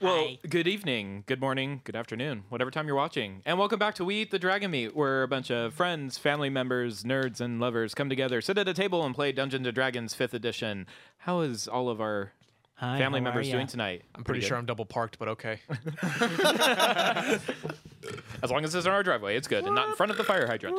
Well, Hi. good evening, good morning, good afternoon, whatever time you're watching. And welcome back to We Eat the Dragon Meat, where a bunch of friends, family members, nerds, and lovers come together, sit at a table, and play Dungeons and Dragons 5th edition. How is all of our Hi, family how are members ya? doing tonight? I'm pretty, sure I'm double parked, but okay. As long as it's in our driveway, it's good, and not in front of the fire hydrant.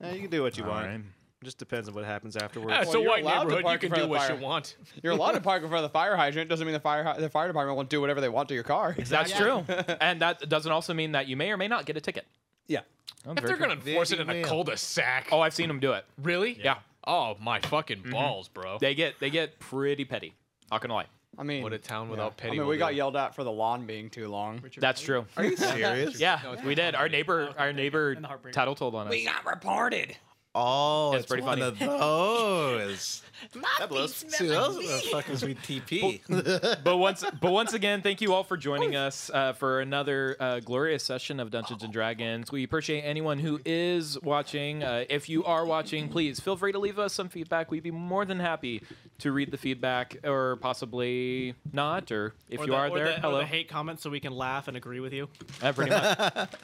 Yeah, you can do what you want. right. Just depends on what happens afterwards. Oh, It's a you're white allowed to neighborhood. You park can in front do of what fire. you want. You're allowed to park in front of the fire hydrant. Doesn't mean the fire hy- the fire department won't do whatever they want to your car. That's true. and that doesn't also mean that you may or may not get a ticket. Yeah. Sounds Oh, If very they're true. gonna enforce it in a Very well. cul-de-sac. Oh, I've seen them do it. really? Yeah. Oh my fucking balls, bro. They get they get pretty petty. Not gonna lie. I mean, What a town without I pity. mean, will we do. got yelled at for the lawn being too long. That's true. Are you serious? Yeah, we did. Our neighbor, our neighbor, And the heartbreaker. tattle told on us. got reported. Oh, That's it's, pretty one funny. of those. That blows. See, those motherfuckers we TP. but once, but once again, thank you all for joining us uh, for another uh, glorious session of Dungeons and Dragons. We appreciate anyone who is watching. Uh, if you are watching, please feel free to leave us some feedback. We'd be more than happy to read the feedback, or possibly not. Or if you are or there, the, hello. Or the hate comments so we can laugh and agree with you. Uh, pretty much.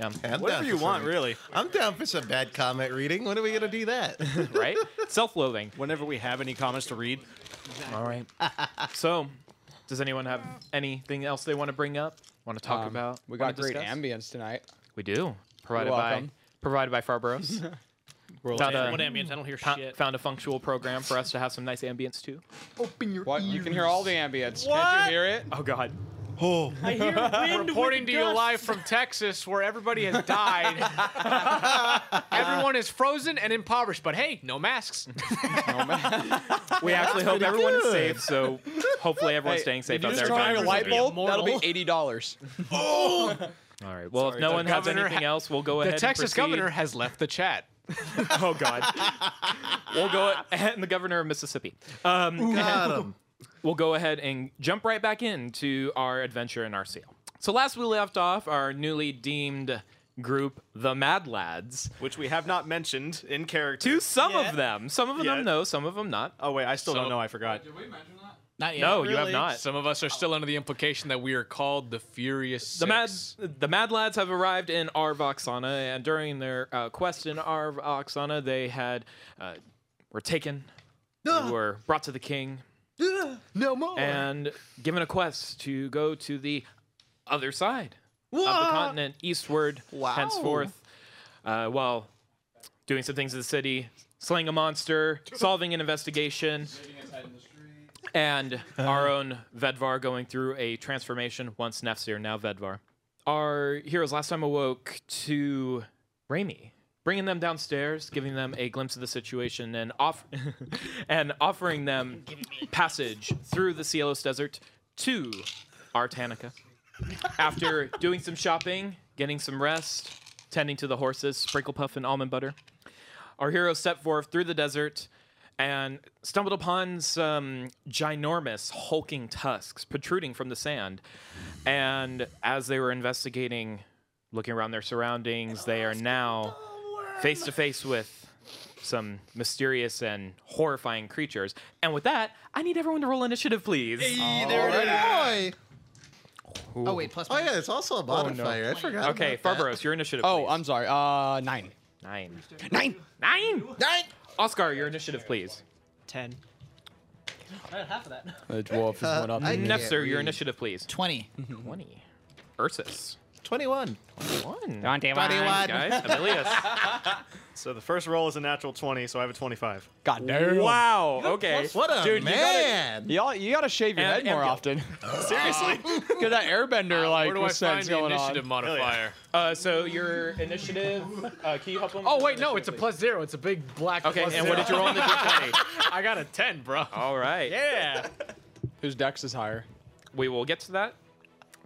Yeah. I'm Whatever down you for want, some- really. I'm down for some bad comment reading. When are we gonna do that? Right? Self-loathing. Whenever we have any comments to read, All right. So, does anyone have anything else they want to bring up? Want to talk Um, about? we wanna got great discuss? ambience tonight. We do. Provided by welcome. provided by Farboroughs. found, What a, ambience? I don't hear fou- shit. found a functional program for us to have some nice ambience too. What? You can hear all the ambience. Can't you hear it? Oh God. I hear wind Reporting with to you gusts. live from Texas, where everybody has died. Everyone is frozen and impoverished, but hey, no masks. We actually hope everyone is safe. So hopefully everyone's Hey, staying safe you out there. just turn on your Drivers light are doing- bulb. That'll be Immortal. eighty dollars. All right. Well, if no the one has governor anything ha- else, we'll go The ahead. Texas and proceed. governor has left the chat. Oh God. we'll go and the governor of Mississippi. Um, Got 'em. we'll go ahead and jump right back into our adventure in our seal. So last we left off, our newly deemed group, the Mad Lads. which we have not mentioned in character. To some of them, some of Yeah. them know, some of them not. Oh wait, I still So- don't know. I forgot. Not yet. no, you have not. Some of us are still under the implication that we are called the Furious Six. the mad, the Mad Lads have arrived in Arvoxana, and during their uh, quest in Arvoxana, they had uh, were taken, they were brought to the king, no more. and given a quest to go to the other side of the What? continent, eastward, henceforth, uh, while doing some things in the city, slaying a monster, solving an investigation, and our own Vedvar going through a transformation, once Nefsir, now Vedvar. Our heroes last time awoke to Raimi, bringing them downstairs, giving them a glimpse of the situation, and off- and offering them passage through the Cielos Desert to Artanica. After doing some shopping, getting some rest, tending to the horses, sprinkle puff and almond butter, our heroes set forth through the desert and stumbled upon some ginormous hulking tusks protruding from the sand. And as they were investigating, looking around their surroundings, they are now face to face with some mysterious and horrifying creatures. And with that, I need everyone to roll initiative, please. Boy. Oh wait, plus Oh yeah, it's also a modifier. I forgot. Okay, about that. Barbaros, your initiative. Oh, please. I'm sorry. Uh, nine. Nine. Nine. Nine! Dang. Oscar, your initiative, please. ten. half of that. The dwarf is one up. Uh, I- Yeah, Nefzer, your read. initiative, please. twenty. 20. Ursus. 21. One. Dante, Twenty-one. Guys, Emilius. So the first roll is a natural twenty, so I have a twenty-five. God damn. Wow. Okay. What a Dude, you gotta- man. Y'all, you gotta shave your And- head more and- often. Seriously, get that airbender like Where do I find sense the going initiative on. modifier? Uh, so your initiative. Uh, can you help him? Oh wait, no, it's a plus zero. It's a big black. Okay. plus And what zero. did you Oh, roll on the d20? I got a ten, bro. All right. Yeah. Whose dex is higher? We will get to that.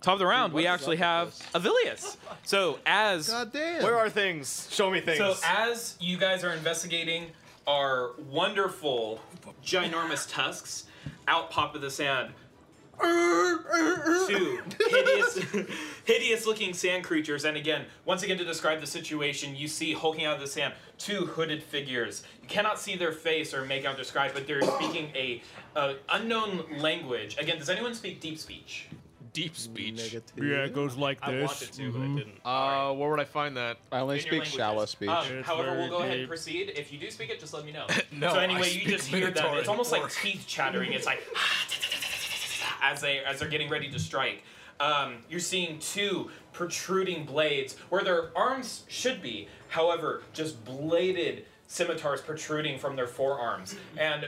Top of the round, we actually have Avilius. So as God damn. Where are things? Show me things. So as you guys are investigating our wonderful ginormous tusks out pop of the sand. Two hideous, hideous-looking sand creatures, and again, once again to describe the situation, you see hulking out of the sand two hooded figures. You cannot see their face or make out their scribe, but they're speaking a, a unknown language. Again, does anyone speak deep speech? deep speech. Yeah, it goes like I this. wanted to, but I didn't. Uh, where would I find that? I only In your mm-hmm. speak shallow languages. speech. Um, It's however, very we'll go ahead and deep. proceed. If you do speak it, just let me know. No, so I anyway, speak you just hear them. Minotaur It's and almost like orc. teeth chattering. It's like as they as they're getting ready to strike. Um, you're seeing two protruding blades where their arms should be, however, just bladed scimitars protruding from their forearms and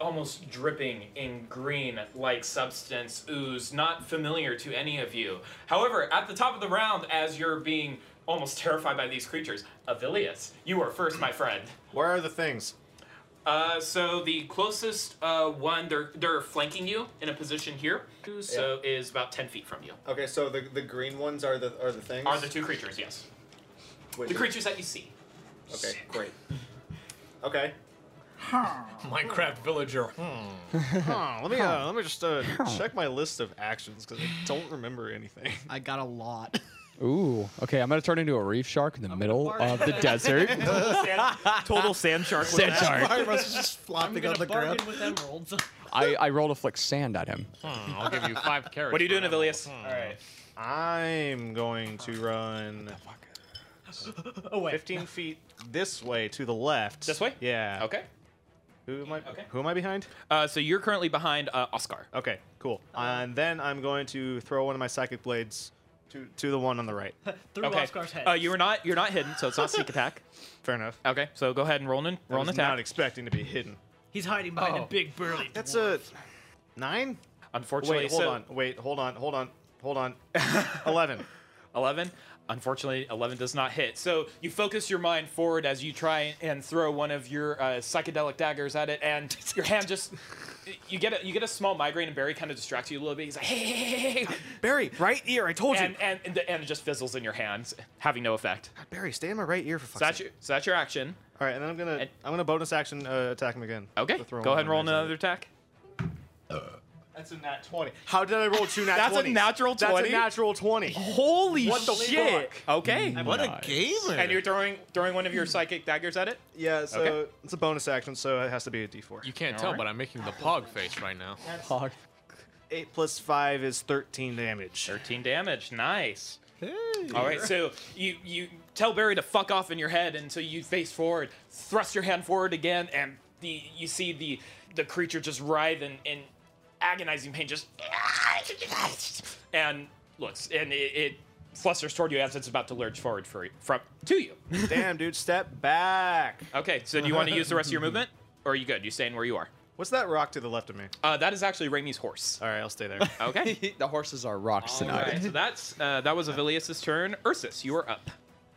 almost dripping in green like substance ooze not familiar to any of you. However, at the top of the round, as you're being almost terrified by these creatures, Avilius, you are first, my friend. Where are the things? Uh, so the closest uh, one, they're they're flanking you in a position here. So is about ten feet from you. Okay, so the the green ones are the are the things. Are the two creatures? Yes, Wait, the creatures that you see. Okay, great. Okay. Minecraft villager. Hmm. Huh, let me uh, let me just uh, check my list of actions because I don't remember anything. I got a lot. Ooh. Okay, I'm gonna turn into a reef shark in the middle of the desert. Total sand shark. Sand shark. Fire was just flopping on the ground. Bargain with emeralds. I, I rolled a flick sand at him. I'll give you five carrots. What are you doing, Avilius? All right. I'm going to run Oh wait. 15 feet this way to the left. This way? Yeah. Okay. Who am I? Okay. Who am I behind? Uh, so you're currently behind uh, Oscar. Okay. Cool. Uh-huh. And then I'm going to throw one of my psychic blades to to the one on the right. Through Okay. Oscar's head. Uh, you are not you're not hidden, so it's not sneak attack. Fair enough. Okay. So go ahead and roll an roll I an was Not attack. expecting to be hidden. He's hiding behind Oh. a big burly. That's a nine. Unfortunately, Wait, hold so- on. Wait, hold on. Hold on. Hold on. Eleven. 11 unfortunately 11 does not hit so you focus your mind forward as you try and throw one of your uh, psychedelic daggers at it and your hand just you get a you get a small migraine and barry kind of distracts you a little bit he's like hey hey hey, hey hey Barry, right ear. I told and and and, the, and it just fizzles in your hands having no effect so Barry, stay in my right ear for fuck's that's your, so that's your action All right, and then I'm gonna And- I'm gonna bonus action uh, attack him again. okay go The throw ahead and roll one I another made. attack That's a nat twenty. How did I roll two nat? That's a 20s? natural That's 20? a natural twenty. holy What the Oh, shit okay Mm-hmm. What a gamer. and you're throwing throwing one of your psychic daggers at it Yeah, so Okay. it's a bonus action, so it has to be a D four. You can't tell, Alright. but I'm making the pog face right now. Eight plus five is thirteen damage. 13 damage. Nice. All right, so you you tell Barry to fuck off in your head, and so you face forward, thrust your hand forward again, and the you see the the creature just writhe in, in agonizing pain, just and looks and it, it flusters toward you as it's about to lurch forward for from to you. Damn, dude, step back. Okay, so do you want to use the rest of your movement, or are you good? You staying where you are? What's that rock to the left of me? Uh, that is actually Raimi's horse. Oh. All right, I'll stay there. Okay. the horses are rocks All tonight. right, so that's uh, that was Avilius's turn. Ursus, you are up.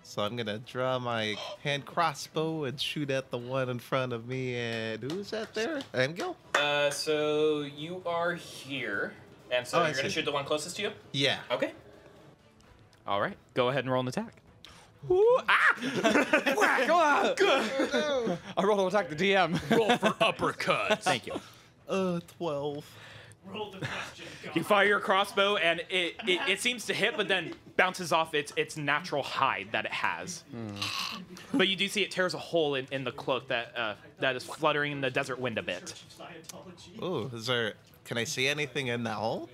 So I'm gonna draw my hand crossbow and shoot at the one in front of me. And who's that there? Angel? Uh, so you are here, and so Oh, I you're gonna see. shoot the one closest to you. Yeah. Okay. All right. Go ahead and roll an attack. I rolled an attack the DM. Roll for uppercuts. Thank you. Uh, twelve. Roll the question. You fire your crossbow, and it, it, it seems to hit, but then bounces off its its natural hide that it has. But you do see it tears a hole in, in the cloak that uh, that is fluttering in the desert wind a bit. Scientology. Ooh, is there? Can I see anything in that hole?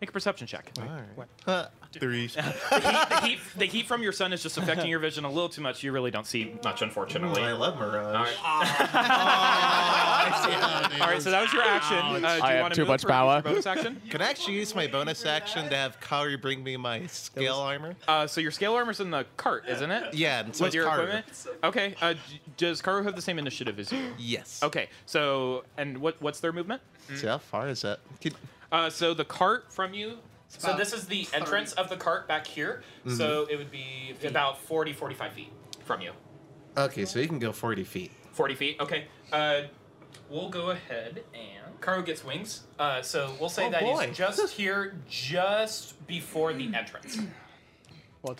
Make a perception check. All right. Huh, Three. The heat, the heat from your sun is just affecting your vision a little too much. You really don't see much, unfortunately. I love Mirage. All right, so that was your action. Uh, do you I have wanna too move much for- use your power. Bonus action. Can I actually use my bonus action to have Kauri bring me my scale armor? Uh, so your scale armor's in the cart, isn't it? Yeah, and so With is your Kaoru. equipment. Okay. Uh, d- does Karu have the same initiative as you? Yes. Okay. So and what what's their movement? So how far is that? Could- Uh, so the cart from you. So about this is the entrance of the cart back here. Mm-hmm. So it would be about 40, 45 feet from you. okay, so you can go 40 feet. 40 feet. Okay. Uh, we'll go ahead and. Karu gets wings. Uh, so we'll say that Oh, boy. he's just here, just before the entrance.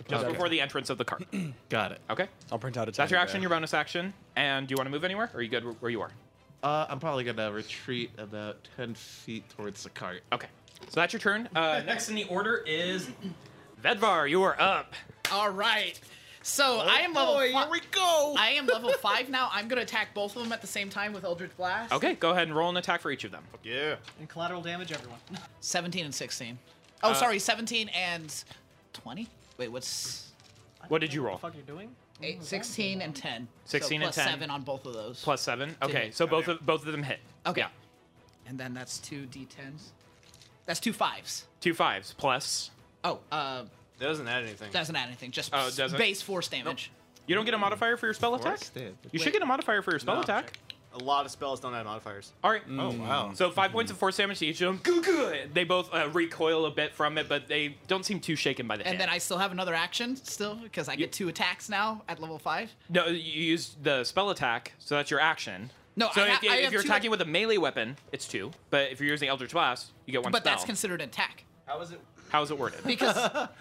Just before the entrance of the cart. Got it. Okay. I'll print out a That's your action, your bonus action. And do you want to move anywhere? Or are you good where you are? Uh, I'm probably gonna retreat about 10 feet towards the cart. Okay. So that's your turn. Uh, next in the order is Vedvar. You are up. All right. So I am level. boy, fi- here we go. I am level five now. I'm gonna attack both of them at the same time with Eldritch Blast. Okay. Go ahead and roll an attack for each of them. yeah. And collateral damage, everyone. Seventeen and sixteen. Uh, Oh, sorry, 17 and 20? Wait, what's What did you roll? What the fuck you're doing? eight, 16 and 10? 16 so and 10. 7 on both of those. Plus seven. Okay, so both of both of them hit. Okay. Yeah. And then that's two d10s. That's two fives. Two fives plus. Oh, uh, That doesn't add anything. doesn't add anything. Just Oh, it doesn't? base force damage. You don't get a modifier for your spell attack. Instead. You Wait. should get a modifier for your spell No. attack. A lot of spells don't add modifiers. All right. Oh wow. So five points of force damage to each of them. Goo goo. They both uh, recoil a bit from it, but they don't seem too shaken by the And hit. then I still have another action still because I get two attacks now at level five. No, you use the spell attack, so that's your action. No, so I if, ha- I if have you're two- attacking with a melee weapon, it's two. But if you're using Eldritch Blast, you get one but spell. that's considered an attack How is it? How's it worded? because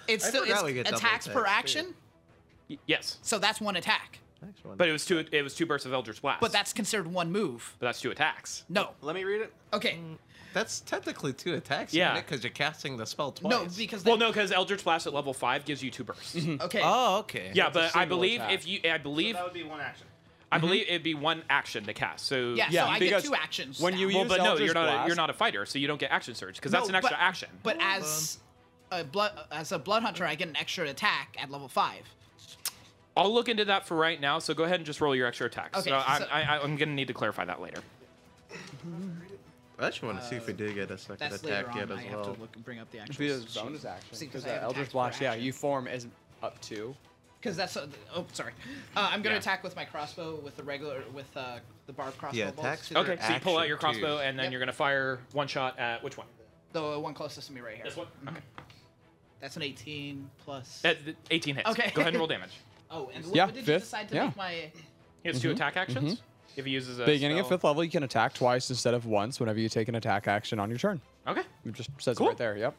it's still forgot it's we get double attacks per attacks, too. action. Y- yes, So that's one attack. Next one. but it was two. It was two bursts of Eldritch Blast. But that's considered one move. but that's two attacks. No. Let me read it. Okay. Mm, That's technically two attacks, Yeah. Because you're casting the spell twice. No, because Well, they- no, because Eldritch Blast at level five gives you two bursts. Okay. Oh, okay. Yeah, That's a but I single believe attack. if you, I believe, That would be one action. I Mm-hmm. believe it'd be one action to cast. So yeah, Yeah, So I get because two actions. when now. you Well, use but no, Eldritch you're not. A, Blast- you're not a fighter, so you don't get action surge because that's No, an extra but- action. But as a blood as a blood hunter, I get an extra attack at level five. I'll look into that for right now. So go ahead and just roll your extra attacks. Okay, so I'm, so- I, I- I'm gonna need to clarify that later. I actually want to see if we did get a second That's attack later on. yet I as have well. to look and bring up the Should be a actual bonus action. See, 'cause Because I have Eldritch attacks per Blast, yeah, action. you form as up to. because that's a, oh sorry. Uh, I'm gonna Yeah. attack with my crossbow with the regular with uh, the barb crossbow. Yeah, bolts. attacks. Okay, so you pull out action your crossbow too. and then Yep. you're gonna fire one shot at which one? The one closest to me right here. This one. Mm-hmm. Okay. That's an 18 plus. That, th- 18 hits. Okay. Go ahead and roll damage. oh, and what, Yeah, what did you fifth, decide to yeah. make my? He has two attack actions. If he uses a Mm-hmm. Beginning at spell- fifth level, you can attack twice instead of once whenever you take an attack action on your turn. Okay. It just says Cool. it right there. Yep.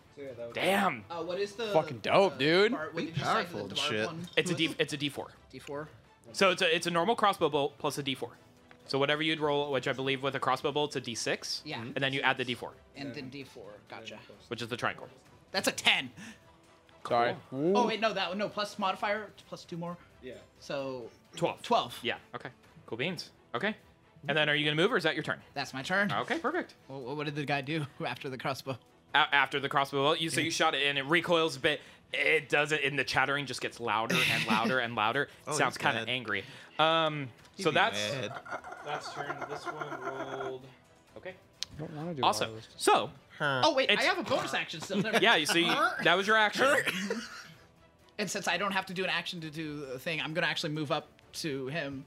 Damn. Uh, what is the Fucking dope, uh, dude. bar- what Be did you decide powerful that and the barb shit. one It's a was? d. It's a d4. D4. So it's a it's a normal crossbow bolt plus a d4. So whatever you'd roll, which I believe with a crossbow bolt, it's a d6. Yeah. And then you add the d4, And then D4. Gotcha. which is the triangle. That's a 10. Sorry. Oh wait, no, that one. No, plus modifier, plus two more. Yeah. So 12. 12. Yeah. Okay. Cool beans. Okay. And then are you gonna move or is that your turn? That's my turn. Okay. Perfect. Wha- wha- what did the guy do after the crossbow? A- after the crossbow bolt, you so you shot it and it recoils a bit. It does it, and the chattering just gets louder and louder and louder. Oh, Sounds he's kind of mad. angry. Um. He'd so be that's mad. that's turn. This one rolled. Okay. I don't want to do all Awesome. those. So Oh wait, Uh, It's- I have a bonus action still. Never yeah, you see that was your action. And since I don't have to do an action to do the thing, I'm gonna actually move up to him.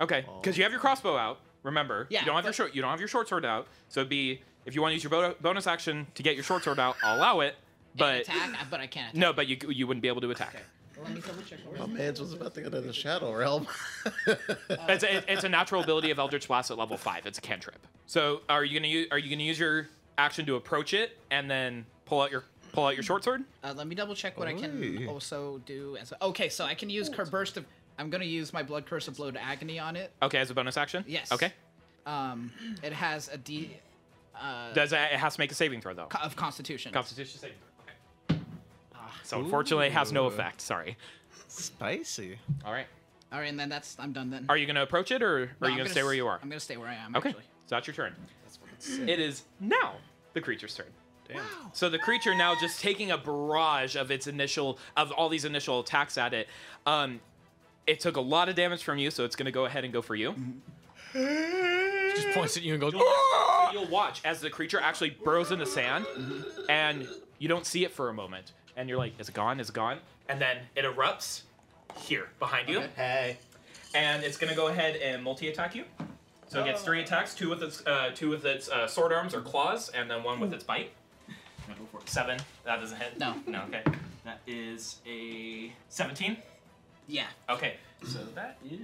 Okay, because you have your crossbow out. Remember, Yeah, you don't have your but- short. You don't have your short sword out. So it'd be if you want to use your bo- bonus action to get your short sword out, I'll allow it. and But attack, I- but I can't. Attack. no, but you you wouldn't be able to attack. Let me double check. My man's Oh, was about to go to the shadow realm. It's, a, it's a natural ability of Eldritch Blast at level five. It's a cantrip. So are you gonna use, are you gonna use your action to approach it and then pull out your pull out your short sword? Uh, let me double check what I can Ooh. also do as okay. So I can use cur burst of. I'm gonna use my blood curse of blow to agony on it. Okay, as a bonus action. Yes. Okay. Um, it has a D Does that, it has to make a saving throw though? Uh, co- Ah. of Constitution. Constitution saving throw. Okay. So unfortunately, it has no Ooh. effect. Sorry. Spicy. All right. All right, and then that's I'm done then. Are you gonna approach it or are No, I'm you gonna gonna stay where s- you are? I'm gonna stay where I am. Okay, Actually. so that's your turn. It is now the creature's turn. So the creature now just taking a barrage of its initial of all these initial attacks at it. Um, it took a lot of damage from you, so it's going to go ahead and go for you. Just points at you and goes. So you'll watch as the creature actually burrows in the sand, and you don't see it for a moment, and you're like, "Is it gone? Is it gone?" And then it erupts here behind you. Hey. And it's gonna go ahead and multi-attack you. So it gets three attacks: two with its uh, two with its uh, sword arms or claws, and then one with its bite. Seven. That doesn't hit. No. No. Okay. That is a seventeen. Yeah. Okay. So that is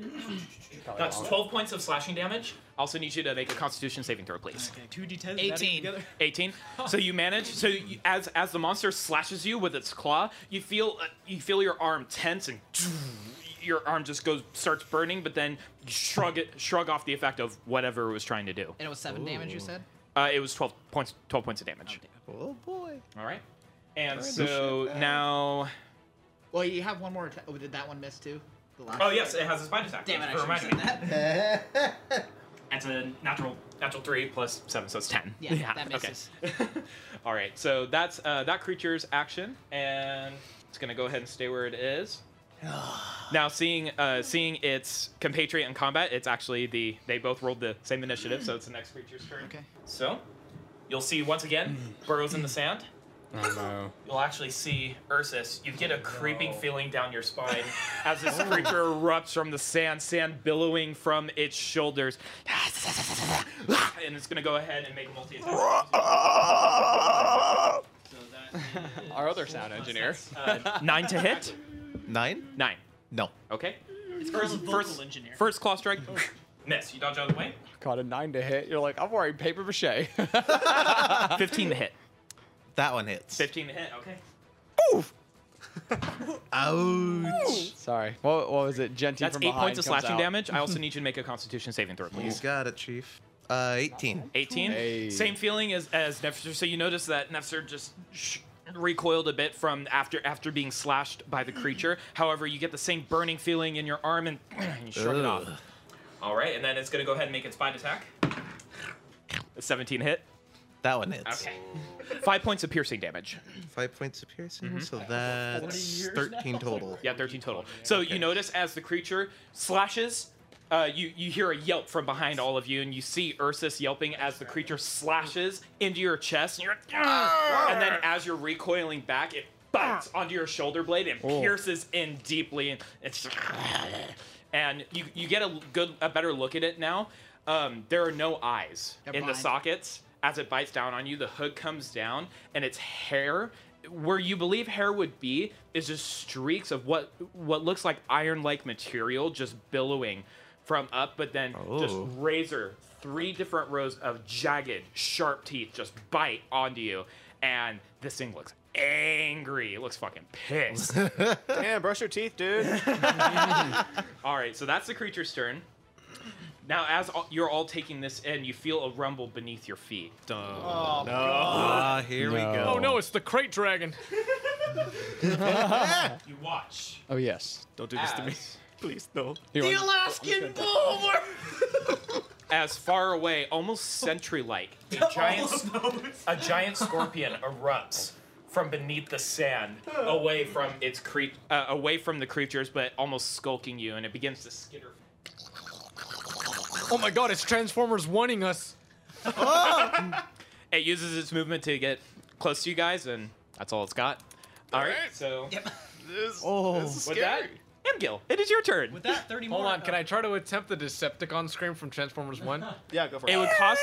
that's twelve points of slashing damage. Also need you to make a Constitution saving throw, please. Okay, two d10s. added 18. together. 18 so you manage so you, as as the monster slashes you with its claw you feel uh, you feel your arm tense and your arm just goes starts burning but then you shrug it shrug off the effect of whatever it was trying to do And it was seven damage. You said. uh, it was 12 points 12 points of damage Oh boy. all right and so uh, now Well, you have one more attack. Oh, did that one miss too? The last. oh yes it Oh, has a spine attack Damn it! I Remind should have me. said that. it's a natural Natural three plus seven, so it's ten. Yeah, that misses. Okay. All right, so that's uh, that creature's action, and it's gonna go ahead and stay where it is. now, seeing uh, seeing its compatriot in combat, it's actually the they both rolled the same initiative, so it's the next creature's turn. Okay. So, you'll see once again burrows in the sand. Oh no. You'll actually see Ursus. You get a creeping feeling down your spine as this creature erupts from the sand, sand billowing from its shoulders. and it's gonna go ahead and make a multi attack. "Ah!" Our other sound engineer. Uh, nine to hit. Nine? Nine. No. Okay. It's first, first- vocal engineer. First claw strike. Miss. You dodge out of the way. Caught a nine to hit. You're like, I'm wearing paper mache. Fifteen to hit. That one hits. Fifteen to hit. Okay. Ouch. Sorry. What, what was it? Genty That's from eight behind points of comes slashing out. damage. I also need you to make a Constitution saving throw, You please. got it, Chief. Uh, 18. 18. Hey. Same feeling as as Nefzer. So you notice that Nefzer just sh- recoiled a bit from after after being slashed by the creature. However, you get the same burning feeling in your arm and you shrug it off. Ugh. All right, and then it's gonna go ahead and make its bite attack. A 17 hit. That one hits. Okay. Five points of piercing damage. Five points of piercing, so that's 13 total. Mm-hmm. Yeah, 13 total. So you notice as the creature slashes, uh, you, you hear a yelp from behind all of you, and you see Ursus yelping as the creature slashes into your chest, and you're like, "Argh!" and then as you're recoiling back, it bites onto your shoulder blade and pierces in deeply, and it's and you you get a good a better look at it now. Um, there are no eyes They're in the blind. sockets as it bites down on you. The hood comes down, and its hair, where you believe hair would be, is just streaks of what what looks like iron-like material just billowing from up, but then just Oh. razor three different rows of jagged, sharp teeth just bite onto you, and this thing looks angry. It looks fucking pissed. Damn, brush your teeth, dude. All right, so that's the creature's turn. Now, as all, you're all taking this in, you feel a rumble beneath your feet. Ah, here we go. Oh no, it's the crate dragon. You watch. Oh yes. Don't do this to me. Please, no. Here, The one- Alaskan bull. As far away, almost sentry-like, a giant, a giant scorpion erupts from beneath the sand, away from its cre- uh, away from the creatures, but almost skulking you, and it begins to skitter. Oh my god, it's Transformers wanting us. It uses its movement to get close to you guys, and that's all it's got. All right, so This, Oh. this is with that, scary. Amgil, it is your turn. With that, thirty more. Hold on, can I try to attempt the Decepticon scream from Transformers One? Yeah, go for it. it would cost.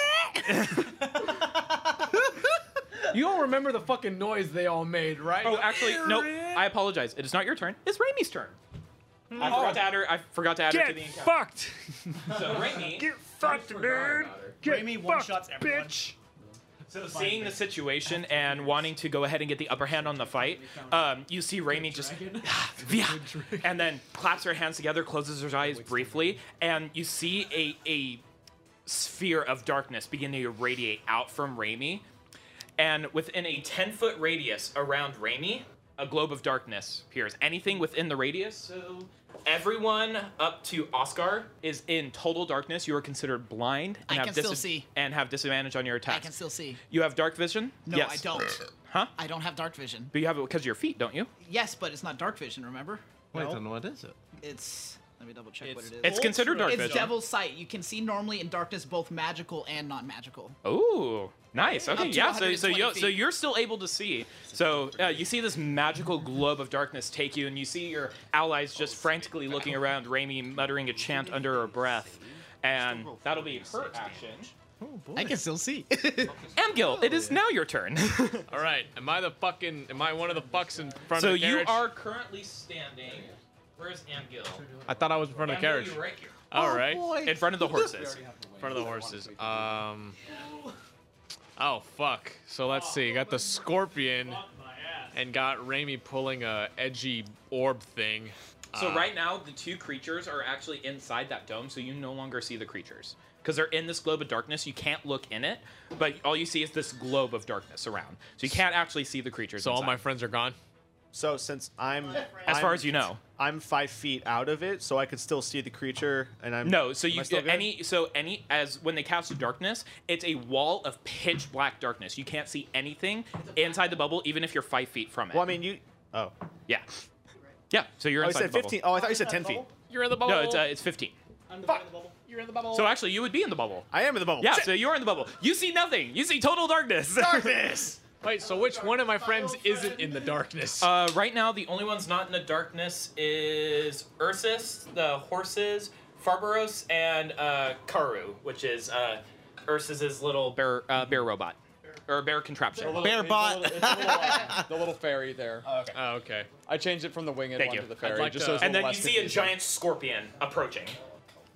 You don't remember the fucking noise they all made, right? Oh, actually, nope. I apologize. It is not your turn. It's Raimi's turn. I forgot to add her. I forgot to add her to the encounter. fucked. So Raimi, Fucked, dude. Raimi one shots everyone. so seeing the situation and wanting to go ahead and get the upper hand on the fight, um, you see Raimi just, Ah, yeah, and then claps her hands together, closes her eyes briefly, and you see a a sphere of darkness begin to irradiate out from Raimi, and within a ten foot radius around Raimi, a globe of darkness appears. Anything within the radius, so everyone up to Oscar is in total darkness. You are considered blind. And I have can still see. and have disadvantage on your attacks. I can still see. You have dark vision? No, yes. I don't. Huh? I don't have dark vision. But you have it because of your feet, don't you? Yes, but it's not dark vision. Remember? Wait, then what is it? It's. Let me double check what it is. It's considered dark It's vision. devil's sight. You can see normally in darkness both magical and not magical. Ooh, nice. Okay, Up to yeah. So, so 120 you so feet. you're still able to see. So uh, you see this magical globe of darkness take you, and you see your allies just frantically looking around, Raimi muttering a chant under her breath, and that'll be her action. I can still see. Amgil, it is now your turn. All right, am I the fucking? Am I one of the fucks in front so of the you carriage? are currently standing. Where's Amgil? I thought I was in front of the Amgil, carriage. you're right here. All Oh, Oh, right, In front of the horses. in front of the horses. Um. Oh fuck. So let's see. Got the scorpion and got Raimi pulling a edgy orb thing. So Uh, right now, the two creatures are actually inside that dome, so you no longer see the creatures because they're in this globe of darkness. You can't look in it, but all you see is this globe of darkness around. So you can't actually see the creatures. So all inside. my friends are gone. So since I'm As far I'm- as you know. I'm five feet out of it, so I could still see the creature, and I'm No, so am I you still good? any so any as when they cast darkness, it's a wall of pitch black darkness. You can't see anything inside the bubble, even if you're five feet from it. Well, I mean you. Oh, yeah, yeah. So you're oh, you inside said the bubble. fifteen. Oh, I thought you said ten feet. You're in the bubble. No, it's uh, it's fifteen. You're in the bubble. So actually, you would be in the bubble. I am in the bubble. Yeah, Shit. so you're in the bubble. You see nothing. You see total darkness. Darkness. uh, Wait, so which one of my friends isn't in the darkness? uh, right now, the only ones not in the darkness is Ursus, the horses, Farbaros, and uh, Karu, which is uh, Ursus's little bear uh, bear robot or bear contraption. Bear bot. It's a little, uh, the little fairy there. Uh, oh, okay. I changed it from the winged Thank one you. to the I'd fairy. like just to- so it's And a then little less you see a confusing. giant scorpion approaching.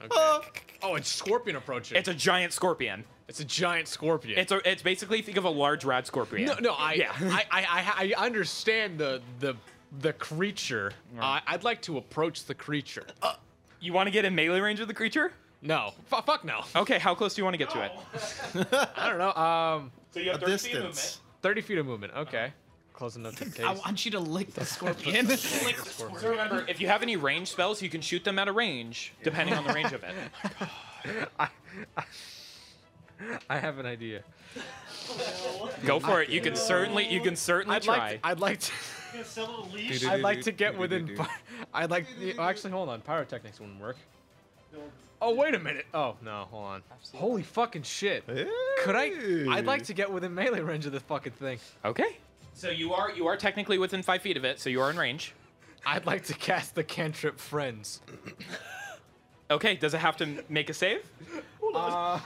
okay. Oh, it's scorpion approaching. It's a giant scorpion. It's a giant scorpion. It's a, it's basically think of a large rat scorpion. no, no. I, Yeah. I, I, I, I understand the the the creature. I I'd like to approach the creature. Uh, You want to get in melee range of the creature? No, F- fuck no. Okay, how close do you want to get to it? I don't know. Um, So you have A distance. thirty feet of movement. Okay, close enough to taste. I want you to lick the scorpion. Lick the So remember, if you have any range spells, you can shoot them at a range, depending on the range of it. I have an idea. Go for it. You can certainly you can certainly I'd try. like. To, I'd like. To, eh? I'd like to get within. pi- I'd like. oh, actually, hold on. Pyrotechnics wouldn't work. Oh wait a minute. Oh no, hold on. Holy fucking shit. Could I? I'd like to get within melee range of the fucking thing. okay. So you are you are technically within five feet of it, so you are in range. I'd like to cast the cantrip friends. Okay, does it have to make a save? Oh,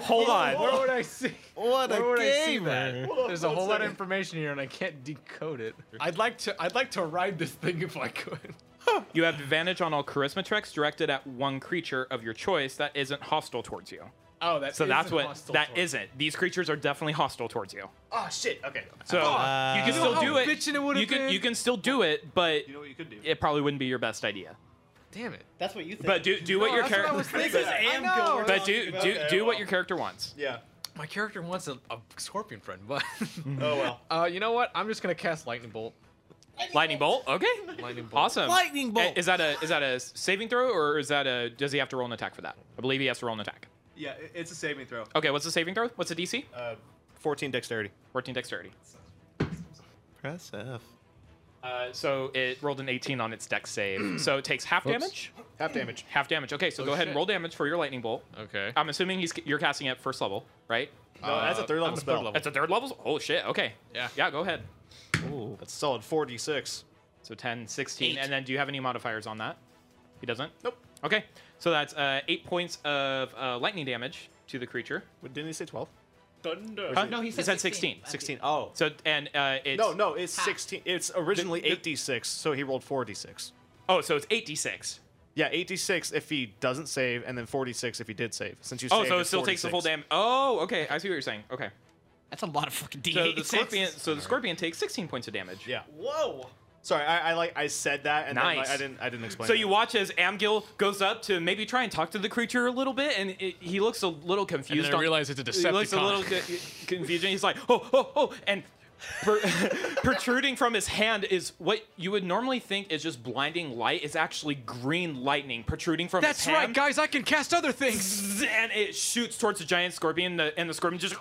Hold on. Where would I see? what Where a would I see gamer! that? There's a whole lot of information here, and I can't decode it. I'd like to. I'd like to ride this thing if I could. You have advantage on all charisma checks directed at one creature of your choice that isn't hostile towards you. Oh, that's So that's what that not These creatures are definitely hostile towards you. Oh shit. Okay. So you can You know still do how it. bitchin' it would've you can been? you can still do it, but You know what you could do? it probably wouldn't be your best idea. Damn it. That's what you think. But do do what your Oh, that's what I character was thinking. I am know. Gilbert. but do do Okay, do what well. your character wants. Yeah. My character wants a, a scorpion friend, but Oh well. uh, you know what? I'm just gonna cast lightning bolt. Lightning bolt. Okay. Lightning bolt. Awesome. Lightning bolt. I- Is that a is that a saving throw or is that a does he have to roll an attack for that? I believe he has to roll an attack. Yeah, it- it's a saving throw. Okay, what's the saving throw? What's the DC? Fourteen dexterity. 14 dexterity. Press F. Uh, so it rolled an 18 on its dex save. so it takes half damage. Half damage. Half damage. Okay, so go ahead and shit. roll damage for your lightning bolt. Okay. I'm assuming he's you're casting at first level, right? No, that's a third level spell. level. Uh, That's a third level? Oh shit. Okay. Yeah. Yeah, go ahead. That's a solid forty-six. So 10, 16, Eight. and then do you have any modifiers on that? He doesn't? Nope. Okay, so that's uh, eight points of uh, lightning damage to the creature. What, didn't he say twelve? Huh? No, Oh, he said 16. 16. 16. Oh. So, and uh, it's. No, no, it's 16. It's originally 8d6, so he rolled 4d6. Oh, so it's 8d6. Yeah, 8d6 if he doesn't save, and then 46 if he did save. Since you Oh, saved, so it it's still takes the full 46. damage. Oh, okay. I see what you're saying. Okay. That's a lot of fucking d So the scorpion, so the scorpion takes 16 points of damage. Yeah. Whoa. Sorry, I, I like I said that, and then, like, Nice. I didn't I didn't explain. So it. you watch as Amgil goes up to maybe try and talk to the creature a little bit, and it, he looks a little confused. then I on- realize it's a He looks a Decepticon. little co- confused. and He's like, oh, oh, oh, and per- protruding from his hand is what you would normally think is just blinding light. It's actually green lightning protruding from That's his hand. right, guys. I can cast other things. Zzz, and it shoots towards the giant scorpion, the, and the scorpion just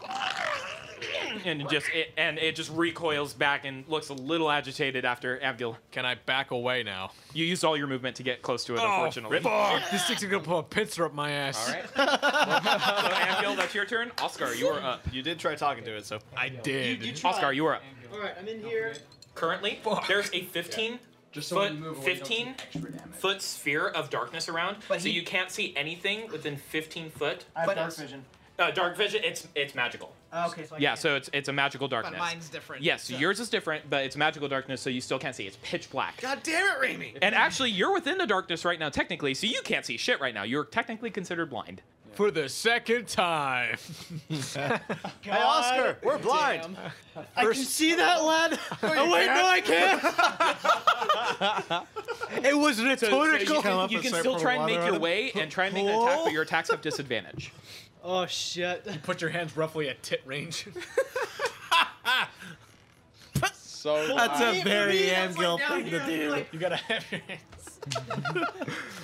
and it just it, and it just recoils back and looks a little agitated after Avgil. Can I back away now? You used all your movement to get close to it, Oh, unfortunately. Oh, fuck! This thing's gonna put a pincer up my ass. All right. so Avgil, that's your turn. Oscar, you are up. you did try talking to it, so I did. Oscar, you are up. All right, I'm in here. Currently, there's a 15 foot, 15 foot sphere of darkness around, But so he- you can't see anything within 15 foot. I have But dark it's- vision. Uh, dark vision. It's it's magical. Oh, okay, so I Yeah, can't. so it's it's a magical But darkness. mine's different. Yes, so- yours is different, but it's magical darkness, so you still can't see. It's pitch black. God damn it, Raimi. And actually, you're within the darkness right now, technically, so you can't see shit right now. You're technically considered blind. For the second time. hey Oscar, we're blind. I can see that, lad. Oh wait, no, I can't. It was an you Come can, up you and can slurp still her try and water make on your him. way and try and make an attack, but your attacks have disadvantage. Oh shit. Put your hands roughly at tit range. so That's high. a very Amgil down thing to do. like- You gotta have your hands.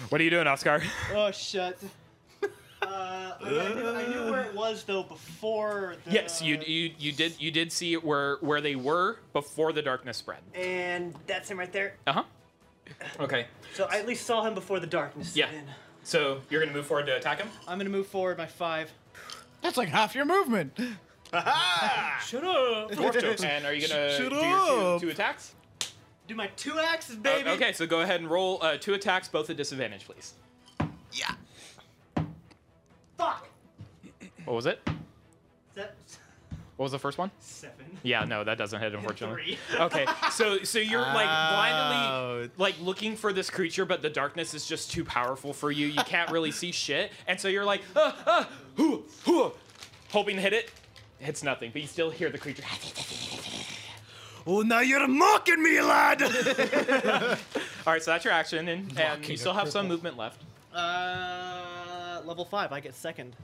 What are you doing, Oscar? Oh shit. Uh, I, I knew, I knew where it was though before. The, Yes, you, you you did you did see where where they were before the darkness spread. And that's him right there. Uh huh. Okay. So I at least saw him before the darkness. set Yeah. in. So you're gonna move forward to attack him. I'm gonna move forward by five. That's like half your movement. Shut up. and are you gonna Shut do your up. two, two attacks? Do my two axes, Uh, baby. okay, so go ahead and roll uh, two attacks, both at disadvantage, please. Fuck. What was it? That, What was the first one? seven. Yeah, no, that doesn't hit, unfortunately. Three. okay, so so you're like blindly Ouch. like looking for this creature, but the darkness is just too powerful for you. You can't really see shit, and so you're like, ah, ah, hoo, hoo, hoping to hit it. Hits nothing, but you still hear the creature. Well, Oh, now you're mocking me, lad. All right, so that's your action, and, and you still have some movement left. Uh, level five. I get second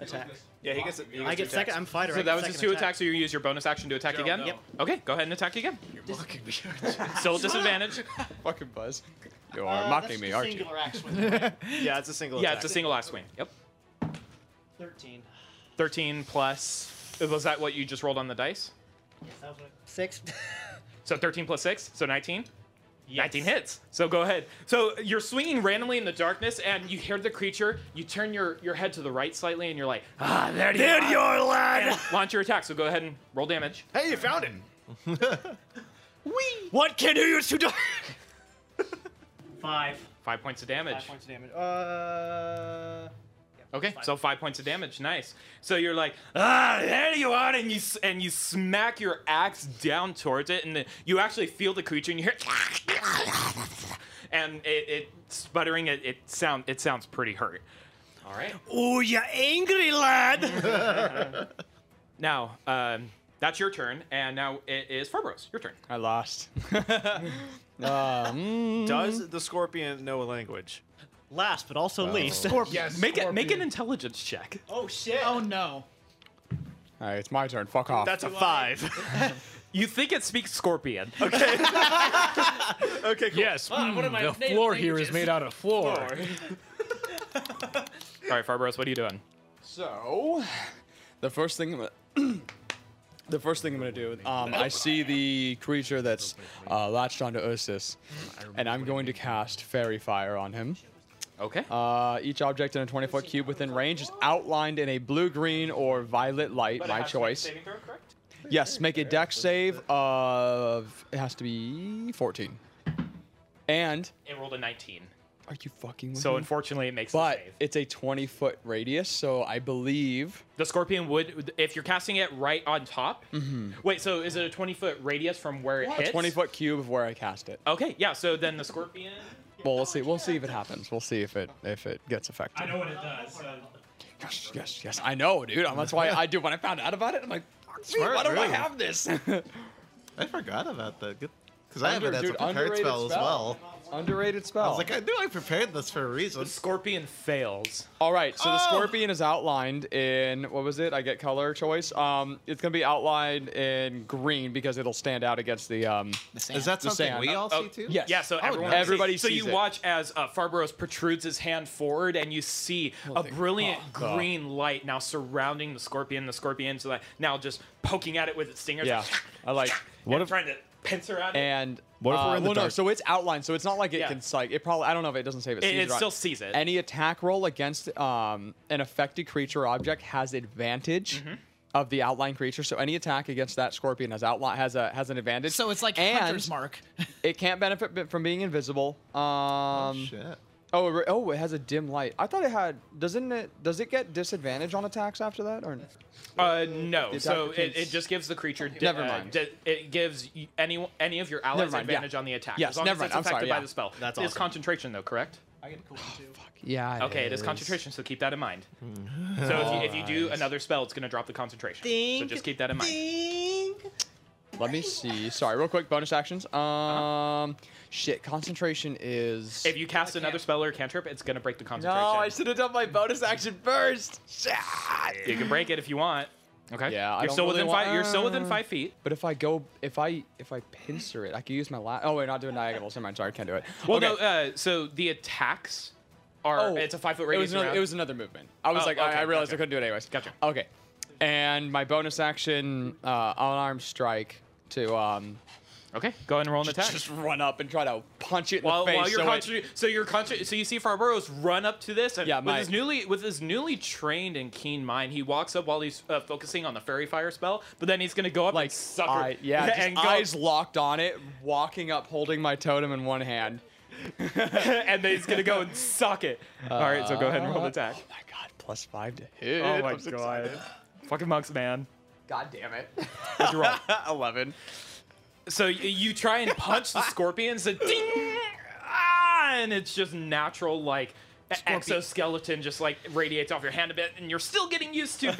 attack. Yeah, he gets. it- he gets I two get attacks. second. I'm fighter. So I that get was just second two attack. attacks, so you use your bonus action to attack again? Yep. Okay, go ahead and attack again. Still disadvantage. fucking buzz. You Uh, are that's mocking me, just aren't you? singular action. Yeah, it's a single yeah, attack. it's a single last swing. Yep. Thirteen. 13 plus. Was that what you just rolled on the dice? That was what I- Six. So 13 plus 6, so 19? 19 hits. So go ahead. So you're swinging randomly in the darkness, and you hear the creature. You turn your, your head to the right slightly, and you're like, ah, there you are. lad. Launch your attack. So go ahead and roll damage. Hey, you found it. What can do you to Five. Five points of damage. Five points of damage. Uh. Okay, so five points of damage. Nice. So you're like, ah, there you are, and you s- and you smack your axe down towards it, and the, you actually feel the creature, and you hear, and it, it sputtering. It, it sound it sounds pretty hurt. All right. Oh, you angry lad. Now, um, that's your turn, and now it is Farbros. Your turn. I lost. um, Does the scorpion know a language? Last but also least. Yes. Make it make an intelligence check. Oh shit. Oh no. all right, it's my turn. Fuck off. That's a five. You think it speaks scorpion? Okay. okay, cool. Yes. one of mm, my the native floor here is languages. made out of floor. All right, Farbros, what are you doing? So, the first thing, I'm gonna- the first thing I'm gonna do, um, I see the creature that's uh, latched onto Ursus, and I'm going to cast Fairy Fire on him. Okay. Uh, each object in a 20-foot cube within range is outlined in a blue, green, or violet light, my choice. Yes, make a deck save of it has to be 14. And It rolled a 19. are you fucking with So me? unfortunately, it makes Mm-hmm. But the save. it's a 20-foot radius, so I believe The scorpion would, if you're casting it right on top. Mm-hmm. Wait, so is it a 20 foot radius from where it hits? 20-foot cube of where I cast it. Okay, yeah. So then the scorpion. Well, we'll see. We'll see if it happens. We'll see if it if it gets affected. what it does. Yes, yes, yes. I know, dude. Um, That's why I do. When I found out about it, I'm like, fuck me. Why don't I move. have this? I forgot about that. Because I have it Under- as a dude, prepared underrated spell, as well. spell. Oh. Underrated spell. I was like, I knew I prepared this for a reason. The scorpion fails. All right. So the Oh. scorpion is outlined in what was it? I get color choice. Um, it's gonna be outlined in green because it'll stand out against the um. Is that The something sand. we all Oh, see too? Yes. Yeah, so everyone nice. Everybody so sees you it. watch as uh, Farboros protrudes his hand forward, and you see a thank brilliant God. green light now surrounding the scorpion. The scorpion's like now just poking at it with its stingers. Yeah. I like. What if trying to pincer at it? And What if uh, we're in the well, no, dark? so it's outlined, so it's not like it Yeah. can like it probably I don't know if it doesn't save it. It- sees it or not. still sees it. Any attack roll against um, an affected creature or object has advantage Mm-hmm. of the outlined creature. So any attack against that scorpion has outline has a has an advantage. So it's like and hunter's mark. It can't benefit b- from being invisible. Um, Oh, oh, shit. oh, it re- oh, it has a dim light. I thought it had. Doesn't it? Does it get disadvantage on attacks after that? Or Uh, no. The So attacker it, can it just gives the creature. di- Never uh, mind. di- it gives y- any any of your allies Never mind, yeah. advantage on the attack. Yes, as long never as mind, It's I'm sorry, affected by yeah. the spell. That's it's awesome. concentration though, correct? I get a cool one too. yeah. Okay, it is concentration, so keep that in mind. So if you, if you do another spell, it's gonna drop the concentration. so just keep that in mind. Let me see. Sorry, real quick. Bonus actions. Uh-huh. Um, shit. Concentration is. If you cast another spell or cantrip, it's gonna break the no, concentration. I should have done my bonus action first. Shit. You can break it if you want. Okay. Yeah, I You're don't still really within want- five. You're still within five feet. But if I go, if I if I pincer it, I could use my last. Oh, we're not doing diagonals. Never mind. Sorry, can't do it. Well, Okay. no. Uh, so the attacks are. Oh, it's a five foot It radius. was another, around. it was another movement. I was Oh, like, okay, I, I realized I gotcha. couldn't do it anyways. Gotcha. Okay. And my bonus action, uh, unarmed strike to. Um, okay, go ahead and roll an attack. Just run up and try to punch it in While, the face. while you're so it- concentra- so you're concentra- so you see Farborough's run up to this, and Yeah, with my- his newly with his newly trained and keen mind, he walks up while he's uh, focusing on the fairy fire spell, but then he's gonna go up like and sucker, I, yeah, just and go- eyes locked on it, walking up, holding my totem in one hand. and then he's gonna go and suck it. All right, so go ahead and roll Uh, an attack. Oh my god, plus five to hit. Oh my I'm so god, excited. fucking monks, man. God damn it. What'd you roll? Eleven. So y- you try and punch the scorpions, and ding, ah, and it's just natural like e- exoskeleton just like radiates off your hand a bit, and you're still getting used to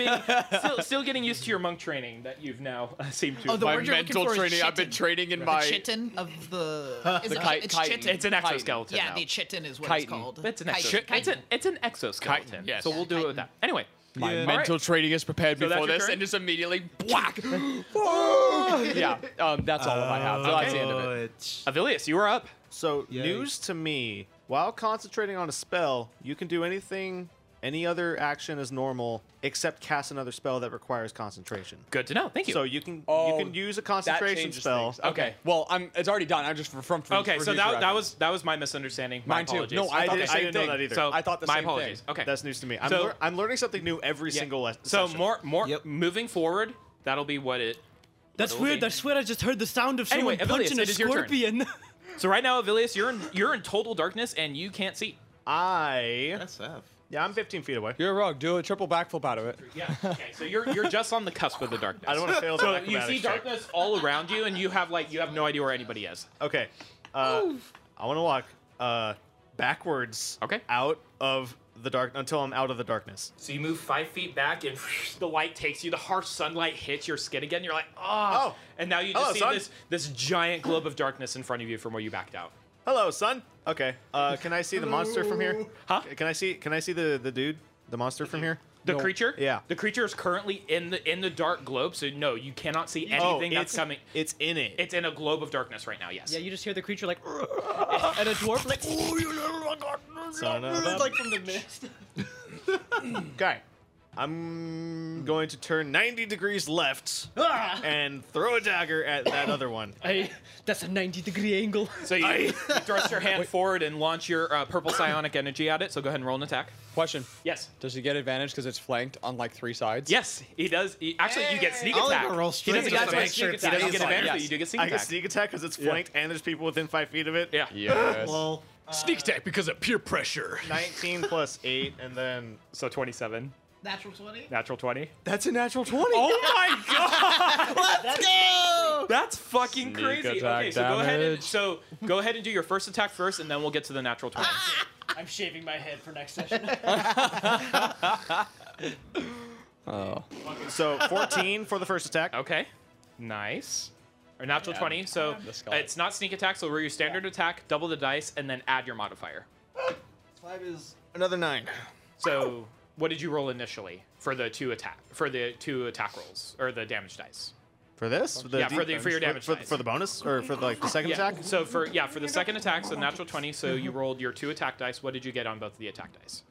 being still, still getting used to your monk training that you've now uh, seemed to. Oh, the have- word you're looking for is training- I've been chitin. training in the my- chitin of the. is The it- chi- it's chitin. chitin. It's an exoskeleton. Yeah, now. the chitin is what it's Chitin. called. It's an Chi- exoskeleton. It's an chitin. it's an exoskeleton. yes. So we'll do it with that. Anyway. My All right. mental training is prepared So that's before your this turn? and just immediately whack. yeah, um, that's all of I have. So that's the end Uh, of it. Avilius, you are up. So Yay. news to me: while concentrating on a spell, you can do anything, any other action as normal, except cast another spell that requires concentration. Good to know. Thank you. So you can Oh, you can use a That concentration changes spell. things. Okay. Well, I'm. It's already done. I'm just from. from okay, for so future that, that reference. was that was my misunderstanding. Mine my too. apologies. No, I Okay. did- I didn't know that either. So I thought the my same thing. apologies. Okay. That's news to me. I'm, So- lear- I'm learning something new every Yeah. single lesson. So more more moving forward, that'll be what it That's What do we weird. do? I swear I just heard the sound of someone Anyway, Avilius, punching a it is your turn. scorpion. So right now, Avilius, you're in you're in total darkness and you can't see. I SF. yeah, I'm 15 feet away. You're wrong. Do a triple backflip out of it. Yeah. Okay. So you're you're just on the cusp of the darkness. I don't want to fail. the So you see acrobatics check. darkness all around you, and you have like you have no idea where anybody is. Okay. Uh, I want to walk uh, backwards. Okay. Out of the dark until I'm out of the darkness. So you move five feet back, and the light takes you. The harsh sunlight hits your skin again. You're like, oh. Oh. And now you just Hello, see son. this this giant globe of darkness in front of you from where you backed out. Hello, son. Okay. Uh, can I see the monster from here? Huh? Can I see? Can I see the the dude, the monster from here? The creature, Yeah. the creature is currently in the in the dark globe. So no, you cannot see Oh, anything that's it's- coming. It's in it. It's in a globe of darkness right now. Yes. yeah, you just hear the creature like, and a dwarf like, oh, you little Son of a- from the mist. Okay. I'm going to turn 90 degrees left Ah! and throw a dagger at that other one. I, that's a 90 degree angle. So you, you thrust your hand forward and launch your uh, purple psionic energy at it. So go ahead and roll an attack. Question. Yes. Does he get advantage because it's flanked on like three sides? Yes, he does. He, actually, you get sneak I'll attack. even roll he straight doesn't just get, to sneak make sure attack. it's he doesn't not get inside. advantage, but Yes. you do get sneak I attack. can sneak attack because it's flanked and there's people within five feet of it. Yeah. Yes. Well, Sneak attack because of peer pressure. 19 plus 8, and then. So 27, Natural 20? natural 20. That's a natural 20. Oh my god! That's fucking Sneak crazy. attack Okay, so go ahead and damage. so go ahead and do your first attack first, and then we'll get to the natural 20. I'm shaving my head for next session. Oh. So 14 for the first attack. Okay, nice. Or natural 20. So The skull. it's not sneak attack. So roll your standard attack, double the dice, and then add your modifier. Five is Another 9. So what did you roll initially for the two attack for the two attack rolls or the damage dice? For this? Yeah, for the- for your damage For, dice. for the bonus? Or for the, like, the second Yeah. attack? So for yeah for the second attack, so natural twenty. So you rolled your two attack dice. What did you get on both of the attack dice?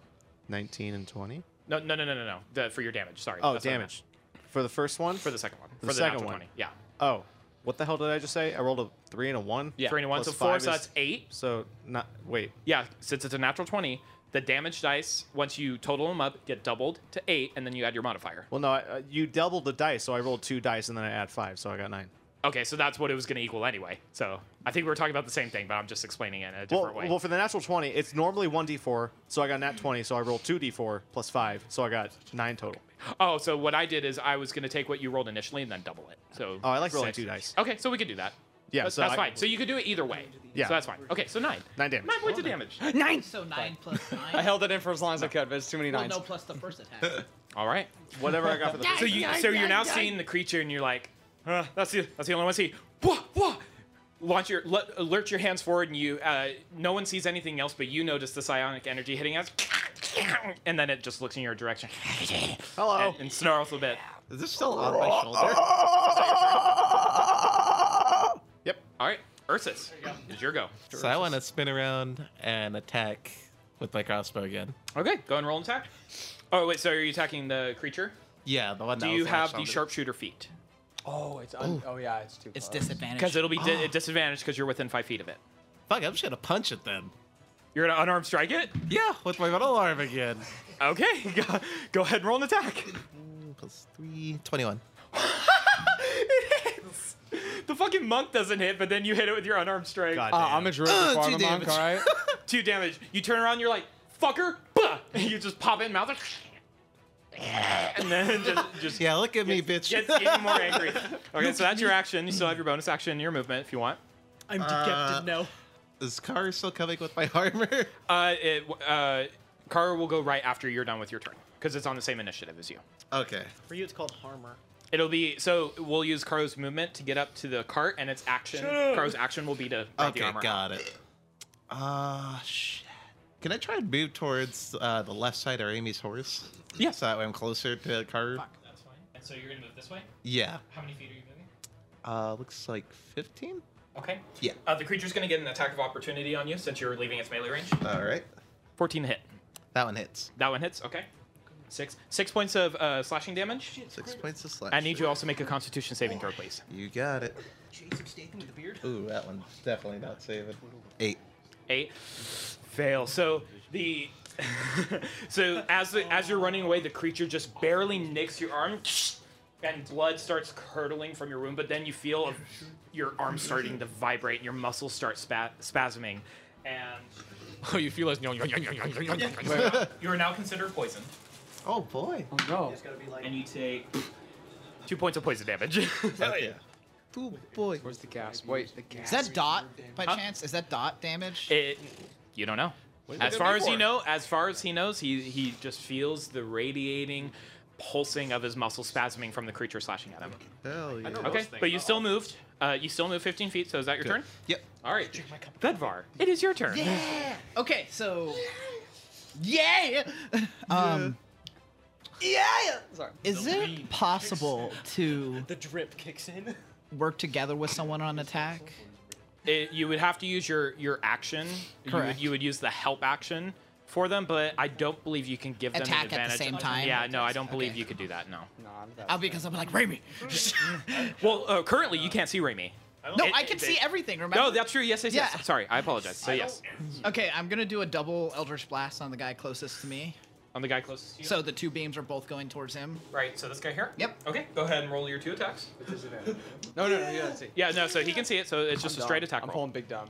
19 and 20. No no no no no no. The, for your damage. Sorry. Oh, That's what I damage. For the first one? meant. For the second one. The for second natural one. 20. Yeah. Oh. What the hell did I just say? I rolled a 3 and a 1. Yeah. Three and a one. Plus so four. five So is- that's eight. So, not. Wait. Yeah. Since it's a natural twenty, the damage dice once you total them up get doubled to eight, and then you add your modifier. Well, no, I, uh, you doubled the dice, so I rolled two dice and then I add five, so I got nine. Okay, so that's what it was going to equal anyway. So I think we were talking about the same thing, but I'm just explaining it in a Well, different way. well, for the natural 20, it's normally 1d4, so I got nat 20, so I rolled 2d4 plus 5, so I got 9 total. Oh, so what I did is I was going to take what you rolled initially and then double it. So Oh, I like rolling six. two dice. Okay, so we could do that. Yeah, that's, so that's I- fine. So you could do it either way. Yeah. so that's fine. Okay, so nine. Nine damage. Nine points of damage. Nine! So 9 plus 9. I held it in for as long as I could, but it's too many well, nines. no, plus the first attack. All right. Whatever I got for the So you so you're now seeing the creature and you're like, uh, that's the that's the only one I see. Wah, wah. Launch your let, alert your hands forward and you uh, no one sees anything else, but you notice the psionic energy hitting us, and then it just looks in your direction Hello. and, and snarls a bit. Is this still on my shoulder? Yep. All right, Ursus, it's your go. So I want to spin around and attack with my crossbow again. Okay, go and roll and attack. Oh wait, so are you attacking the creature? Yeah, the one Do that you was on my have the shoulder. sharpshooter feat? Oh, it's un- oh yeah, it's too. It's close. disadvantage. Because it'll be di- disadvantaged because you're within five feet of it. Fuck, I'm just gonna punch it then. You're gonna unarmed strike it? Yeah, with my metal arm again. Okay, go, go ahead and roll an attack. Plus three, 21. The fucking monk doesn't hit, but then you hit it with your unarmed strike. Uh, I'm a Ah, druid before I'm a monk, all right? Two damage. You turn around, you're like, fucker, bah! And you just pop it in the mouth. And then just, just yeah, look at me, bitch. Gets even more angry. Okay, so that's your action. You still have your bonus action and your movement if you want. I'm Uh, Is Kara still coming with my armor? Uh, it, uh, Kara will go right after you're done with your turn because it's on the same initiative as you. Okay. For you, it's called Harmer. It'll be so we'll use Karo's movement to get up to the cart, and its action. Shut up. Karo's action will be to grab the Okay, armor. got it. Ah, shit. Can I try and move towards uh, the left side of Amy's horse? Yeah. So that way I'm closer to Karu. That's fine. And so you're gonna move this way. Yeah. How many feet are you moving? Uh, looks like 15? Okay. Yeah. Uh, the creature's gonna get an attack of opportunity on you since you're leaving its melee range. All right. 14 hit. That one hits. That one hits. Okay. Six. Six points of uh, slashing damage. Six points of slash. I need you to also make a Constitution saving throw, please. You got it. Jason Statham with the beard. Ooh, that one's definitely not saving. Eight. Eight. Fail. So the so as the, as you're running away, the creature just barely nicks your arm, and blood starts curdling from your wound. But then you feel of your arm starting to vibrate, and your muscles start spa- spasming, and Oh, you feel as you are now considered poisoned. Oh boy. Oh no. And you take two points of poison damage. Hell yeah. Oh boy. Where's the gas? Wait, the gas. Is that dot by chance? Is that dot damage? It, you don't know. What As did far it as you before? know, as far as he knows, he he just feels the radiating, pulsing of his muscle spasming from the creature slashing at him. Hell yeah. Okay, but you still moved. Uh, you still moved 15 feet. So is that your Good. turn? Yep. All right, Bedvar, it is your turn. Yeah. Okay, so. Yeah. Um. Yeah. Sorry. Is The it possible to The drip kicks in. work together with someone on attack? It- you would have to use your your action. You would, Correct. you would use the help action for them, but I don't believe you can give them an Attack at the advantage. same time? Yeah, no, I don't believe you could do that. No. I'll because I'm like Raimi. Well, uh, currently you can't see Raimi. No, It- I can it- see it- everything. Remember? No, that's true. Yes, yes, yes. Yeah. Sorry, I apologize. So yes, Okay, I'm gonna do a double Eldritch Blast on the guy closest to me. on the guy closest to you. So the two beams are both going towards him. right, so this guy here. Yep. Okay, go ahead and roll your two attacks. No, no, no. Yeah, that's it. Yeah, no. So he can see it. So it's just I'm a straight dumb. attack I'm roll. pulling big dumb.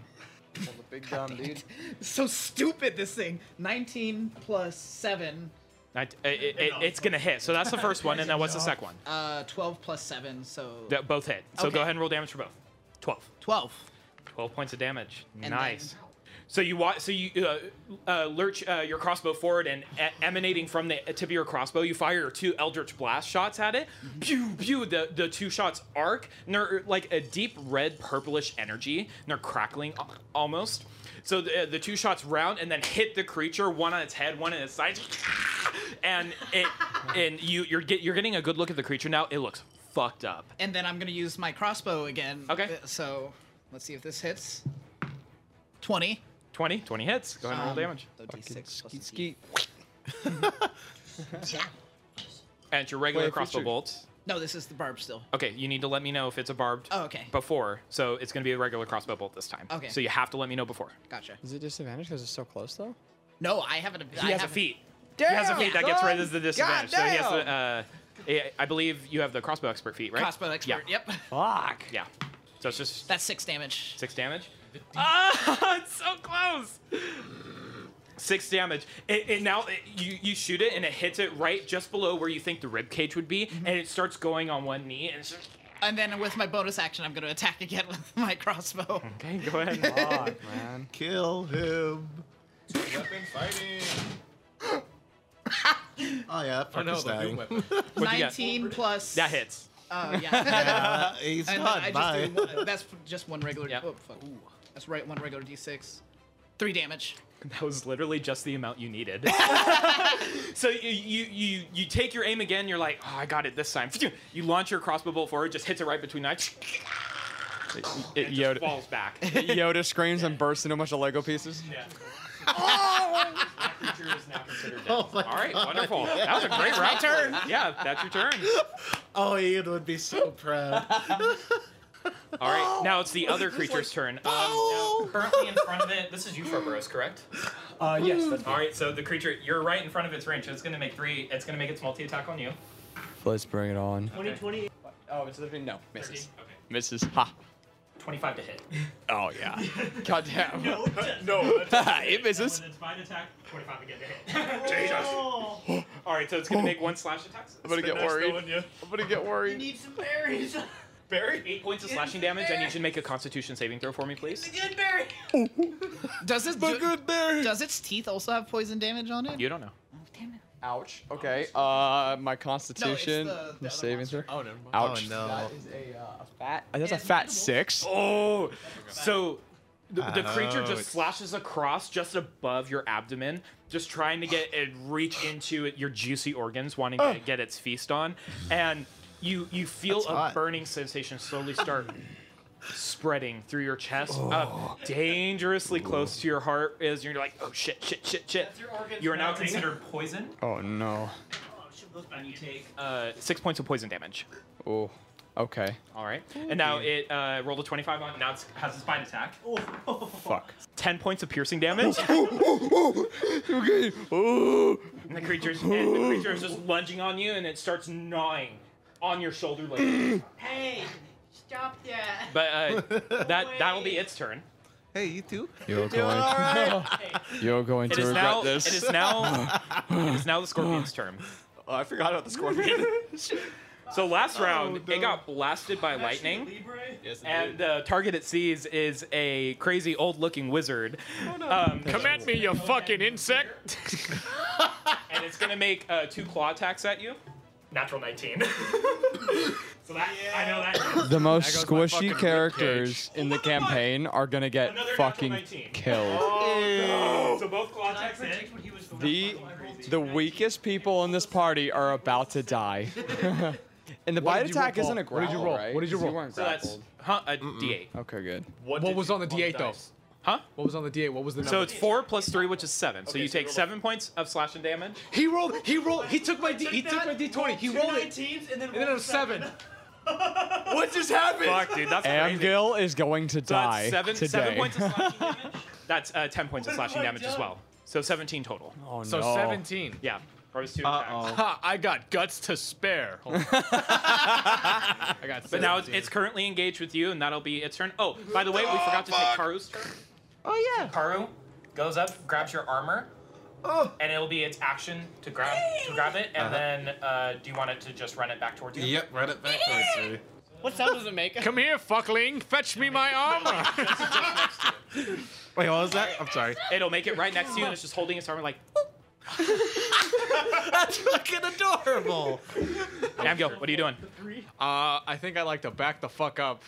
I'm pulling the big dumb, dude. So stupid this thing. 19 plus 7. I- it- it- it- it's gonna hit. So that's the first one, and then what's the second one? Uh, 12 plus 7, so That both hit. So Okay. go ahead and roll damage for both. Twelve. 12. 12 points of damage. then- nice. So you wa- so you uh, uh, lurch uh, your crossbow forward, and e- emanating from the tip of your crossbow, you fire your two eldritch blast shots at it. Mm-hmm. Pew pew. The the two shots arc, and they're like a deep red purplish energy, and they're crackling al- almost. So the, the two shots round and then hit the creature, one on its head, one on its sides, and it and you you're get, you're getting a good look at the creature now. It looks fucked up. And then I'm going to use my crossbow again. Okay. Uh, So let's see if this hits. 20. 20, 20 hits. Go ahead and roll Um, damage. so D6 plus a D. And it's your regular Wait, if we crossbow shoot- bolt. No, this is the barb still. Okay, you need to let me know if it's a barbed. Oh, okay. Before, so it's gonna be a regular crossbow bolt this time. Okay. So you have to let me know before. Gotcha. Is it disadvantage because it's so close though? No, I haven't. He has a feat. he has a feat that gets rid of the disadvantage. So he has to. Uh, I- I believe you have the crossbow expert feat, right? Crossbow expert. Yeah. Yep. Fuck. Yeah. So it's just That's 6 damage. six damage. Ah, it's so close. Six damage. It, it now it- you you shoot it and it hits it right just below where you think the rib cage would be, Mm-hmm. and it starts going on one knee and. It's just, And then with my bonus action, I'm going to attack again with my crossbow. okay, go ahead. Fuck, man. Kill him. Weapon fighting. Oh yeah, that Oh part no, is the new dying. weapon. What'd you get? 19 plus. That hits. Oh, yeah. Uh, he's And then not I mine. just do one, that's just one regular. Yep. Oh, fuck. That's right, one regular d6. Three damage. That was literally just the amount you needed. so you, you you you take your aim again. You're like, oh, I got it this time. You launch your crossbow bolt forward, just hits it right between eyes. It, it And just Yoda- falls back. Yoda screams and bursts into a bunch of Lego pieces. Oh! That creature is now considered dead. All right, wonderful. That was a great That's my round. turn. Yeah, that's your turn. Oh, Ian would be so proud. All right, now it's the other creature's turn. Um, now, currently in front of it, this is you, Froboros, correct? Uh, yes. That's All right, so the creature, you're right in front of its range. So it's gonna make three. It's gonna make its multi attack on you. Let's bring it on. 2020. Oh, it's 13. No, misses. Okay. Misses. Ha. 25 to hit. Oh yeah. God damn. No, it doesn't. it misses. And it's fine attack, 25 again to hit. Jesus! All right, so it's gonna make one slash attack. I'm gonna Spin get there, worried. still in you. I'm gonna get worried. need some berries. Barry, eight points of slashing damage. I need you to make a Constitution saving throw for me, please. Good berry. Does it? Do, good berry. Does its teeth also have poison damage on it? You don't know. Ouch. Okay. Uh, my Constitution No, it's the- the other saving throw. Oh, never mind. Ouch. Oh, no. That is a, uh, a fat. That's a fat six. Oh, so the, the creature Ouch. just slashes across just above your abdomen, just trying to get it reach into it, your juicy organs, wanting to get its feast on, and you you feel That's a hot. burning sensation slowly start spreading through your chest, up dangerously close to your heart, as you're like, oh shit, shit, shit, shit. You are now melting. considered poison. Oh no. You take uh, six points of poison damage. Oh. Okay. All right, and now it uh, rolled a twenty-five on. Now it has a spine attack. Fuck. 10 points of piercing damage. And the creature's and the creature is just lunging on you and it starts gnawing on your shoulder blade. Hey, stop that. but uh, that that will be its turn. Hey, you too. You're going. You're going It to is regret now this. it is now it is now the scorpion's turn. Oh, I forgot about the scorpion. So last round it got blasted by lightning. Yes, it and the target it sees is a crazy old-looking wizard. um, Come at me, you fucking insect. and it's gonna make uh, two claw attacks at you. Natural 19. so that I know that. the most There goes my fucking squishy rib characters in the campaign are gonna get Another natural fucking 19. killed. Oh, no. So both claw attacks hit. The the weakest people in this party are about to die. and the What bite did you attack roll? isn't a What growl, did you roll? right? What did you 'Cause roll? weren't So that's uh, grappled. huh, a D8. Okay, good. What, was on the D8 though? Huh? What was on the D8? What was the number? So it's four plus three, which is seven. so Okay, you so take roll seven points of slashing damage. He rolled. He rolled. He took my D. He that, took my D20. He two rolled it. 19s and then And then rolled a seven. What just happened? Fuck, dude, that's crazy. Amgil is going to So die that's seven, today. seven points of slashing damage. That's uh, ten points of What slashing have I damage as done? well. So seventeen total. Oh So no. 17. Yeah. Rose two attacks. Ha, I got guts to spare. Hold on. I got. But now it's, 17. it's currently engaged with you, and that'll be its turn. Oh, by the way, we forgot to take Karu's turn. Oh yeah. Karu goes up, grabs your armor, Oh. and it'll be its action to grab to grab it, and Uh-huh. then uh, do you want it to just run it back towards you? Yep, run it back towards me. What sound does it make? Come here, fuckling. Fetch me my armor. Wait, what was that? I'm sorry. It'll make it right next to you, and it's just holding its armor like. That's fucking adorable. Amgil, what are you doing? Uh, I think I like to back the fuck up.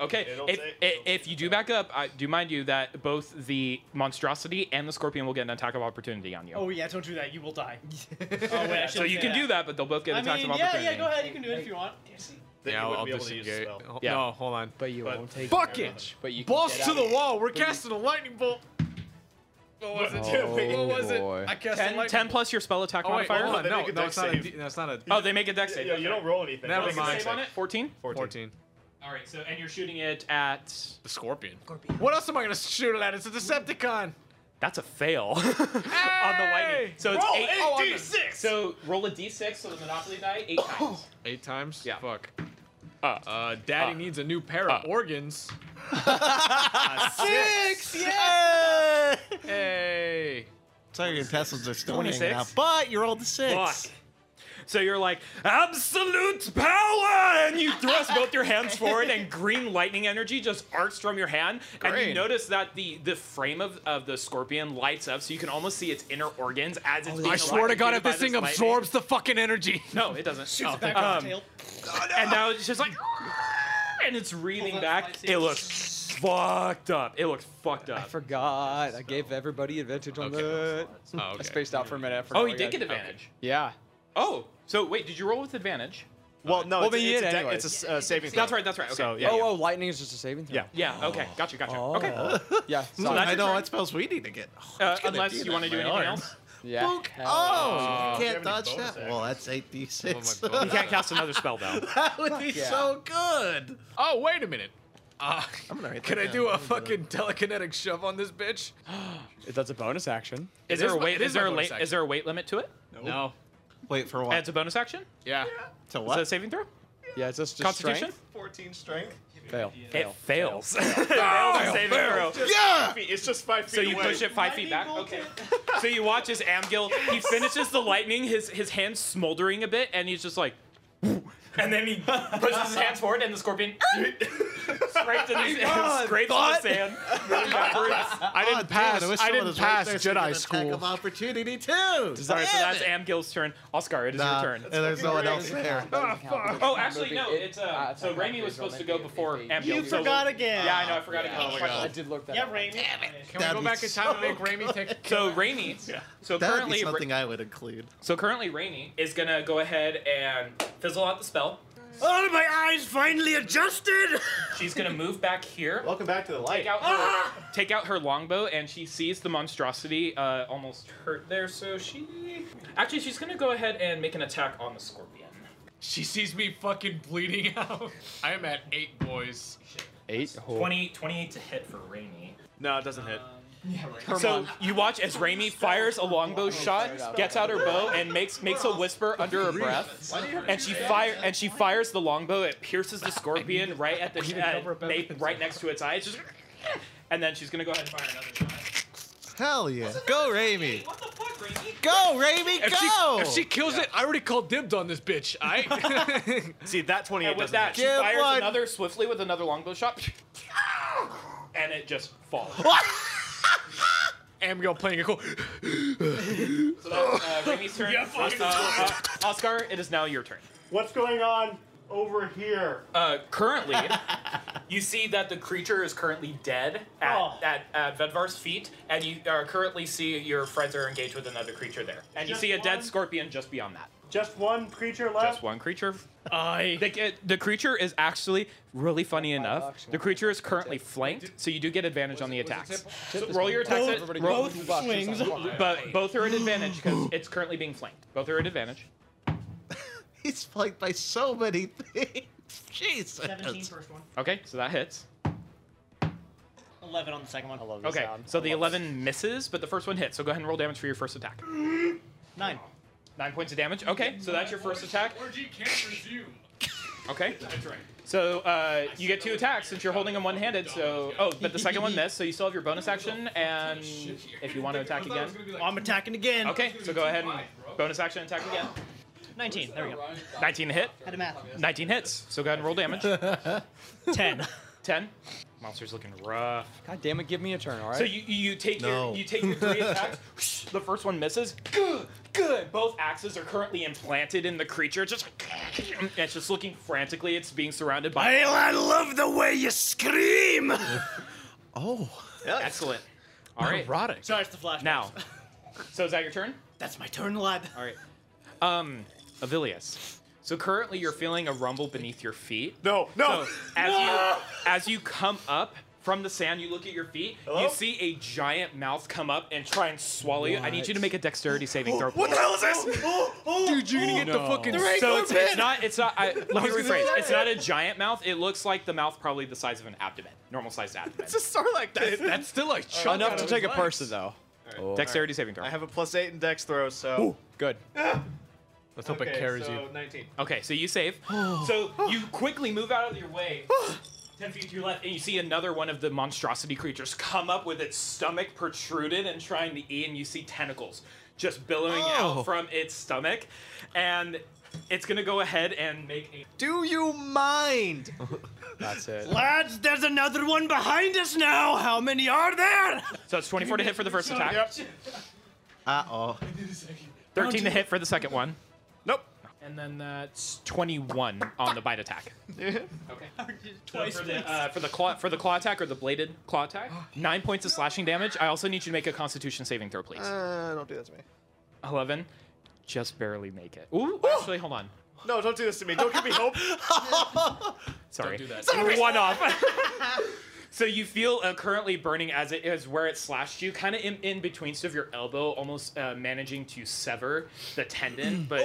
Okay, if, if, if you do back up, I do mind you that both the monstrosity and the scorpion will get an attack of opportunity on you. Oh yeah, don't do that. You will die. oh, wait, I so you can do that, but they'll both get I attacks mean, of yeah, opportunity. yeah. Go ahead. You can do it if you want. yeah, I'll, I'll be able to use disengage. spell. Oh, Yeah. No, hold on. But you won't take Fuck it. But you can Balls get to out the of it. wall. We're casting a lightning bolt. What was it? Oh, what was boy. it? I cast a Ten, lightning. 10 plus your spell attack Oh wait, modifier. hold on. They No, make a no, dex it's not a. save. D- That's not a. Oh, they make a dex save. Yeah, you don't roll anything. Never Make a mind. dex Save on it. Fourteen. Fourteen. All right. So and you're shooting it at. The scorpion. What else am I gonna shoot it at? It's a Decepticon. That's a fail on the lightning. So it's Roll eight. a oh, on the- D6. So roll a d6. So the Monopoly die eight times. Eight times. Yeah. Fuck. Uh, Uh, Daddy needs a new pair of organs. Six. Yeah. Hey. Sorry, your intestines are still hanging 26? out, but you rolled a six. Fuck. So you're like absolute power, and you thrust both your hands forward, and green lightning energy just arcs from your hand, and you Green. notice that the the frame of, of the scorpion lights up, so you can almost see its inner organs as it's. being I swear to God, if electrocuted by this thing lightning. absorbs the fucking energy. no, it doesn't. Shoots Oh. it back on Um, the tail. "Ah!" and now it's just like, and it's reeling Hold on, back. I see. It looks fucked up. It looked fucked up. I forgot. I gave everybody advantage on that. Oh, I okay. spaced out for a minute. I forgot Oh, he I did got- get advantage. Yeah. Oh, so wait, did you roll with advantage? Well, no, Well, it's, but you it's, did a de- anyways. it's a s- uh, saving throw. That's right, that's right. Okay. So, yeah, oh, yeah. oh, lightning is just a saving throw. Oh. Yeah. Yeah, okay. Gotcha, gotcha. Okay. yeah. So that's I your know turn. what spells we need to get. Oh, Uh, unless you want to do anything else. Yeah. Book. Hell Oh, you yeah. can't dodge that. Well, that's eight d six. Oh my God. You can't cast another spell though. that would be Fuck yeah. so good. Oh, wait a minute. Uh, I'm gonna write can that I down. do I'm a gonna- fucking telekinetic shove on this bitch? That's a bonus action. Is It there a my- weight? it Is there my a bonus late, action. is there a weight limit to it? No. Wait for And what? it's a bonus action. Yeah. To Is that a what? saving throw? Yeah, it's just, just Constitution. strength. 14 strength. Fail. It fails. It fails the saving throw. Yeah. It's just five feet So you away. push it five feet back. Okay. so you watch as Amgil he finishes the lightning, his his hands smoldering a bit, and he's just like, and then he pushes his hands forward, and the scorpion scrapes in his, scrapes in the sand. I didn't pass. I didn't pass Jedi school. of opportunity too. All right, so that's Amgil's turn. Oscar, it is Nah, your turn. and there's no one else there. Oh, actually, no. Moving It's it. Ah, uh, it's so on Raimi my was visual, supposed to go maybe it- before it- Amgil. You so- forgot again. Yeah, I know. I forgot again. Oh my God. I did look that Yeah, up. Raimi. Can we That'd go be back in time and make so Raimi take? So Raimi, so That would currently be Ra- something I would include. So currently, Rainey is gonna go ahead and fizzle out the spell. Oh, my eyes finally adjusted! She's gonna move back here, Welcome back to the light. take out her, take out her longbow, and she sees the monstrosity uh, almost hurt there. So she, actually, she's gonna go ahead and make an attack on the scorpion. She sees me fucking bleeding out. I am at eight, boys. Eight. Oh. 20, 28 to hit for Rainey. No, it doesn't hit. So you watch as Rainey fires a Oh, longbow shot, gets out her bow, and makes makes a whisper under her breath. And she fire and she fires the longbow. It pierces the scorpion right at the at, na- right next to its eye. It's just, and then she's gonna go ahead and fire another shot. Hell yeah. Go, Raimi. What the fuck, Rainey? Go, Raimi. If she, go. if she kills it, I already called dibs on this bitch. I. See, that 28 And with doesn't that, she hit. Give fires one. another swiftly with another longbow shot, and it just falls. Amgil playing a cool. So that's uh, Rainey's turn. Uh, uh, Oscar, it is now your turn. What's going on over here? Uh, currently, you see that the creature is currently dead at, Oh. at, at Vedvar's feet, and you uh, currently see your friends are engaged with another creature there. And Just you see a dead one? scorpion just beyond that. Just one creature left. one creature. Uh, I. The, it- the creature is actually really funny enough. The creature is currently flanked, so you do get advantage on the attacks. So roll your attacks. at- roll- swings. but both are at advantage because it's currently being flanked. Both are at advantage. He's plagued by so many things. Jesus. 17 first one. Okay, so that hits. 11 on the second one. Okay, so the 11 misses, but the first one hits. So go ahead and roll damage for your first attack. Nine. Nine points of damage. Okay, so that's your first attack. Okay. That's right. So uh, you get two attacks since you're holding them one-handed. So oh, but the second one missed. So you still have your bonus action, and if you want to attack again, Oh, I'm attacking again. okay. So go ahead and bonus action attack again. 19. There we go. 19 to hit. Had a math. 19 hits. So go ahead and roll damage. 10. 10. Monster's looking rough. God damn it, give me a turn, all right? So you you you take No. your you take your three attacks. The first one misses. Good, good. Both axes are currently implanted in the creature. Just like, it's just looking frantically. It's being surrounded by. Dale, I love the way you scream! Oh. Excellent. All right. Erotic. Sorry, it's the flash. Now, so is that your turn? That's my turn, lad. All right. Um, Avilius. So currently you're feeling a rumble beneath your feet. No, So as you as you come up from the sand, you look at your feet. You see a giant mouth come up and try and swallow you. I need you to make a dexterity saving throw. What the hell is this? Dude, you're gonna get the fucking. So it's, it's not. It's not. I, let me rephrase. It's not a giant mouth. It looks like the mouth probably the size of an abdomen, normal sized abdomen. Starlight did. That's still like chunk Oh, Enough out to of take a his legs. person, though. Dexterity saving throw. I have a plus eight in dex throw, so. Ah. Good. Let's hope it carries so you. 19. Okay, so you save. Oh. so you quickly move out of your way. 10 feet to your left, and you see another one of the monstrosity creatures come up with its stomach protruded and trying to eat, and you see tentacles just billowing Oh. out from its stomach. And it's gonna go ahead and make a Do you mind? That's it. Lads, there's another one behind us now! How many are there? So it's 24 to hit for the first attack, Uh oh. 13 to hit for the second one. Nope. And then that's 21 on the bite attack. okay. So for, the, uh, for the claw for the claw attack or the bladed claw attack, Oh. nine points of slashing damage. I also need you to make a Constitution saving throw, please. Uh, don't do that to me. Eleven, just barely make it. Ooh, actually, hold on. No, don't do this to me. Don't give me hope. Sorry, do that. Son of a bitch! one off. so you feel uh, currently burning as it is where it slashed you, kind of in, in between of your elbow, almost uh, managing to sever the tendon, but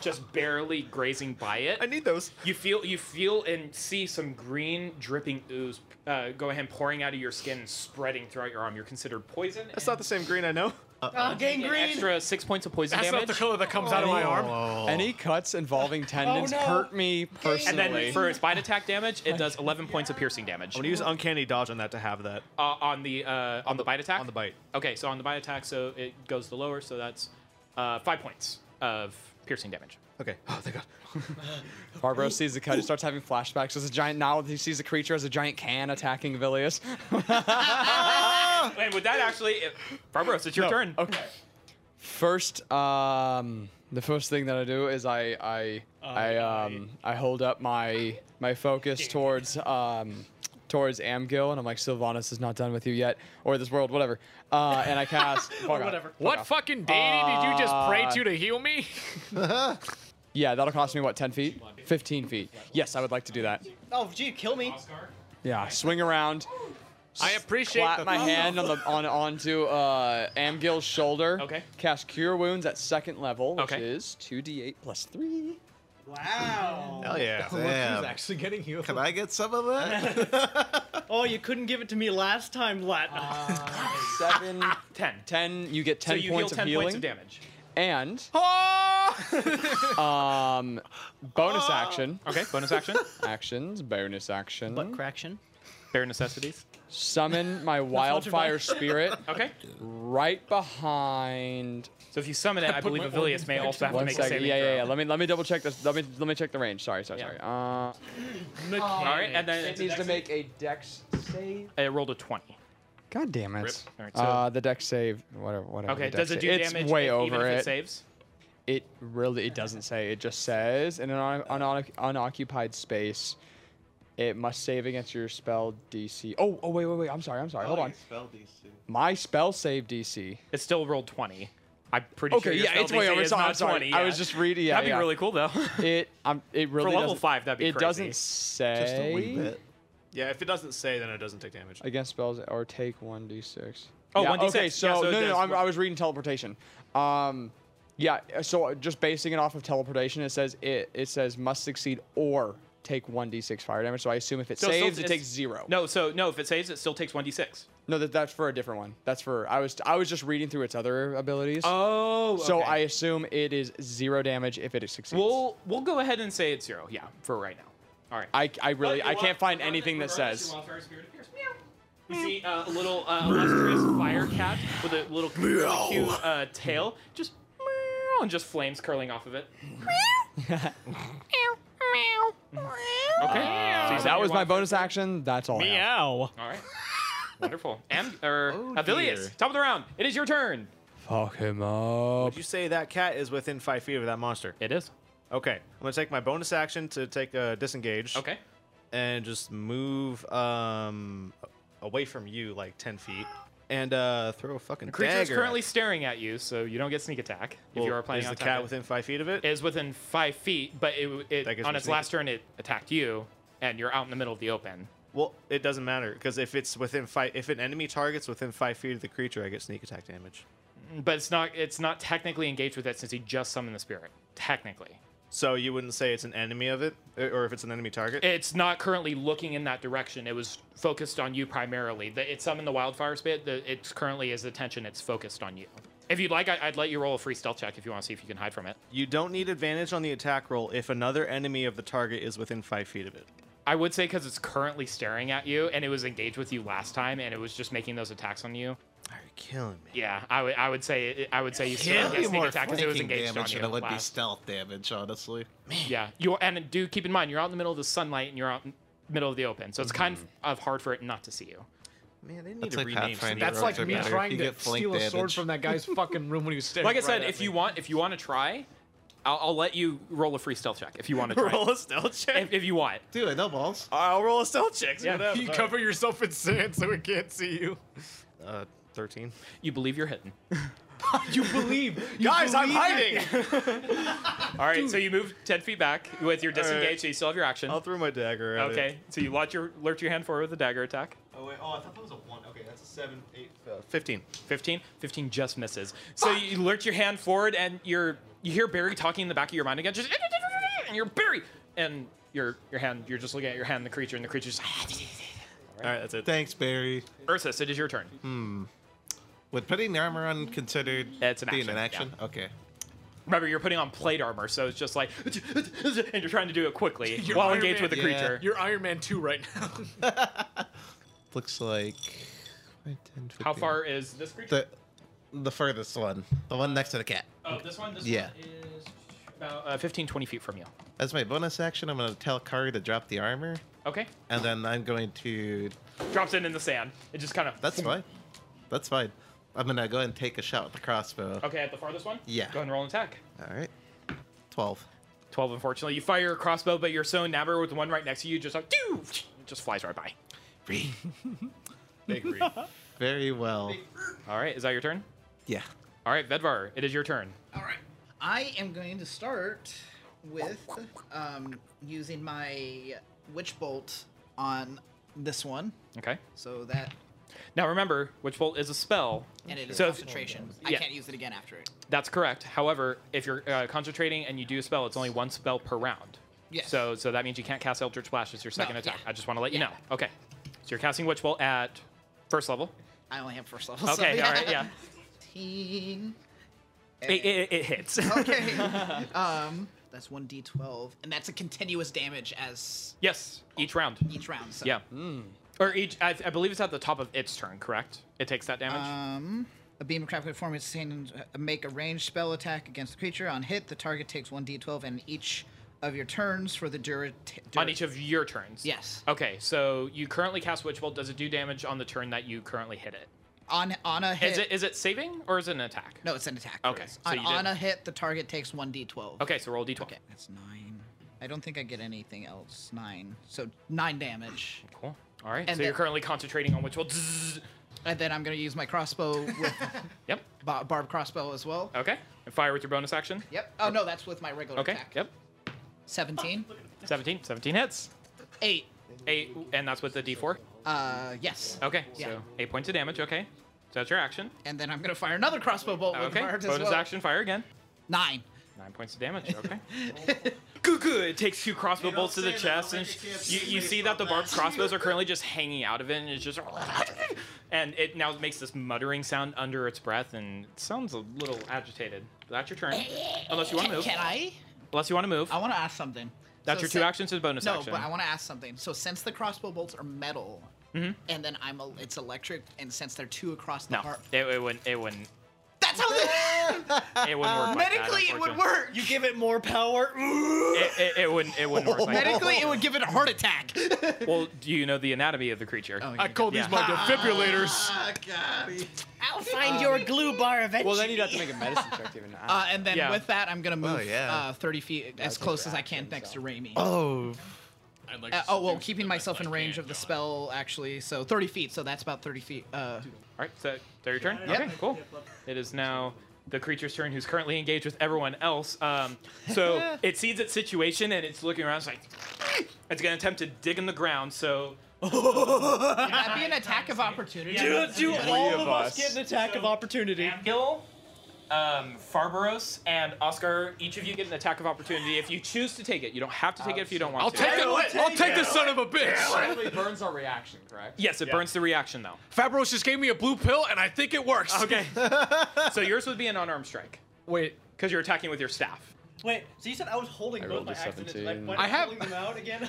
just barely grazing by it. I need those. You feel you feel and see some green dripping ooze uh, go ahead pouring out of your skin and spreading throughout your arm. You're considered poison. That's not the same green I know. Oh, Uh, take an Extra six points of poison That's not damage. the color that comes out of my arm. Any cuts involving tendons Oh, no. hurt me And personally. then for its bite attack damage, it does 11 points of piercing damage. I'm gonna use uncanny dodge on that to have that. Uh, on the uh, on, the, bite attack. On the bite. Okay, so on the bite attack, so it goes the lower, so that's uh, five points of piercing damage. Okay. Oh, thank God. Barbaro sees the cut. He starts having flashbacks. There's a giant. Now he sees the creature as a giant can attacking Villius. and with that, actually, it, Barbaros, it's your No, turn. Okay. First, um, the first thing that I do is I I I um I hold up my my focus towards um towards Amgil and I'm like Sylvanas is not done with you yet or this world whatever uh and I cast fuck off, fuck What off. fucking deity did you just pray to to heal me? yeah that'll cost me what 10 feet 15 feet yes I would like to do that Oh, gee, kill me. yeah swing around I appreciate clap the my hand on the on onto uh, Amgil's shoulder. Okay. Cast Cure Wounds at second level, which Okay. is two d8 plus three. Wow. Hell yeah. Damn. actually getting healed. Can I get some of that? Oh, you couldn't give it to me last time, Lat. Seven, ten. ten. You get So ten you heal points 10 of healing points of damage. Ah! and um, bonus action. Okay, bonus action. Actions, bonus action. Butt craction. Bare necessities. Summon my wildfire spirit. Okay. Right behind. So if you summon it, I, believe Avilius may also have to One make a second. saving yeah, throw. yeah, yeah. Let me let me double check this. Let me let me check the range. Sorry, sorry, sorry. Uh, All right, and then it needs to make a dex save. I rolled a 20. God damn it. Rip. All right, so- uh, the deck save, whatever, whatever. Okay, the does dex it do save- it's damage way if- over even if it it. saves? It really it doesn't say. It just says in an un- un- unoccupied space, it must save against your spell DC. Oh, oh, wait, wait, wait. I'm sorry. I'm sorry. Hold on. Spell DC. My spell save DC. It still rolled 20. I'm pretty sure Okay, your yeah, spell it's way DC over. is Sorry, not I'm sorry. 20. I yeah. was just reading. Yeah, That'd yeah. be really cool, though. It, I'm, it really level doesn't- five, that'd be It crazy. doesn't Just say. Yeah, if it doesn't say, then it doesn't take damage. Against spells or take 1d6. Oh, yeah, 1d6. Okay, Yeah, so, so no, no, that's no I'm, what- I was reading teleportation. Um, yeah, so just basing it off of teleportation, it says it it says must succeed or take 1d6 fire damage. So I assume if it So saves, still- it it's- takes zero. No, so no, if it saves, it still takes 1d6. No, that, that's for a different one. That's for I was I was just reading through its other abilities. Oh, so okay. I assume it is zero damage if it succeeds. We'll we'll go ahead and say it's zero. Yeah, for right now. All right. I, I really I can't find anything that says. You see uh, a little uh, illustrious fire cat with a little cute uh, tail, just meow, and just flames curling off of it. Okay. Uh, So Ah. that was you my want- bonus action. That's all. I have. Meow. All right. Wonderful. Am or Oh, dear. Avilius, top of the round. It is your turn. Fuck him up. Would you say that cat is within five feet of that monster? It is. Okay, I'm gonna take my bonus action to take uh, disengage. Okay. And just move um away from you like ten feet, and uh throw a fucking The creature is dagger. currently staring at you, so you don't get sneak attack if Well, you are planning is on the cat attacking. within five feet of it? Is within five feet, but it, it That gives on me its sneak last turn it attacked you, and you're out in the middle of the open. well, it doesn't matter because if it's within five, if an enemy targets within five feet of the creature, I get sneak attack damage. But it's not it's not technically engaged with it since he just summoned the spirit. Technically, So you wouldn't say it's an enemy of it, or- or if it's an enemy target. it's not currently looking in that direction. It was focused on you primarily. The, it summoned the wildfire spirit. The, it's currently is attention. It's focused on you. If you'd like, I, I'd let you roll a free stealth check if you want to see if you can hide from it. You don't need advantage on the attack roll if another enemy of the target is within five feet of it. I would say because it's currently staring at you, and it was engaged with you last time, and it was just making those attacks on you. You're killing me. Yeah, I would I would say I would say you still It'd get be sneak more attack because it was flanking engaged on damage you. than it would be last. stealth damage, honestly. Yeah, you and do keep in mind you're out in the middle of the sunlight and you're out in the middle of the open, so it's kind of- Mm-hmm. of hard for it not to see you. Man, they need That's to like rename Pathfinder. Sneak That's like Rogues are me better. trying You to get flank steal a sword damage. from that guy's fucking room when he was staring. Like I right said, at if me. you want if you want to try, I'll, I'll let you roll a free stealth check if you want to. Try Roll it. a stealth check? If, if you want. Do it, no balls. I'll roll a stealth check. see what Yeah. happens. You cover yourself in sand so it can't see you. Uh, 13. You believe you're hidden. you believe. You Guys, I'm believe hiding. it. All right, so you move ten feet back with your All right. disengage, so you still have your action. I'll throw my dagger at it. Okay, so you launch your lurch your hand forward with a dagger attack. Oh wait, oh I thought that was a one. Okay, that's a seven, eight. Uh, 15. 15? 15 just misses. So you lurch your hand forward and you're you hear Barry talking in the back of your mind again, just and you're Barry and your your hand you're just looking at your hand and the creature and the creature's All right, that's it. Thanks, Barry. Ursus, it is your turn. Hmm. Would putting the armor on considered It's an being action, an action? yeah. Okay. Remember you're putting on plate armor, so it's just like and you're trying to do it quickly You're while Iron engaged Man- with the Yeah. creature. You're Iron Man 2 right now. Looks like. 10, 15. How far is this creature? The, the furthest one. The one next to the cat. Oh, this one. This Yeah. one is about uh, 15, 20 feet from you. As my bonus action, I'm going to tell Kari to drop the armor, Okay. and then I'm going to. Drops in in the sand. It just kind of. That's fine. That's fine. I'm going to go and take a shot with the crossbow. Okay, at the farthest one. Yeah. Go ahead and roll an attack. All right. 12. 12, unfortunately. You fire your crossbow, but you're so enamored with the one right next to you, just like, doo! It just flies right by. Big Very well. All right, is that your turn? Yeah. All right, Vedvar, it is your turn. I am going to start with um, using my witch bolt on this one. Okay. So that Now remember, Witch Bolt is a spell. and it is So if- concentration. I yeah. can't use it again after it. That's correct. However, if you're uh, concentrating and you do a spell, it's only one spell per round. Yes. So so that means you can't cast Eldritch Blast as your second No, attack. yeah. I just want to let you Yeah. know. Okay. So you're casting Witch Bolt at first level. I only have first level. Okay, all right, yeah. 15. Eh. It, it, it hits. Okay. um, that's one d12, and that's a continuous damage as yes, each round. each round. So. Yeah. Or each, I, I believe it's at the top of its turn, correct? It takes that damage? Um, a beam of crafted form is seen to uh, make a ranged spell attack against the creature. On hit, the target takes 1d12 and each of your turns for the dura. t- on dura- each of your turns. Yes. Okay, so you currently cast Witch Bolt. Does it do damage on the turn that you currently hit it? on on a hit. Is it is it saving or is it an attack? No, it's an attack. Okay, first. so on, you on did- a hit, the target takes 1d12. Okay, so roll d12. Okay, that's nine. I don't think I get anything else. Nine. So nine damage. Cool. All right. And so you're then- currently concentrating on Witch Bolt. Zzzz. And then I'm going to use my crossbow with Yep. ba- barb crossbow as well. Okay. And fire with your bonus action. Yep. Oh, no, that's with my regular Okay. attack. Yep. 17. 17. 17 hits. 8. 8 and that's with the d4. Uh, yes. Okay. Yeah. So 8 points of damage. Okay. So that's your action. And then I'm going to fire another crossbow bolt with Okay. Bard as Bonus well. action fire again. 9. 9 points of damage. Okay. Good, good. It takes two crossbow don't bolts to say the that. chest, I'll and make a sh- KFC you, you based see that on the barbed that. crossbows are currently just hanging out of it, and it's just. And it now makes this muttering sound under its breath, and it sounds a little agitated. That's your turn. Unless you want to Can, move. can I? Unless you want to move. I want to ask something. That's So your two si- actions and bonus no, action. but I want to ask something. So since the crossbow bolts are metal, Mhm. and then I'm a, it's electric, and since they're two across the No, Oh heart, it, it wouldn't. It wouldn't. that's how they. It wouldn't work. like that, medically, it would unfortunately. work. You give it more power. It, it, it wouldn't. It wouldn't work. Like that. Medically, it would give it a heart attack. Well, do you know the anatomy of the creature? Oh, I call these Yeah. my defibrillators. Oh, I'll find your glue bar eventually. Well, then you'd have to make a medicine check to even. Uh, and then Yeah. with that, I'm gonna move Oh, yeah. uh, 30 feet as it's close as I interaction, can next so. to Raimi. Oh, I'd like Uh, to oh well, seduce keeping the myself best in I range can, of the John. spell actually, so 30 feet. So that's about 30 feet. Uh, All right, so is that your turn? Yep. Okay, cool. It is now the creature's turn who's currently engaged with everyone else. Um, so it sees its situation and it's looking around. It's like, it's going to attempt to dig in the ground. So would that be an attack of opportunity? Do, do all of of, us. us get an attack of opportunity? Amgil, um, Farbaros, and Oscar, each of you get an attack of opportunity if you choose to take it. You don't have to take it if you don't want I'll to. take it. I'll take the son of a bitch. It burns our reaction, correct? Yes, it burns the reaction though. Fabros just gave me a blue pill, and I think it works. Okay. so yours would be an unarmed strike Wait, because you're attacking with your staff. Wait, so you said I was holding I both rolled my a accidents, and 17. I, I have- pulling them out again.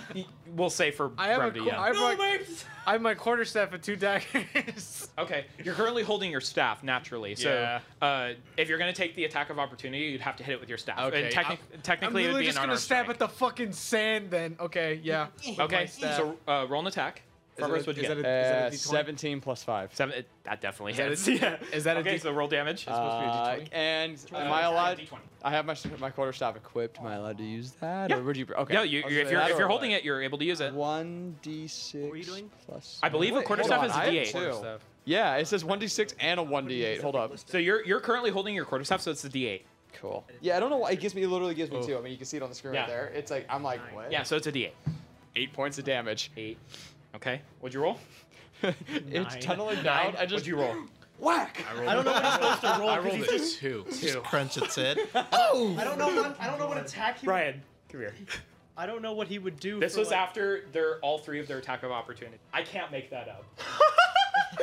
We'll say for I have brevity. a. qu- yeah. I have no, my, my I have my quarterstaff and two daggers. Okay, you're currently holding your staff naturally, so Yeah. uh, if you're gonna take the attack of opportunity, you'd have to hit it with your staff. Okay, and techni- I'm technically, it'd literally be just an gonna unarmed stab strike. at the fucking sand. Then okay, yeah. Okay, so uh, roll an attack. Front row switch again. Uh, 17 plus 5. Seven, it, that definitely Is that a- hits. yeah. is that a okay, D- so roll damage. It's Uh, and am I Uh, allowed? D20. I have my s- my quarter staff equipped. Am I allowed to use that? Or would you? Okay. Yeah, you, you- if you're if you're holding it, you're able to use it. One d six. What were you doing? Plus. I believe a Wait, hold quarterstaff on, is I a have D8. two. Yeah, it says one d six and a one d eight. Hold up. So you're you're currently holding your quarterstaff, so it's a D8. Cool. Yeah, I don't know why it gives me. It literally gives me Oof. two. I mean, you can see it on the screen Yeah. right there. It's like I'm like what? Yeah, so it's a D8. Eight points of damage. Eight. Okay. What'd you roll? it's tunneling down. I just What'd you roll? whack. I don't know what he's supposed to roll, I 'cause rolled he's a just- two. Just crunch its head. I don't know. What, I don't know what attack he. Ryan, come here. I don't know what he would do. This for, was like- after their all three of their attack of opportunity. I can't make that up.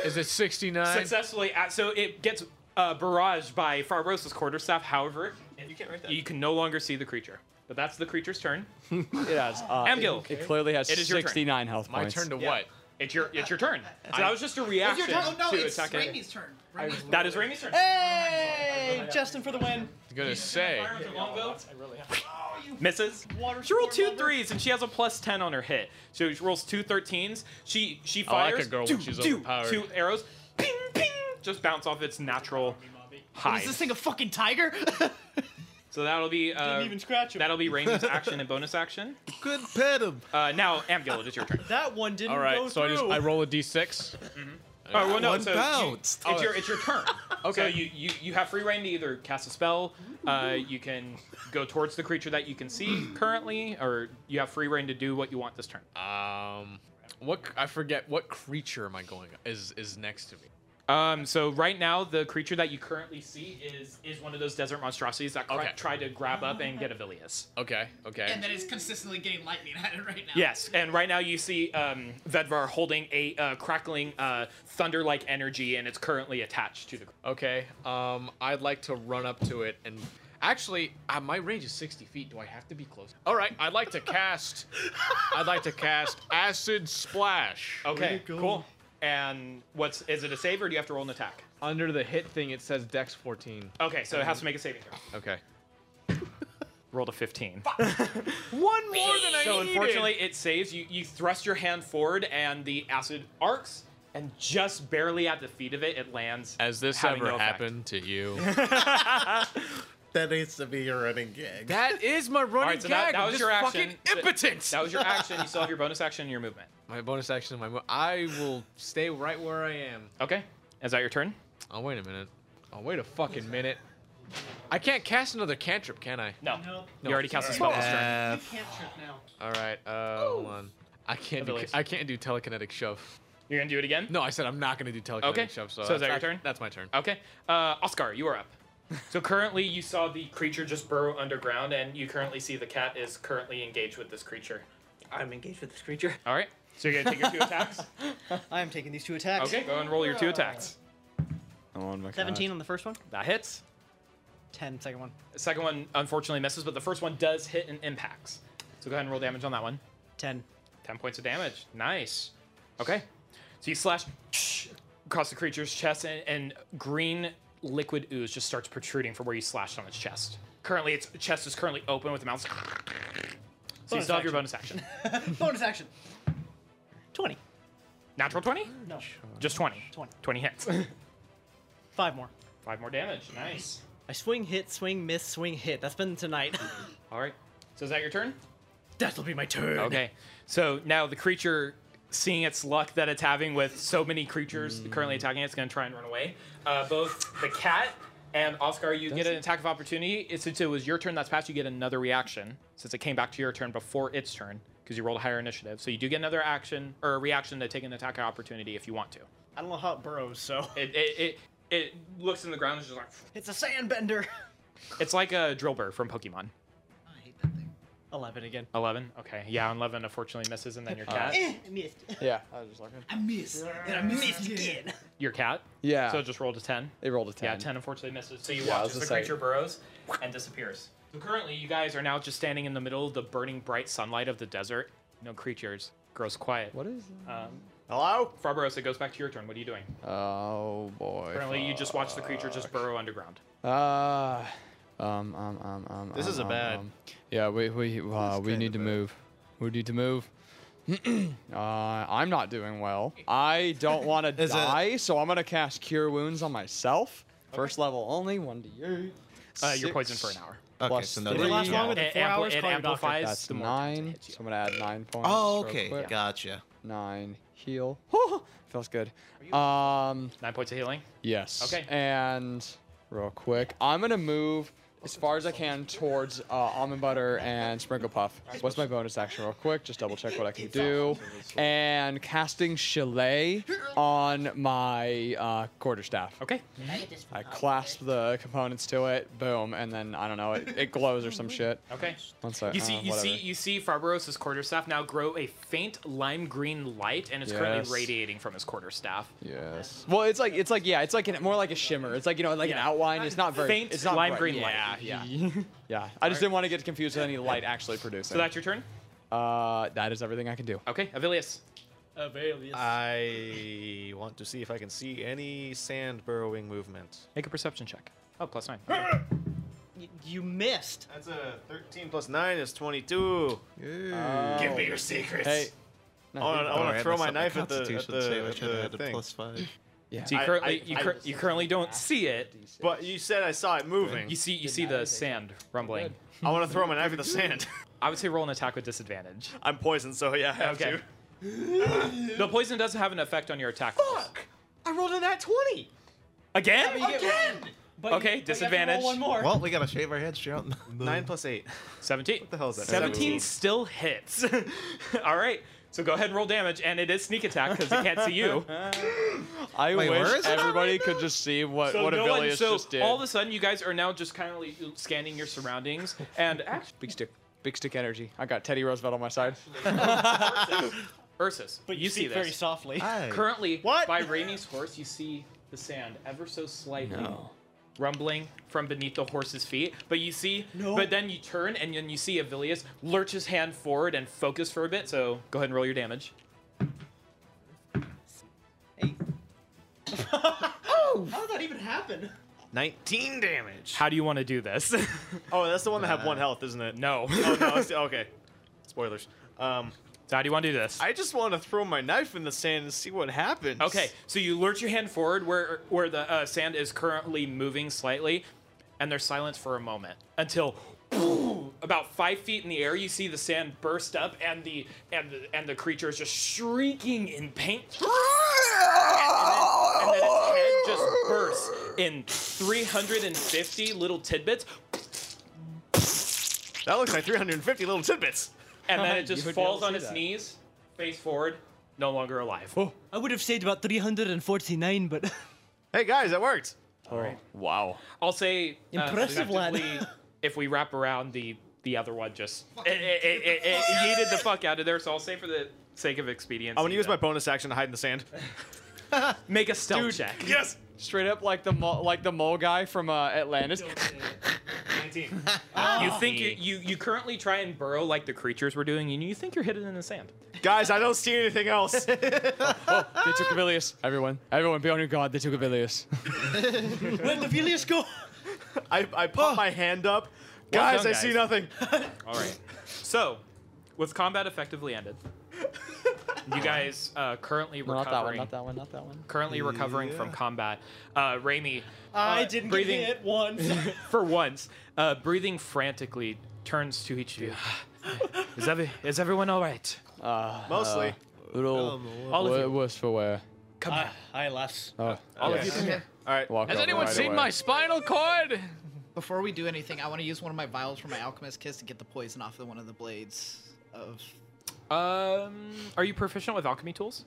Is it 69? Successfully, uh, so it gets uh, barraged by Farbrosa's quarterstaff. However, You can't write that. you can no longer see the creature. But that's the creature's turn. it has. Uh, Amgil. It clearly has It is your turn. 69 health My points. turn to Yeah. what? It's your it's your turn. So that was just a It's reaction your turn. Oh, no, to it's attack it. Raimi's turn. Raimi's turn. That is Raimi's turn. Hey, Justin for the win. Gonna say. Oh, Misses. She rolled two threes and she has a plus ten on her hit. So she rolls two 13s. She she Oh, I like fires a girl when do, she's do, overpowered. two arrows. Ping ping. Just bounce off its natural hide. Is this thing a fucking tiger? So that'll be uh, Didn't even scratch him. That'll be Raimi's action and bonus action. Good pet him. Uh, now Amgil, it is your turn. that one didn't All right, go so I through. just I roll a d6. Oh well, no, One so you- bounced. it's your it's your turn. okay. So you, you you have free reign to either cast a spell. Uh, you can go towards the creature that you can see currently, or you have free reign to do what you want this turn. Um, what c- I forget what creature am I going is is next to me? Um, so right now the creature that you currently see is is one of those desert monstrosities that cr- Okay. tried to grab up and get Avilius. Okay, okay. and then it's consistently getting lightning at it right now. Yes, and right now you see um, Vedvar holding a uh, crackling uh, thunder-like energy, and it's currently attached to the. Okay. Um, I'd like to run up to it and actually, uh, my range is 60 feet. Do I have to be close? All right. I'd like to cast. I'd like to cast acid splash. Okay, cool. And what's is it a save or do you have to roll an attack? Under the hit thing, it says Dex 14. Okay, so it has to make a saving throw. Okay. Rolled a 15. One more than I so needed. unfortunately, it saves. You you thrust your hand forward, and the acid arcs, and just barely at the feet of it, it lands. Has this having ever no effect. happened to you? That needs to be your running gag. that is my running All right, so that, gag. that I'm was just your action. fucking impotent. That was your action. You still have your bonus action and your movement. my bonus action. My mo- I will stay right where I am. Okay, is that your turn? Oh wait a minute. Oh wait a fucking minute. I can't cast another cantrip, can I? No. No. You already cast a spell this turn. You Uh, can't trip now. All right. Uh, hold on. I can't do. Abilities. I can't do telekinetic shove. You're gonna do it again. No, I said I'm not gonna do telekinetic Okay. shove. So, So is that that's- your turn? That's my turn. Okay, uh, Oscar, you are up. so currently, you saw the creature just burrow underground, and you currently see the cat is currently engaged with this creature. I'm engaged with this creature. All right. So you're gonna take your two attacks. I am taking these two attacks. Okay, go and roll your two attacks. Oh my God. 17 on the first one, That hits. 10 second one, The second one unfortunately misses, but the first one does hit and impacts. So go ahead and roll damage on that one. 10. Ten points of damage. Nice. Okay. So you slash across the creature's chest, and, and green liquid ooze just starts protruding from where you slashed on its chest. Currently, its chest is currently open with the mouth. So you Bonus still have your action. bonus action. Bonus action. 20. Natural twenty? No. Just twenty. 20. Twenty hits. Five more. Five more damage. Nice. I swing, hit, swing, miss, swing, hit. That's been tonight. All right. So is that your turn? That'll be my turn. Okay. So now the creature, seeing its luck that it's having with so many creatures currently attacking it, it's going to try and run away. Uh, both the cat and Oscar, you get an attack of opportunity. It- Since it was your turn that's passed, you get another reaction since it came back to your turn before its turn because you rolled a higher initiative. So you do get another action or a reaction to take an attack of opportunity if you want to. I don't know how it burrows, so. It, it, it, it looks in the ground and is just like It's a sandbender. it's like a drill burr from Pokemon. Oh, I hate that thing. 11 again. Eleven. Okay. Yeah, eleven unfortunately misses, and then your cat. Eh, I missed. Yeah, I was just looking. I missed. And I missed again. Your cat. Yeah. So it just rolled a ten. They rolled a 10. Yeah, 10 unfortunately misses. So you Yeah, I watch was as the gonna say- creature burrows and disappears. So currently, you guys are now just standing in the middle of the burning bright sunlight of the desert. No creatures. Grows quiet. What is Um, Hello? Barbarossa, it goes back to your turn. What are you doing? that? Oh boy. Currently, you just watch the creature just burrow underground. Ah. um, um, um, um. This um, is a um, bad- um. Yeah, we we uh, we kinda need to bad. move. We need to move. uh, I'm not doing well. I don't want to Is it- die, so I'm gonna cast Cure Wounds on myself. First level only, one d eight. Uh, you're poisoned poisoned for an hour. Okay, Okay, plus so no three. damage. Last longer than It four ampli- hours, it call your doctor. amplifies That's the more nine. So I'm gonna add nine points. Oh, real okay, quick. gotcha. Nine heal. Feels good. Um, Nine points of healing. yes. Okay. And real quick, I'm gonna move as far as I can towards uh, almond butter and sprinkle puff. What's my bonus action? Real quick, just double check what I can do. And casting chalet on my uh, quarterstaff. Okay. I clasp the components to it. Boom, and then I don't know. It, it glows or some shit. Okay. One sec. You see, uh, you whatever. see, you see Farbarosa's quarterstaff now grow a faint lime green light, and it's Yes. currently radiating from his quarterstaff. Yes. Well, it's like it's like yeah, it's like an, more like a shimmer. It's like you know, like an Yeah. outline. It's not very Faint it's not lime bright. green yeah, light. Yeah, yeah. I just didn't want to get confused with any light actually producing. So that's your turn. uh, that is everything I can do. Okay, Avilius. Uh, I want to see if I can see any sand burrowing movement. Make a perception check. Oh, plus nine. Y- you missed. That's a 13 Eighteen plus nine is twenty-two. Give me your secrets. Hey, I No, want to I think- throw my that's knife not at the, at Constitution the, save. I at should've the had a thing. plus five. Yeah. So you I- currently, I- you, I- cur- you currently don't see it. But you said I saw it moving. You see, you see the sand rumbling. I want to throw my knife at the sand. I would say roll an attack with disadvantage. I'm poisoned, so yeah, I have Okay. to. The poison doesn't have an effect on your attack. rolls. I rolled a nat 20. Again? Again! But Okay, you- but you have to roll disadvantage. one one more. Well, we gotta shave our heads, Gerald. Nine plus eight. 17. What the hell is that? 17 still hits. All right. So go ahead and roll damage, and it is sneak attack because it can't see you. I Wait, where wish is it at everybody could just see what So what no one, Avilius so just did. all of a sudden, you guys are now just kind of like scanning your surroundings, and actually, big stick, big stick energy. I got Teddy Roosevelt on my side. Ursus, But you, you see speak very this. softly. Hi. Currently, What? by Rainey's horse, you see the sand ever so slightly rumbling from beneath the horse's feet. But you see, No. but then you turn and then you see Avilius lurch his hand forward and focus for a bit. So go ahead and roll your damage. How did that even happen? Nineteen damage. How do you want to do this? Oh, that's the one that had one health, isn't it? no. Oh no. it's- okay. Spoilers. Um, So how do you want to do this? I just want to throw my knife in the sand and see what happens. Okay, so you lurch your hand forward where where the uh, sand is currently moving slightly, and there's silence for a moment until about five feet in the air, you see the sand burst up, and the and the, and the creature is just shrieking in pain, and then, and then its head just bursts in 350 little tidbits, That looks like 350 little tidbits. and then it just You would be able falls to on see its that. Oh. knees, face forward, no longer alive. I would have saved about 349, but Hey guys, that worked. Oh, Wow. I'll say uh, Impressive, lad. effectively, if we wrap around the the other one, just it, it, it, it, it yeeted the fuck out of there. So I'll say for the sake of expediency, I want to use my that- bonus action to hide in the sand. make a stealth check. yes. Straight up like the mole, like the mole guy from uh, Atlantis. You think you, you you currently try and burrow like the creatures were doing, and you think you're hidden in the sand. Guys, I don't see anything else. they took Avilius. Everyone, everyone, be on your guard. They took Avilius. where did Avilius go? I, I Oh. pop my hand up. Guys, done, I see guys. nothing. All right. So, with combat effectively ended, you guys uh, currently No, recovering. not that one. Not that one. Not that one. Currently recovering from combat. Uh, Raimi, I uh, didn't breathing, get hit once. for once, uh, breathing frantically, turns to each of you. is, every, is everyone all right? Uh, Mostly. little. All of Wo- you, worse for wear. come here. Hi, lass. Oh, All of you, yes. come here. All right. Walk Has over anyone right seen away. my spinal cord? Before we do anything, I want to use one of my vials from my alchemist kiss to get the poison off the one of the blades of. Um, are you proficient with alchemy tools?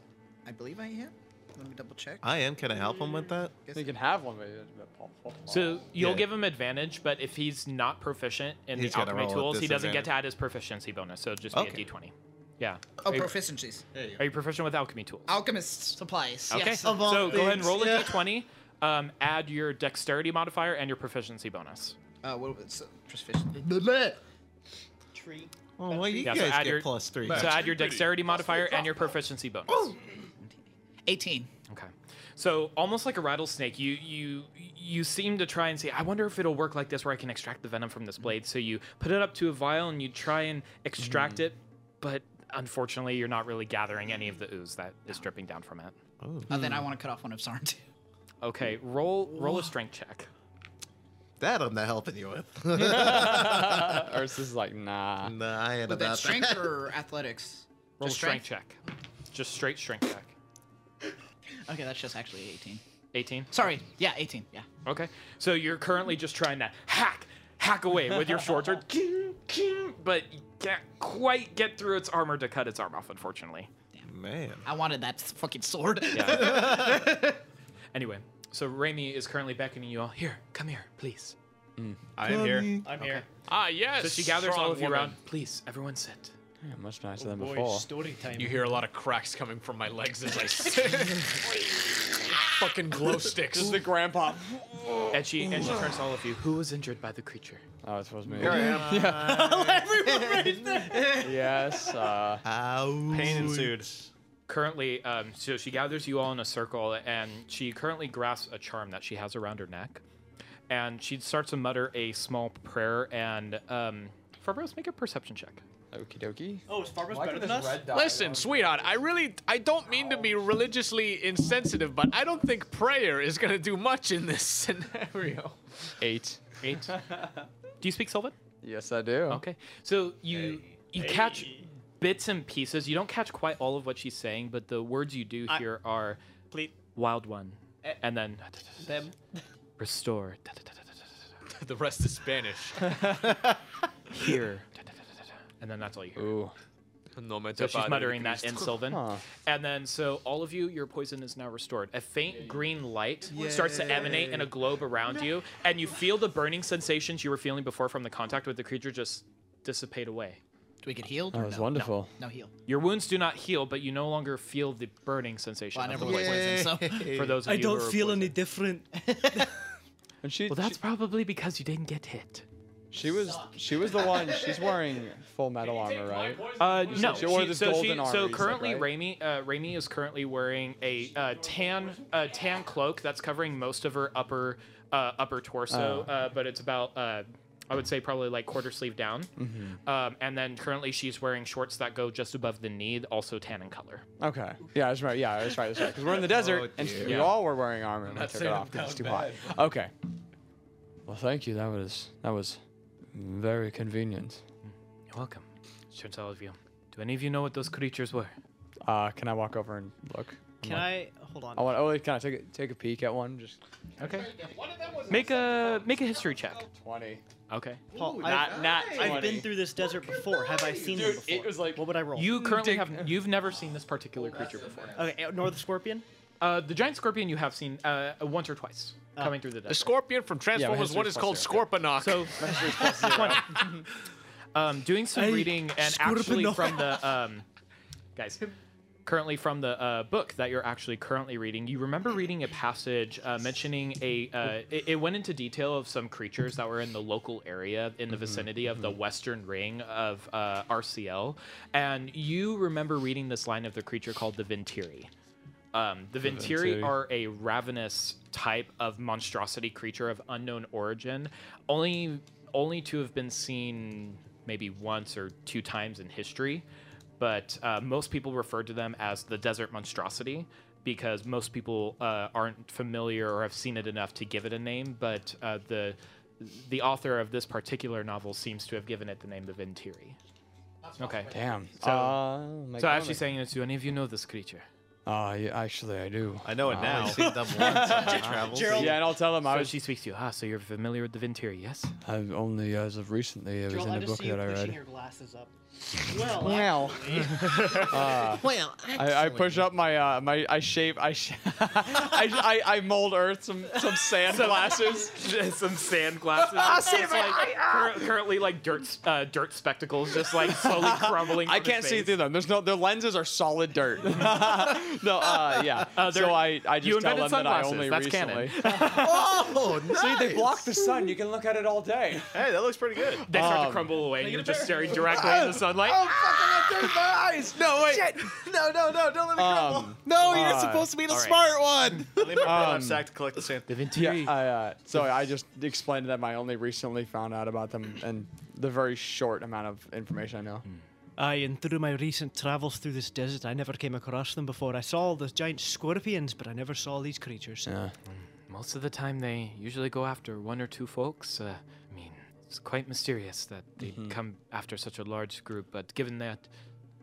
I believe I am. Let me double check. I am. Can I help him with that? You can have one, but you but pop- pop them So off. you'll Yeah. give him advantage, but if he's not proficient in He's the gotta alchemy roll at tools, he doesn't get to add his proficiency bonus. So just be Okay. a d20. Yeah. oh, are, you, proficiencies. are you proficient with alchemy tools? Alchemist supplies. Okay. Yes. so go ahead and roll a d20. Um, add your dexterity modifier and your proficiency bonus. Uh, what was proficiency? Tree. Oh, well, you Yeah, so guys add get your- plus three. So add your dexterity modifier and your proficiency bonus. 18. Okay. So almost like a rattlesnake, you you you seem to try and say, I wonder if it'll work like this where I can Mm-hmm. Mm-hmm. extract the venom from this blade. So you put it up to a vial and you try and extract it, but Unfortunately, you're not really gathering any of the ooze that is dripping down from it. Oh. Uh, then I want to cut off one of Sarn too. Okay, roll roll a strength check. That I'm not helping you with. Urs is like, nah. Nah, uh, I ain't But about that strength that. or athletics? Roll Just a strength, check. Just straight strength check. Okay, that's just actually 18. 18. Sorry, yeah, 18. Yeah. Okay. So you're currently just trying to hack hack away with your short sword, king, king, but you can't quite get through its armor to cut its arm off, unfortunately. Man. I wanted that s- fucking sword. Yeah. anyway, so Raimi is currently beckoning you all. Here, come here, please. I am here. I'm here. Ah, yes. So she gathers strong all of you woman. around. Please, everyone sit. Yeah, much nicer than boy, before. Story time. You hear a lot of cracks coming from my legs as I sit. Fucking glow sticks. This is the grandpa. And she and she turns to all of you. Who was injured by the creature? Oh, it was me. Here I am. Everyone right there. yes. Uh, Pain ensued. Currently, um, so she gathers you all in a circle, and she currently grasps a charm that she has around her neck, and she starts to mutter a small prayer. And um, Farbros, make a perception check. Okie dokie. Oh, is Farmer's better than us? Listen, sweetheart, I really I don't mean to be religiously insensitive, but I don't think prayer is gonna do much in this scenario. Eight. Eight. Do you speak Sylvan? Yes, I do. Okay. So you you catch bits and pieces. You don't catch quite all of what she's saying, but the words you do I- hear are Please. "wild one," and then Them. "restore." the rest is Spanish. Here, and then that's all you hear. Ooh. No me So she's tapan- muttering that in Sylvan. Huh. And then, so all of you, your poison is now restored. A faint green light starts to emanate in a globe around you, and you feel the burning sensations you were feeling before from the contact with the creature just dissipate away. Do we get healed? That or was no? wonderful. No, no heal. Your wounds do not heal, but you no longer feel the burning sensation. Well, I of never the was poison. poisoned, so. For those of I you don't who are feel poisoned. any different. And she, Well, that's probably because you didn't get hit. she, she was she was the one. She's wearing full metal armor, right? Uh, no. she wore this so golden armor, So you said, currently, right? Raimi, uh, Raimi is currently wearing a uh, tan uh, tan cloak that's covering most of her upper uh, upper torso, uh, but it's about uh, I would say probably like quarter sleeve down. Um, and then currently, she's wearing shorts that go just above the knee, also tan in color. Okay. Yeah, that's right. Yeah, that's right. That's right. Because we're in the desert, and we Oh, Yeah. all were wearing armor, and I not took it saying off I'm because it's too down hot. Okay. Well, thank you. That was that was very convenient. You're welcome. Turns all of you. Do any of you know what those creatures were? Uh, can I walk over and look? I'm Can like- I hold on? I want. Oh, wait, can I take a, take a peek at one? Just Okay. Make a make a history check. twenty. Okay. Paul, Not not. I've, 20. I've been through this desert before. Have I seen them Dude, before? it was like What would I roll? You currently have you've never seen this particular creature before. Okay, uh, nor the scorpion. Uh, the giant scorpion you have seen uh, once or twice coming through the The desert. scorpion from Transformers history's 1 is called Scorponok. So, um, doing some Hey, reading and actually Scorpionoff. from the um, guys, currently from the uh, book that you're actually currently reading, you remember reading a passage uh, mentioning a. Uh, it, it went into detail of some creatures that were in the local area in the vicinity of the western ring of uh, RCL, and you remember reading this line of the creature called the Ventiri. Um, the Ventiri Ventiri. are a ravenous type of monstrosity creature of unknown origin, only only to have been seen maybe once or two times in history. But uh, most people refer to them as the desert monstrosity because most people uh, aren't familiar or have seen it enough to give it a name. But uh, the the author of this particular novel seems to have given it the name the Ventiri. Okay. Damn. So- uh, my So as God. she's saying this, do any of you know this creature? Uh, yeah, actually, I do. I know it I've now. only seen them once in my travels. Gerald, Yeah, and I'll tell him I So was. she speaks to you. Ah, so you're familiar with the Ventiri, yes? I've only as of recently it was Gerald, I in a just book see you that I pushing read. your glasses up. Well, Wow. uh, Well, I, I push up my uh, my I shape I, sh- I, I I mold Earth some some sunglasses. some sunglasses. Ah, It's like cur- currently like dirt s- uh, dirt spectacles, just like slowly crumbling. I from his can't see face. through them. There's no their lenses are solid dirt. no, uh, yeah. Uh, they're- so I I just you tell them that invented I sunglasses. only That's canon. recently. Oh, nice. See, they block the sun. You can look at it all day. Hey, that looks pretty good. They start to Um, crumble away, and you're just staring directly in the sunlight. Oh fucking! I my eyes. No wait. No, no, no, don't let me Um, No, you're uh, supposed to be the all right. smart one. I leave my burlap Um, sack to collect the sand. The Yeah, Ventiri. I, uh, so I just explained to them I only recently found out about them and the very short amount of information I know. Aye, and through my recent travels through this desert, I never came across them before. I saw the giant scorpions, but I never saw these creatures. Most of the time, they usually go after one or two folks. Uh, I mean, it's quite mysterious that they Mm-hmm. Mhm. come after such a large group. But given that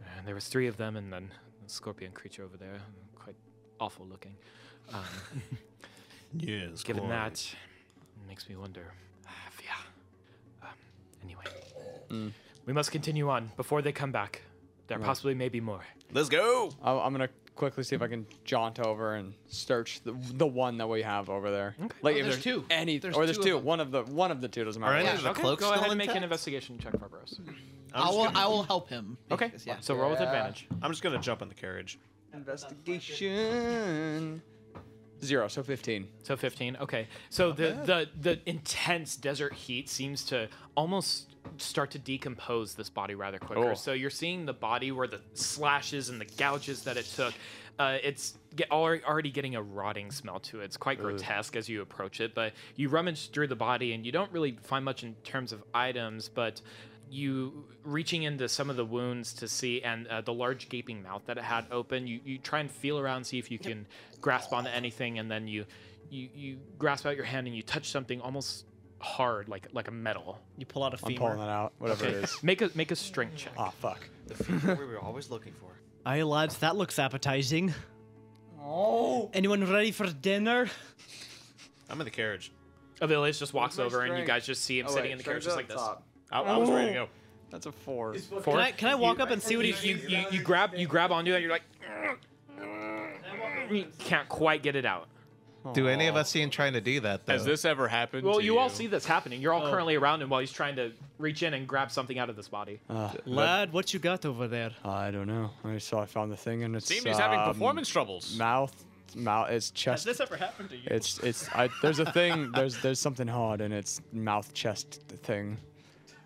uh, there was three of them, and then the scorpion creature over there, quite awful looking. Um, Yes, Given quite. that, it makes me wonder. yeah. Um, anyway, we must continue on before they come back. There Mm. Right. possibly may be more. Let's go. I, I'm gonna quickly see if I can jaunt over and search the, the one that we have over there. Like Oh, if there's there's two. any There's or there's two two. One of the one of the two doesn't matter. go ahead and make an investigation check, Barbaros. Mm-hmm. I will. I will help him. Okay. So roll with advantage. I'm just gonna jump in the carriage. Investigation. Zero, so 15. So 15, okay. So the, the the intense desert heat seems to almost start to decompose this body rather quicker. Oh. So you're seeing the body where the slashes and the gouges that it took. Uh, it's get, alre- already getting a rotting smell to it. It's quite Ugh. grotesque as you approach it, but you rummage through the body and you don't really find much in terms of items, but you reaching into some of the wounds to see and uh, the large gaping mouth that it had open you, you try and feel around see if you can grasp onto anything and then you, you you grasp out your hand and you touch something almost hard like like a metal you pull out a I'm pulling that out, whatever it is. make a make a strength check Ah, fuck we were always looking for. Aye, lads, that looks appetizing. Oh. Anyone ready for dinner? I'm in the carriage. Avilius just walks over and you strength? guys just see him Oh, sitting wait, in the strength's carriage at just like the this top. I- I was ready to go. That's a four. Can I- can I walk up and see what you, he's- you, you, you grab you grab onto it and you're like you can't quite get it out Do any of us see him trying to do that? Though? Has this ever happened? well you, all see this happening you're all Oh. currently around him while he's trying to reach in and grab something out of this body Lad, what you got over there? Uh, I don't know. I saw I found the thing and it's. Seems he's having um, performance troubles. Mouth, mouth. It's chest. this ever happened to you? It's it's. I, there's a thing. There's there's something hard and it's mouth chest thing.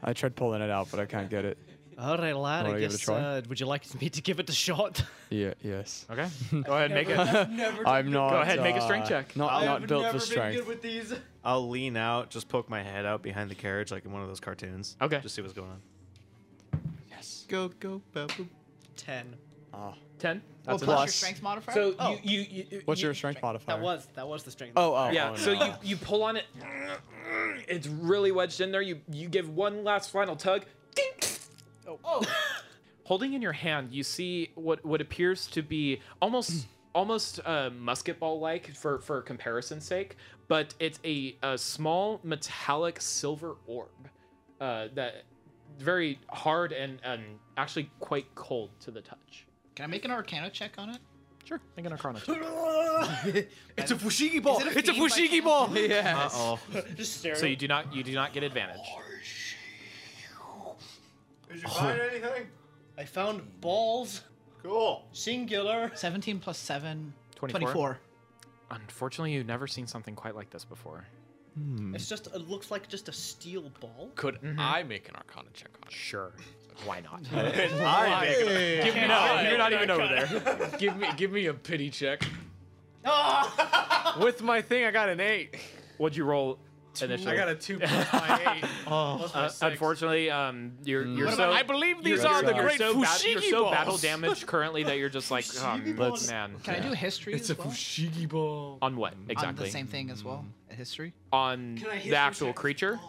I tried pulling it out, but I can't get it. All right, lad. Wanna I give it a guess. try? Uh, would you like me to give it a shot? Yeah. Yes. Okay. Go ahead, make it. I'm not. Go ahead, make a strength uh, check. Not I've not built for never been strength. good with these. I'll lean out, just poke my head out behind the carriage like in one of those cartoons. Okay. Just see what's going on. Go go babu. Ten. Ah. Ten. That's plus your plus. strength modifier? So Oh. you, you, you What's you- your strength modifier? that was the strength. Oh, oh, yeah. oh, so no. you you pull on it. It's really wedged in there. You you give one last final tug. Holding in your hand, you see what what appears to be almost almost uh, musket ball like for for comparison's sake, but it's a, a small metallic silver orb uh, that very hard and and actually quite cold to the touch. Can I make an Arcana check on it? Sure, make an Arcana check. it's a fushigi ball. It's a fushigi ball. Yes. Uh Uh-oh. Just So you do not you do not get advantage. Did you find anything? I found balls. Cool. Singular. 17 plus 7. 24? 24. Unfortunately, you've never seen something quite like this before. It's just. It looks like just a steel ball. Could I make an Arcana check on it? Sure. Why not? Why? make an- Give me Can't no, I You're not make even an over Arcana? there. give me, give me a pity check. Ah! With my thing, I got an eight. What'd you roll? Initially? I got a two plus my eight. Oh, plus my six. unfortunately, um, you're you're What so. about- I believe these you're- are the you're great so bat- You're Fushigi so balls. battle damaged currently that you're just like, oh, balls. man. Can I do history It's as a well? fushigi ball. On what On exactly? Mm-hmm. the same thing as well. A History? On Can I the history actual check this creature?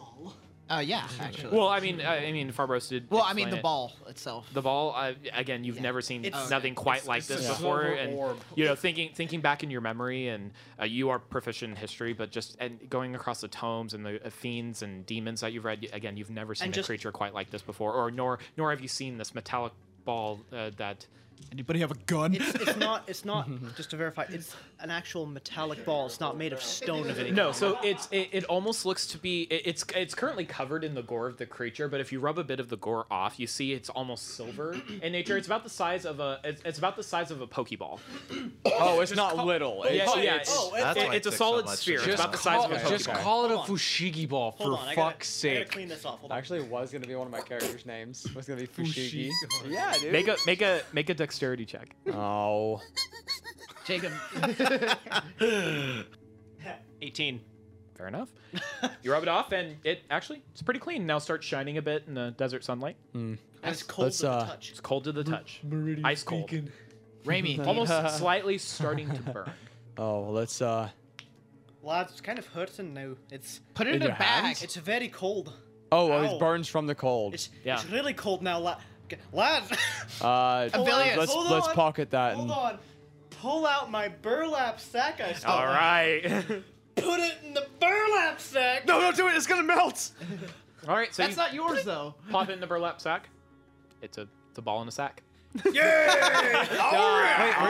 Uh, yeah, actually. Well, I mean, I I mean, Farbros did. Well, I mean, explain the it. ball itself. The ball. Uh, again, you've never seen It's- Okay. nothing quite It's- like it's this a before, silver and orb. you know, thinking thinking back in your memory, and uh, you are proficient in history, but just and going across the tomes and the uh, fiends and demons that you've read, y- again, you've never seen a And just- creature quite like this before, or nor nor have you seen this metallic ball uh, that. Anybody have a gun? It's, it's not. It's not. just to verify, it's an actual metallic ball. It's not made of stone of any. No, kind. Oh, so it's it, it almost looks to be it, it's it's currently covered in the gore of the creature, but if you rub a bit of the gore off, you see it's almost silver in nature. It's about the size of a it's, it's about the size of a pokeball. Oh, it's not little. Yeah, It's- yeah, it's- it's, it- it's a solid sphere. It's Just about the size call- of a just Pokeball. call it a fushigi ball Hold for on, I gotta- fuck's I gotta sake. clean this off. Actually, was gonna be one of my characters' names. Was gonna be Fushigi. Fushigi. Yeah, dude. Oh, Make a make a make a dexterity check. Oh. Jacob. 18. Fair enough. You rub it off, and it actually it's pretty clean. Now starts shining a bit in the desert sunlight. Mm. And it's cold Let's, to the uh, touch. It's cold to the touch. Ice cold. Raimi. almost slightly starting to burn. Oh, well, let's. uh Well, it's kind of hurting now. It's put it In in a your bag. hands? It's very cold. Oh, well, Ow. it burns from the cold. It's really cold now, la- g- lad. Uh, Hold on, let's hold let's on, pocket that. Hold and on. Pull out my burlap sack I stole. All right. Put it in the burlap sack. No, don't do it. It's gonna melt. All right, so That's you not yours though. pop it in the burlap sack. It's a it's a ball in a sack. Ah,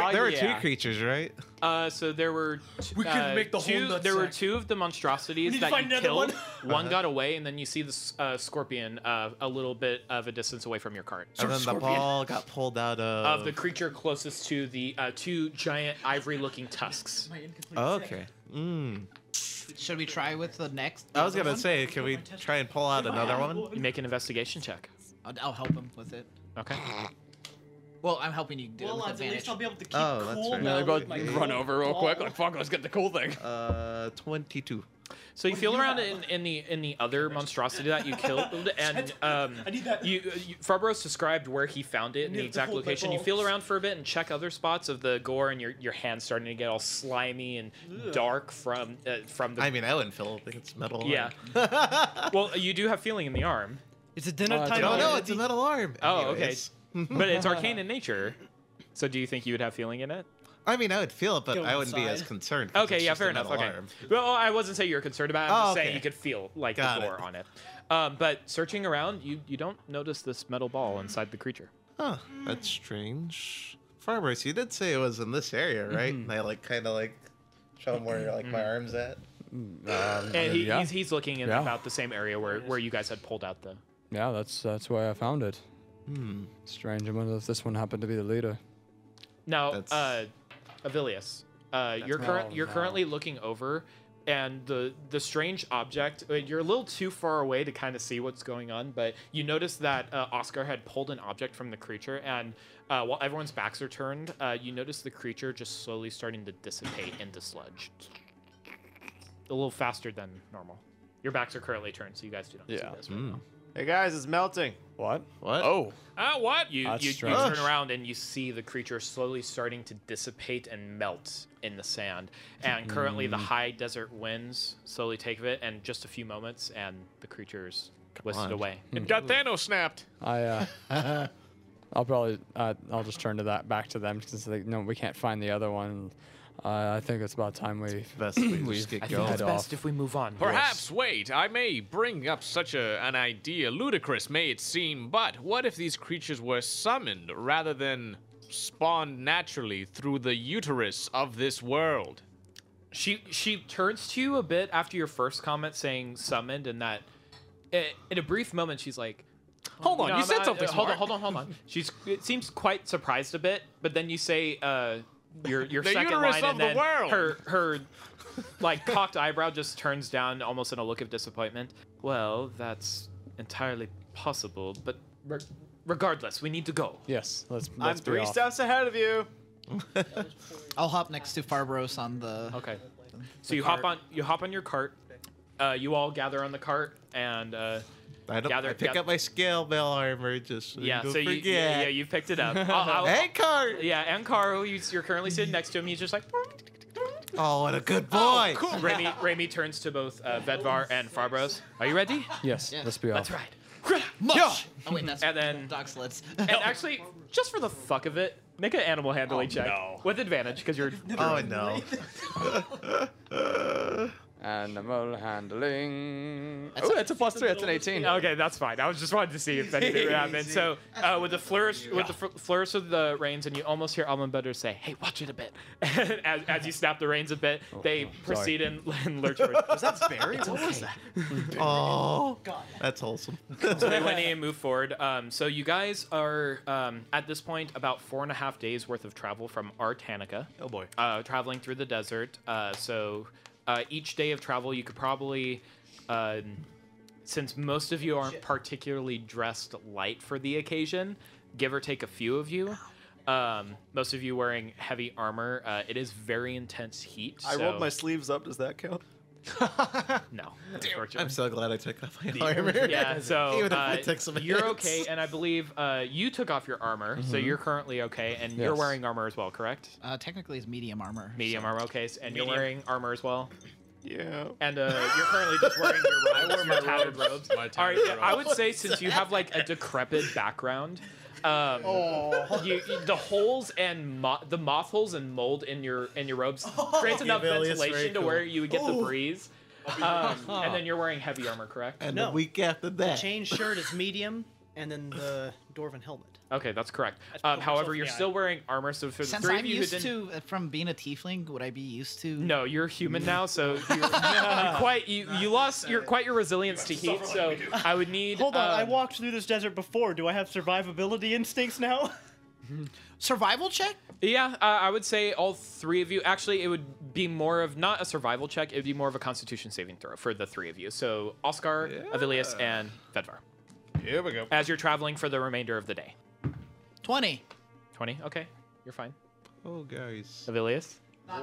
Wait, there were yeah. two creatures, right? Uh, so there were t- We couldn't uh, make the whole two, nut There were sack. two of the We monstrosities need to that find you another killed. one. One Uh-huh. got away, and then you see this uh, scorpion uh, a little bit of a distance away from your cart. And then the ball got pulled out of. of the creature closest to the uh, two giant ivory-looking tusks. Oh, okay. Mm. Should we try with the next? I was other gonna one? say, can we try and pull out another one? You make an investigation check. I'll, I'll help him with it. Okay. Well, I'm helping you do Well, it with lads, at advantage. least I'll be able to keep Oh, that's cool right. now. Yeah, they with both my run cool over real ball. quick, like fuck, let's get the cool thing. Uh, twenty-two. So you feel around in, in the in the other monstrosity that you killed, and um, you, you Farbros described where he found it in the need to exact hold my location. You balls. feel around for a bit and check other spots of the gore, and your your hands starting to get all slimy and Ugh. dark from uh, from the. I mean, I wouldn't feel it. It's metal. arm. yeah. well, you do have feeling in the arm. It's a dinner Oh, no, it's a metal arm. Oh, okay. Anyways. but it's arcane in nature. So do you think you would have feeling in it? I mean, I would feel it, but Go I wouldn't be as inside. concerned. 'cause Okay, it's yeah, just a fair enough. metal Okay. arm. Well, oh, I wasn't saying you were concerned about it. I'm Oh, just okay. saying you could feel like Got the it. gore on it. Um, but searching around, you you don't notice this metal ball inside the creature. Huh, that's strange. Farmers, you did say it was in this area, right? And I like kind of like show them where like my arms at. and he, yeah. he's, he's looking in Yeah. about the same area where, where you guys had pulled out the. yeah, that's that's why I found it. Hmm. Strange. I wonder if this one happened to be the leader. Now, uh, Avilius, uh, you're current Oh, you're no. currently looking over, and the the strange object. uh, You're a little too far away to kind of see what's going on, but you notice that uh, Oscar had pulled an object from the creature, and uh, while everyone's backs are turned, uh, you notice the creature just slowly starting to dissipate into sludge. A little faster than normal. Your backs are currently turned, so you guys do not see this. right now. Hey guys, it's melting. What? What? Oh. Ah, what? You, That's you, you strange. turn around and you see the creature slowly starting to dissipate and melt in the sand. And currently, the Mm. high desert winds slowly take of it, and just a few moments, and the creature's on. whisked away. Hmm. got Thanos snapped. I uh, I'll probably uh, I'll just turn to that back to them since they no we can't find the other one. Uh, I think it's about time we best we we just get I think it's best if we move on. Perhaps, wait, I may bring up such a, an idea, ludicrous may it seem, but what if these creatures were summoned rather than spawned naturally through the uterus of this world? She she turns to you a bit after your first comment saying summoned, and that i- in a brief moment she's like, Hold on, No, you I'm said not- something. uh, Hold on, smart. hold on, hold on. She's it seems quite surprised a bit, but then you say uh, your your The second uterus line, of and the then world. her her like cocked eyebrow just turns down, almost in a look of disappointment. Well, that's entirely possible, but re- regardless, we need to go. Yes, let's. I'm three steps ahead of you. I'll hop next to Farbros on the. Okay. So you hop on you hop on your cart. Uh, you all gather on the cart and uh, I don't. gather I pick gath- up my scale bell armor just so Yeah, You don't so you, forget. you yeah you picked it up. I'll- I'll- hey, Carl. Yeah, and Carl, you, you're currently sitting next to him. He's just like, Oh, what a good boy. cool. Raimi, Raimi turns to both uh, Vedvar and Farbros. Are you ready? Yes, let's be off. That's right. Mush. Oh wait, that's And then dog sleds. and actually, just for the fuck of it, make an animal handling Oh, check no. with advantage because you're. Oh no. Animal handling. oh, that's a plus three. That's an eighteen. Okay, that's fine. I was just wanted to see if anything would happen. Easy. So uh, with the flourish, with the fl- flourish of the reins, and you almost hear Almond Butter say, "Hey, watch it a bit." And as, as you snap the reins a bit, Oh, they proceed and, and lurch. towards- Was that Barry? What was that? Oh, that's wholesome. so they went in and moved forward. Um, so you guys are um, at this point about four and a half days worth of travel from Artanica. Oh boy. Uh, traveling through the desert. Uh, so uh, each day of travel, you could probably, um since most of you aren't particularly dressed light for the occasion, give or take a few of you. Um, most of you wearing heavy armor. Uh, it is very intense heat. I rolled so- my sleeves up. Does that count? no. I'm so glad I took off my The- armor. Yeah, so Even if I uh, took some you're hits. okay, and I believe uh, you took off your armor, so Mhm. you're currently okay, and you're Yes. wearing armor as well, correct? Uh, technically, it's medium armor. Medium armor, okay, s- and you're Medium. wearing armor as well. Yeah. And uh, you're currently just wearing your robes, your tattered robes. All right, yeah, I would robes. say since you have like a decrepit background, um, Oh. you, you- the holes and mo- the moth holes and mold in your in your robes creates enough Gibelli is very ventilation to cool. where you would get the Ooh. breeze. Um, and then you're wearing heavy armor, correct? And the week after The that, chain shirt is medium, and then the dwarven helmet. Okay, that's correct. That's Um, put however, myself you're in the still wearing armor, so for the Since three I'm of you who used didn't. to uh, from being a tiefling, would I be used to? No, you're Mm. human now, so you're, you're quite you, you lost your quite your resilience to heat. So I would need. Hold on, I um, walked through this desert before. Do I have survivability instincts now? Survival check? Yeah, uh, I would say all three of you. Actually, it would be more of not a survival check. It would be more of a Constitution saving throw for the three of you. So Oscar, Avilius, and Fedvar. Here we go. As you're traveling for the remainder of the day. Twenty. Twenty. Okay, you're fine. Oh, guys. Avilius.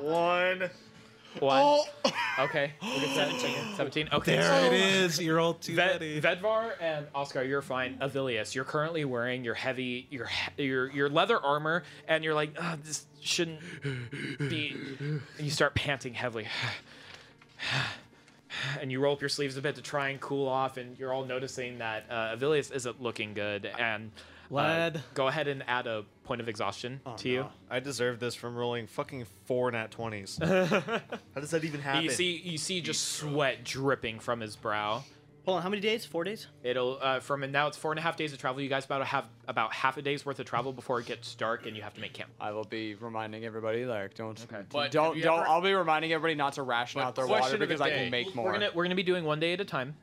One. One. Okay. We'll get 17. 17. Okay. Oh. There so- it is. You're all too Ved- ready. Vedvar and Oscar, you're fine. Avilius, you're currently wearing your heavy, your he- your your leather armor, and you're like, "Ugh, this shouldn't be. And you start panting heavily, and you roll up your sleeves a bit to try and cool off. And you're all noticing that uh, Avilius isn't looking good. And uh, Lad. go ahead and add a point of exhaustion to you. I deserve this from rolling fucking four nat 20s. How does that even happen? You see, you see, just sweat dripping from his brow. Hold on, how many days? Four days? It'll uh, from and now it's four and a half days of travel. You guys about have about half a day's worth of travel before it gets dark and you have to make camp. I will be reminding everybody like don't But have don't you don't. ever- I'll be reminding everybody not to ration out their water because I can make more. We're gonna we're gonna be doing one day at a time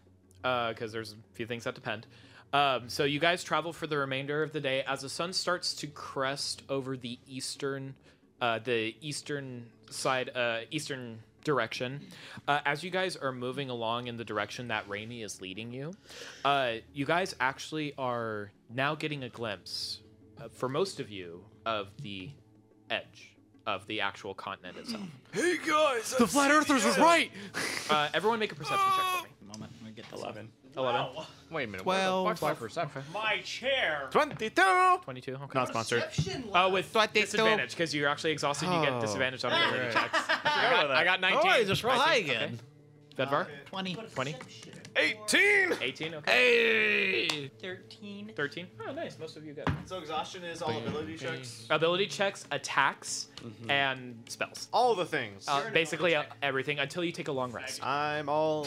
because there's a few things that depend. Um, so you guys travel for the remainder of the day as the sun starts to crest over the eastern, uh, the eastern side, uh, eastern direction. Uh, as you guys are moving along in the direction that Rainy is leading you, uh, you guys actually are now getting a glimpse, uh, for most of you, of the edge of the actual continent itself. Hey guys, The flat earthers were right. Uh, everyone make a perception check for me. Moment, let me get this. Eleven. Eleven. Wait a minute. Twelve. What the fuck's my perception? My chair. 22. 22. Okay. Not sponsored. Oh, with disadvantage because you're actually exhausted. You get Oh. disadvantage on ability Right. checks. I got, I got 19. Oh, just roll 19, high okay. again. Vedvar? Twenty. 20. 18. 18. Okay. Hey. 13. 13. Oh, nice. Most of you got it. So exhaustion is all ability checks. Ability checks, attacks, Mm-hmm. and spells. All the things. Uh, basically uh, everything until you take a long rest. I'm all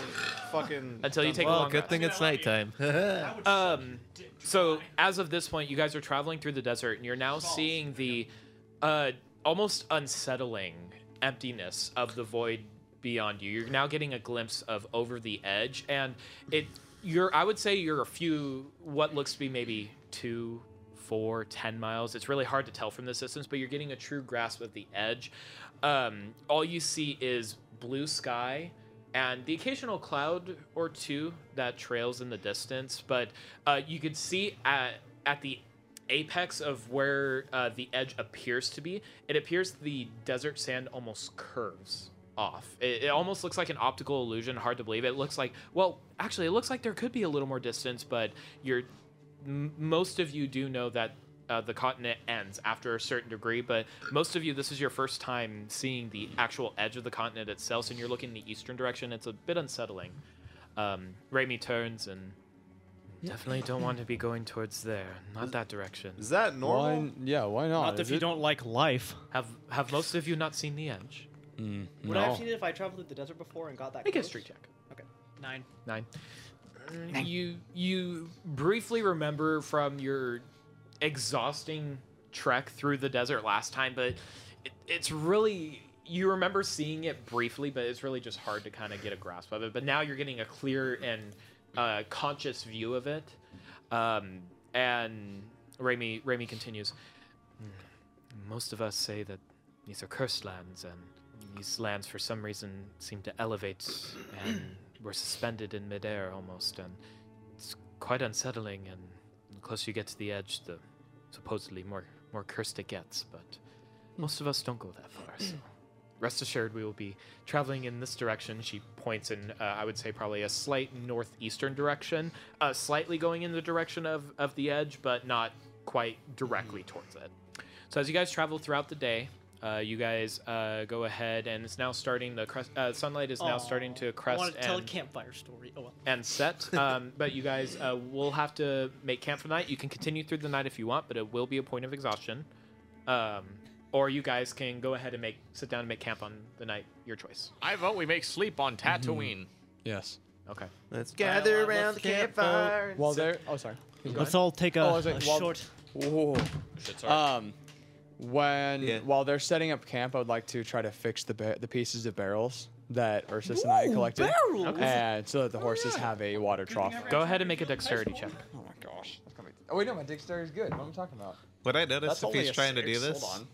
fucking. Until you done take well. a long rest. it's nighttime. um, so as of this point, you guys are traveling through the desert, and you're now seeing the uh, almost unsettling emptiness of the void beyond you. You're now getting a glimpse of over the edge, and it. You're, I would say, you're a few what looks to be maybe two, four, ten miles. It's really hard to tell from this distance, but you're getting a true grasp of the edge. Um, all you see is blue sky and the occasional cloud or two that trails in the distance. But uh, you could see at, at the apex of where uh, the edge appears to be, it appears the desert sand almost curves off. It, it almost looks like an optical illusion, hard to believe. It looks like, well, actually, it looks like there could be a little more distance, but you're m- most of you do know that uh, the continent ends after a certain degree, but most of you, this is your first time seeing the actual edge of the continent itself, and you're looking in the eastern direction. It's a bit unsettling. Um, Raimi turns and definitely don't want to be going towards there, not that direction. Is that normal? Why- yeah, why not? Not if you don't like life. Have Have most of you not seen the edge? Would I have seen it if I traveled through the desert before and got that? Make a close? street check. Okay, nine. Nine. You you briefly remember from your exhausting trek through the desert last time, but it, it's really you remember seeing it briefly, but it's really just hard to kind of get a grasp of it. But now you're getting a clear and uh, conscious view of it. Um, and Raimi Raimi continues. Most of us say that these are cursed lands, and these lands, for some reason, seem to elevate, and we're suspended in midair almost, and it's quite unsettling. And the closer you get to the edge, the supposedly more more cursed it gets. But most of us don't go that far, so Rest assured, we will be traveling in this direction. She points in, uh, I would say, probably a slight northeastern direction, uh, slightly going in the direction of, of the edge, but not quite directly Mm. towards it. So, as you guys travel throughout the day, uh, you guys uh, go ahead, and it's now starting. The crest, uh, sunlight Oh. is now Aw, starting to I crest want to tell a and- campfire story. Oh, well. and set. Um, but you guys uh, will have to make camp for the night. You can continue through the night if you want, but it will be a point of exhaustion. Um, or you guys can go ahead and make sit down and make camp on the night. Your choice. I vote we make sleep on Tatooine. Yes. Okay. Let's gather around the campfire and While sit- there, oh sorry. Uh, Let's all take a- Oh, I was a while- short- Whoa. Shit's Uh, hard. Um, when while they're setting up camp, I would like to try to fix the ba- the pieces of barrels that Ursus and I Ooh, collected, barrels! Okay. and so that the horses have a water trough. Go ahead and make a dexterity check. Oh my gosh. That's gonna be- Oh wait, no, my dexterity is good. What am I talking about? Would I notice That's if he's only a trying to six. do this? Hold on.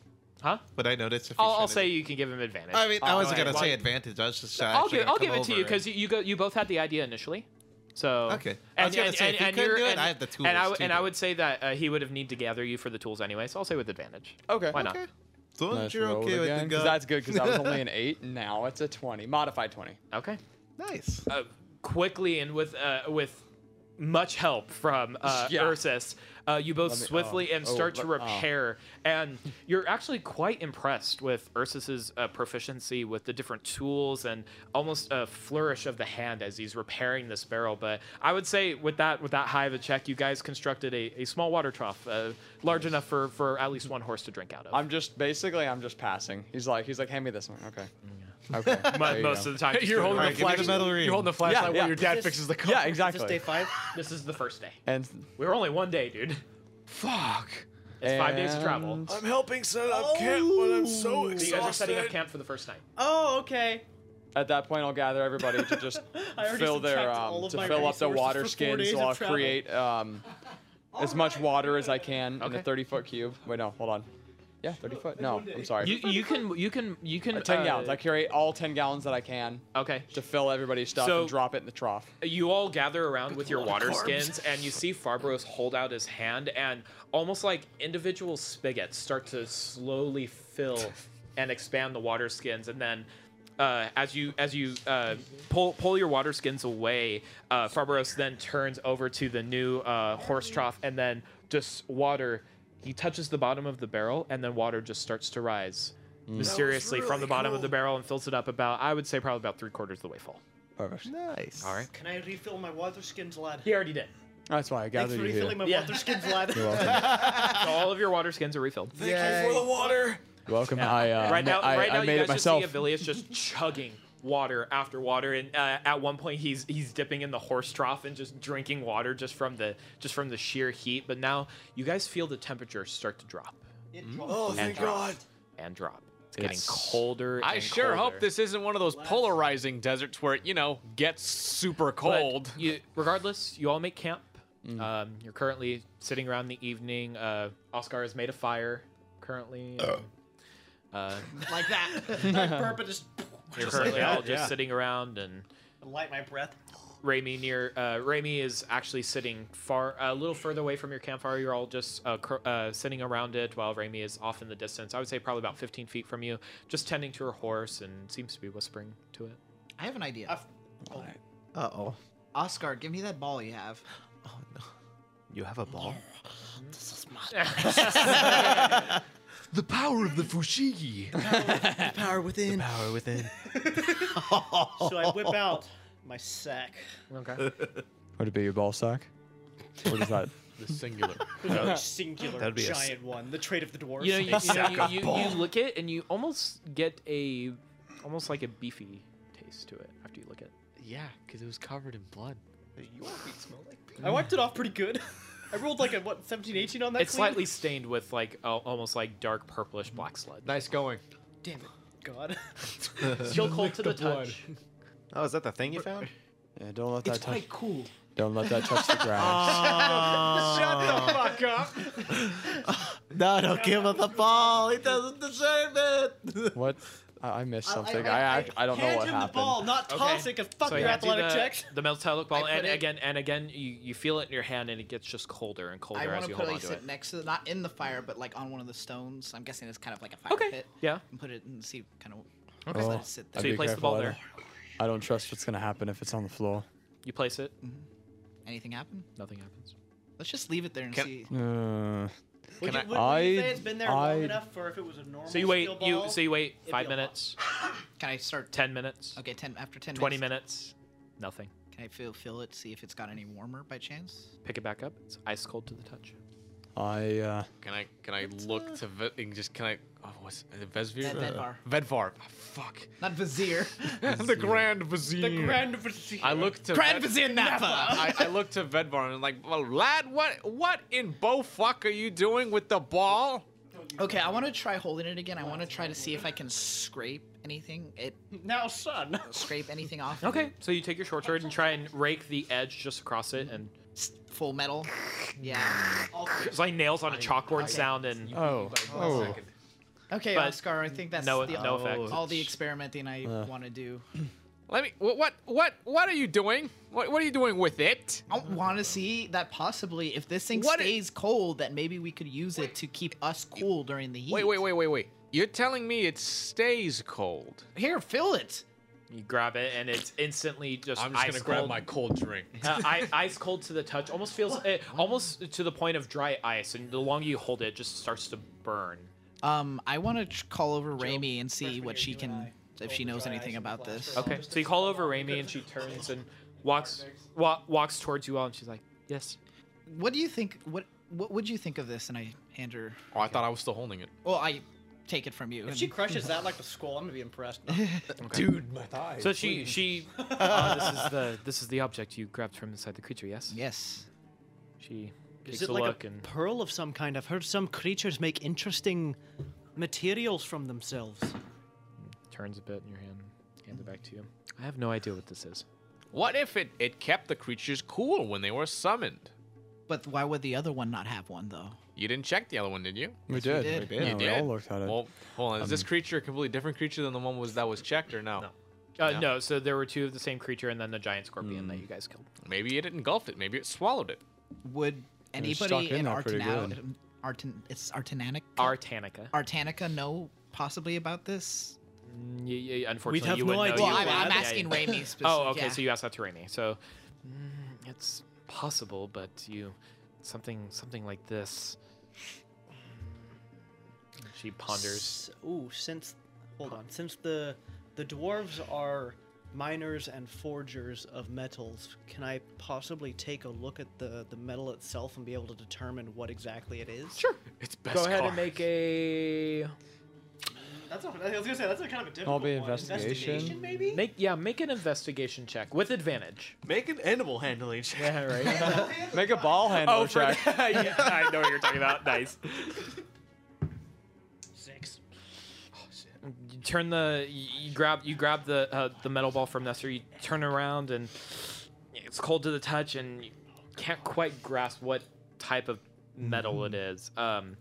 Huh? Would I notice if he's I'll, trying I'll to say do- you can give him advantage. I mean, I Uh, wasn't okay. gonna say Well, advantage. I was just. Uh, I'll actually give, gonna I'll give come it to over you and- because you, you, go, you both had the idea initially. So Okay. I was gonna say, if you couldn't you're- do it, I have the tools And I, w- to and do I it. would say that uh, he would have need to gather you for the tools anyway. So I'll say with advantage. Okay. Why not? Okay. So long as Let's you're roll okay with the again, 'cause gun. That's good because that was only an eight. and Now it's a twenty, modified twenty. Okay. Nice. Uh, quickly and with uh, with much help from uh, Yeah. Ursus, uh, you both Let me- swiftly oh, and oh, start to but- oh. repair. And you're actually quite impressed with Ursus's uh, proficiency with the different tools and almost a flourish of the hand as he's repairing this barrel. But I would say with that with that high of a check, you guys constructed a, a small water trough, uh, large enough for, for at least one horse to drink out of. I'm just basically I'm just passing. He's like he's like hand me this one. Okay. Okay. Mo- there you most go. of the time, just go to Alright, give me the metal ring. Yeah, yeah. This- Yeah, exactly. five? This is the first day. And We were only one day, dude. Fuck. It's five days of travel. And- I'm helping set up camp, but I'm so So you guys are setting up exhausted. camp for the first night. Oh, okay. At that point, I'll gather everybody to just I already fill their subtract all um, of to my fill up the resources for water four skin, days so of I'll travel. create um, as much water as I can in a Okay. 30 foot cube. Wait, no, hold on. Yeah, 30 foot. No, I'm sorry. You, you can you can you can Uh, 10 uh, gallons. I create all 10 gallons that I can. Okay. To fill everybody's stuff So- and drop it in the trough. You all gather around with your That's a lot water of carbs. skins, and you see Farbros hold out his hand, and almost like individual spigots start to slowly fill and expand the water skins, and then. Uh, as you as you uh, pull pull your water skins away, uh, Farbros then turns over to the new uh, horse trough, and then just water. He touches the bottom of the barrel, and then water just starts to rise Mm. mysteriously That was from the really bottom of cool. the barrel and fills it up about I would say probably about three quarters of the way full. Perfect. Nice. All right. Can I refill my water skins, lad? He already did. That's why I Thanks gathered for you here. refilling my water skins, lad. You're welcome. So all of your water skins are refilled. Thank you for the water. You're welcome. I, uh, right ma- now, I, right I now, made you it guys myself. just see Avilius just chugging water after water, and uh, at one point he's he's dipping in the horse trough and just drinking water just from the just from the sheer heat. But now you guys feel the temperature start to drop. Oh, Mm. and thank drop, God. And drop. It's Yes. getting colder. I and sure colder. hope this isn't one of those polarizing deserts where it, you know, gets super cold. But you, regardless, you all make camp. Mm. Um, you're currently sitting around in the evening. Uh, Oscar has made a fire currently. Oh. Uh, Like that. I burp and just. Just you're like currently that, all just yeah. sitting around, and Light my breath. Raimi near uh, Raimi is actually sitting far a little further away from your campfire. You're all just uh, cur- uh, sitting around it, while Raimi is off in the distance. I would say probably about 15 feet from you, just tending to her horse, and seems to be whispering to it. I have an idea. Uh oh. Oscar, give me that ball you have. You have a ball. The power of the Fushigi. The power within. The power within. so I whip out my sack. Okay. Would it be your ball sack? What is that? the singular. The singular That'd be a s- giant one. The trait of the dwarves. You know, you, you, know, you, you, you look it and you almost get a, almost like a beefy taste to it after you look at. Yeah, because it was covered in blood. I wiped it off pretty good. I rolled like a, what, 17, 18 on that? It's clean? slightly stained with like al- almost like dark purplish black sludge. Nice going. Damn it. God. Still cold to the touch. Oh, is that the thing you found? Yeah, don't let that touch. cool. Don't let that touch the ground. Shut the fuck up. No, don't give him the ball. He doesn't deserve Uh, it. what? I, I missed something. I, I, I, don't know what happened. not toxic, and fuck your you do athletic the, checks. The metallic ball, I and put it- again and again, you, you feel it in your hand, and it gets just colder and colder I want as to you hold on place to it it. next to the, not in the fire, but like on one of the stones. I'm guessing it's kind of like a fire pit. Yeah. And put it and see kind of Okay. Oh, Just let it sit there. I'd So you be place the careful ball I there. don't- I don't trust what's gonna happen if it's on the floor. You place it. Anything happen? Nothing happens. Let's just leave it there and see. Uh, Would Can you- would- would you say it's been there long enough for if it was a normal So you wait. steel You ball, so you wait it'd five be a lot. minutes. Can I start? Ten minutes. Okay, ten after ten. Twenty minutes. minutes. Nothing. Can I feel feel it? See if it's got any warmer by chance. Pick it back up. It's ice cold to the touch. I uh, Can I can I look to Ve- and just can I? Oh, what's uh, Vesvir? Ved- Vedvar. Vedvar. Oh, fuck. Not vizier. the Grand Vizier. The Grand Vizier. I look to Grand Ved- Vizier Napa. I, I look to Vedvar and I'm like, well, lad, what what in bo fuck are you doing with the ball? Okay, I want to try holding it again. I want to try to see if I can scrape anything. It now, son. Scrape anything off. of Okay. it. So you take your short sword and try and rake the edge just across it, and Full metal. Yeah. it's like nails on a chalkboard Okay. sound. And oh oh. Okay, But Oscar. I think that's no- the, no effect. all the experimenting I Uh. want to do. Let me. What what what what are you doing? What what are you doing with it? I want to see that possibly if this thing What i- stays cold, that maybe we could use it to keep us cool during the heat. Wait wait wait wait wait. You're telling me it stays cold? Here, fill it. You grab it, and it's instantly just. I'm just ice gonna grab cold. my cold drink. uh, I, ice cold to the touch. Almost feels it, almost to the point of dry ice, and the longer you hold it, it just starts to burn. Um, I want to call over Raimi and see what she can, if she knows anything about this. Okay, so you call over Raimi, and she turns and walks wa- walks towards you all, and she's like, "Yes." What do you think? What What would you think of this? And I hand her. Oh, I thought I was still holding it. Well, I take it from you. If and- she crushes that like the skull, I'm gonna be impressed. Dude, my thighs. So she she uh, this is the this is the object you grabbed from inside the creature. Yes. Yes. She takes Is it a like look a and pearl of some kind? I've heard some creatures make interesting materials from themselves. turns a bit in your hand, hands it back to you. I have no idea what this is. What if it, it kept the creatures cool when they were summoned? But why would the other one not have one though? You didn't check the other one, did you? We did. We did. You Yeah, we did? all looked at it. Well, hold on. Is this creature a completely different creature than the one was that was checked or no? Uh, Yeah. No, so there were two of the same creature, and then the giant scorpion that you guys killed. Maybe it engulfed it. Maybe it swallowed it. Would stuck anybody in in there pretty Artanau, good. Artan, it's Artananica, Artanica. Artanica know possibly about this? Mm, y- y- unfortunately, have you would no Oh, know. idea You Well, I'm- would- I'm yeah, asking yeah. Raimi Oh, specific- okay. yeah. So you asked that to Raimi. So mm, it's possible, but you something something like this. She ponders. S- ooh, since hold on, since the the dwarves are miners and forgers of metals, can I possibly take a look at the the metal itself and be able to determine what exactly it is? Sure. It's Go ahead and make a. That's a, I was gonna say that's a kind of a difficult Probably one. Investigation, maybe. Make yeah, make an investigation check with advantage. Make an animal handling check. Yeah, right. make a ball handler oh, for- check. yeah, I know what you're talking about. Nice. Six. You turn the you you grab you grab the uh, the metal ball from Nestor. You turn around and it's cold to the touch, and you can't quite grasp what type of metal it is. Um,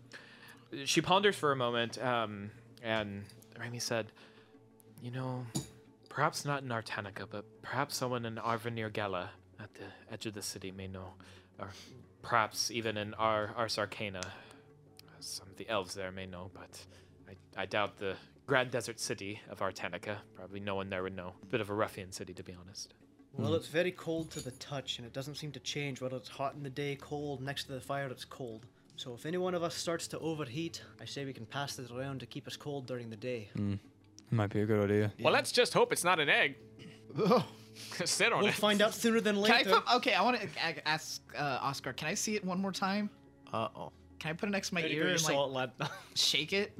she ponders for a moment, um, and Raimi said, "You know, perhaps not in Artanica, but perhaps someone in Arvenir Gala at the edge of the city may know, or perhaps even in Ar Ars Arcana, some of the elves there may know, but." I, I doubt the Grand Desert City of Artanica. Probably no one there would know. Bit of a ruffian city, to be honest. Well, it's very cold to the touch, and it doesn't seem to change. Whether it's hot in the day, cold next to the fire, it's cold. So if any one of us starts to overheat, I say we can pass this around to keep us cold during the day. Mm, might be a good idea. Well, let's just hope it's not an egg. Oh, Sit on We'll it. find out sooner than Can I later. put, okay, I want to ask uh, Oscar. Can I see it one more time? Uh oh. Can I put it next to my There you ear go, you and saw like shake it?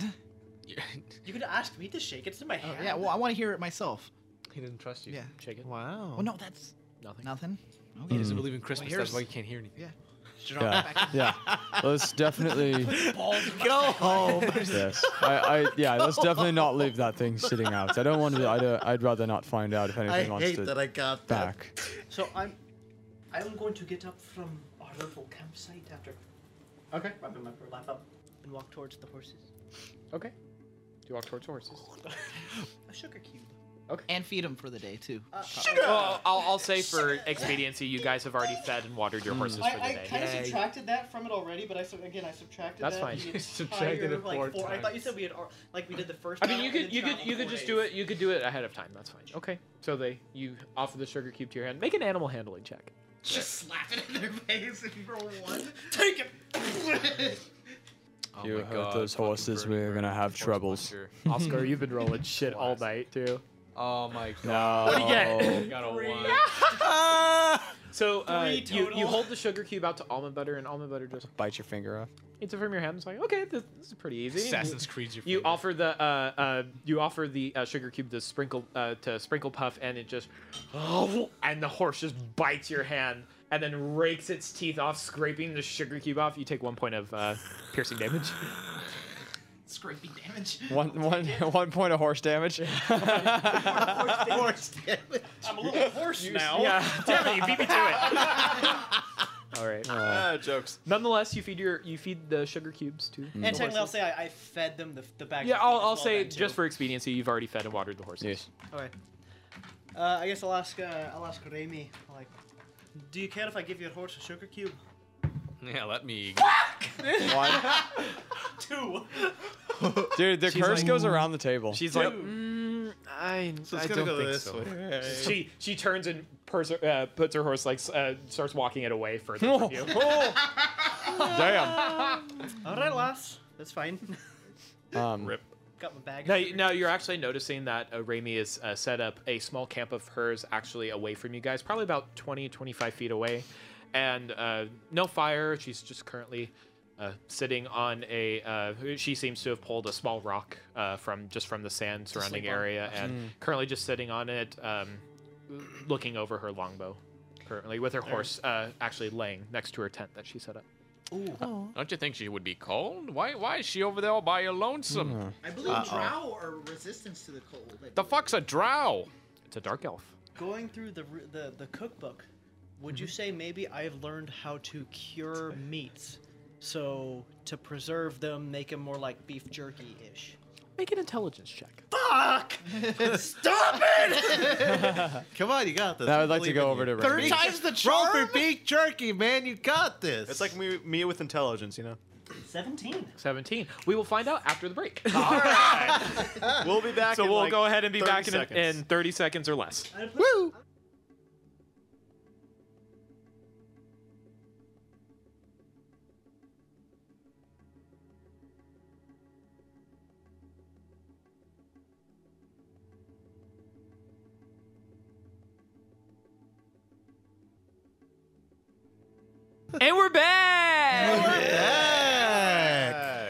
You could ask me to shake. It's in Oh, my hand. yeah. Well, I want to hear it myself. He didn't trust you. Yeah. Shake it. Wow. Well, no, that's nothing. Nothing. He Mm. doesn't believe in Well, Christmas. here's- that's why he can't hear anything. Yeah. Yeah, yeah. Let's definitely. Go home. Yes. I, I, yeah, let's definitely not leave that thing sitting out. I don't want to. I don't, I'd rather not find out if anything wants hate to that I got that. back. So I'm I'm going to get up from our little campsite after. Okay. Wrapping my burlap up. and walk towards the horses. Okay. Do you walk towards horses? A sugar cube. And feed them for the day too. Well, I'll, I'll say for expediency, you guys have already fed and watered your horses for the I, I day. kind of subtracted that from it already, but I sub- again I subtracted That's that. fine. the You entire, subtracted it like, four four- I times. thought you said we had al- like we did the first. I mean, round and you could then you could traveled you could four just days. do it. You could do it ahead of time. That's fine. Okay. So they you offer the sugar cube to your hand. Make an animal handling check. Just slap it in their face and roll one. Take it. you hurt those horses, we're gonna have troubles. Oscar, you've been rolling shit all night too. Oh my No. What do you get? Got a one. so uh, Three you, you total. hold the sugar cube out to almond butter, and almond butter just Bite your finger off. eats it from your hand. It's like, okay, this, this is pretty easy. And Assassin's you- Creed's your You offer the uh, uh, you offer the uh, sugar cube to sprinkle uh, to sprinkle puff, and it just and the horse just bites your hand and then rakes its teeth off, scraping the sugar cube off. You take one point of uh, piercing damage. Scraping damage. One, one, one point of horse damage. horse damage. I'm a little hoarse now. Yeah, Oh. damn it, you beat me to it. Uh, All right. Ah, jokes. Nonetheless, you feed your you feed the sugar cubes too. And technically, I'll say I, I fed them the, the bag. yeah, of I'll, feed as I'll well say then, too. just for expediency, you've already fed and watered the horses. Yes. Okay. Uh, I guess I'll ask. Uh, I'll ask Raimi. Like, do you care if I give your horse a sugar cube? Yeah, let me. Two. Dude, the She's curse like, goes around the table. She's like, mm, I, So it's I gonna go don't think this so. way. She she turns and pers- uh, puts her horse like s- uh, starts walking it away further from you. Damn. All right, lass. That's fine. Um, Rip. Got my bag. of Now, sugar now you're actually noticing that uh, Raimi has uh, set up a small camp of hers actually away from you guys, probably about 20, 25 feet away. And uh, no fire. She's just currently uh, sitting on a. Uh, she seems to have pulled a small rock uh, from just from the sand surrounding sleep on. area and Mm. currently just sitting on it, um, looking over her longbow currently with her There. horse uh, actually laying next to her tent that she set up. Don't you think she would be cold? Why? Why is she over there all by her lonesome? I believe Uh-oh. drow are resistance to the cold. The fuck's a drow? It's a dark elf. Going through the r- the, the cookbook, would Mm-hmm. you say maybe I've learned how to cure meats? So to preserve them, make them more like beef jerky ish. Make an intelligence check. Fuck! Stop Come on, you got this. Now I'd We like to believe go in over you. to Third Raimi. time's the charm. Roll for beak jerky, man. You got this. It's like me, me with intelligence, you know. 17. 17. We will find out after the break. We'll be back. So in we'll like go ahead and be 30 back in, seconds. in 30 seconds or less. Woo! And we're back!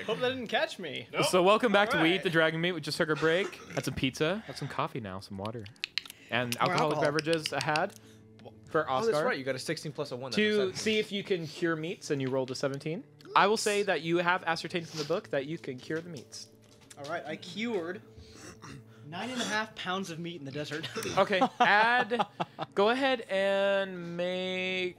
Hope that didn't catch me. So welcome back to We Eat the Dragon Meat. We just took our break. Had some pizza. Had some coffee now. Some water. And More alcoholic alcohol. beverages I had for Oh, Oscar. that's right. You got a 16 plus a one. that's a to seven. see if you can cure meats, and you rolled a 17. I will say that you have ascertained from the book that you can cure the meats. All right, I cured nine and a half pounds of meat in the desert. Okay, add. Go ahead and make.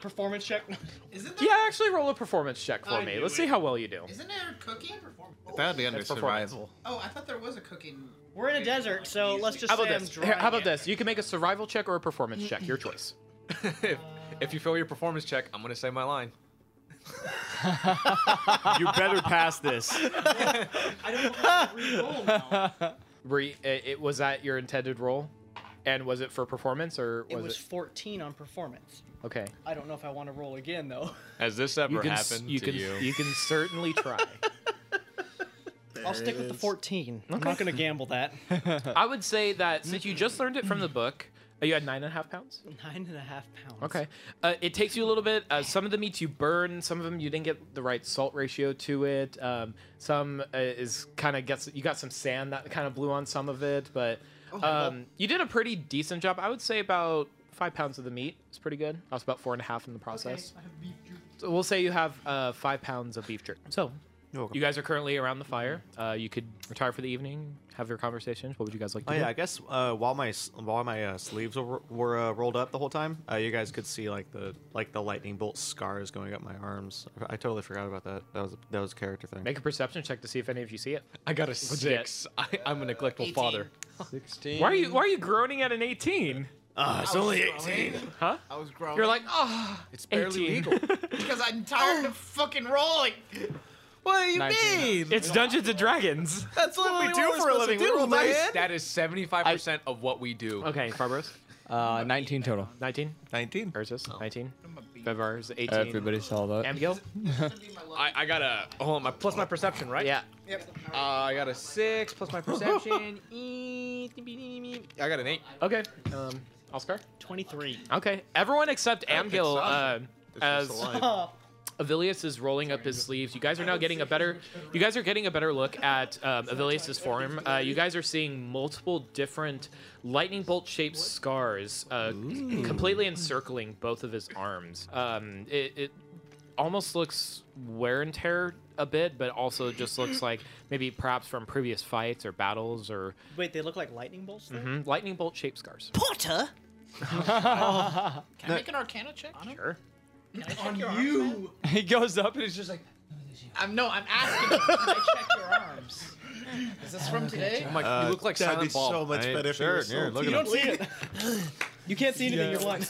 Performance check. Isn't Yeah, actually roll a performance check for I me. knew Let's it. see how well you do. Isn't there cooking and performance? That'd be under That's performance. survival. Oh, I thought there was a cooking. We're in a desert, so let's just How about say I'm this? Here, dry. How about this? You can make a survival check or a performance check. Your choice. If you fail your performance check, I'm gonna say my line. You better pass this. I don't have to re-roll now. Were you, it, it- was that your intended role, and was it for performance or It was it? was 14 on performance. Okay. I don't know if I want to roll again though. Has this ever can s- happened you to can, you? You can certainly try. I'll stick with the 14. I'm Okay. not gonna gamble that. I would say that since you just learned it from the book, uh, you had nine and a half pounds. Nine and a half pounds. Okay. Uh, it takes you a little bit. Uh, some of the meats you burn. Some of them you didn't get the right salt ratio to it. Um, some uh, is kind of gets you got some sand that kind of blew on some of it, but um, you did a pretty decent job. I would say about five pounds of the meat is pretty good. I was about four and a half in the process. So we'll say you have uh, five pounds of beef jerky. So you guys are currently around the fire. Uh, you could retire for the evening, have your conversations. What would you guys like to Oh do? yeah, I guess uh, while my s- while my uh, sleeves were, were uh, rolled up the whole time, uh, you guys could see like the like the lightning bolt scars going up my arms. I totally forgot about that. That was that was a character thing. Make a perception check to see if any of you see it. I got a What'd you get? six. I, I'm a neglectful father. Sixteen. Why are you Why are you groaning at an eighteen? Ah, it's I was only groaning. 18. Huh? I was groaning. You're like, oh, It's barely legal. because I'm tired of fucking rolling. What do you 19. mean? It's Dungeons and Dragons. That's what we do for a living. Dude, Roll dice. that is 75% of what we do. Okay, Farbros. Uh, 19 total. 19? 19. Ursus, Oh. 19. Bevar's 18. Everybody saw that. Amgil? I, I got a. Oh, my. Plus my perception, right? Yeah. Yep. Uh, I got a 6 plus my perception. I got an 8. Okay. Um, Oscar? 23. Okay. Everyone except I don't think Amgil, so. uh, It's as just alive. Avilius is rolling up his sleeves. You guys are now getting a better. You guys are getting a better look at um, Avilius's form. Uh, you guys are seeing multiple different lightning bolt shaped scars, uh, completely encircling both of his arms. Um, it, it almost looks wear and tear a bit, but also just looks like maybe perhaps from previous fights or battles or Wait, they look like lightning bolts? though? mhm, lightning bolt shaped scars. Potter? Can I make an Arcana check? on him? Sure. Can I check your arms, man? he goes up and he's just like, I'm no, I'm asking. you, Can I check your arms? Is this from today? Oh my, you look like Silent that'd be Bob. so much I- better if sure, you were yeah, so look at teeth. him. see it. You can't see anything. You're blind.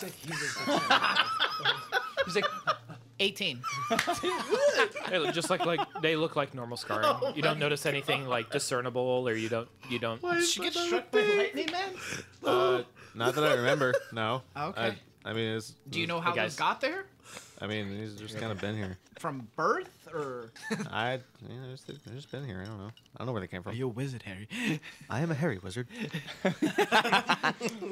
He's like 18. They look just like like they look like normal scarring. Oh you don't my notice anything like discernible, or you don't you don't. Did she get struck by lightning, man? Uh, not that I remember. No. Okay. I, I mean, it's. Do you know how guys. those got there? I mean, he's just kind of been here. From birth or? I, you know, just, they've just been here. I don't know. I don't know where they came from. Are you a wizard, Harry? I am a hairy wizard.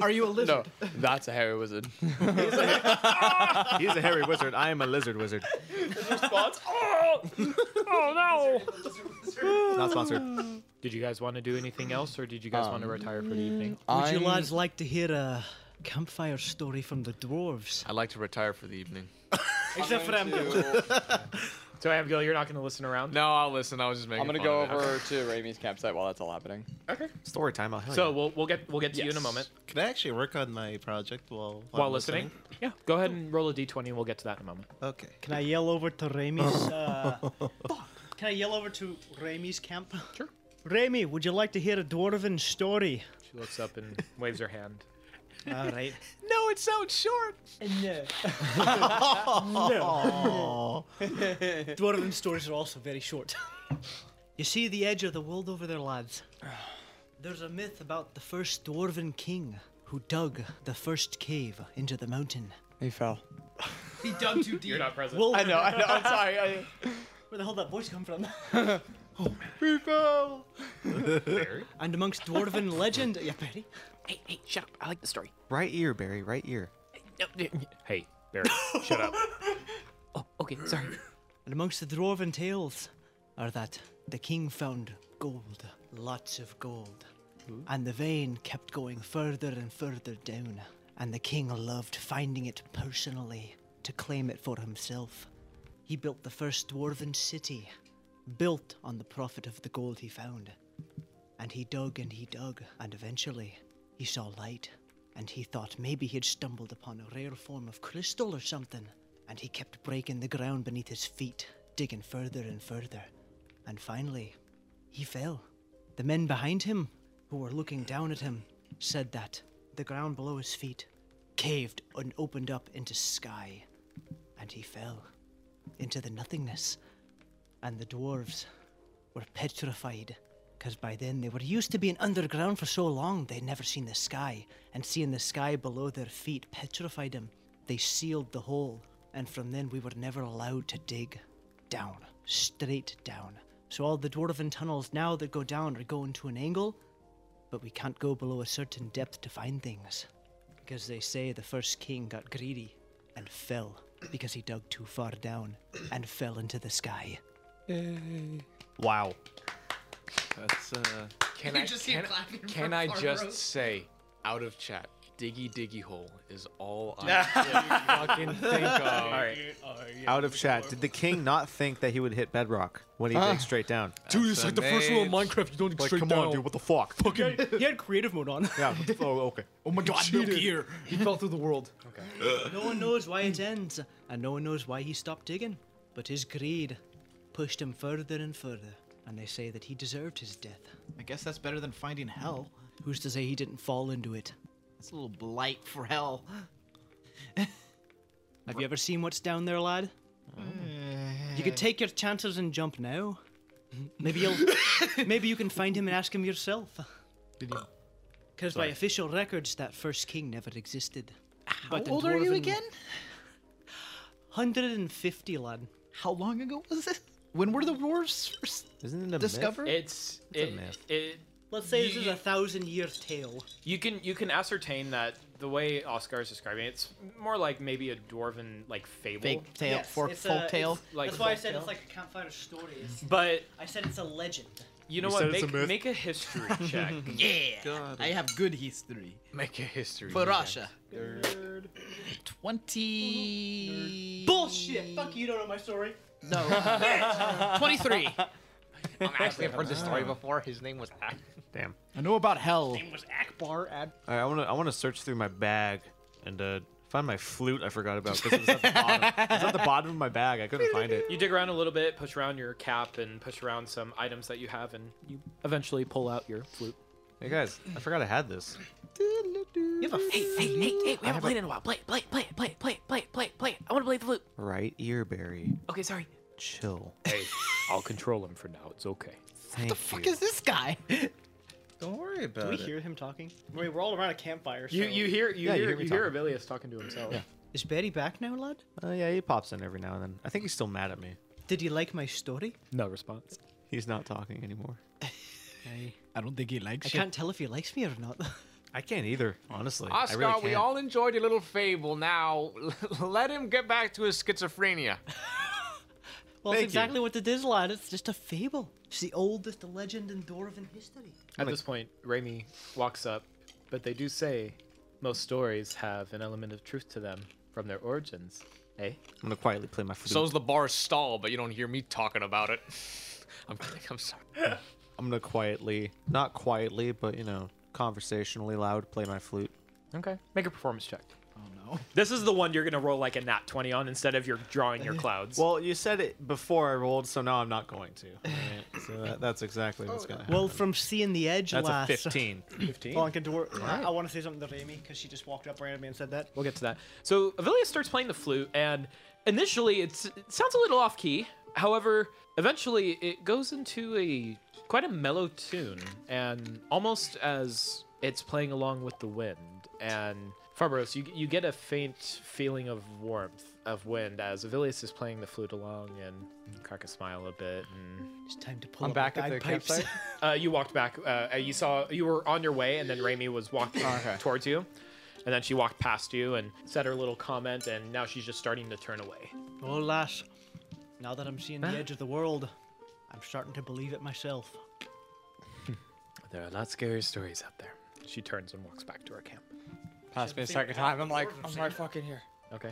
Are you a no, that's a hairy wizard. He's a hairy wizard. I am a lizard wizard. Response. Oh, oh no! Not sponsored. Did you guys want to do anything else, or did you guys want to retire for the evening? Would you lads like to hear a campfire story from the dwarves? I'd like to retire for the evening. Except for them. So Abigail, you're not going to listen around. No, I'll listen. I was just making I'm gonna fun go of it. over to Raimi's campsite while that's all happening. Okay. Story time. I'll So we'll we'll get we'll get to you in a Yes. moment. Can I actually work on my project while While listening, yeah, go ahead and roll a d20, and we'll get to that in a moment. Okay. Can I yell over to Raimi's? Uh, can I yell over to Raimi's camp? Sure. Raimi, would you like to hear a dwarven story? She looks up and waves her hand. All right. No, it sounds short. No. Dwarven stories are also very short. you see the edge of the world over there, lads. There's a myth about the first dwarven king who dug the first cave into the mountain. He fell. He dug too deep. You're not present. Well, I know, I know. I'm sorry. I, Where the hell did that voice come from? he fell. and amongst dwarven legend, yeah, Betty. Hey, hey, shut up! I like the story. Right ear, Barry. Right ear. Hey, Barry, shut up. Oh, okay, sorry. And amongst the dwarven tales are that the king found gold, lots of gold. And the vein kept going further and further down. And the king loved finding it personally to claim it for himself. He built the first dwarven city, built on the profit of the gold he found. And he dug and he dug, and eventually he saw light. And he thought maybe he had stumbled upon a rare form of crystal or something. And he kept breaking the ground beneath his feet, digging further and further. And finally, he fell. The men behind him, who were looking down at him, said that the ground below his feet caved and opened up into sky. And he fell into the nothingness. And the dwarves were petrified because by then they were used to being underground for so long they'd never seen the sky, and seeing the sky below their feet petrified them. They sealed the hole, and from then we were never allowed to dig down, straight down. So all the dwarven tunnels now that go down are going to an angle, but we can't go below a certain depth to find things. Because they say the first king got greedy and fell because he dug too far down and fell into the sky. Wow. That's uh. Can You I just hear can, clapping from can I far just rows. say out of chat, diggy diggy hole is all I can fucking think of. All right. Out of chat. Did the king not think that he would hit bedrock when he digs straight down? Dude, it's like the first rule of Minecraft. You don't dig straight down. what the fuck? Fucking. He had creative mode on. yeah. Oh, okay. Oh my god, milk ear. He fell through the world. No one knows why it ends, and no one knows why he stopped digging. But his greed pushed him further and further, and they say that he deserved his death. I guess that's better than finding hell. Who's to say he didn't fall into it? It's a little blight for hell. Have you ever seen what's down there, lad? You could take your chances and jump now. Maybe you'll, maybe you can find him and ask him yourself. Because by Sorry. official records, that first king never existed. How old are you again? Hundred and fifty, lad. How long ago was it? When were the dwarves first Isn't it discovered? It's It's a it, myth. it- Let's say you- this is a thousand year tale. You can you can ascertain that the way Oscar is describing it, it's more like maybe a dwarven like fable, Fake tale, Yes, fork- it's a- folk tale. it's- like That's why I folk said tale. it's like a campfire story. It's- But- I said it's a legend. You know what? Make, make a history check. yeah, I have good history. Make a history for check. Russia. Twenty. Bullshit! Fuck you! Don't know my story. No. Twenty-three. I'm actually I've heard this story before. His name was Ak. Damn. I know about hell. Name was Akbar. Ad- All right, I want to I want to search through my bag and uh, find my flute. I forgot about because it's at the bottom. It's at the bottom of my bag. I couldn't find it. You dig around a little bit, push around your cap, and push around some items that you have, and you eventually pull out your flute. Hey guys, I forgot I had this. You have a hey, hey, Nate, Nate, we I have haven't played a- in a while. Play, it, play, it, play, it, play, it, play, it, play, it, play, it, play. it. I want to play the flute. Right earberry. Okay, sorry. Chill. Hey, I'll control him for now. It's okay. Thank Fuck you. is this guy? Don't worry about Do we hear him talking? I mean, we're all around a campfire. You so- you hear you Yeah, you hear hear me you hear Avilius talking to himself. Is Betty back now, lad? Uh, yeah, he pops in every now and then. I think he's still mad at me. Did you like my story? No response. He's not talking anymore. I, I don't think he likes can't tell if he likes me or not. I can't either, honestly. I Oscar, really we can't. all enjoyed your little fable. Now let him get back to his schizophrenia. well, Thank it's you. exactly what it is, lad. It's just a fable. It's the oldest legend in Dwarven history. At this point, Raimi walks up, but they do say most stories have an element of truth to them from their origins. Eh? I'm gonna quietly play my flute. So's the bar stall, but you don't hear me talking about it. I'm kidding. I'm sorry. I'm gonna quietly, not quietly, but you know, conversationally loud, play my flute. Okay. Make a performance check. Oh no. This is the one you're gonna roll like a nat twenty on instead of your drawing your clouds. Well, you said it before I rolled, so now I'm not going to. Alright, so that, that's exactly what's gonna happen. Well, from seeing the edge, That's a lass. 15. 15? Well, I can dwar- Alright. I want to say something to Raimi because she just walked up right at me and said that. We'll get to that. So Avilius starts playing the flute, and initially it's, it sounds a little off key. However, eventually it goes into a quite a mellow tune, and almost as it's playing along with the wind. And Farbros, you you get a faint feeling of warmth of wind as Avilius is playing the flute along, and you crack a smile a bit. And It's time to pull up my bagpipes. uh, you walked back. Uh, you saw you were on your way, and then Raimi was walking towards you, and then she walked past you and said her little comment, and now she's just starting to turn away. oh, lass. Now that I'm seeing the Huh? edge of the world, I'm starting to believe it myself. There are a lot scarier stories out there. She turns and walks back to her camp. Pass me a second time. I'm like, I'm right fucking here. Okay.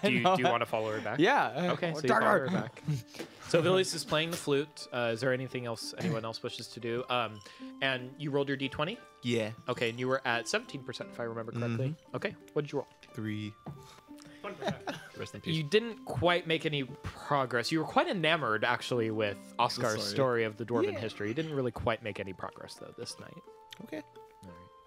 do you, do you want to follow her back? Yeah, uh, Okay. or So you dark follow her art. back. So Vilius is playing the flute. Uh, is there anything else anyone else wishes to do? Um, and you rolled your d20. Yeah. Mm-hmm. Okay, and you were at 17% if I remember correctly. Okay, what did you roll? Three. Rest in peace. You didn't quite make any progress. You were quite enamored, actually, with Oscar's Sorry. story of the dwarven Yeah. history. You didn't really quite make any progress though this night. Okay.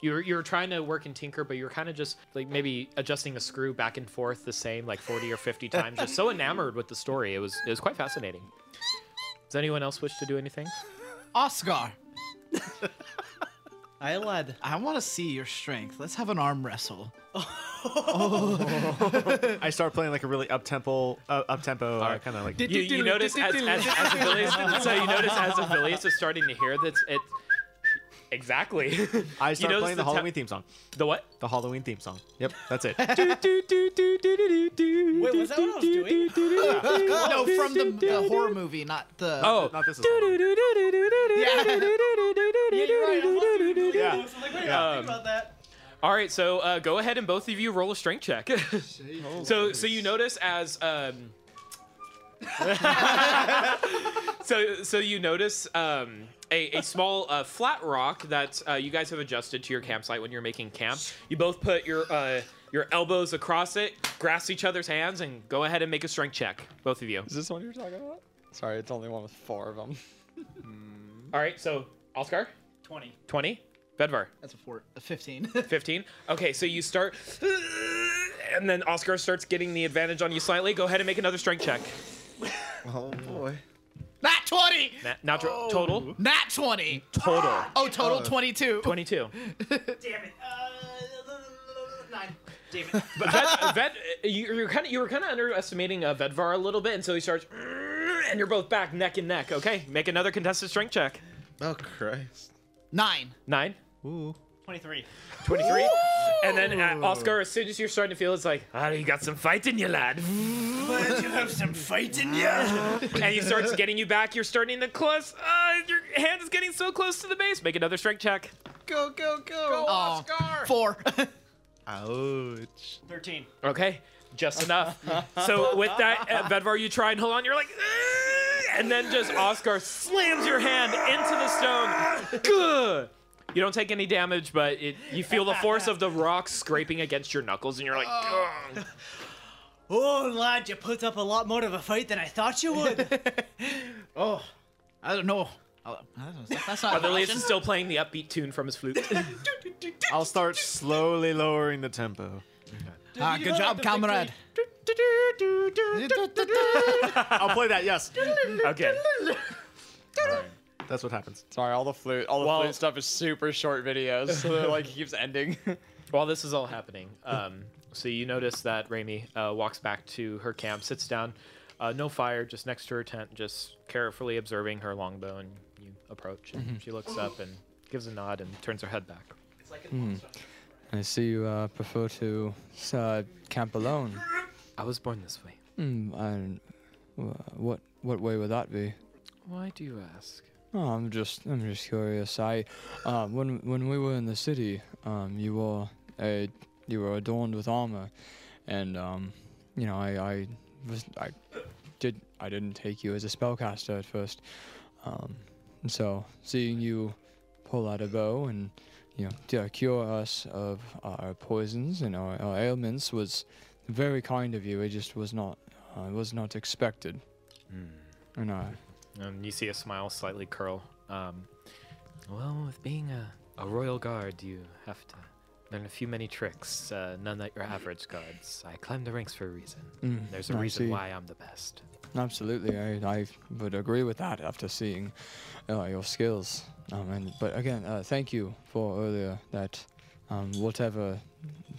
You were, you were trying to work and tinker, but you were kind of just like maybe adjusting a screw back and forth the same like 40 or 50 times. just so enamored with the story, it was it was quite fascinating. Does anyone else wish to do anything? Oscar. I lad. I want to see your strength. Let's have an arm wrestle. I start playing like a really up tempo, uh, up tempo uh, kind of like. you, you notice as, as, as Avilius, so you notice as Avilius is starting to hear that it's exactly. I You start notice playing the, te- Halloween theme song. The what? The Halloween theme song. Yep, that's it. Wait, was that what I was doing? Oh, no, from the, the horror movie, not the. Oh. not this. Yeah. yeah, you're right. I was doing really Yeah. close. I'm like, wait, I Yeah. didn't think about that. All right, so uh, go ahead and both of you roll a strength check. so, so you notice as um, so so you notice um, a, a small uh, flat rock that uh, you guys have adjusted to your campsite when you're making camp. You both put your uh, your elbows across it, grasp each other's hands, and go ahead and make a strength check, both of you. Is this one you're talking about? Sorry, it's only one with four of them. All right, so Oscar, Twenty. twenty, Bedvar. That's a four, a 15. 15. Okay, so you start, and then Oscar starts getting the advantage on you slightly. Go ahead and make another strength check. Oh boy. Not 20! Nat, nat total. Not 20! Total. Oh, total Uh, 22. 22. Damn it. Uh, nine. Damn it. But Ved, Ved, you, you're kind of you were kind of underestimating uh, Vedvar a little bit, and so he starts, and you're both back neck and neck. Okay, make another contested strength check. Oh Christ. Nine. Nine. Ooh. 23. 23. And then uh, Oscar, as soon as you're starting to feel, it's like, ah, you got some fight in you, lad. Glad you have some fight in you. and he starts getting you back. You're starting to close. Uh, your hand is getting so close to the base. Make another strength check. Go, go, go. Go, Oscar. Uh, Four. Ouch. 13. Okay, just enough. so with that, uh, Bedvar, you try and hold on. You're like, "Ah," and then just Oscar slams your hand into the stone. Good. You don't take any damage, but it, you feel the force of the rock scraping against your knuckles, and you're like, Oh, lad, you put up a lot more of a fight than I thought you would. Oh, I don't know. I'll- I don't know. That's not an Otherleaves option. is still playing the upbeat tune from his flute. I'll start slowly lowering the tempo. Ah, good job, comrade. I'll play that. Yes. Okay. That's what happens. Sorry, all the flute, all the Well- flute stuff is super short videos, so they're like keeps ending. While this is all happening, um, so you notice that Raimi uh, walks back to her camp, sits down, uh, no fire, just next to her tent, just carefully observing her longbow, and you approach, and Mm-hmm. she looks up and gives a nod and turns her head back. Hmm. I see you uh, prefer to uh, camp alone. I was born this way. Hmm. I, wh- what what way would that be? Why do you ask? Oh, I'm just I'm just curious. I uh, when when we were in the city, um, you were a you were adorned with armor, and um, you know I I was I did I didn't take you as a spellcaster at first, um, and so seeing you pull out a bow and you know to cure us of our poisons and our, our ailments was very kind of you. It just was not uh, was not expected, and I. And you see a smile slightly curl. Um, well, with being a, a royal guard, you have to learn a few many tricks, uh, none that your average guards. I climbed the ranks for a reason. Mm, There's a I reason see. why I'm the best. Absolutely, I, I would agree with that after seeing uh, your skills. Um, and but again, uh, thank you for earlier that um, whatever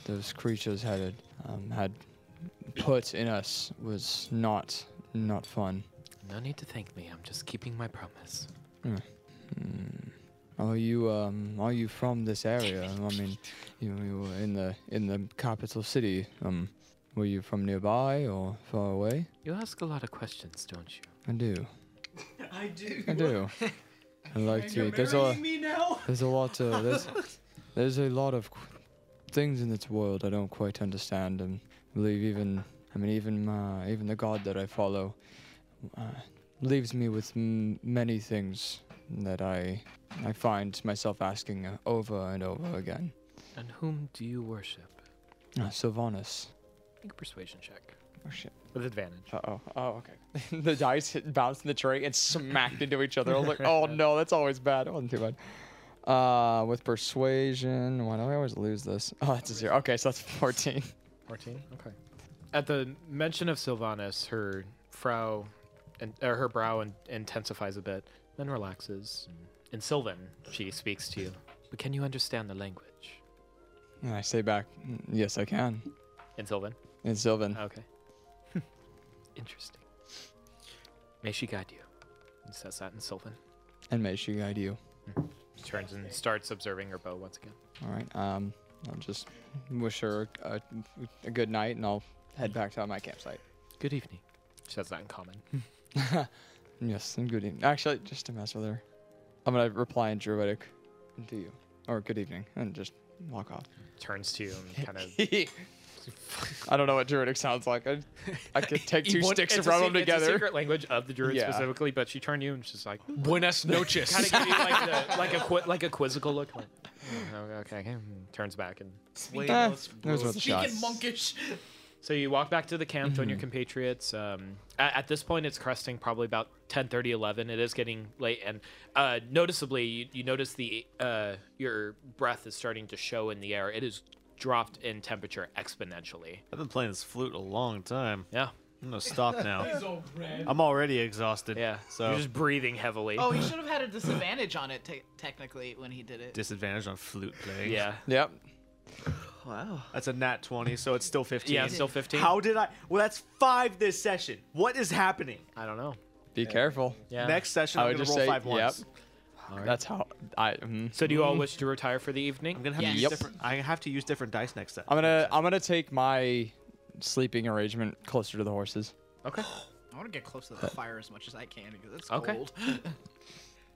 those creatures had um, had put in us was not not fun. No need to thank me. I'm just keeping my promise. Mm. Mm. Are you um are you from this area? I mean, you, you were in the in the capital city. Um, were you from nearby or far away? You ask a lot of questions, don't you? I do. I do. I do. I like And to. you're There's a marrying me now? there's a lot of there's there's a lot of qu- things in this world I don't quite understand, and I believe even I mean even uh, even the god that I follow uh, leaves me with m- many things that I I find myself asking uh, over and over again. And whom do you worship? Uh, Sylvanas. Make a persuasion check. Oh shit. With advantage. Uh oh. Oh okay. the dice hit, bounced in the tray and smacked into each other. I was like, oh no, that's always bad. It wasn't too bad. Uh, with persuasion, why do I always lose this? Oh, that's a zero. Okay, so that's fourteen. 14? Okay. At the mention of Sylvanas, her frow and uh, her brow in, intensifies a bit, then relaxes. In Sylvan, she speaks to you. But can you understand the language? And I say back, "Mm, yes, I can. In Sylvan? Ah, It's Sylvan. Okay. Interesting. May she guide you. He says that in Sylvan. And may she guide you. Turns and starts observing her bow once again. All right. Um, I'll just wish her a, a good night, and I'll head back to my campsite. Good evening. She says that in common. Yes, and good evening. Actually, just to mess with her, I'm gonna reply in Druidic to you, or good evening, and just walk off. Turns to you and kind of I don't know what Druidic sounds like. I, I could take two One- sticks and it's a rub them sec- It's a together. secret language of the druid Yeah. specifically, but she turned to you and she's like, Buenas noches. kind of give you like, the, like a qui- like a quizzical look. Like, Oh, "Mm, okay, okay, okay," and turns hmm, back and Eh, it was worth a shot. monkish. So you walk back to the camp, join your compatriots. Um, at, at this point, it's cresting probably about 10, 11. It is getting late, and uh, noticeably, you, you notice the uh, your breath is starting to show in the air. It is dropped in temperature exponentially. I've been playing this flute a long time. Yeah. I'm gonna stop He's now. all red. I'm already exhausted. Yeah. So You're just breathing heavily. Oh, he should have had a disadvantage on it te- technically when he did it. disadvantage on flute playing. Yeah. Yep. Wow. That's a nat 20, so it's still 15. Yeah, it's still 15. How did I? Well, that's five this session. What is happening? I don't know. Be careful. Yeah. Next session, I I'm would gonna just roll say, five ones. Yep. That's how I. mhm. So do you all Mhm. wish to retire for the evening? I'm gonna have to use different. I have to use different dice next time. I'm gonna I'm gonna take my sleeping arrangement closer to the horses. Okay. I want to get close to the fire as much as I can because it's Okay. cold.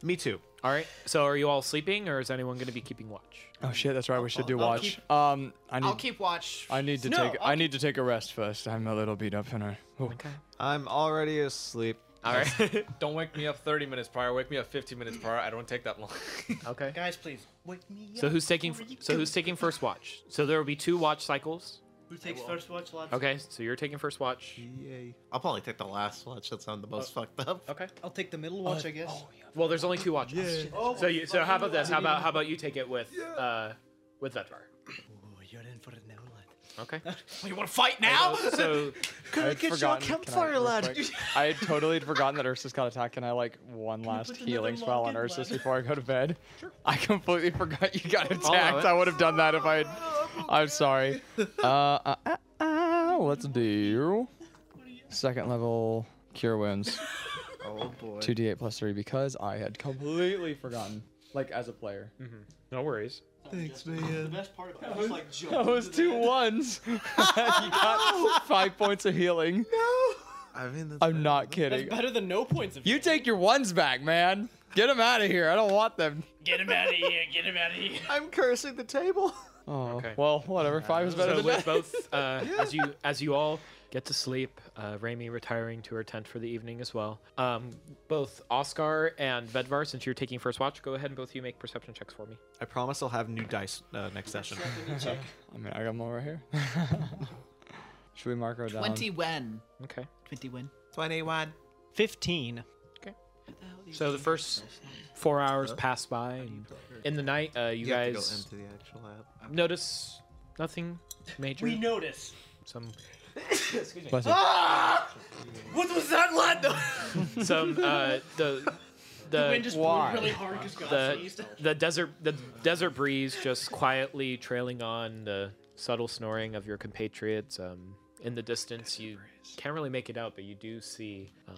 Me too. All right. So are you all sleeping, or is anyone going to be keeping watch? Oh shit, that's right. We should do I'll watch. keep- um, I need. I'll keep watch. I need to No, take. I'll I need to take a rest first. I'm a little beat up and I. Okay. I'm already asleep. All right. don't wake me up 30 minutes prior. Wake me up 15 minutes prior. I don't take that long. okay. Guys, please wake me So who's taking? So who's taking first watch? So there will be two watch cycles. Who takes first watch, lads? Okay. So you're taking first watch. Yay. I'll probably take the last watch. That sounded the most fucked up. Okay. I'll take the middle watch, Oh, I guess. Well, there's only two watches. Yeah. Oh, so you, so how about this? How fucking about how about you take it with uh with Vetvar? Oh, you're in for it now, lad. Okay. you want to fight now? now? So Could I get you a campfire, lad? I had totally forgotten that Ursus got attacked. Can I like one last healing spell on Ursus before I go to bed? I completely forgot you got Follow attacked. it. I would have done that if I had. I'm sorry. Uh, uh, uh, uh, let's do second level cure wounds. Oh boy. 2d8 plus 3 because I had completely forgotten, like as a player. No worries. Thanks, man. The best part about it was like That jumping. was two ones. you got five points of healing. No. I mean, I'm not kidding. That's better than no points of You take your ones back, man. Get them out of here. I don't want them. Get him out of here! Get him out of here! I'm cursing the table. Oh, well, whatever. Five is better so than that. with both uh, as you as you all get to sleep, uh, Raimi retiring to her tent for the evening as well. Um, both Oscar and Vedvar, since you're taking first watch, go ahead and both of you make perception checks for me. I promise I'll have new dice uh, next session. I mean, I got them all right here. Should we mark our down? Twenty when? Okay. Twenty when? 21. 15. So the first four hours pass by. And in the night, uh, you, You have to go guys into the actual app. notice nothing major. We notice. Some Bless you. Ah! What was that, lad? some uh, the the, The wind just blew Why? really hard 'cause God the, sneezed. the desert the desert breeze just quietly trailing on the subtle snoring of your compatriots um, in the distance you can't really make it out but you do see um,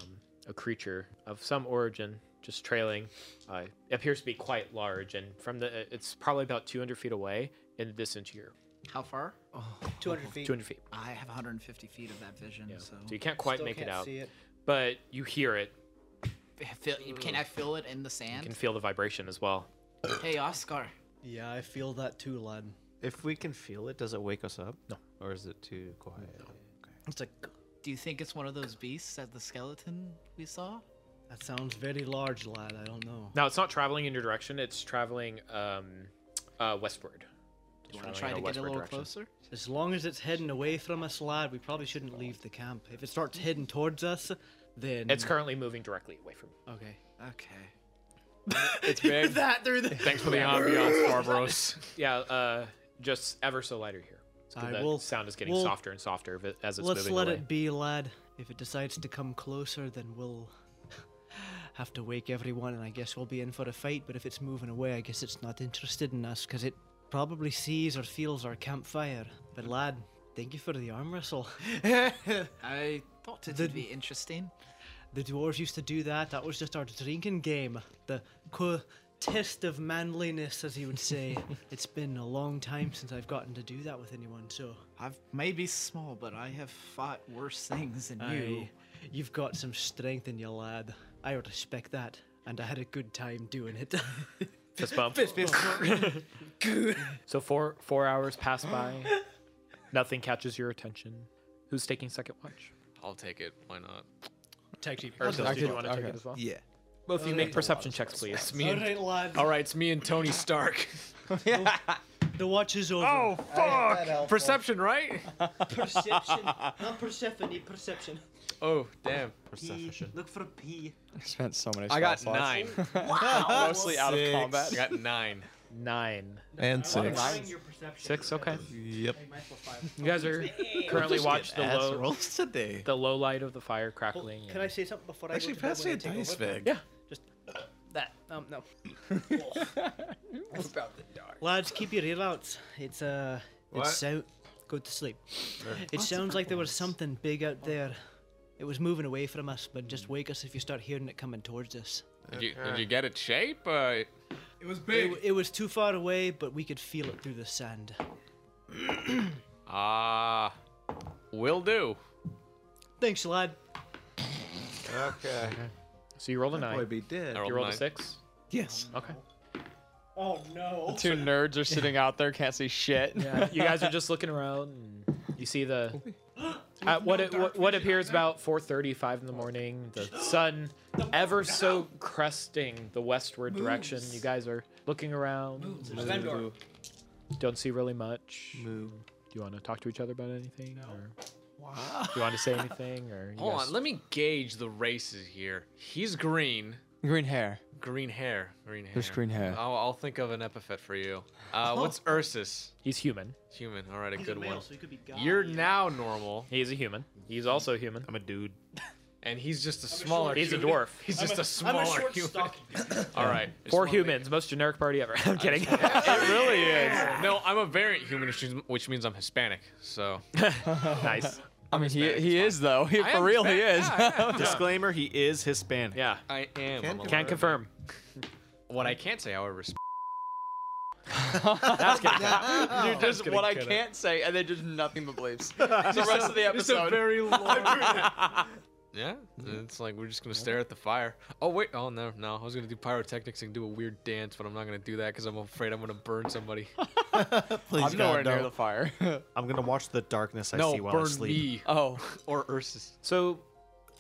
a creature of some origin just trailing uh, it appears to be quite large and from the uh, it's probably about 200 feet away in the distance here How far? Oh, 200 feet. 200 feet I have 150 feet of that vision, so. so you can't quite Still make can't it out see it. but you hear it Feel, can I feel it in the you sand? can feel the vibration as well Hey, Oscar. Yeah, I feel that too, lad. If we can feel it, does it wake us up? No. Or is it too quiet? It's like, Do you think it's one of those beasts at the skeleton we saw? that sounds very large, lad. I don't know. Now it's not traveling in your direction. It's traveling um, uh, westward. Do you It's want to try traveling to in get a westward little direction. closer? As long as it's heading away from us, lad, we probably shouldn't leave the camp. If it starts heading towards us, then. It's currently moving directly away from you. Okay. Okay. It's big. that through the. Thanks for the ambiance, Barbaros. yeah, uh, just ever so lighter here. It's 'cause I the will- sound is getting we'll- softer and softer vi- as it's Let's moving let away. it be, lad. If it decides to come closer, then we'll have to wake everyone, and I guess we'll be in for a fight. But if it's moving away, I guess it's not interested in us because it probably sees or feels our campfire. But, lad, thank you for the arm wrestle. I thought it would be interesting. The dwarves used to do that. That was just our drinking game. The qu- test of manliness, as you would say. it's been a long time since I've gotten to do that with anyone, so. I've maybe small, but I have fought worse things than you. Aye, You've got some strength in you, lad. I respect that, and I had a good time doing it. Fist bump. so four four hours pass by. Nothing catches your attention. Who's taking second watch? I'll take it. Why not? Tag team. Ursus, I did you could- want to I take it could. as well? Yeah. Both Oh, of you Okay. make perception checks, please. It's me and, all right, it's me and Tony Stark. The watch is over. Oh fuck! Perception, right? Perception. Not Persephone, perception. Oh damn. P. Look for P. I spent so many. I got spell slots. nine. Ah, Wow. Mostly out of Six. combat. I got nine. Nine. And I wanna six. nine. Six. Okay. Yep. You guys are We'll currently just watch get the ass low rolls today. The low light of the fire crackling. Oh, Can I say something before I Actually, go to bed pass when me I a take dice over? bag. Yeah. Just that. Um, no. Lads, keep your ear out. It's uh, What? it's out. Go to sleep. Yeah. It Lots of sounds like there was purples. something big out there. It was moving away from us, but just wake us if you start hearing it coming towards us. Did you, did you get its shape? Uh, It was big. It, was too far away, but we could feel it through the sand. Ah, will do. Thanks, lad. Okay. So you rolled a That nine. boy be dead. I You rolled rolled a nine. six. Yes. Okay. Oh no. The two nerds are sitting out there, can't see shit. Yeah, you guys are just looking around and you see the at what it, what, what appears about 4:35 in the morning, the sun ever so cresting the westward direction. You guys are looking around. There's Vendor. Don't see really much. Move. Do you want to talk to each other about anything or do you want to say anything or you Hold guys- on, let me gauge the races here. He's green. Green hair. Green hair. Green hair. There's green hair. I'll, I'll think of an epithet for you. Uh, what's Ursus? He's human. Human. All right, a Oh. He's a good male, one. so he could be God. You're now normal. He's a human. He's also human. I'm a dude. And he's just a smaller. short He's a human. dwarf. He's I'm just a- a, I'm a smaller short human. stock- All right. just Four wanna make- humans, most generic party ever. I'm kidding. it really is. No, I'm a variant human, which means- which means I'm Hispanic. So nice. I mean, he, he is though. He, I for am real, he Hispanic. is. Yeah, I am. Disclaimer: He is Hispanic. Yeah. I am. I'm a Can't confirm. What I can't say, however, is That's kidding. You're That's just kidding, what I kidding. can't say, and then just nothing but bleeps. the rest of the episode. It's a very long. yeah, it's like we're just gonna stare at the fire. Oh wait, oh no, no, I was gonna do pyrotechnics and do a weird dance, but I'm not gonna do that because I'm afraid I'm gonna burn somebody. Please I'm God, nowhere near don't. the fire. I'm gonna watch the darkness I No, see while I burn sleep. me. Oh, or Ursus. So,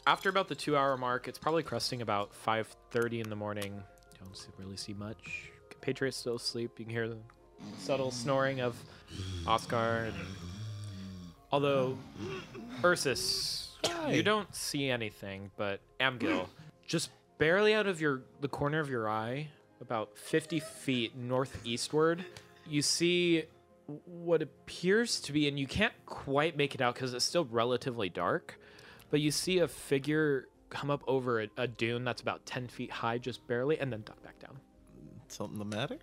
after about the two-hour mark, it's probably cresting about 5:30 in the morning. Don't see- really see much. Patriots still asleep. You can hear the subtle snoring of Oscar. And, although Ursus, you don't see anything, but Amgil, just barely out of your the corner of your eye, about 50 feet northeastward, you see what appears to be, and you can't quite make it out because it's still relatively dark, but you see a figure come up over a, a dune that's about 10 feet high, just barely, and then duck back down. Something the matter?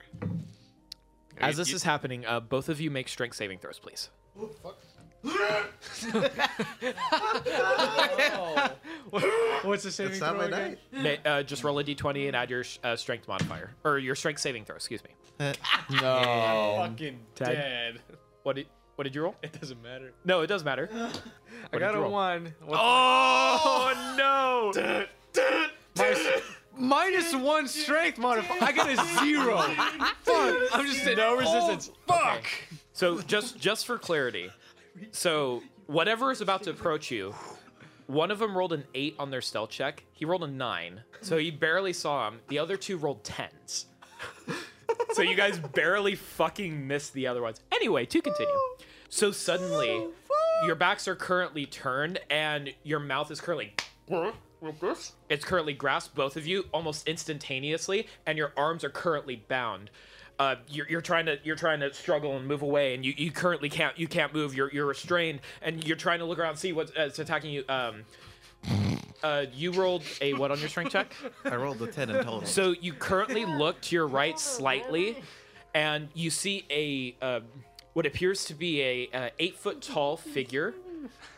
As this is happening, uh, both of you make strength saving throws, please. What's the saving That's not throw my again? knife. Ma- uh, just roll a d20 and add your sh- uh, strength modifier or your strength saving throw. Excuse me. No. I'm Ah, fucking Ted. dead. What did What did you roll? It doesn't matter. No, it does matter. I got a one. What's Oh no! my- minus one strength modifier. I got a zero. Fuck. I'm just no resistance. fuck. So just just for clarity, so whatever is about to approach you, one of them rolled an eight on their stealth check. He rolled a nine, so you barely saw him. The other two rolled tens, so you guys barely fucking missed the other ones. Anyway, to continue. So suddenly, your backs are currently turned and your mouth is currently. It's currently grasped, both of you, almost instantaneously, and your arms are currently bound. Uh, you're, you're trying to you're trying to struggle and move away, and you, you currently can't you can't move. You're you're restrained, and you're trying to look around and see what's uh, it's attacking you. Um, uh, you rolled a what on your strength check? I rolled a ten in total. So you currently look to your right slightly, and you see a uh, what appears to be a, uh eight foot tall figure,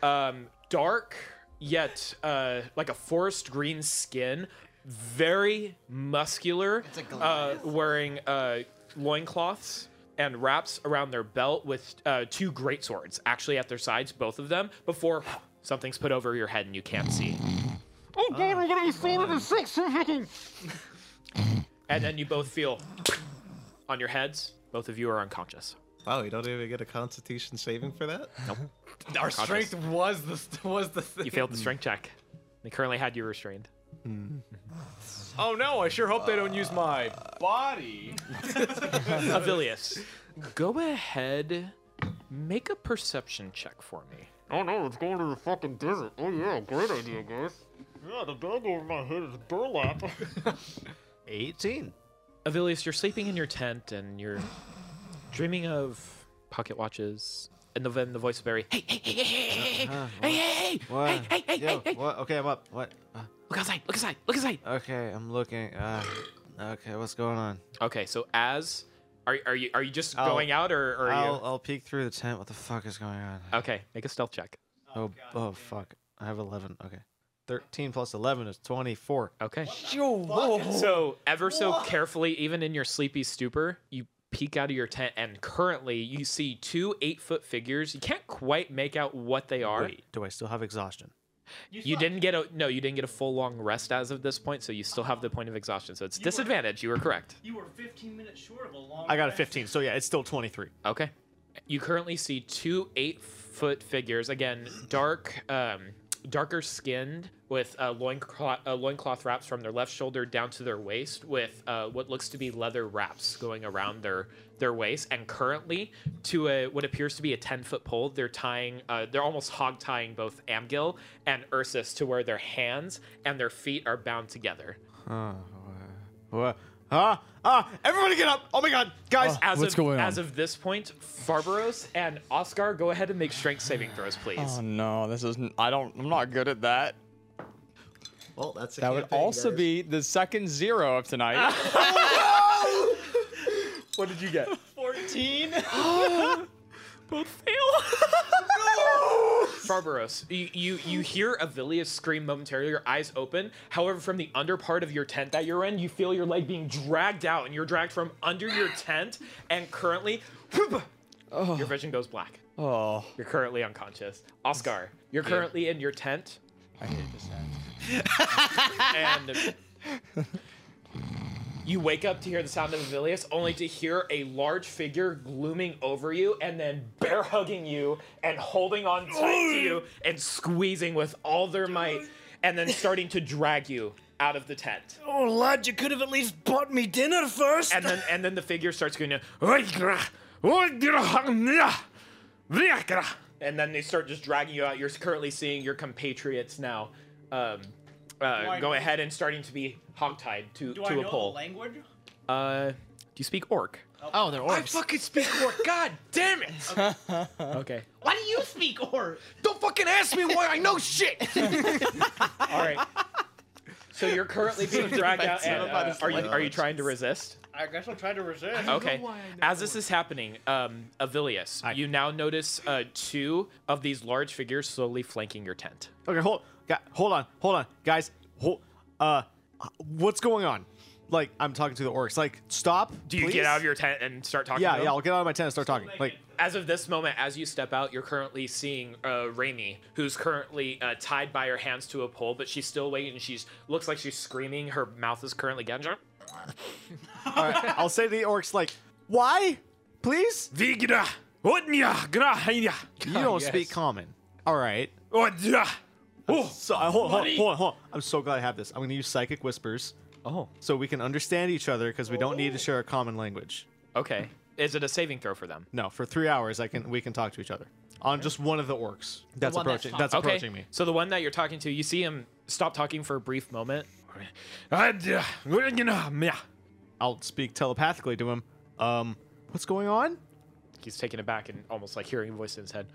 um, dark yet uh, like a forest green skin, very muscular, uh, wearing uh, loincloths and wraps around their belt with uh, two great swords actually at their sides, both of them, before something's put over your head and you can't see. Oh god, I'm gonna be thrown into six. And then you both feel on your heads. Both of you are unconscious. Wow, you don't even get a Constitution saving for that. Nope. Our Unconscious. strength was the was the thing. You failed the strength check. They currently had you restrained. Oh no! I sure hope they don't use my body. Avilius, Go ahead, make a perception check for me. Oh no, it's going to the fucking desert. Oh yeah, great idea, guys. Yeah, the bag over my head is burlap. 18. Avilius, you're sleeping in your tent and you're dreaming of pocket watches. And then the voice of Barry, hey, hey, hey, hey, hey, hey, Uh, hey, hey, what? hey, hey, hey, Yo, hey, hey, What? Okay, I'm up. What? Uh, look outside, look outside, look outside. Okay, I'm looking. Uh, okay, what's going on? Okay, so as, are, are you are you just going out or, or I'll, are you? I'll peek through the tent. What the fuck is going on? Okay, make a stealth check. Oh, oh fuck. I have 11. Okay. 13 plus 11 is 24. Okay. Whoa. So ever so Whoa. carefully, even in your sleepy stupor, you peek out of your tent, and currently you see two eight-foot figures. You can't quite make out what they are. Wait, do I still have exhaustion? You, didn't get a no. You didn't get a full long rest as of this point, so you still have the point of exhaustion. So it's disadvantage. You were correct. You were 15 minutes short of a long. I got a rest. 15, so yeah, it's still 23. Okay. You currently see two eight-foot figures. Again, dark, um, darker skinned, with uh, loincloth, uh, loincloth wraps from their left shoulder down to their waist, with uh, what looks to be leather wraps going around their their waist. And currently, to a what appears to be a ten-foot pole, they're tying. Uh, they're almost hog tying both Amgil and Ursus to where their hands and their feet are bound together. Huh. What? Ah, ah, everybody get up! Oh my god, guys! Ah, as of, As of this point, Farbaros and Oscar, go ahead and make strength saving throws, please. Oh no, this isn't. I don't. I'm not good at that. Well, that's that would also be the second zero of tonight. Oh, what did you get? 14. Both fail. Farbaros, you, you you hear Avilius scream momentarily, your eyes open. However, from the under part of your tent that you're in, you feel your leg being dragged out, and you're dragged from under your tent, and currently, your vision goes black. Oh. You're currently unconscious. Oscar, you're Yeah. currently in your tent. I hate this end. and you wake up to hear the sound of Avilius, only to hear a large figure glooming over you and then bear hugging you and holding on tight to you and squeezing with all their might and then starting to drag you out of the tent. Oh, lad, you could have at least bought me dinner first. And then and then the figure starts going to and then they start just dragging you out. You're currently seeing your compatriots now um, Do uh, I go know- ahead and starting to be hogtied to, Do to I know a pole. the language? Uh, do you speak orc? Oh, they're I fucking speak orc. God damn it. okay. Why do you speak or? Don't fucking ask me why I know shit. All right. So you're currently being dragged out. And, uh, are you are you trying to resist? I guess I'll try to resist. Okay. As this is happening, um, Avilius, you now notice uh, two of these large figures slowly flanking your tent. Okay, hold, gu- hold on, hold on, guys. Hold, uh, what's going on? Like, I'm talking to the orcs. Like, stop. Do you get out of your tent and start talking? Yeah, to them? yeah. I'll get out of my tent and start talking. Like, As of this moment, as you step out, you're currently seeing uh, Raimi, who's currently uh, tied by her hands to a pole, but she's still waiting. She's looks like she's screaming. Her mouth is currently getting. all right, I'll say to the orcs, like, why? Please. Vigra, odnya, grahaya. You don't Yes. speak common. All right. Odnya. Oh, so I hold, hold, buddy. hold, hold. I'm so glad I have this. I'm gonna use psychic whispers. Oh. So we can understand each other because we don't need to share a common language. Okay. Is it a saving throw for them? No, for three hours, I can we can talk to each other on just one of the orcs. That's one approaching. That's, Okay, approaching me. So the one that you're talking to, you see him stop talking for a brief moment. I'll speak telepathically to him. Um, what's going on? He's taken aback and almost like hearing a voice in his head.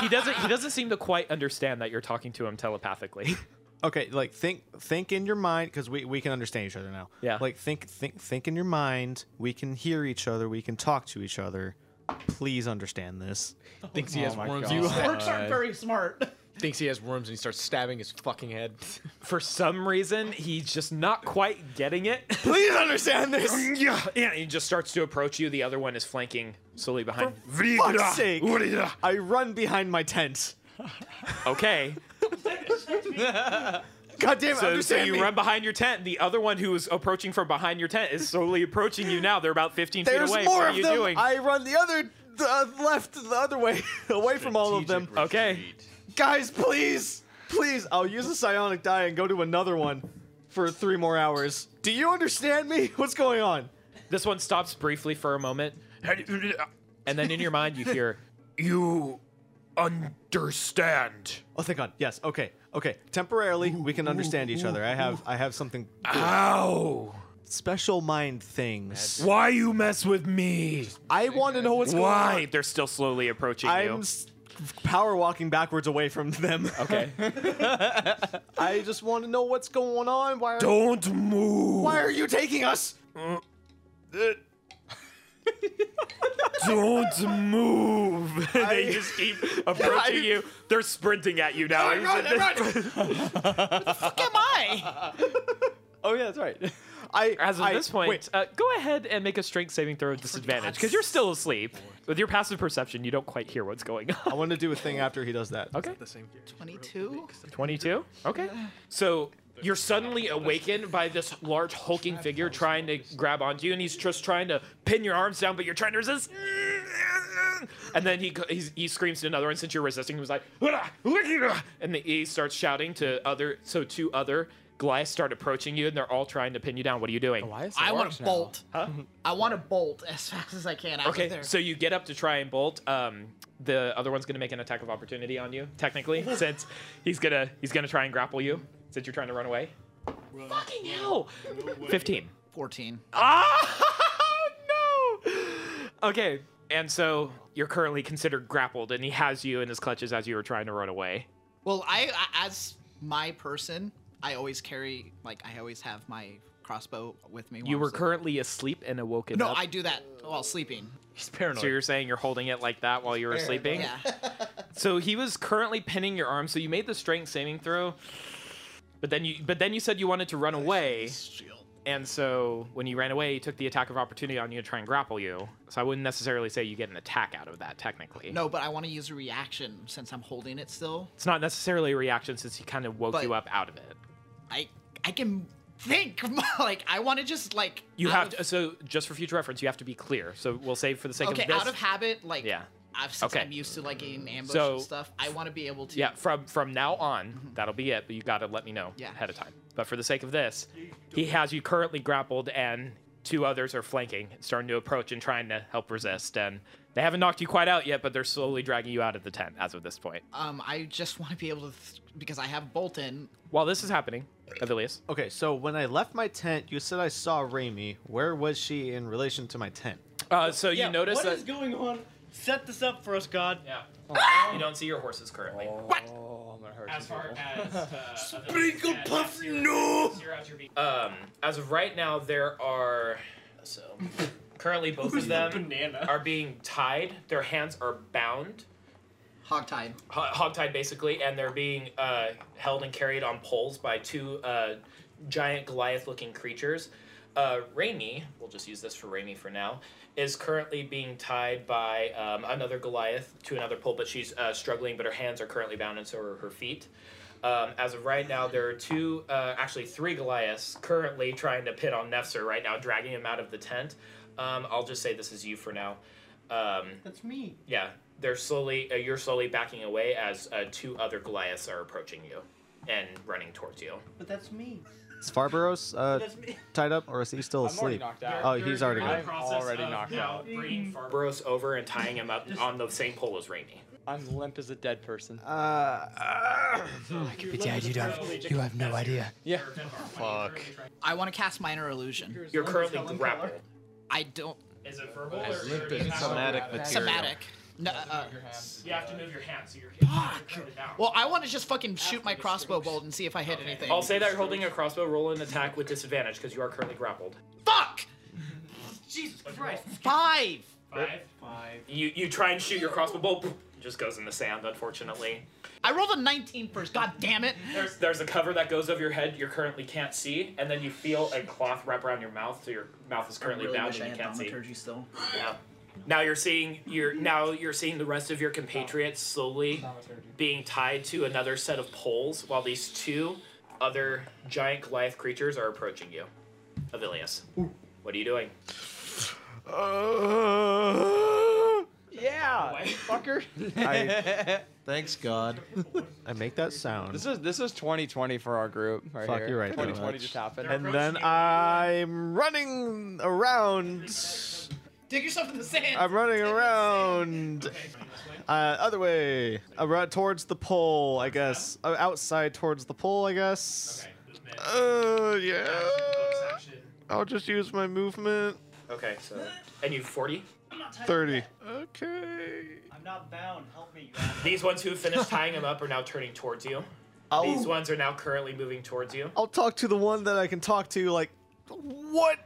He doesn't. He doesn't seem to quite understand that you're talking to him telepathically. Okay, like think think in your mind because we we can understand each other now. Yeah. Like think think think in your mind. We can hear each other. We can talk to each other. Please understand this. Thinks Oh he has worms. You orcs aren't very smart. Thinks he has worms and he starts stabbing his fucking head. For some reason, he's just not quite getting it. Please understand this. Yeah, and he just starts to approach you. The other one is flanking slowly behind. For fuck's sake! I run behind my tent. Okay. God damn it! So, so understand you me. run behind your tent, and the other one who is approaching from behind your tent is slowly approaching you now. They're about 15 There's feet away. more what of are you them. doing? I run the other the uh, left the other way away from all of them. Okay. Guys, please, please! I'll use a psionic die and go to another one. for three more hours. Do you understand me? What's going on? This one stops briefly for a moment, and then in your mind you hear, You understand. Oh, thank God. Yes. Okay. Okay. Temporarily, we can understand each other. I have. I have something. How? Special mind things. Why you mess with me? I want to know what's Why? going on. They're still slowly approaching you. I'm s- power walking backwards away from them. Okay. I just want to know what's going on. Why? Are, Don't move. Why are you taking us? Don't move. they just keep approaching you. They're sprinting at you now. Am I? Oh yeah, that's right. I As of I- this point, wait. uh, go ahead and make a strength saving throw at disadvantage because you're still asleep. With your passive perception, you don't quite hear what's going on. I want to do a thing after he does that. Okay. The same gear. 22? 22? Okay. So you're suddenly awakened by this large hulking figure trying to grab onto you, and he's just trying to pin your arms down, but you're trying to resist. And then he go- he's, he screams to another, and since you're resisting, he was like, "Hurrah! Hurrah!" and the, he starts shouting to other. So two other Goliaths start approaching you, and they're all trying to pin you down. What are you doing? I want to bolt. Huh? I want to bolt as fast as I can out Okay, of there. so you get up to try and bolt. Um, the other one's gonna make an attack of opportunity on you, technically, since he's gonna he's gonna try and grapple you since you're trying to run away. Fucking hell! Fifteen. 14. Ah, Okay, and so you're currently considered grappled, and he has you in his clutches as you were trying to run away. Well, I, I as my person, I always carry like I always have my crossbow with me. You while were I'm sleeping. currently asleep and awoken. No, up. I do that while sleeping. He's paranoid. So you're saying you're holding it like that while you were sleeping? Yeah. So he was currently pinning your arm. So you made the strength saving throw, but then you but then you said you wanted to run away. And so when you ran away, he took the attack of opportunity on you to try and grapple you. So I wouldn't necessarily say you get an attack out of that technically. No, but I want to use a reaction since I'm holding it still. It's not necessarily a reaction since he kind of woke But- you up out of it. I I can think like I want to just like You out have of- to, so just for future reference, you have to be clear. So we'll say for the sake okay of this. out of habit like yeah. I've since Okay. I'm used to like getting ambushed So- and stuff. I want to be able to. Yeah, from from now on, that'll be it. But you gotta let me know Yeah. ahead of time. But for the sake of this, he has you currently grappled, and two others are flanking, starting to approach and trying to help resist. And they haven't knocked you quite out yet, but they're slowly dragging you out of the tent as of this point. Um, I just want to be able to th- because I have bolt in. While this is happening, Avilius. Okay, so when I left my tent, you said I saw Raimi. Where was she in relation to my tent? Uh, so you notice What that is going on? Set this up for us, God. Ah! Yeah. you don't see your horses currently. What? Oh, I'm gonna hurt As you far people. as uh, Sprinkle puff, no. Um, as of right now, there are so currently both of them are being tied. Their hands are bound, Hogtied. ho- hogtied basically, and they're being uh, held and carried on poles by two uh, giant Goliath-looking creatures. Uh, Raimi, we'll just use this for Raimi for now, is currently being tied by um, another Goliath to another pole, but she's uh, struggling, but her hands are currently bound, and so are her feet. Um, as of right now, there are two, uh, actually three Goliaths currently trying to pit on Nefzer right now, dragging him out of the tent. Um, I'll just say this is you for now. Um, That's me. yeah, they're slowly. Uh, you're slowly backing away as uh, two other Goliaths are approaching you and running towards you. But that's me. Is Farbaros uh, That's me. tied up, or is he still I'm already asleep? knocked out. Oh, he's already I'm gone. already knocked out. Mm. Bringing Farbaros over and tying him up on the same pole as Raimi. I'm limp as a dead person. Uh, I could be dead. You don't. You have no idea. Yeah. Fuck. I want to cast minor illusion. You're currently grappled. I don't. Is it verbal or As limp as somatic material. Somatic. No, uh, You have to move your hand so you're. Fuck. well, I want to just fucking shoot my crossbow bolt and see if I hit anything. I'll say that you're holding a crossbow. Roll an attack with disadvantage because you are currently grappled. Fuck! Jesus Christ. Five. Five. Five. You you try and shoot your crossbow bolt. poof, Just goes in the sand, unfortunately. I rolled a 19 first. God damn it. There's, there's a cover that goes over your head you currently can't see, and then you feel a cloth wrap around your mouth, so your mouth is currently really bound wish I and you had can't see. thaumaturgy still. Yeah. Now you're seeing you're now you're seeing the rest of your compatriots slowly being tied to another set of poles while these two other giant Goliath creatures are approaching you. Uh, Avilius. What are you doing? Uh, Yeah, fucker. I- Thanks, God. I make that sound. This is this is 2020 for our group. Right Fuck, here. you're right. though. 2020 just happened. And then I'm running around. Dig yourself in the sand. I'm running around. Uh, other way. Around towards the pole, I guess. Uh, outside towards the pole, I guess. Uh, yeah. I'll just use my movement. Okay, so. And you 40? I'm not tied to 30. that. Okay. I'm not bound. Help me. These ones who finished tying him up are now turning towards you. Oh. These ones are now currently moving towards you. I'll talk to the one that I can talk to, like, what?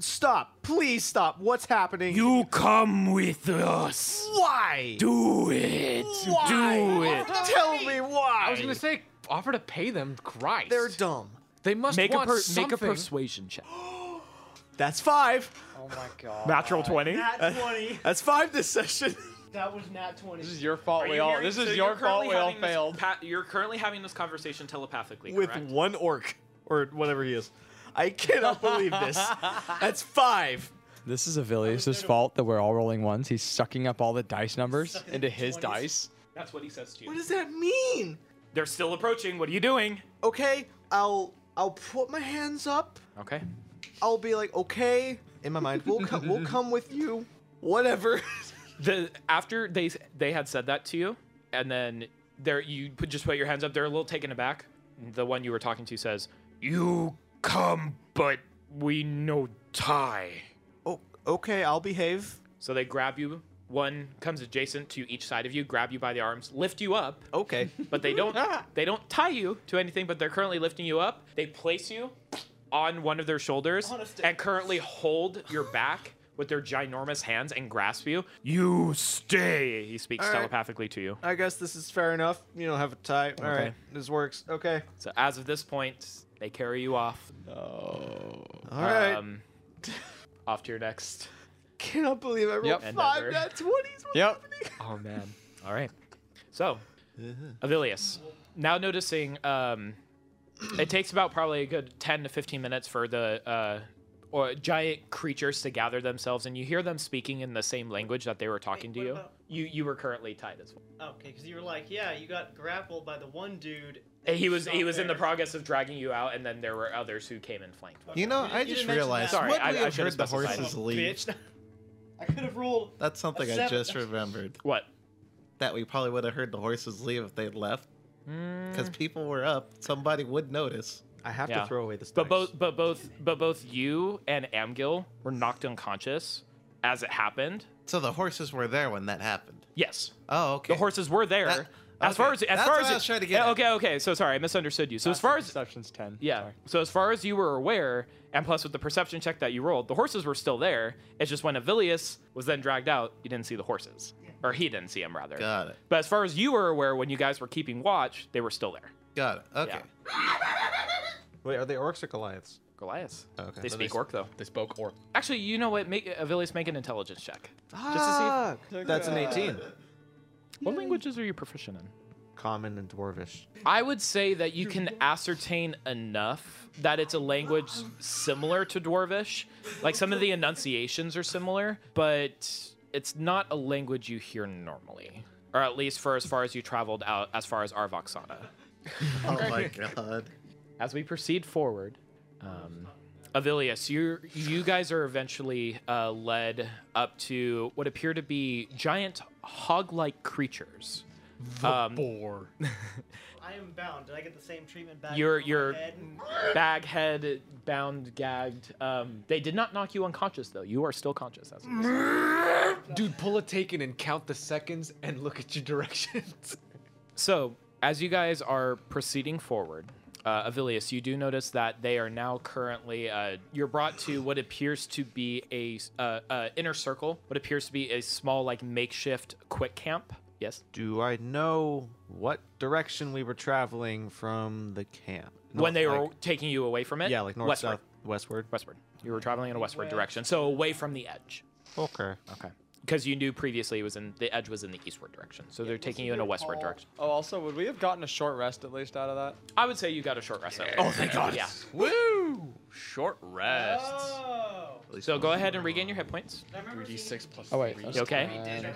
Stop. Please stop. What's happening? You come with us. Why? Do it. Why? Do it. Tell me why. I was gonna say offer to pay them. Christ. They're dumb. They must make want a per- something. make a persuasion check. That's five. Oh my god. Natural 20? Nat 20. Uh, That's five this session. That was not 20. This is your fault. we all. This is your fault. We all failed. you're currently having this conversation telepathically, with correct? one orc or whatever he is. I cannot believe this. That's five. This is Avilius's fault that we're all rolling ones. He's sucking up all the dice numbers into his dice. That's what he says to you. What does that mean? They're still approaching. What are you doing? Okay, I'll I'll put my hands up. Okay. I'll be like, okay, in my mind, we'll come, we'll come with you. Whatever. The after they they had said that to you, and then there you put, just put your hands up. They're a little taken aback. The one you were talking to says, "You come, but we no tie." Oh, okay. I'll behave. So they grab you. One comes adjacent to each side of you, grab you by the arms, lift you up. Okay. But they don't they don't tie you to anything. But they're currently lifting you up. They place you on one of their shoulders and currently hold your back with their ginormous hands and grasp you. You stay. He speaks All right. telepathically to you. I guess this is fair enough. You don't have a tie. All right, Okay. this works. Okay. So as of this point, they carry you off. Oh. All All right. off to your next. Cannot believe I rolled Yep. And five another. nat twenties. Yep. Oh man. All right. So, Avilius, now noticing um, it takes about probably a good 10 to 15 minutes for the uh, or giant creatures to gather themselves and you hear them speaking in the same language that they were talking to you. You you were currently tied as well. Okay, because you were like, yeah, you got grappled by the one dude. And He was he Stop was in the there. progress of dragging you out and then there were others who came and flanked. You know, I didn't just mention realized. that. Sorry, wouldn't I- we I have should've heard the specified. horses Son of a leave. I could have rolled. That's something a I seven. just remembered. What? That we probably would have heard the horses leave if they'd left. Hmm. Because people were up. Somebody would notice. I have Yeah. But both, but both, but both you and Amgil were knocked unconscious as it happened. So the horses were there when that happened. Yes. Oh, okay. The horses were there. As far okay. as as That's far what as I it- was trying to get Yeah, at. Okay, okay. So sorry, I misunderstood you. So as far as perception's ten. yeah. So as far as you were aware, and plus with the perception check that you rolled, the horses were still there. It's just when Avilius was then dragged out, you didn't see the horses, or he didn't see him rather. Got it. But as far as you were aware, when you guys were keeping watch, they were still there. Got it. Okay. Wait, are they orcs or Goliaths? Goliaths. Okay. They speak orc though. They spoke orc. Actually, you know what? Make Avilius make an intelligence check. Just to see. Fuck. That's an 18. What languages are you proficient in? Common and dwarvish. I would say that you can ascertain enough that it's a language similar to Dwarvish. Like some of the enunciations are similar, but it's not a language you hear normally. Or at least for as far as you traveled out, as far as Arvoxana. Oh my god. As we proceed forward, um, Avilius, you you guys are eventually uh, led up to what appear to be giant hog-like creatures. Um, I am bound. Did I get the same treatment back? your on my your head? bag head bound gagged um they did not knock you unconscious though you are still conscious as of this. Dude, pull a taken and count the seconds and look at your directions. so as you guys are proceeding forward uh, Avilius, you do notice that they are now currently. Uh, you're brought to what appears to be a s- uh, uh, inner circle. What appears to be a small, like makeshift quick camp. Yes. Do I know what direction we were traveling from the camp? when North- they were like- taking you away from it. yeah, like north, westward. south, westward. Westward. You were traveling in a westward direction, so away from the edge. Okay. Okay. Because you knew previously it was in the edge was in the eastward direction, so they're taking you in a westward direction. Oh, also, would we have gotten a short rest at least out of that? I would say you got a short rest. out of it. Oh, thank God. Yeah. Woo! Short rest. Oh. So go ahead and regain your hit points. 3d6 plus Oh, wait, three. that's You okay?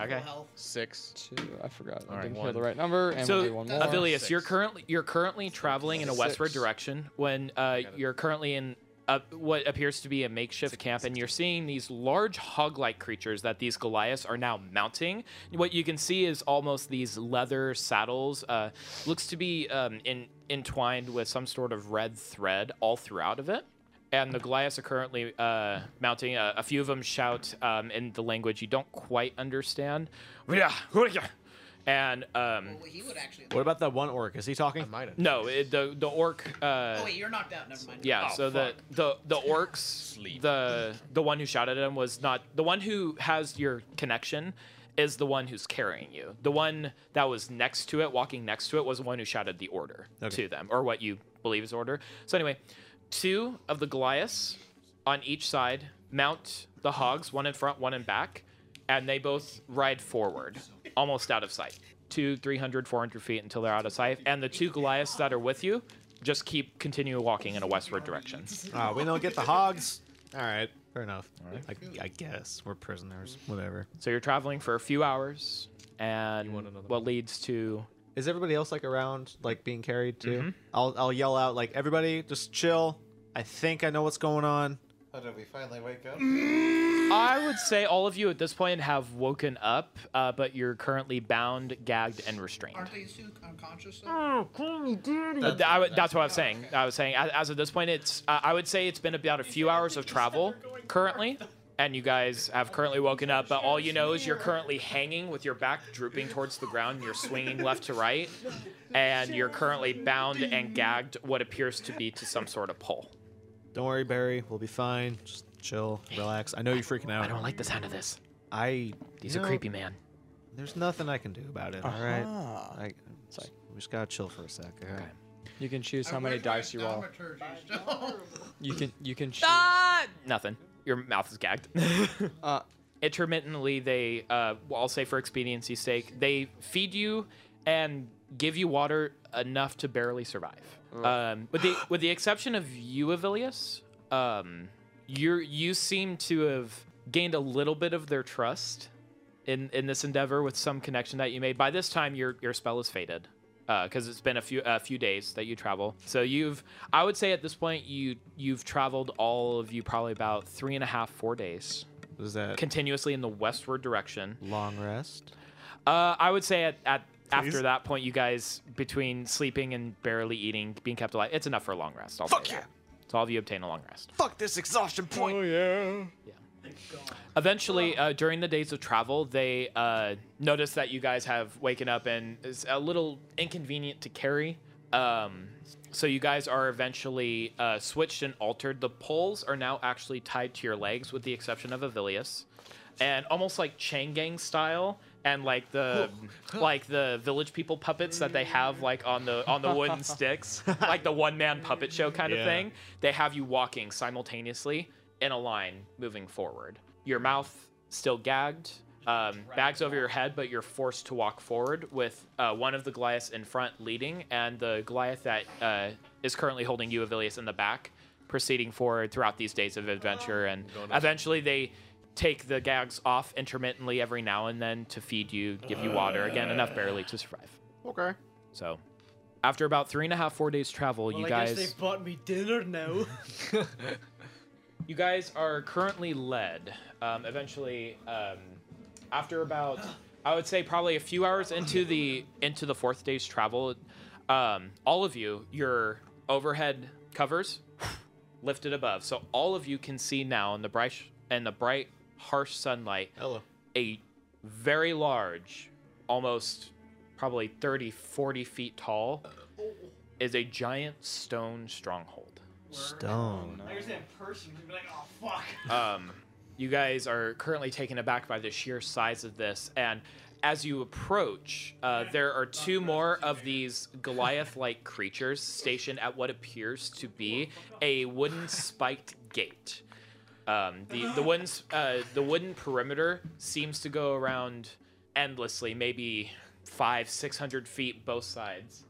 Okay. Six. Two. I forgot. I All right, didn't hear one. the right number. And so, we'll do one more. Avilius, you're currently you're currently traveling in a Six. westward direction when uh, you're currently in uh, what appears to be a makeshift camp, and you're seeing these large hog-like creatures that these Goliaths are now mounting. What you can see is almost these leather saddles. Uh, looks to be um, in, entwined with some sort of red thread all throughout of it. And the Goliaths are currently uh, mounting. Uh, a few of them shout um, in the language you don't quite understand. "Hurrah! Hurrah!" And um, What about that one orc? Is he talking? I might have. no, it, the the orc. Uh, oh wait, you're knocked out. Never mind. yeah, so the the the orcs, the the one who shouted at him was not the one who has your connection. Is the one who's carrying you. The one that was next to it, walking next to it, was the one who shouted the order to them, or what you believe is order. So anyway, two of the Goliaths on each side mount the hogs, one in front, one in back, and they both ride forward, almost out of sight. Two, 300, 400 feet until they're out of sight. And the two Goliaths that are with you just keep continue walking in a westward direction. Ah, we don't get the hogs. All right, fair enough. I, I guess we're prisoners. Whatever. So you're traveling for a few hours, and what leads to Is everybody else like around, like being carried too? Mhm. I'll I'll yell out like, everybody, just chill. I think I know what's going on. How Oh, did we finally wake up? I would say all of you at this point have woken up, uh, but you're currently bound, gagged, and restrained. Aren't these two unconscious? Mm. Oh, Kenny, Daddy. That's, I, would- that's what I was saying. I was saying, as, as of this point, it's. Uh, I would say it's been about a few hours of travel currently, and you guys have currently woken up. But all you know is you're currently hanging with your back drooping towards the ground. and You're swinging left to right, and you're currently bound and gagged. What appears to be to some sort of pole. Don't worry, Barry. We'll be fine. Just chill, relax. I know you're freaking out. I don't like the sound of this. I. These you are know, creepy, man. There's nothing I can do about it. All right. Uh-huh. I, We just gotta chill for a sec. all right? You can choose how many dice you roll. You can you can choose. Ah! Nothing. Your mouth is gagged. Intermittently, they, uh, well, I'll say for expediency's sake, they feed you and give you water enough to barely survive. Um, with the with the exception of you, Avilius, um, you you seem to have gained a little bit of their trust in in this endeavor with some connection that you made. By this time, your your spell is faded because it's been a few a few days that you travel. So you've I would say at this point you you've traveled all of you probably about three and a half four days Is that continuously in the westward direction. long rest? Uh, I would say at, at after Please? that point you guys between sleeping and barely eating being kept alive it's enough for a long rest. I'll Fuck yeah. So all of you obtain a long rest. Fuck this exhaustion point. Oh yeah. Eventually, uh, during the days of travel, they uh, notice that you guys have waken up and it's a little inconvenient to carry. Um, so you guys are eventually uh, switched and altered. The poles are now actually tied to your legs, with the exception of Avilius, and almost like chain gang style, and like the like the village people puppets that they have like on the on the wooden sticks, like the one man puppet show kind of Yeah. thing they have you walking simultaneously in a line moving forward. Your mouth still gagged, um, bags over your head, but you're forced to walk forward with uh, one of the Goliaths in front leading, and the Goliath that uh, is currently holding you, Avilius, in the back, proceeding forward throughout these days of Oh. adventure. And eventually they take the gags off intermittently every now and then to feed you, give you water, again, enough barely to survive. Okay. So. After about three and a half, four days travel, Well, you I guys. guess they bought me dinner now. You guys are currently led. Um, eventually, um, after about, I would say probably a few hours into the into the fourth day's travel, um, all of you, your overhead covers lifted above, so all of you can see now in the bright and the bright, harsh sunlight. A very large, almost probably 30, 40 feet tall, is a giant stone stronghold. Stone. Like, there's that person who'd be like, oh, fuck. Um, you guys are currently taken aback by the sheer size of this, and as you approach, uh, there are two more of these Goliath-like creatures stationed at what appears to be a wooden spiked gate. Um, the the wooden s- uh, the wooden perimeter seems to go around endlessly, maybe five six hundred feet both sides.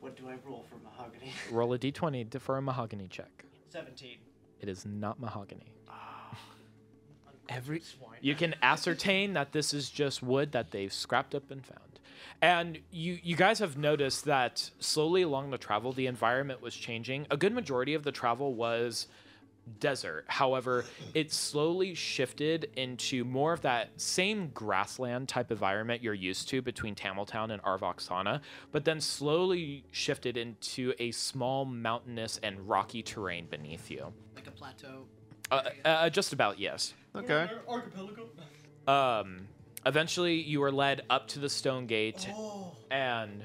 What do I roll for mahogany? Roll a d20 to- for a mahogany check. 17. It is not mahogany. Ah, Every you can ascertain that this is just wood that they've scrapped up and found. And you you guys have noticed that slowly along the travel the environment was changing. A good majority of the travel was desert. However, it slowly shifted into more of that same grassland type environment you're used to between Tamiltown and Arvoxana, but then slowly shifted into a small mountainous and rocky terrain beneath you. Like a plateau. Uh, uh, just about yes. Okay. Archipelago. Um, eventually, you are led up to the stone gate, and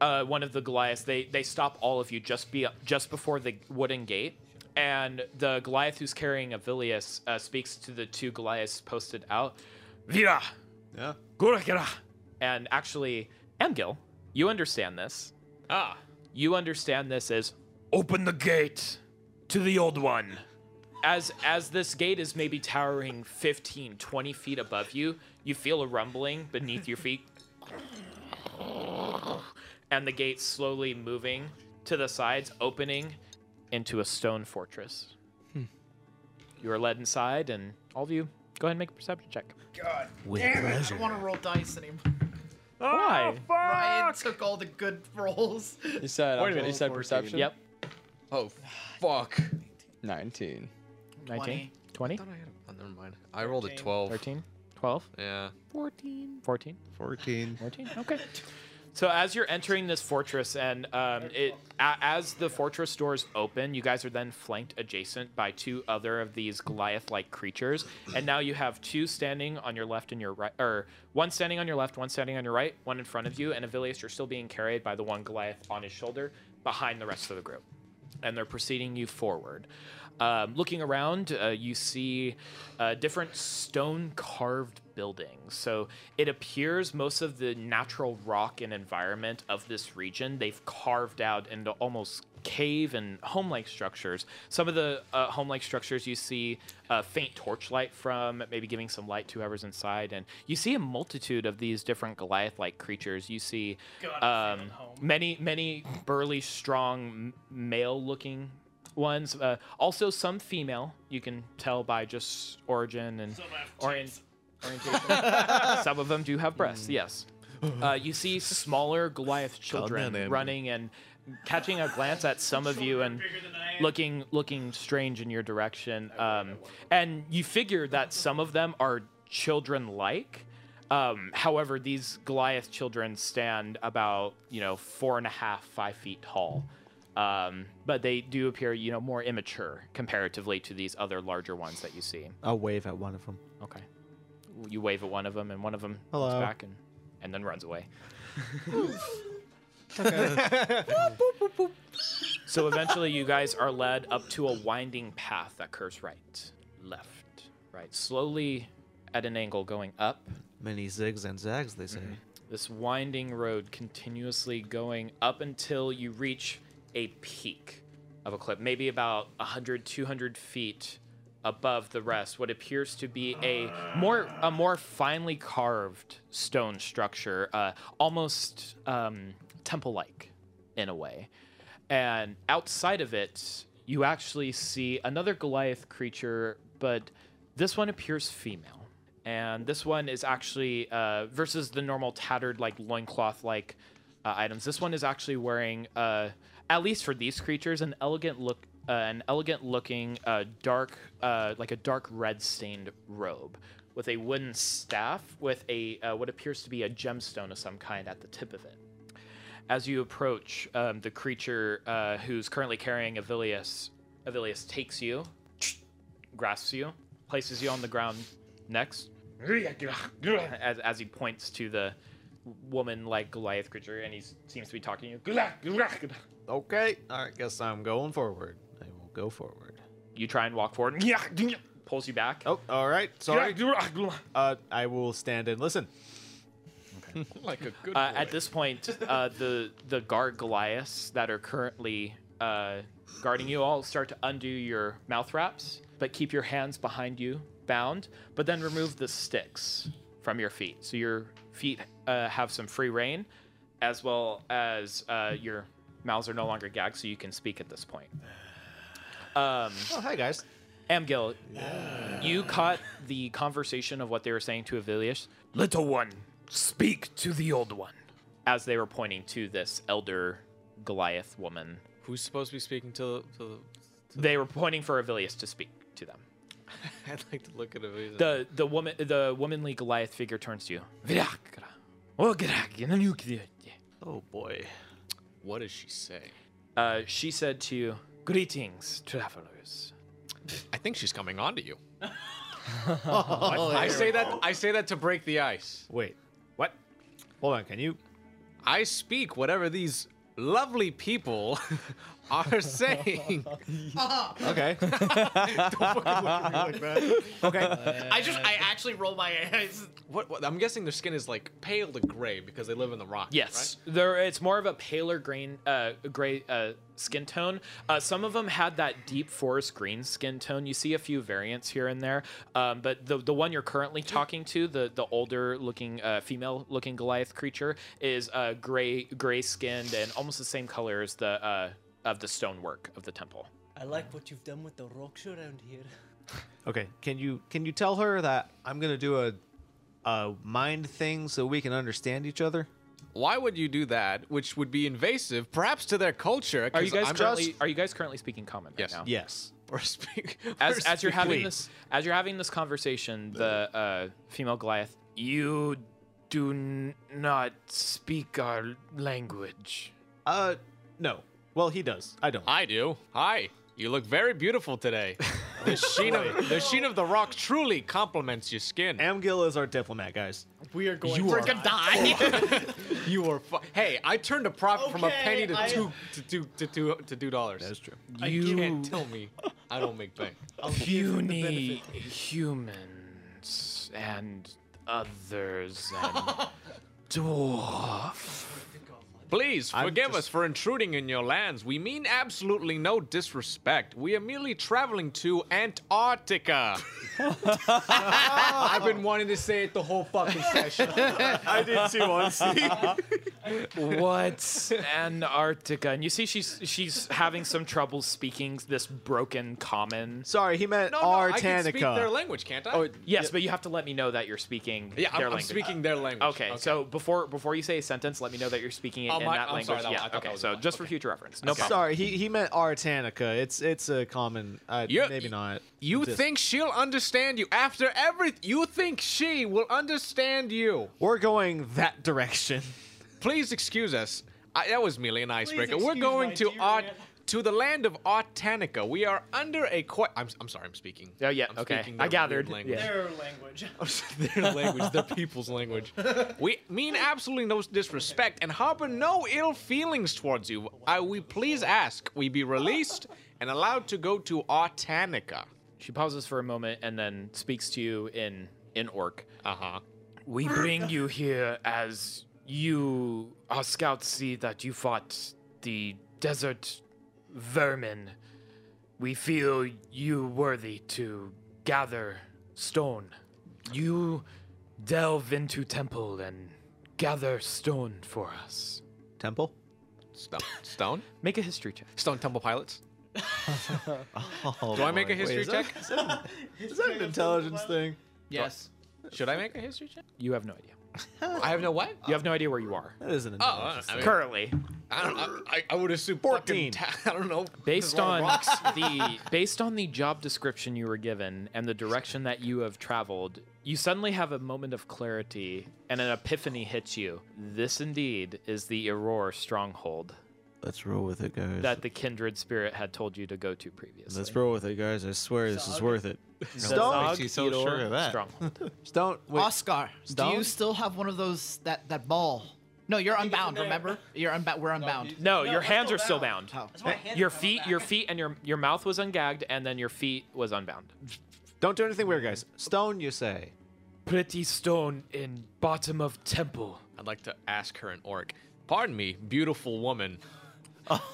uh, one of the Goliaths they they stop all of you just be just before the wooden gate, and the Goliath who's carrying Avilius uh, speaks to the two Goliaths posted out, Vira, yeah, Gurakira, and actually Amgil, you understand this? Ah, you understand this as open the gate to the old one as as this gate is maybe towering 15 20 feet above you you feel a rumbling beneath your feet and the gate slowly moving to the sides opening into a stone fortress Hmm. you are led inside and all of you go ahead and make a perception check God With damn it! I pleasure. don't want to roll dice anymore. Why? Ryan took all the good rolls. You said, Wait a minute. you said 14. perception? Yep. Oh, fuck. 19. 19 20 Oh, never mind. I rolled a 12. 13 12 Yeah. 14 14 14. 14. Okay. So as you're entering this fortress, and um, it a, as the fortress doors open, you guys are then flanked adjacent by two other of these Goliath-like creatures, and now you have two standing on your left and your right, or one standing on your left, one standing on your right, one in front of you, and Avilius, you're still being carried by the one Goliath on his shoulder behind the rest of the group and they're preceding you forward. Um, looking around, uh, you see uh, different stone carved buildings. So it appears most of the natural rock and environment of this region they've carved out into almost cave and home like structures. Some of the uh, home like structures you see uh, faint torchlight from, maybe giving some light to whoever's inside. And you see a multitude of these different Goliath like creatures. You see um, many, many burly, strong, male looking ones. Uh, also, some female. You can tell by just origin and orient- orientation. some of them do have breasts, yes. Uh, you see smaller Goliath children Emily. running and catching a glance at some of you and looking looking strange in your direction. Um, and you figure that some of them are children like. Um, however, these Goliath children stand about you know four and a half five feet tall. Um, but they do appear, you know, more immature comparatively to these other larger ones that you see. I'll wave at one of them. Okay. You wave at one of them, and one of them looks Hello. back and, and then runs away. so eventually, you guys are led up to a winding path that curves right, left, right, slowly at an angle going up. Many zigs and zags, they say. This winding road continuously going up until you reach a peak of a cliff, maybe about 100, 200 feet above the rest, what appears to be a more a more finely carved stone structure, uh, almost um, temple-like in a way. And outside of it, you actually see another Goliath creature, but this one appears female. And this one is actually, uh, versus the normal tattered, like loincloth like uh, items, this one is actually wearing, uh, at least for these creatures, an elegant look. Uh, an elegant looking uh, dark uh, like a dark red stained robe with a wooden staff with a uh, what appears to be a gemstone of some kind at the tip of it as you approach um, the creature uh, who's currently carrying Avilius, Avilius takes you, grasps you, places you on the ground next, as, as he points to the woman-like Goliath creature, and he seems to be talking to you. Okay. All right. Guess I'm going forward. I will go forward. You try and walk forward. Pulls you back. Oh, all right. Sorry. Uh, I will stand and listen. like a good. Uh, at this point, uh, the the guard Goliaths that are currently uh, guarding you all start to undo your mouth wraps, but keep your hands behind you bound. But then remove the sticks from your feet, so your feet uh, have some free rein, as well as uh, your mouths are no longer gagged, so you can speak at this point. Um, Oh, hi guys. Amgil, you caught the conversation of what they were saying to Avilius. Little one, speak to the old one. As they were pointing to this elder Goliath woman. Who's supposed to be speaking to the? To the They were pointing for Avilius to speak to them. I'd like to look at it. The the woman the womanly Goliath figure turns to you. Virakra. Oh boy, what does she say? Uh, she said to you, Greetings, travelers. I think she's coming on to you. Oh, I, I there say we that go. I say that to break the ice. Wait, what? Hold on, can you? I speak whatever these lovely people are saying. Okay. Don't fucking look at me like that. Uh, Okay. I just I actually roll my eyes. What, what I'm guessing their skin is like pale to gray because they live in the rock. Yes, there. It's more of a paler green, uh, gray uh, skin tone. Uh, some of them had that deep forest green skin tone. You see a few variants here and there, um, but the the one you're currently talking to, the the older looking uh, female looking Goliath creature, is uh, gray gray skinned and almost the same color as the uh, of the stonework of the temple. I like what you've done with the rocks around here. Okay, can you can you tell her that I'm gonna do a a Uh, mind thing so we can understand each other? Why would you do that? Which would be invasive, perhaps to their culture. Are 'cause you guys I'm currently just- are you guys currently speaking common Yes. right now? Yes. We're speak- as, we're as you're having speaking- this as you're having this conversation, the uh, female Goliath, you do n- not speak our language. Uh, no. Well, he does. I don't. I do. Hi. You look very beautiful today. The sheen of the sheen of the rock truly compliments your skin. Amgil is our diplomat, guys. We are going. We're gonna die. you are. Fu- hey, I turned a profit from a Okay, penny to I- two to two to two to two dollars. That's true. You You- can't tell me I don't make bank. Puny humans and others and dwarf. Please forgive us for intruding in your lands. We mean absolutely no disrespect. We are merely traveling to Antarctica. I've been wanting to say it the whole fucking session. I did too, honestly. What What Antarctica? And you see, she's she's having some trouble speaking this broken common. Sorry, he meant No, no, I can speak their language, can't I? Oh, yes, but you have to let me know that you're speaking Yeah, I'm- their I'm language. speaking their language. Okay, so before before you say a sentence, let me know that you're speaking it Oh, in my- that I'm language. sorry, that- I yeah, thought that okay. was So mine. just for future reference, no problem. Sorry, he, he meant Artanica. It's it's a common. Uh, You- maybe not. You Just- think she'll understand you after everything? You think she will understand you? we're going that direction? Please excuse us. I, that was merely an icebreaker. We're excuse going my to Art, to the land of Artanica. We are under a. Qu- I'm, I'm sorry. I'm speaking. Oh yeah. I'm okay. speaking their I gathered. weird language. Yeah. Their language. their language, their people's language. We mean absolutely no disrespect and harbor no ill feelings towards you. I, we please ask we be released and allowed to go to Artanica. She pauses for a moment and then speaks to you in in orc. Uh huh. We bring you here as you, our scouts, see that you fought the desert vermin. We feel you worthy to gather stone. You delve into temple and gather stone for us. Temple? Stone. Stone? Make a history check. Stone Temple Pilots? Oh, Do I make a Lord. history Wait, is that- check? is that- is that an intelligence thing? Yes. Should I make a history check? You have no idea. I have no what? You have no idea where you are. That is an Oh, intelligence I mean- Currently. I don't. know. I, I would assume fourteen. I don't know. Based There's a lot on of rocks. the based on the job description you were given and the direction that you have traveled, you suddenly have a moment of clarity and an epiphany hits you. This indeed is the Aurora stronghold Let's roll with it, guys. that the kindred spirit had told you to go to previously. Let's roll with it, guys. I swear this is worth it. Zog Makes you so Edor sure of that. Stronghold. Stone. Oscar, do Stone? you still have one of those that that ball? No, you're unbound. Remember, you're unbound. We're unbound. No, your hands are still bound. why Your feet, your feet, and your your mouth was ungagged, and then your feet was unbound. Don't do anything weird, guys. Stone, you say. Pretty stone in bottom of temple. I'd like to ask her an orc. Pardon me, beautiful woman.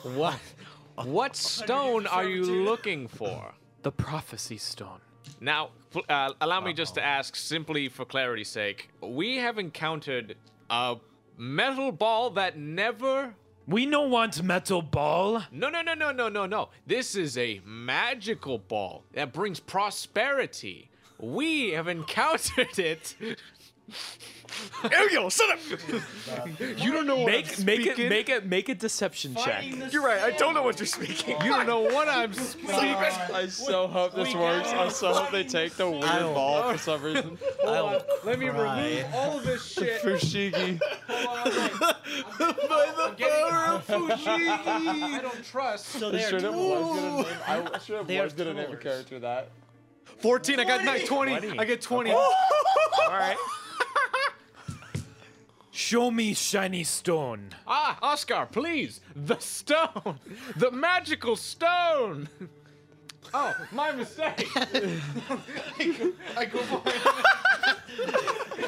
what? What stone are you looking for? The prophecy stone. Now, pl- uh, allow me just to ask, simply for clarity's sake, we have encountered a metal ball that never We don't want metal ball. No, no, no, no, no, no, no. This is a magical ball that brings prosperity. We have encountered it. Ariel, shut up! You don't know what make, I'm make it make it make a deception Fighting check. the You're right, I don't know what you're speaking. You don't know what I'm speaking. I so hope this works. I so hope they take the weird ball for some reason. Let me remove all of this shit. Fushigi. By the power of Fushigi. I don't trust. So I should have was gonna name. I should have They are was gonna name a character that. 14. I got not 20. 20. I get 20. Oh. Okay. all right. Show me shiny stone. Ah, Oscar, please! The stone! The magical stone! Oh, my mistake! Oh, I go for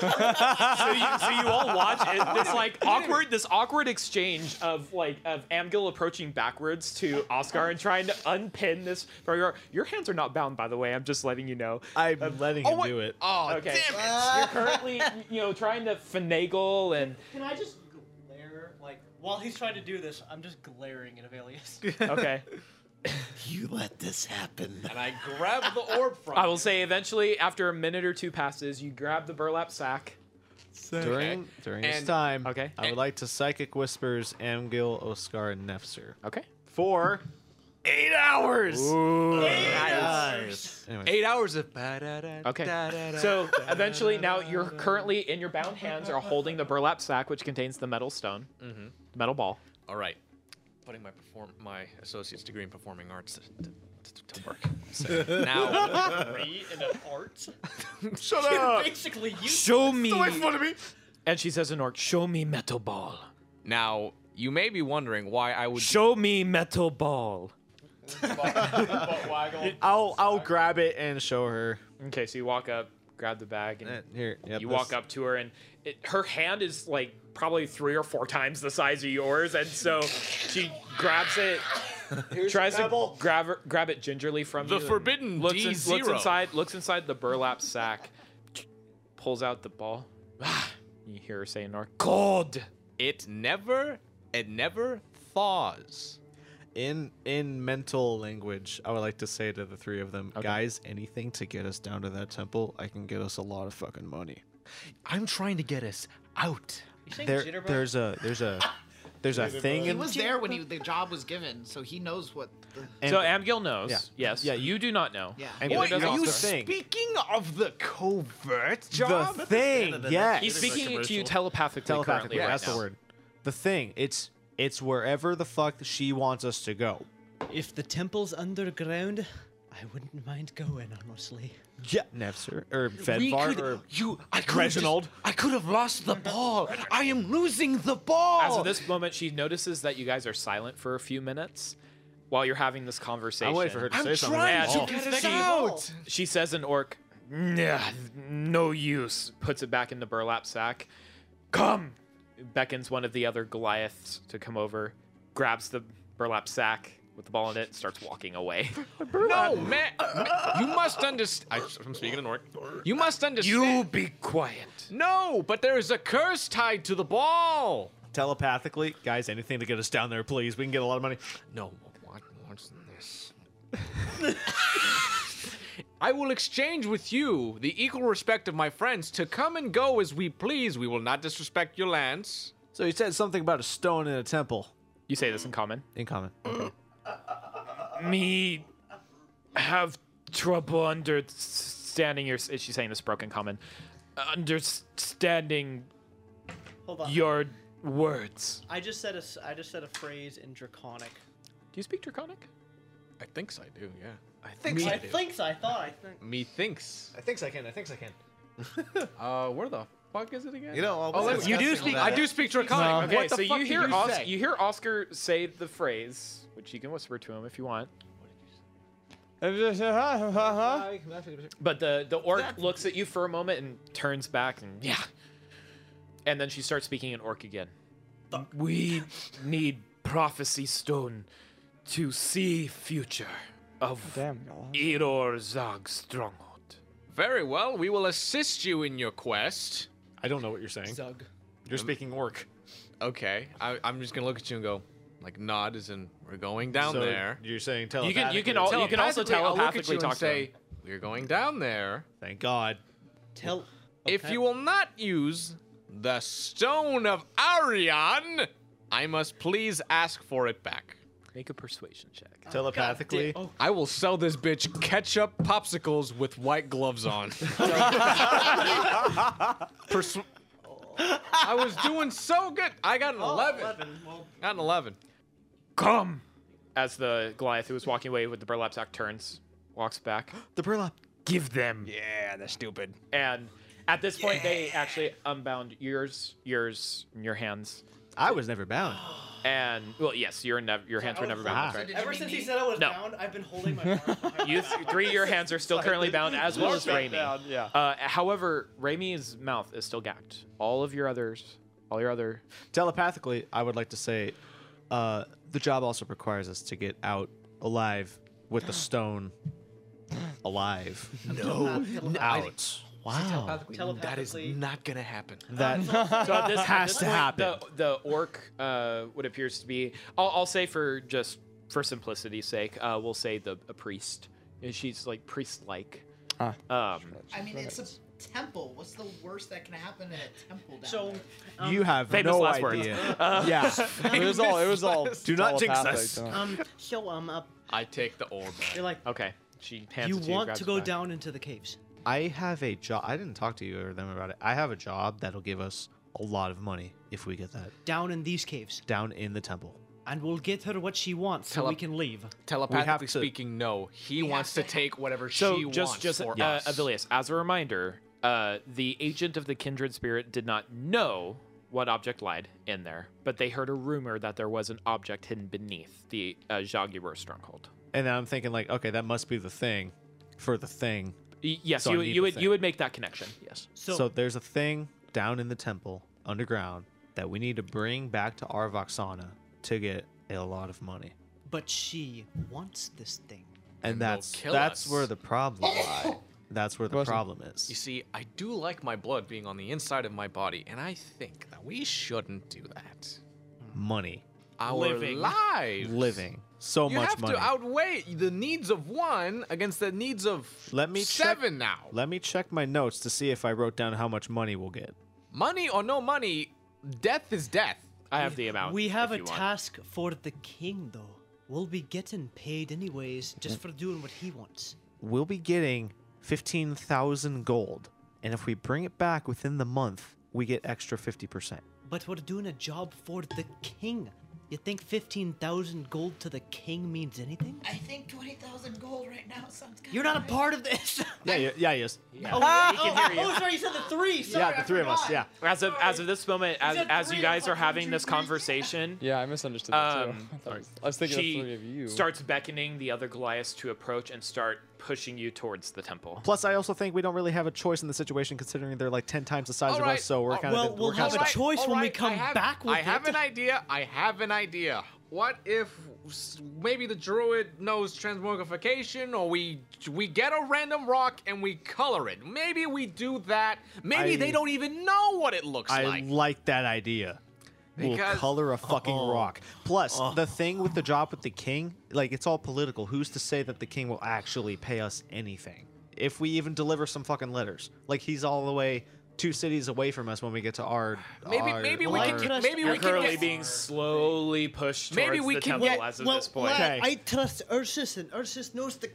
so, you, so you all watch it, this like awkward this awkward exchange of like of Amgil approaching backwards to Oscar and trying to unpin this from your your hands are not bound by the way I'm just letting you know I'm letting him do it. oh okay you're currently you know trying to finagle and Can I just glare? Like, while he's trying to do this, I'm just glaring at Avelius. okay You let this happen. And I grab the orb from I will say eventually after a minute or two passes you grab the burlap sack During during this And- time, okay. I would like to psychic whispers Amgil, Oscar, and Nefzer. Okay. For eight hours! Eight hours. Uh, Eight hours of. Okay. So eventually, now you're currently in your bound hands are holding the burlap sack, which contains the metal stone, Mm-hmm. the metal ball. All right. Putting my perform my associate's degree in performing arts to, to, to work. So now. Degree in an art? Shut You're up. basically useless. Show me. And she says in orc, "Show me metal ball. Now, you may be wondering why I would. Show me metal ball." I'll I'll grab it and show her. Eh, Okay, so you walk up, grab the bag, and Here, yep, you this- walk up to her, and it, her hand is like probably three or four times the size of yours, and so she grabs it. tries to grab her, grab it gingerly from The you and forbidden looks, in- D0. looks inside looks inside the burlap sack pulls out the ball you hear her say in North cold It never, it never thaws. In in mental language, I would like to say to the three of them, guys, anything to get us down to that temple, I can get us a lot of fucking money. I'm trying to get us out. There, there's a there's a there's a thing He in was there when he, the job was given, so he knows what. The, so Amgil knows Yeah. yes Yeah, you, do not know Yeah. Amgil Neither does knows Oscar. the thing. Speaking of the covert The job, thing, yes. he's speaking to you telepathically, currently yeah, right that's now. the word. The thing. It's it's wherever the fuck she wants us to go. If the temple's underground, I wouldn't mind going, honestly. Yeah, Nefzer or We Fedvar could- or you, I could Reginald. I could have lost the ball. I am losing the ball. Oh. As of this moment, she notices that you guys are silent for a few minutes while you're having this conversation. waiting for her to I'm say something. trying And to get us she- out. She says in orc, nah, no use. Puts it back in the burlap sack. Come! Beckons one of the other Goliaths to come over, grabs the burlap sack with the ball in it, starts walking away. No, man, you must understand. I'm speaking in orc. You must understand. You be quiet. No, but there is a curse tied to the ball. telepathically, guys, anything to get us down there, please. We can get a lot of money. No, what worse than this? I will exchange with you the equal respect of my friends to come and go as we please. We will not disrespect your lands. So he said something about a stone in a temple. You say this in common. In common. me have trouble understanding your. She's saying this broken common. Understanding Hold on. your words. I just said a s- I just said a phrase in Draconic. Do you speak Draconic? I thinks I do, yeah. I Thinks I thinks I thought. I think. Me thinks. I thinks I can. I thinks I can. Uh, where the fuck is it again? You know, while oh, we're wait, you do discussing speak. that- I do speak Draconic. Okay, Uh, What the so fuck you did hear you Os- say? you hear Oscar say the phrase, which you can whisper to him if you want. But the the orc looks at you for a moment and turns back and yeah, and then she starts speaking in orc again. We need prophecy stone to see future of Eror Zag's stronghold. Very well. We will assist you in your quest. I don't know what you're saying. Zug. You're speaking orc. okay. I, I'm just gonna look at you and go, like nod, as in we're going down So there. You're saying You can you can, al- Oh, you can also telepathically talk to him. We're going down there. Thank God. Tell if you will not use the stone of Arion, I must please ask for it back. Make a persuasion check. Telepathically. I will sell this bitch ketchup popsicles with white gloves on. Persu- I was doing so good. I got an 11. Got an 11. Come! As the Goliath who was walking away with the burlap sack turns, walks back. the burlap. Give them. Yeah, they're stupid. And at this point, they actually unbound yours, yours, and your hands. I was never bound. And well, yes, your nev- your hands were never bound. that's right. Ever since he said I was No. bound, I've been holding my arm. You th- three, of your hands are still currently bound, as well as Locked Raimi. down, yeah. Uh, however, Raimi's mouth is still gagged. All of your others, all your other Telepathically, I would like to say uh, the job also requires us to get out alive with the stone. Alive. No, N- Out. Wow. That is not going to happen. That so at this, at has this to point, happen. The, the orc, uh, what appears to be, I'll, I'll say for just for simplicity's sake, uh, we'll say the a priest. And she's like priest-like. Ah. Um, I mean, it's a temple. What's the worst that can happen in a temple? Down So, there? Um, you have famous no last words. idea. Uh, yeah. It was all- it was all Do not jinx us. Um, so um, up. I take the orb. You're like, okay. She hands you it to want grabs to it go back. down into the caves? I have a job. I didn't talk to you or them about it. I have a job that'll give us a lot of money if we get that Down in these caves, down in the temple. and we'll get her what she wants, so Tele- we can leave. Telepathically speaking, no. He wants to take whatever So she just wants just for uh, us. Avilius, as a reminder, uh, the agent of the kindred spirit did not know what object lied in there, but they heard a rumor that there was an object hidden beneath the uh, Jaguar stronghold. And then I'm thinking like, okay, that must be the thing for the thing. Y- yes, So I you, need you the would thing. you would make that connection. Yes. So, there's a thing down in the temple underground that we need to bring back to our Voxana to get a lot of money. But she wants this thing. And, And they'll that's kill that's us. where the problem lies. That's where the Wasn't- problem is. You see, I do like my blood being on the inside of my body, and I think that we shouldn't do that. Money. Our Living. lives. Living. So you much have money. to outweigh the needs of one against the needs of Let me check- seven now. Let me check my notes to see if I wrote down how much money we'll get. Money or no money, death is death. I have the amount. We have a if you want. task for the king, though. We'll be getting paid anyways, just for doing what he wants. We'll be getting 15,000 gold. And if we bring it back within the month, we get extra 50%. But we're doing a job for the king. You think 15,000 gold to the king means anything? I think twenty thousand gold right now sounds good. You're not a part of this. Yeah, yeah, yeah, yes. Oh, Yeah, he can oh, hear you. oh, sorry, you said the three. Sorry, yeah, the three of us, yeah. As of as of this moment, as said as three, you I guys thought are having this conversation, Yeah, I misunderstood that too. Um, I, thought- I was thinking she of three of you. starts beckoning the other Goliaths to approach and start pushing you towards the temple. Plus, I also think we don't really have a choice in the situation considering they're like 10 times the size of us, Oh, so we're kind of. we're kinda stuck. I have, I have an idea. I have an idea. What if s- maybe the druid knows transmogrification, or we we get a random rock and we color it? Maybe we do that. Maybe I- they don't even know what it looks I like. like. that idea. we'll Because- color a fucking Oh. rock. Plus, the thing with the job with the king, like it's all political. Who's to say that the king will actually pay us anything? If we even deliver some fucking letters, like he's all the way two cities away from us when we get to our. Maybe- our- maybe we can our- get- maybe You're we can currently get- being slowly pushed towards Maybe we the can temple get- as of well, this point. well, I trust Ursus, and Ursus knows the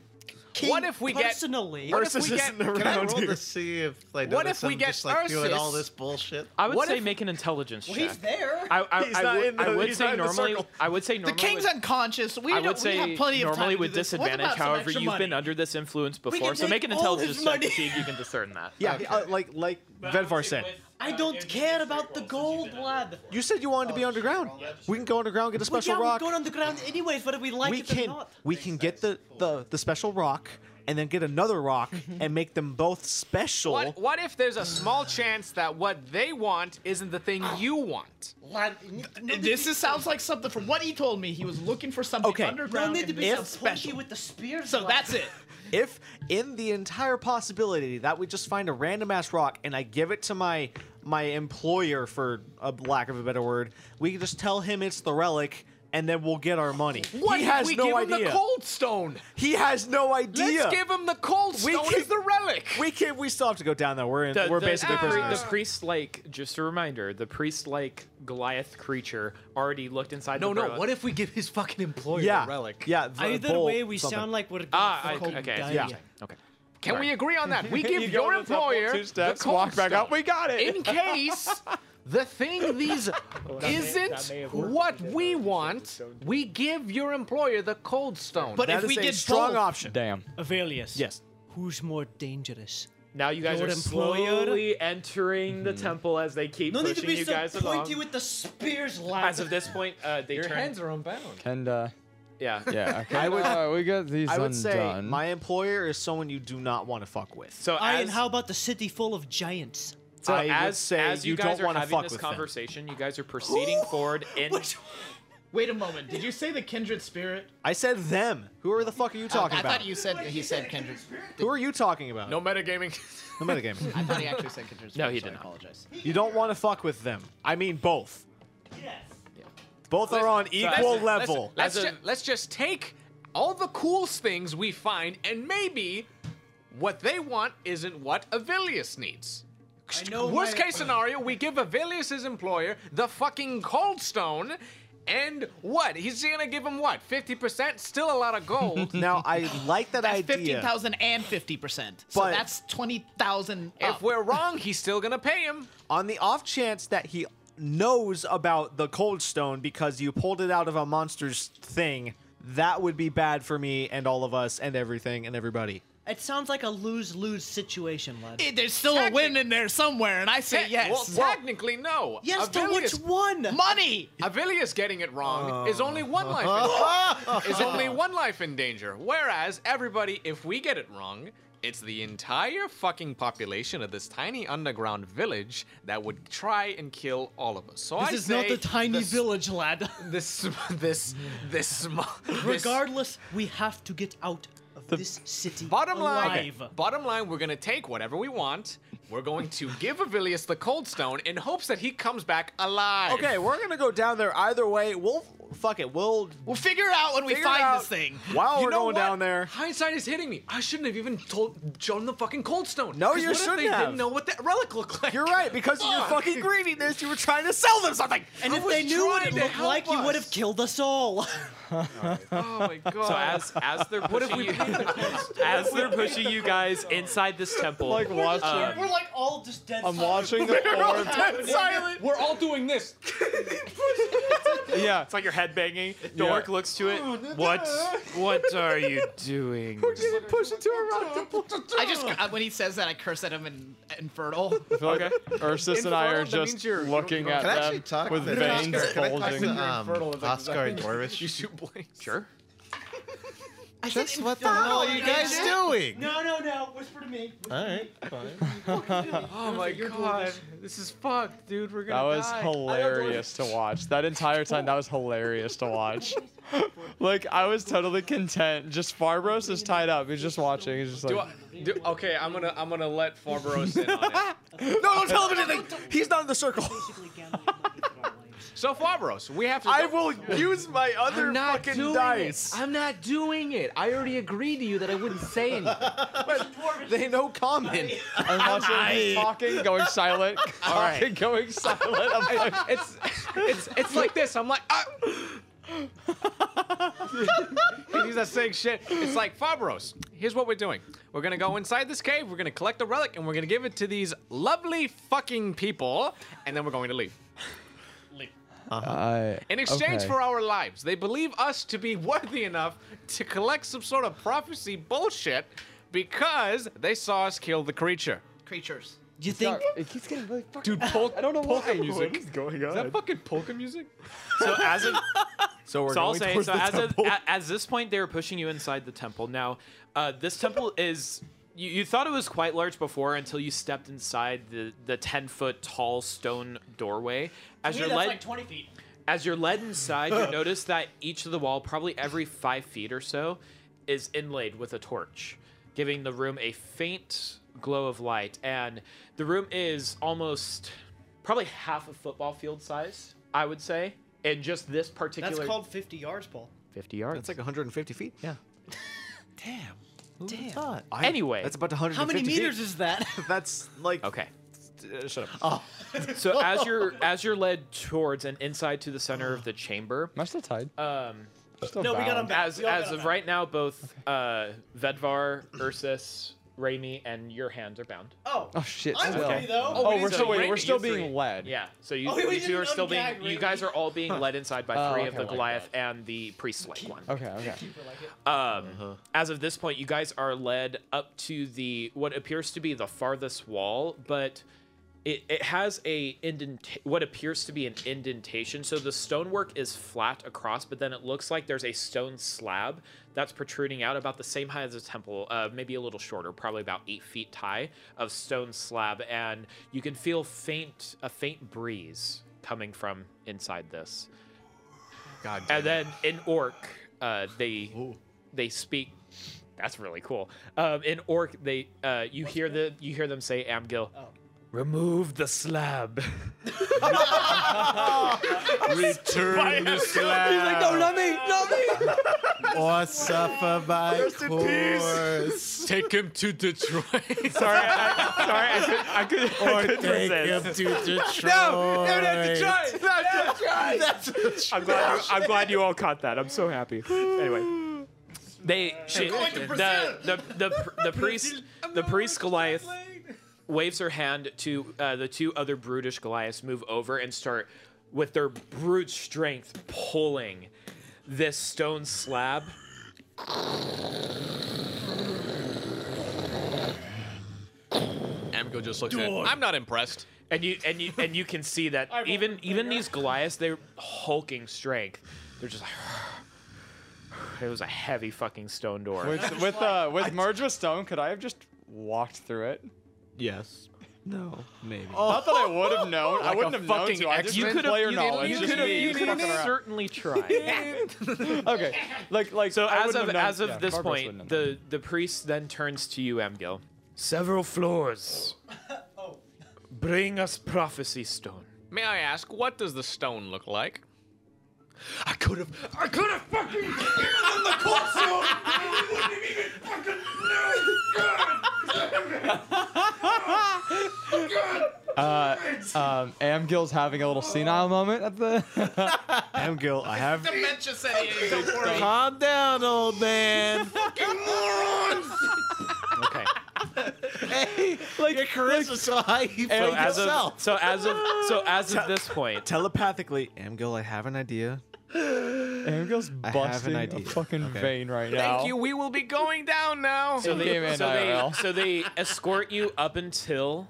king What if we get- personally. what if Ursus we get- isn't Can I around roll here. to see if like What notice if we I'm get just, like, doing all Ursus? this bullshit? I would What say if- make an intelligence Well, check. he's there. I, I, He's I not would, in the- I would he's say not in the normally. circle. I would say The normally. king's with, unconscious. We I don't. would say we have plenty of normally time to with do this. What disadvantage. about some However, extra you've money? been under this influence We can before, so take make an all intelligence his check to money. see if you can discern that. Yeah, uh, like like Vedvar said. I don't care about the gold, lad. You said you wanted to be underground. We can go underground, get a special yeah, rock. we're going on the ground anyways, whether we like we it can or not. we can get the, the the special rock and then get another rock and make them both special. Mm-hmm. What, what if there's a small chance that what they want isn't the thing you want? Lad, this is, sounds like something from what he told me. He was looking for something Okay. underground. They'll need and to be this so is punky special. with the spears. So that's it. If in the entire possibility that we just find a random ass rock and I give it to my my employer, for a lack of a better word, we can just tell him it's the relic, and then we'll get our money. What he if has we no give him idea. the cold stone? He has no idea. Let's give him the cold We stone. can- It's the relic. We can. We still have to go down there. We're in. The, we're the- basically the, pri- prisoners. the priest like just a reminder the priest like Goliath creature already looked inside No, the no, bro- what if we give his fucking employer Yeah. relic? Yeah, the Either bowl, way, we something. sound like we're gonna Ah, I- fucking okay, die. yeah. Okay. Can we agree on that? We You give go your with the double employer two steps, the cold walk back up, stone. we got it. In case the thing these that may- that isn't may have what worked we want, we give your employer the cold stone. But That if is we a get strong both- option. Damn. Avelius. Yes. Who's more dangerous? Now you guys Your are employer? slowly entering the temple as they keep No need to pushing be you so guys along. pointy with the spears, lad. As of this point, uh, they Your turn. hands are unbound. uh, Kenda. Yeah. Yeah. Okay. uh, we got these I would say undone. my employer is someone you do not want to fuck with. So Aye, and how about the city full of giants? So I would as say as you, you guys don't are wanna having fuck this with them. conversation, you guys are proceeding forward in Wait a moment. Did you say the kindred spirit? I said them. Who are the fuck are you talking I about? thought you said he said kindred spirit. Who are you talking about? No metagaming. No metagaming. I thought he actually said kindred spirit. No, he so did I not. apologize. You don't want to fuck with them. I mean both. Both are on equal Listen, level. listen, let's, ju- let's just take all the cool things we find, and maybe what they want isn't what Avilius needs. Worst my- case scenario, we give Avilius his employer the fucking cold stone, and what? He's gonna give him what? 50%? Still a lot of gold. now I like that That's idea. Fifteen thousand and fifty percent. So But- that's twenty thousand. If we're wrong, he's still gonna pay him. On the off chance that he knows about the cold stone because you pulled it out of a monster's thing, that would be bad for me and all of us and everything and everybody. It sounds like a lose-lose situation, lad. there's still a win in there somewhere, and I say Te- yes. Well, technically, no. Yes, to which one? Money! Avilius getting it wrong Oh. is only one life in is only one life in danger. Whereas everybody, if we get it wrong, it's the entire fucking population of this tiny underground village that would try and kill all of us. So This I is not say a tiny this- village, lad. This, this, this small. this- Regardless, we have to get out of this city. Bottom line, alive. bottom line, we're gonna take whatever we want. We're going to give Avilius the cold stone in hopes that he comes back alive. Okay, we're gonna go down there either way. We'll fuck it. We'll we'll figure it out when we figure it find out this thing. While You we're know what? going down there, Hindsight is hitting me. I shouldn't have even told John the fucking cold stone. No, 'Cause you what shouldn't if they have. didn't know what that relic looked like. you're right because of your Fuck. fucking greediness. You were trying to sell them something. And I if was they knew what trying it to looked help like, you us. would have killed us all. Oh my god. So as as they're What if pushing we you, paint the as they're pushing you guys inside this temple, Like watching- um, We're like all just dead. I'm watching the They're all orb. dead silent. We're all doing this. yeah, it's like your head banging. Yeah. Dork looks to it. Oh, What? What are you doing? push into a rock. I just I- when he says that, I curse at him in infernal. I feel like Ursus and I are just looking at Can I actually them talk with to veins Oscar? Can I talk to, bulging. um, Oscar and Dorvish? You shoot blanks. Sure. I Just what the hell are you guys doing? No, no, no. Whisper to me. All right. Oh my god. This is fucked, dude. We're That gonna was die. hilarious to watch. That entire time, that was hilarious to watch. like I was totally content. Just Farbros is tied up. He's just watching. He's just Do like. I, do, okay, I'm gonna I'm gonna let Farbaros in on it. No, don't tell him anything. He's not in the circle. So Farbaros, we have to. I will use my other I'm not fucking doing dice. It. I'm not doing it. I already agreed to you that I wouldn't say anything. They no comment. I'm watching he's talking, going silent, All right. talking, going silent. I'm like, it's it's it's like this. I'm like, ah. he's not saying shit. It's like Fabros. Here's what we're doing. We're gonna go inside this cave. We're gonna collect the relic, and we're gonna give it to these lovely fucking people, and then we're going to leave. I- In exchange okay. for our lives, they believe us to be worthy enough to collect some sort of prophecy bullshit because they saw us kill the creature. Creatures. You think? He's getting really fucking. Dude, pol- I don't know polka music. what is going Is that fucking polka music? So as of So so I'll say so as of, at, at this point they were pushing you inside the temple. Now, uh, this temple is you, you thought it was quite large before until you stepped inside the the ten foot tall stone doorway. As To me, you're that's led like 20 feet. as you're led inside, you notice that each of the wall, probably every five feet or so, is inlaid with a torch, giving the room a faint glow of light. And the room is almost probably half a football field size, I would say. And just this particular. That's called 50 yards, Paul. 50 yards. That's like 150 feet. Yeah. Damn. Damn. Anyway. that's about 150. How many meters is that? that's like okay. Uh, shut up. so as you're as you're led towards and inside to the center of the chamber. Am I still tied? Um, still No, we got bound. 'em back. As, We all as got 'em of back. right now, both uh, Vedvar, Ursus, Raimi, and your hands are bound. Oh. Oh shit. I'm still. free, though. Oh, Oh, we're so still wait, Raimi, we're still you three. being led. Yeah. So you, Oh, we you didn't two are still being. ungag You Raimi. guys are all being led inside by Oh, three okay, of the like Goliath and the priest-like one. Okay, okay. Um, As of this point, you guys are led up to the what appears to be the farthest wall, but it, it has a indent what appears to be an indentation. So the stonework is flat across, but then it looks like there's a stone slab that's protruding out about the same height as a temple, uh, maybe a little shorter, probably about eight feet high of stone slab, and you can feel faint a faint breeze coming from inside this. God And then in orc, uh, they they speak. That's really cool. Um, in orc, they uh, you hear the you hear them say Amgil. Oh. Remove the slab. Return the slab. He's like, no, not me, not me. What's up, my Rest in peace. course? Take him to Detroit. sorry, I, sorry, I could, I could, I could take resist. him to Detroit. No, no, no, Detroit. No, Detroit. I'm glad. You, I'm glad you all caught that. I'm so happy. Anyway, they she, going to the, the the pr- the priest the priest Goliath waves her hand to uh, the two other brutish Goliaths move over and start with their brute strength pulling this stone slab. Amgo just looks at. I'm not impressed. And you and you and you can see that even even these Goliaths, they're hulking strength. They're just like it was a heavy fucking stone door. With with uh with merge with stone, could I have just walked through it? Yes. No. Maybe. Not that I would have known. I Like a wouldn't have known. fucking To. I just X-Men could've- player you didn't- knowledge, You just could have. me You could could've have certainly tried. Okay. Like like. So I as wouldn't have of known- as of yeah, this Barbaros wouldn't point, have the the priest then turns to you, Amgil. Oh. Several floors. Bring us prophecy stone. May I ask, what does the stone look like? I could have. I could have fucking given them the court so I wouldn't have even fucking known. God. Uh, um, Amgil's having a little Oh. senile moment at the. Amgil, I have. Dementia setting in, don't worry. Calm down, old man. Fucking morons. Okay. hey, like your charisma's so high, you So played as of yourself. so as of so as of this point, Telepathically, Amgil, I have an idea. Amgil's I have an busting a idea. fucking vein right now. Thank you. We will be going down now. So they, so, they, so they escort you up until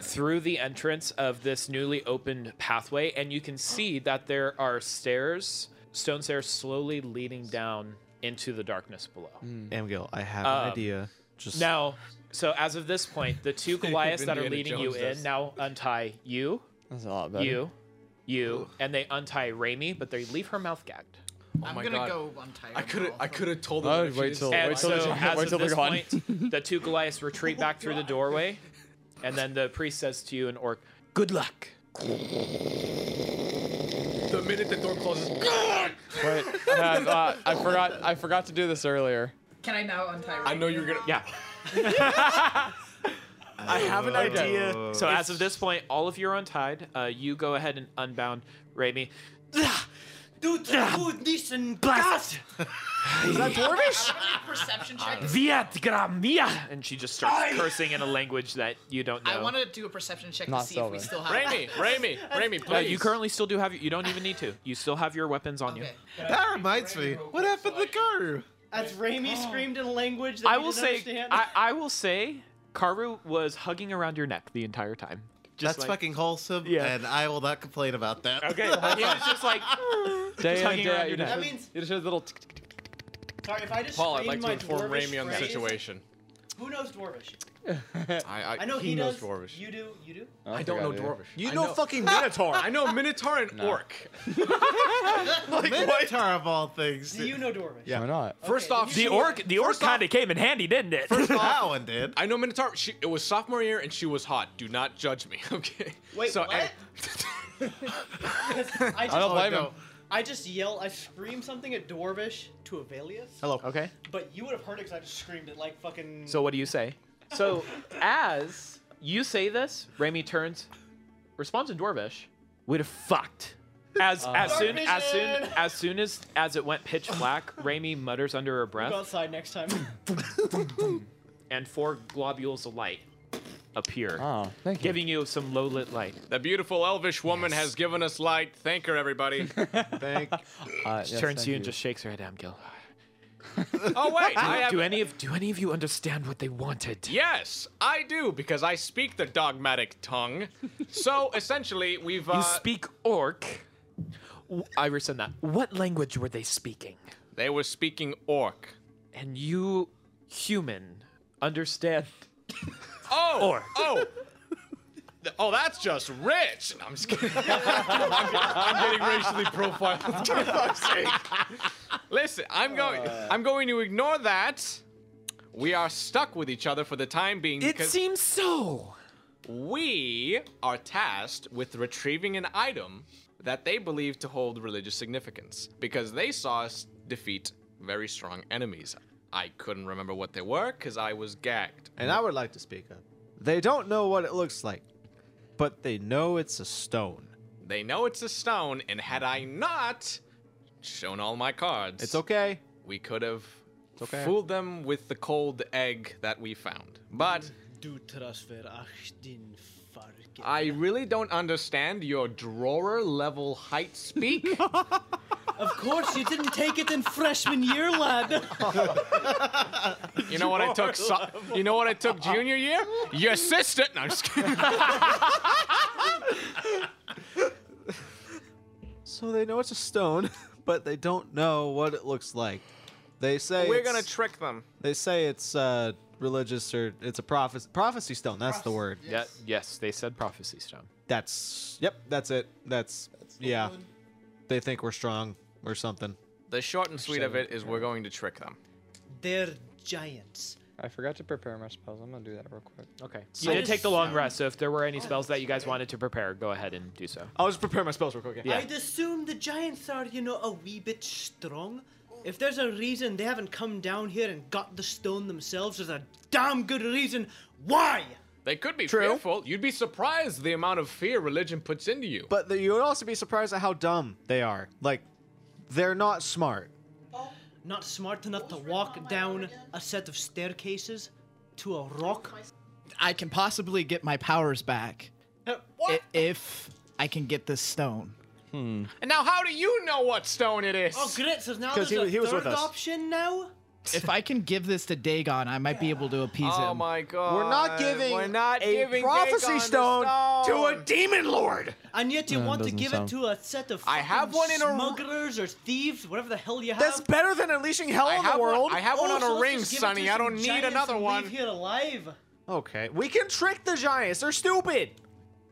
through the entrance of this newly opened pathway, and you can see that there are stairs, stone stairs, slowly leading down into the darkness below. Amgil, I have Um, an idea. Just Now, so as of this point, the two Goliaths that are Indiana leading you Jones in does. now untie you, That's a lot better. you, you, and they untie Raimi, but they leave her mouth gagged. I'm my gonna God. go untie. I could have. I could have told them. Oh, I that would if she Uh, wait till- didn't And till so, they're- as wait of till they're this gone. point, the two Goliaths retreat back through the doorway, and then the priest says to you in Orc, "Good luck." The minute the door closes, God! Wait, I, have, uh, I forgot. I forgot to do this earlier. Can I now untie? I know you're gonna. Yeah. I have an idea. So as of this point, all of you are untied. Uh, you go ahead and unbound Raimi. Do do this and blast. Is that Dwarvish? Perception check. Viet gram mia, and she just starts I- cursing in a language that you don't know. I want to do a perception check Not to see silver. if we still have. Raimi, Raimi, Raimi, please. No, you currently still do have. You don't even need to. You still have your weapons on you. That reminds me. What happened to Garu? That's Raimi screamed in a language that I we will didn't say. understand. I, I will say. Karu was hugging around your neck the entire time. Just That's like- fucking wholesome, Yeah. and I will not complain about that. Okay, he was just like Day in hugging and day around out. your You neck. just, That means- you just heard the little. Sorry, if I just Paul, I'd screamed like to my inform dwarvish Raimi on the phrase- situation. Who knows dwarvish? I, I, I know he, knows does. dwarvish. You do. You do. I don't know dwarvish. You I know fucking Minotaur. I know minotaur and No. orc. like Minotaur of all things. Do you know dwarvish? Yeah. Why not? First off, the orc, the orc kind of came in handy, didn't it? First off, that one did. I know Minotaur. She, it was sophomore year, and she was hot. Do not judge me, okay? Wait, so, what? and- I, don't blame oh, him. no. I just yell. I scream something at dwarvish to Avelius, Hello. Okay. but you would have heard it because I just screamed it like fucking. So what do you say? So as you say this, Raimi turns, responds in Dwarvish. We'd have fucked. As Uh, as soon as soon Dwarvishin! as soon as as it went pitch black, Raimi mutters under her Go breath, outside next time. and four globules of light appear, Ah. oh, thank you. giving you some low lit light. the beautiful elvish woman has given us light. Thank her, everybody. Thank. Uh, yes, she turns thank to you and you. just shakes her head. Amgil. oh wait, do, I have do any of do any of you understand what they wanted? Yes, I do because I speak the dogmatic tongue. so essentially, we've uh, you speak orc. W- I rescind that. What language were they speaking? They were speaking orc. And you, human, understand Oh, oh, Th- oh, that's just rich. No, I'm just kidding. I'm, get- I'm getting racially profiled. For fuck's sake. Listen, I'm going. I'm going to ignore that. We are stuck with each other for the time being. It because seems so. We are tasked with retrieving an item that they believe to hold religious significance because they saw us defeat very strong enemies. I couldn't remember what they were because I was gagged. And I would like to speak up. They don't know what it looks like, but they know it's a stone. They know it's a stone, and had I not shown all my cards, It's okay. we could have okay. fooled them with the cold egg that we found. But Du trust ver ach din farge. I really don't understand your drawer level height speak. Of course, you didn't take it in freshman year, lad. You know what I took? So- you know what I took junior year? Your sister. No, I'm just kidding. So they know it's a stone, but they don't know what it looks like. They say We're it's- gonna trick them. They say it's uh, religious or it's a prophecy prophecy stone. That's the word. Yeah, yes, they said prophecy stone. That's yep. That's it. That's, yeah. They think we're strong or something. The short and sweet of it is we're going to trick them. They're giants. I forgot to prepare my spells. I'm gonna do that real quick. Okay. So- you did take the long rest, so if there were any spells that you guys wanted to prepare, go ahead and do so. I'll just prepare my spells real quick. Yeah. I'd assume the giants are, you know, a wee bit strong. If there's a reason they haven't come down here and got the stone themselves, there's a damn good reason why. They could be fearful. You'd be surprised the amount of fear religion puts into you. But the, you would also be surprised at how dumb they are. Like, they're not smart. Not smart enough to walk down a set of staircases to a rock. I can possibly get my powers back Uh, i- if I can get this stone. Hmm. And now, how do you know what stone it is? Oh, great! So now there's 'Cause he a wa- he was third with us. option now. If I can give this to Dagon, I might be able to appease Oh him. my god. Uh, We're not giving Dagon the stone. And yet you No, it want to doesn't give sound- it to a set of I have fucking one in a- smugglers or thieves, whatever the hell you have. That's better than unleashing hell I on have the one- world. I have one one on a ring, Sonny. I don't need another one. Leave here alive. Okay, we can trick the giants. They're stupid.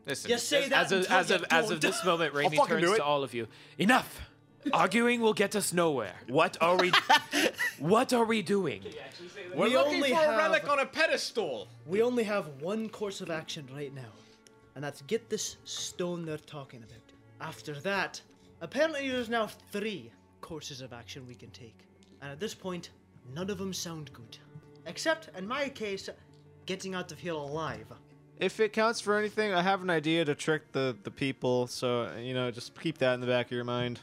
Listen, You say that as of, until as you of, as of don't. this moment, Raimi fucking do turns it. to all of you. Enough! Arguing will get us nowhere. What are we? what are we doing? we're We looking only for a have- relic on a pedestal. We only have one course of action right now, and that's get this stone they're talking about. After that, apparently there's now three courses of action we can take, and at this point, none of them sound good. Except, in my case, getting out of here alive. If it counts for anything, I have an idea to trick the, the people. So, you know, just keep that in the back of your mind.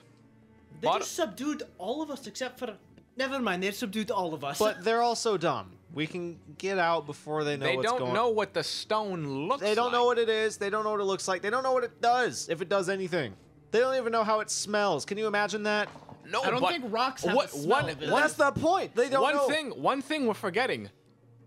They just subdued all of us except for. Never mind, they subdued all of us. But they're also dumb. We can get out before they know They what's don't going know what the stone looks They don't like. know what it is. They don't know what it looks like. They don't know what it does, if it does anything. They don't even know how it smells. Can you imagine that? No, I don't but think rocks have Oh, a what, smell one, of it. one- That's the point. They don't one know. thing one thing we're forgetting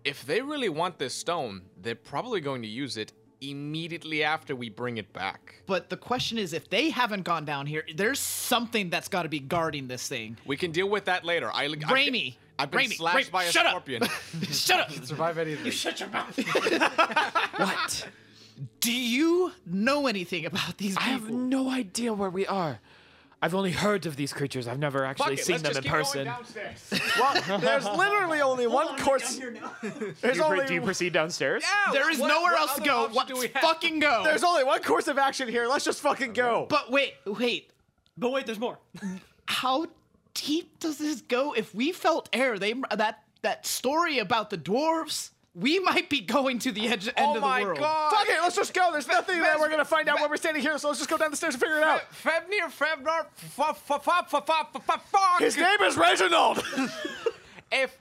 if they really want this stone they're probably going to use it immediately after we bring it back But the question is, if they haven't gone down here, there's something that's got to be guarding this thing. we can deal with that later i, I Raimi, I've been Raimi, slashed Raimi, by a shut up. scorpion. Shut up. survive anything. You shut your mouth. what? Do you know anything about these? I have no idea where we are. I've only heard of these creatures. I've never actually it, seen let's them just in keep going person. downstairs. well, there's literally only one course. There's do, you pro- only do you proceed downstairs? There is nowhere else to go. What? Fucking go. There's only one course of action here. Let's just fucking go. But wait, wait. But wait, there's more. How deep does this go? If we felt air, they that that story about the dwarves, we might be going to the edge, end Oh of the world. Fuck it, let's just go. There's nothing that we're gonna find out when we're standing here. So let's just go down the stairs and figure it out. Fevnir, Fevnor, f- f- f- f- f- f- f- fuck. His name is Reginald. if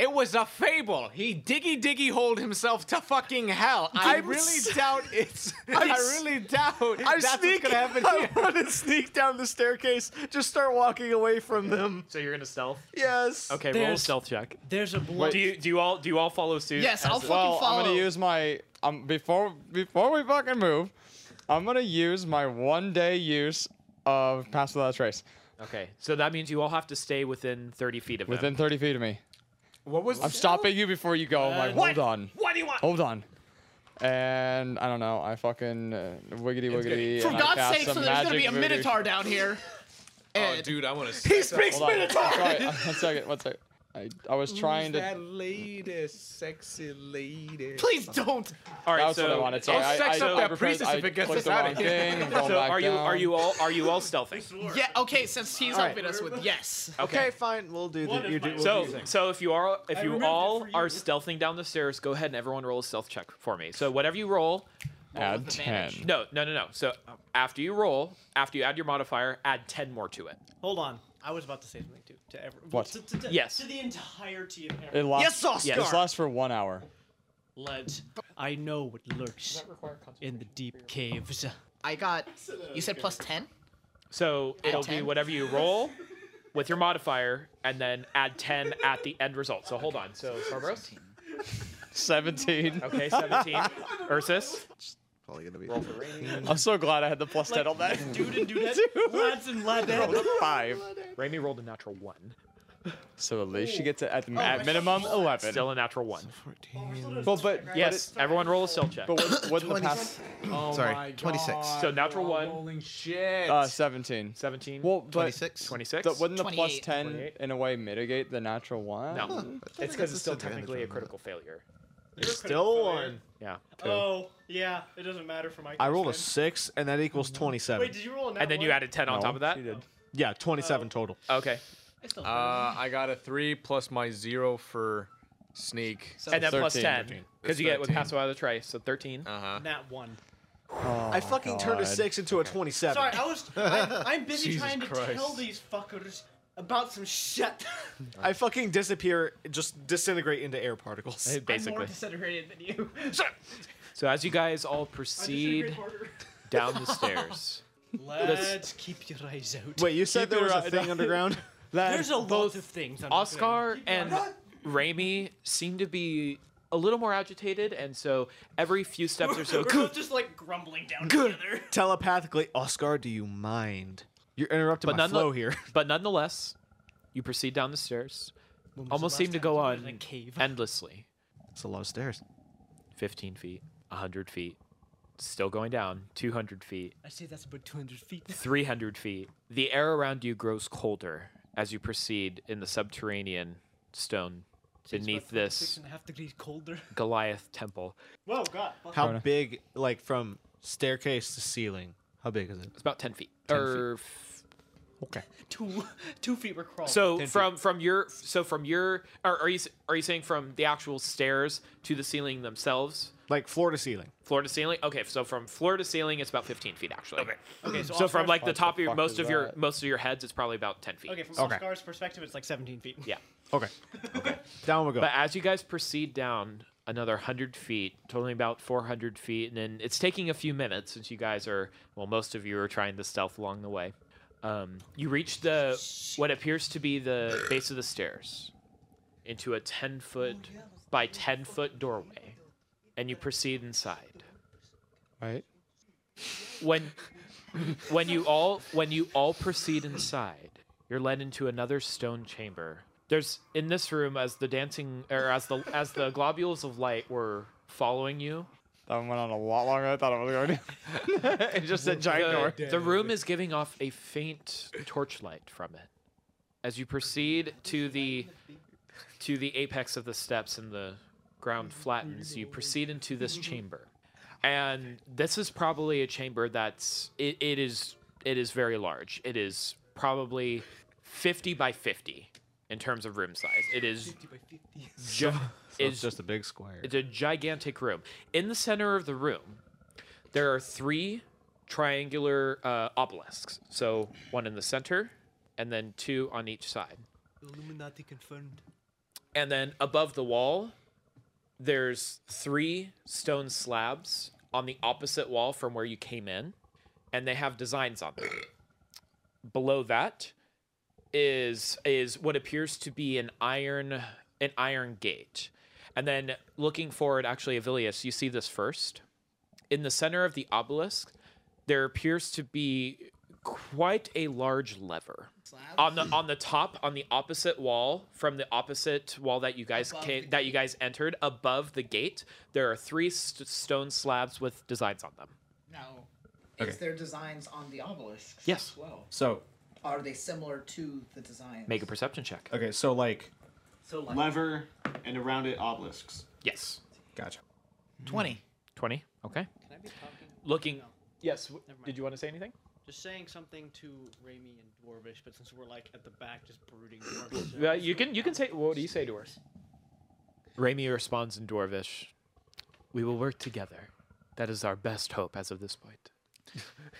it was a fable, he diggy diggy holed himself to fucking hell. I I'm really s- doubt it's. i I'm s- really doubt I that's sneak. what's gonna happen I here. want to sneak down the staircase. Just start walking away from them. So you're gonna stealth? Yes. Okay, roll a There's- stealth check. There's a Do you do you all do you all follow suit? as it- well, I'm gonna use my um before before we fucking move, I'm gonna use my one day use of pass without a trace Okay, so that means you all have to stay within 30 feet of him. within 30 feet of me. What was? I'm stopping you before you go. I'm like, what? hold on. What do you want? Hold on. And I don't know. I fucking uh, wiggity wiggity. For and I God's cast sake, so some there's gonna be a magic voodoo. minotaur down here. Oh, dude, I want to. He speaks Minotaur. Minotaur! One second, one second. I, I was trying to. lady, sexy lady. Please don't. All right, That was so what I wanted. Sorry, I- I- I prepared- I clicked the wrong thing, I'm going so back are you are down. you all are you all stealthing? Yeah. Okay. Since he's All right. outfit us with yes. Okay. Okay, fine. We'll do that. You do. we'll So do that. so if you are I if you removed it all for you. are stealthing down the stairs, go ahead and everyone roll a stealth check for me. So whatever you roll, add ten. No, no, no, no. So after you roll, after you add your modifier, add ten more to it. Hold on. I was about to say something too. To every What? To, to, to, Yes. To the entirety of It everyone. lasts. This lasts for one hour. Let. I know what lurks in the deep caves. I got. You said plus ten. So Add it'll be 10? whatever you roll with your modifier, and then add ten at the end result. So hold on. So Cerberus, 17. okay, seventeen. Ursus, probably gonna be. I'm so glad I had the plus 10 on that. Dude and dude, lads Oh, and rolled a ladettes. 5. Raimi rolled a natural one. So at least she gets it at, at minimum 11. Still a natural one. Well, but Yes, everyone roll a stealth check. But what, what the pass? Oh Sorry, my 26. God, So natural we're all one. Rolling shit. Uh, 17. 17. Well, but 26? 26? the- wouldn't the plus 28. 10 in a way mitigate the natural one? No, it's because it's still disadvantage technically a on that. critical failure. You're Still one. Yeah. Oh, yeah. It doesn't matter for my. I rolled a case, six, and that equals twenty-seven. Wait, did you roll a nat And then you one? added 10 on No, top of that? she did. Yeah, twenty-seven total. Okay. Uh, I got a three plus my zero for sneak, and then plus 10. Because It's you get with 13. pass without a trace, so 13. Uh-huh. Nat one. I fucking turned a six into a twenty-seven. Sorry, I was. I'm, I'm busy Jesus trying to Christ. tell these fuckers about some shit. I fucking disappear, just disintegrate into air particles. I'm more disintegrated than you. So as you guys all proceed down the stairs. Let's keep your eyes out. Wait, you said Keep there your was a eyes thing out. underground? There's a lot of things. underground. Oscar and Raimi seem to be a little more agitated, and so every few steps or so. We're both just like grumbling down together. Telepathically, Oscar, do you mind? You're interrupting my none- flow here. But nonetheless, you proceed down the stairs. When was the Almost last seem to time go you were in on a cave? endlessly. It's a lot of stairs. 15 feet, 100 feet, still going down, 200 feet, I say that's about 200 feet. 300 feet. The air around you grows colder as you proceed in the subterranean stone beneath Six this and a half degrees colder. Goliath temple. Whoa, God. How big, like from staircase to ceiling? How big is it? It's about 10 feet. 10 Er, Or Okay. Two, two feet were crawling. So from from your so from your are, are you s- are you saying from the actual stairs to the ceiling themselves? Like floor to ceiling. Floor to ceiling. Okay, so from floor to ceiling, it's about 15 feet actually. Okay. Okay, so So, I'll from start- like the What top the of your fuck most is of your that? most of your heads, it's probably about 10 feet. Okay, from Okay. Oscar's perspective, it's like 17 feet. Yeah. Okay. Down we go. But as you guys proceed down another 100 feet, totaling about 400 feet, and then it's taking a few minutes since you guys are, well, most of you are trying to stealth along the way. Um, you reach the, what appears to be the base of the stairs into a 10 foot by 10 foot doorway, and you proceed inside. Right? When, when you all when you all proceed inside, you're led into another stone chamber There's in this room as the dancing or as the as the globules of light were following you. That went on a lot longer than I thought it was going to. it just said giant the, door. The room is giving off a faint torchlight from it. As you proceed to the to the apex of the steps and the ground flattens, you proceed into this chamber. And this is probably a chamber that's it, it is it is very large. It is probably 50 by 50 in terms of room size. It is So- gi- so it's is- just a big square. It's a gigantic room. In the center of the room, there are three triangular uh, obelisks. So one in the center, and then two on each side. Illuminati confirmed. And then above the wall, there's three stone slabs on the opposite wall from where you came in, and they have designs on them. Below that is is what appears to be an iron an iron gate. And then looking forward, actually, Avilius, you see this first. In the center of the obelisk, there appears to be quite a large lever on the on the top on the opposite wall from the opposite wall that you guys came, that you guys entered above the gate there are three st- stone slabs with designs on them Now, Okay. is there designs on the obelisks Yes. as well? So Are they similar to the designs? make a perception check Uh, okay, so like So like lever and around it obelisks. Yes. Gotcha. 20. 20 okay Can I be talking? looking yes w- Never mind. did you want to say anything Just saying something to Raimi and Dwarvish, but since we're like at the back, just brooding. over ourselves. Yeah, you can you can say what do you say to her Raimi responds in dwarvish we will work together that is our best hope as of this point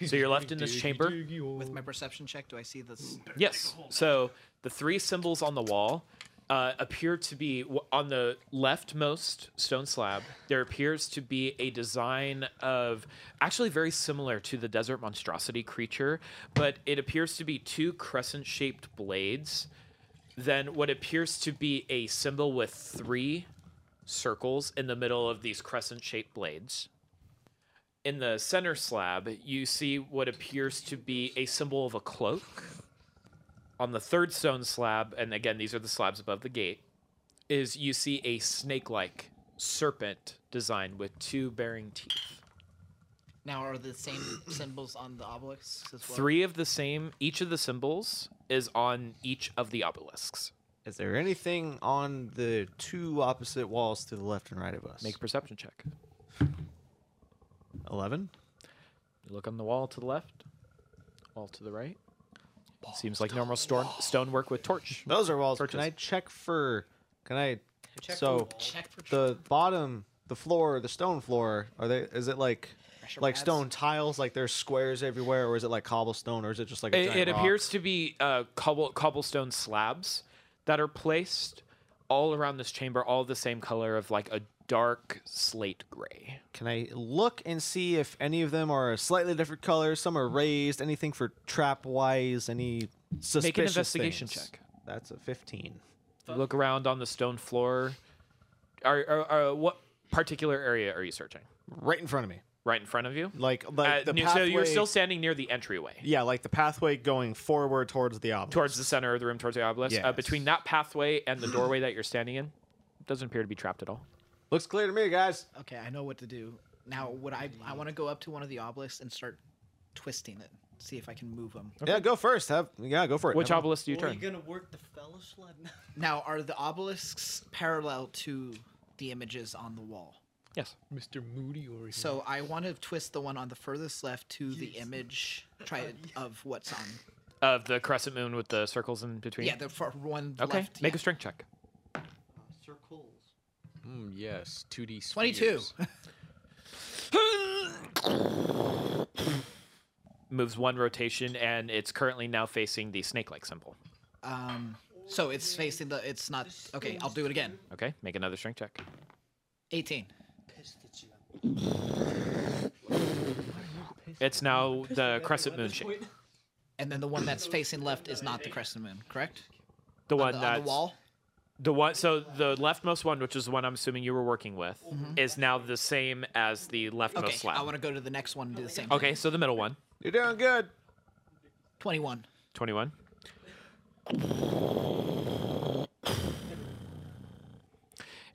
so you're left in this chamber With my perception check, do I see this? Yes. So the three symbols on the wall uh, appear to be w- on the leftmost stone slab. There appears to be a design of actually very similar to the desert monstrosity creature, but it appears to be two crescent shaped blades. Then what appears to be a symbol with three circles in the middle of these crescent shaped blades in the center slab, you see what appears to be a symbol of a cloak. On the third stone slab, and again, these are the slabs above the gate, is you see a snake like serpent design with two bearing teeth. Now, are the same symbols on the obelisks as well? Three of the same, each of the symbols is on each of the obelisks. Is there anything on the two opposite walls to the left and right of us? Make a perception check. 11. You look on the wall to the left, wall to the right. Seems like normal storm, stonework with torch. Those are walls. Torches. Can I check for? Can I? Check so for- check for the bottom, the floor, the stone floor. Are they? Is it like like pads? stone tiles? Like there's squares everywhere, or is it like cobblestone, or is it just like a it, giant it rock? appears to be uh, cobble, cobblestone slabs that are placed all around this chamber, all the same color of like a dark slate gray. Can I look and see if any of them are a slightly different color? Some are raised. Anything for trap wise? Any suspicious investigation things? check. That's a fifteen. You look around on the stone floor. Are, are, are- what particular area are you searching? Right in front of me. Right in front of you. Like, like Uh, the you- so you're pathway- still standing near the entryway. Yeah, like the pathway going forward towards the obelisk. towards the center of the room, towards the obelisk. Uh, Yes. between that pathway and the doorway that you're standing in, doesn't appear to be trapped at all. Looks clear to me, guys. Okay, I know what to do. Now, would I? I want to go up to one of the obelisks and start twisting it. See if I can move them. Yeah, go first. Have yeah, go for it. Which Have- obelisk do you Or Are turn? you gonna work the fellow sled? Now, are the obelisks parallel to the images on the wall? Yes. Mr. Moody or So I want to twist the one on the furthest left to the image try of what's on. Of the crescent moon with the circles in between. Yeah, the far one Okay. left. Make a strength check. circles. Mm, yes, 2D 22. Moves one rotation and it's currently now facing the snake-like symbol. Um, so it's facing the. It's not. Okay, I'll do it again. Okay, make another strength check. 18. It's now the crescent moon shape. And then the one that's facing left is not the crescent moon, correct? The one the- on the that's wall? The one so the leftmost one, which is the one I'm assuming you were working with, Mhm. is now the same as the leftmost Okay, I slab. want to go to the next one and do the same. thing. Okay, so the middle one. You're doing good. 21. Twenty-one.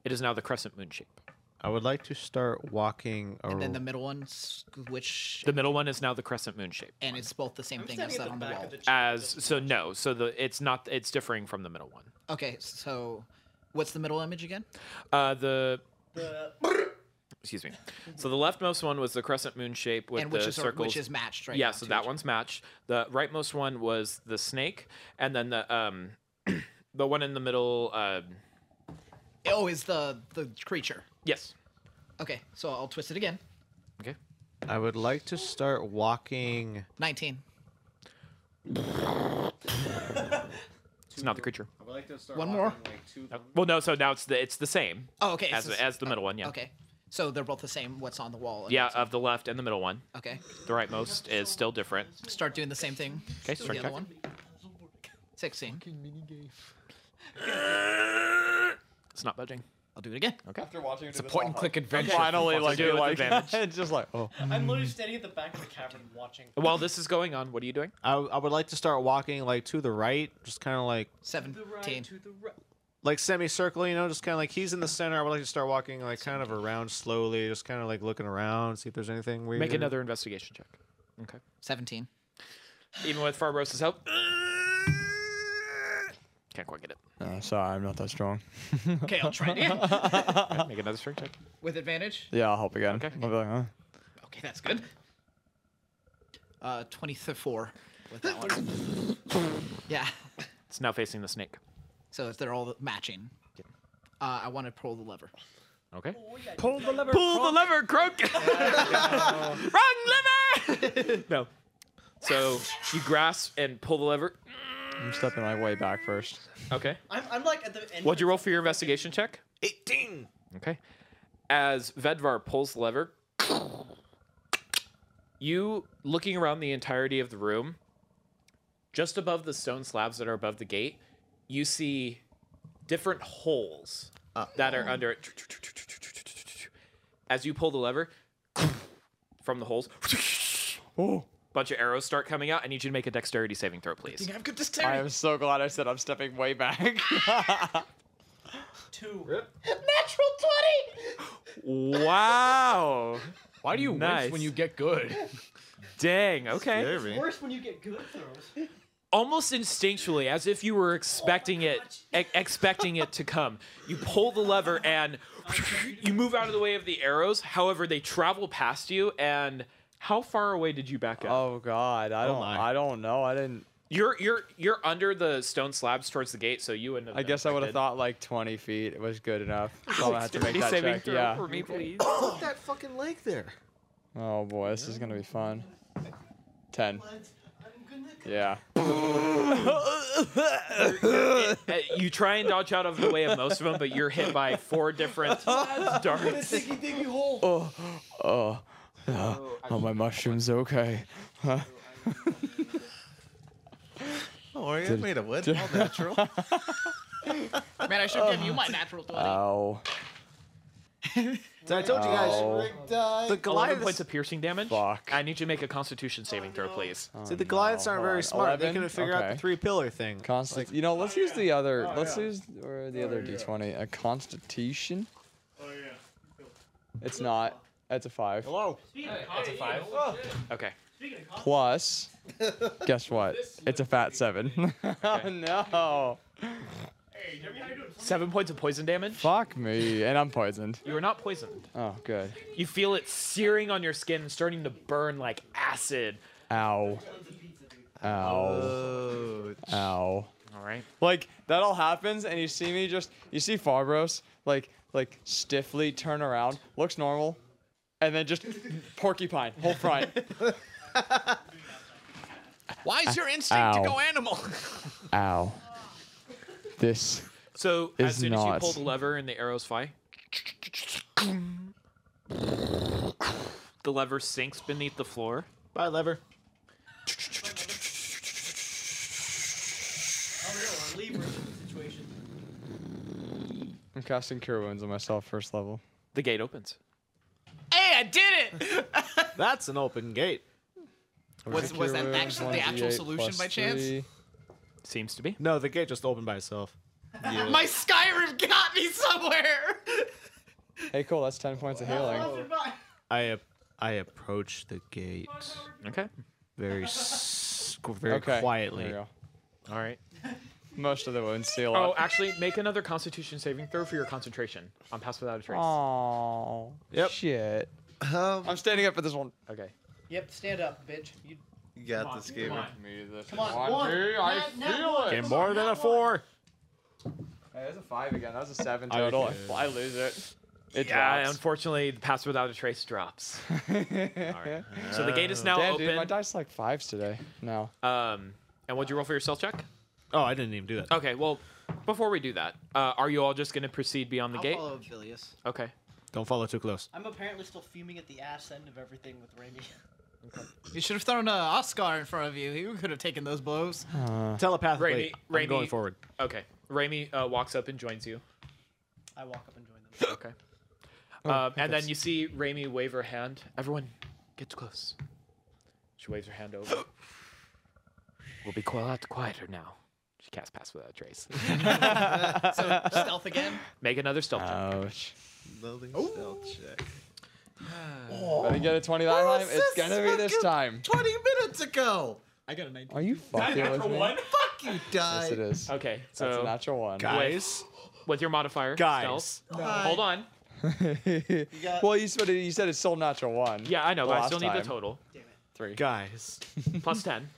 It is now the crescent moon shape. I would like to start walking. And then the ar- middle one, which The middle one is now the crescent moon shape. and it's both the same thing as that on the wall. As so no, so the it's not it's differing from the middle one. Okay, so what's the middle image again? Uh, the excuse me. So the leftmost one was the crescent moon shape with And which the is- which circles, is matched right Yeah, now so to that one's matched. The rightmost one was the snake, and then the um, the one in the middle. Uh, Oh, is the the creature? yes. Okay, so I'll twist it again. I would like to start walking. Nineteen. It's not the creature. I would like to start One more. Well, no. So now it's the it's the same. Oh, okay. As, so s- as the middle one. Yeah. Okay, so they're both the same. What's on the wall? and Yeah, what's- of the left and the middle one. Okay. The rightmost is still different. Start doing the same thing. Okay, with start the other one. checking. Sixteen. It's not budging. I'll do it again. Okay. After watching It's a point and click adventure. Finally, Fuck like it. Do you're it like with advantage. just like oh. I'm literally standing at the back of the cavern watching. While this is going on, what are you doing? I, I would like to start walking like to the right, just kind of like Seventeen. like semicircle, you know, just kind of like he's in the center. I would like to start walking like kind of around slowly, just kind of like looking around, see if there's anything weird. Make another investigation check. Okay. Seventeen. Even with Farbrose's help. Can't quite get it. Uh, sorry, I'm not that strong. Okay, I'll try it again. Okay, Make another strength check. With advantage. Yeah, I'll help again. Okay. I'll be like, huh? Okay, that's good. Uh, twenty-four with that one. yeah. It's now facing the snake. So if they're all matching, uh, I want to pull the lever. Okay. Pull the lever. Pull the lever, croak. Run, lever. no. So you grasp and pull the lever. I'm stepping my way back first. Okay. I'm, I'm like at the end. What'd you roll for your investigation check? 18. Okay. As Vedvar pulls the lever, you looking around the entirety of the room, just above the stone slabs that are above the gate, you see different holes that are under it. As you pull the lever, from the holes, oh. bunch of arrows start coming out. I need you to make a dexterity saving throw, please. I've got I am so glad I said I'm stepping way back. Two. Natural Wow. Why do you wince when you get good? Dang. Okay. It's worse when you get good throws. almost instinctually, as if you were expecting it, e- expecting it to come. You pull the lever and you move out of the way of the arrows. However, they travel past you. And how far away did you back up? Oh God, I don't, my. I don't know. I didn't. You're you're you're under the stone slabs towards the gate, so you wouldn't. Have I been guess I would have affected. thought like 20 feet was good enough. So I'm gonna have to make Dexterity that saving check. throw Yeah. for me, please. Uh, Put that fucking leg there. Oh boy, this is gonna be fun. Ten. Yeah. Uh, you try and dodge out of the way of most of them, but you're hit by four different darts. hole. Oh, oh, uh, oh, my mushroom's okay. Huh? Oh, are you Did- made of wood? did- All natural. Man, I should give you my natural twenty. Uh. Ow. So I told you guys. Oh. Ow. The Eleven Goliaths. points of piercing damage. Fuck. I need you to make a Constitution saving throw, please. See, the Goliaths aren't very smart. They 11? couldn't figure out Oh, Okay. the three pillar thing. Constant. you know, let's use the other. let's use or the other D20. A Constitution. Oh, yeah. It's not. That's a five. Hello. That's a five. Okay. Plus, guess what? It's a fat seven. Oh, Okay. no. Seven points of poison damage. Fuck me, and I'm poisoned. You are not poisoned. Oh, good. You feel it searing on your skin and starting to burn like acid. Ow. Ow. Oh, Ow. All right. Like that all happens, and you see me just you see Farbros like like stiffly turn around, looks normal, and then just porcupine whole front. Why Uh, is your instinct Ow. to go animal? Ow. This. So as Is soon as you not. pull the lever and the arrows fly, the lever sinks beneath the floor. Bye, lever. I'm real unlevered in this situation. I'm casting cure wounds on myself first level. The gate opens. Hey, I did it! That's an open gate. Was- was that actually the actual solution by chance? Seems to be. No, the gate just opened by itself. Yeah. My Skyrim got me somewhere. Hey, cool. That's ten points of healing. I ap- I approach the gate. Okay. Very s- very Okay, there quietly. we go. All right. Most of the wounds seal Oh, up. actually, make another Constitution saving throw for your concentration on Pass Without a Trace. Oh. Yep. Shit. I'm standing up for this one. Okay. Yep, stand up, bitch. You You got Come this on, game. come Come on, one, one. two, I Not- not feel one. it. Get more than a four. Hey, that's a five again. That was a seven I total. guess. I, I lose it. It yeah, drops. unfortunately, the Pass Without a Trace drops. So the gate is now Damn, open. Dude, my dice like fives today. No. Um, and what'd you roll for your stealth check? Oh, I didn't even do that. Okay, well, before we do that, uh, are you all just going to proceed beyond the I'll gate? follow Oh, Vilius. Okay. Don't follow too close. I'm apparently still fuming at the ass end of everything with Raimi. You should have thrown a Oscar in front of you. You could have taken those blows. Raimi, Telepathically, Raimi, I'm going forward. Okay. Raimi uh, walks up and joins you. I walk up and join them. Okay. um, and then you see Raimi wave her hand. Everyone gets close. She waves her hand over. we'll be a lot quieter now. She casts Pass Without a Trace. So stealth again. Make another stealth Uh, Ouch. Loading stealth check. Better get a 20 that time. It's gonna be this time. 20 minutes ago. I got a 19. Are you fucking with me? Fuck you, Yes, it die. is. Okay, so That's a natural one. guys, with, with your modifier, Guys. stealth. No. Hold on. well, you said, it, you said it's still natural one. Yeah, I know, but I last still need the time. total. Three. Guys. Plus ten,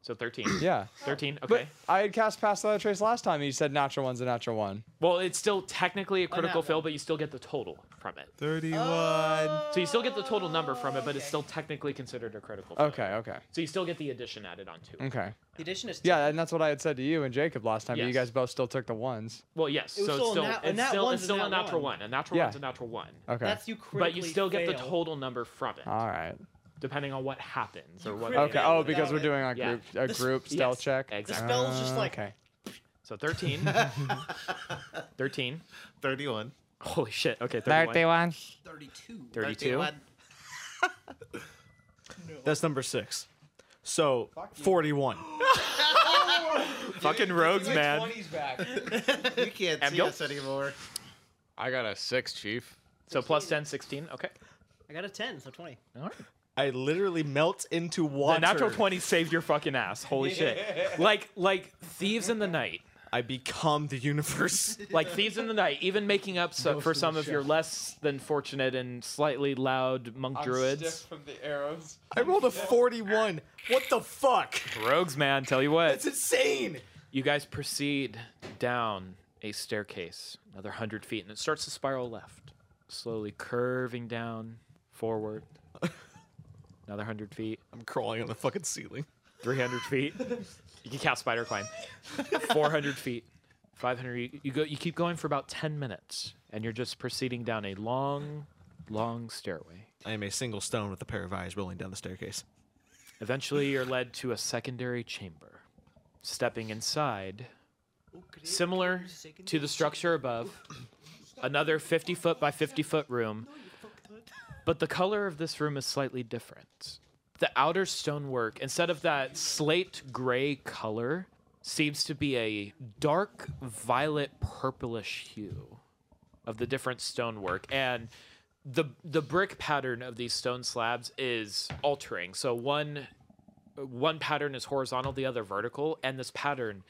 so thirteen. Yeah. Thirteen. But Okay. I had cast Pass Without a Trace last time, and you said natural one's a natural one. well, it's still technically a critical fail, but you still get the total from it. 31. Oh. So you still get the total number from it, but it's still technically considered a critical fail. Okay, okay. So you still get the addition added onto it. Okay. The addition is Yeah, and that's what I had said to you and Jacob last time, but you Yes. guys both still took the ones. Well, yes. It was still So it's a still nat- a it's nat still one's it's a still a nat natural one. one. A natural Yeah. one's a natural one. Okay. That's you But you critically still get the fail. total number from it, All right. depending on what happens or what. Okay. Oh, because we're doing a Yeah. group a This- group stealth yes, check. Exactly. spell's just Uh, like- Okay. So 13. 13. 31. Holy shit. Okay, 31. 31. 32. 32. That's number six. So forty-one. Fucking rogues, man. you can't see Abdul? us anymore. I got a six, chief. So plus 10, 16. Okay. I got a 10, so 20. All right. I literally melt into water. The natural 20 saved your fucking ass. Holy shit. Like like thieves in the night. I become the universe. Like thieves in the night, even making up so, for some of your less than fortunate and slightly loud monk druids. from the arrows. I rolled a forty-one. What the fuck? Rogues, man, tell you what. That's insane. You guys proceed down a staircase, another hundred feet, and it starts to spiral left, slowly curving down, forward. Another hundred feet, I'm crawling on the fucking ceiling. three hundred feet. You can cast spider climb. Four hundred feet, five hundred. You go. You keep going for about ten minutes, and you're just proceeding down a long, long stairway. I am a single stone with a pair of eyes rolling down the staircase. Eventually, you're led to a secondary chamber. Stepping inside, similar to the structure above, another 50 foot by 50 foot room, but the color of this room is slightly different. The outer stonework, instead of that slate gray color, seems to be a dark violet purplish hue of the different stonework and the the brick pattern of these stone slabs is altering so one one pattern is horizontal the other vertical and this pattern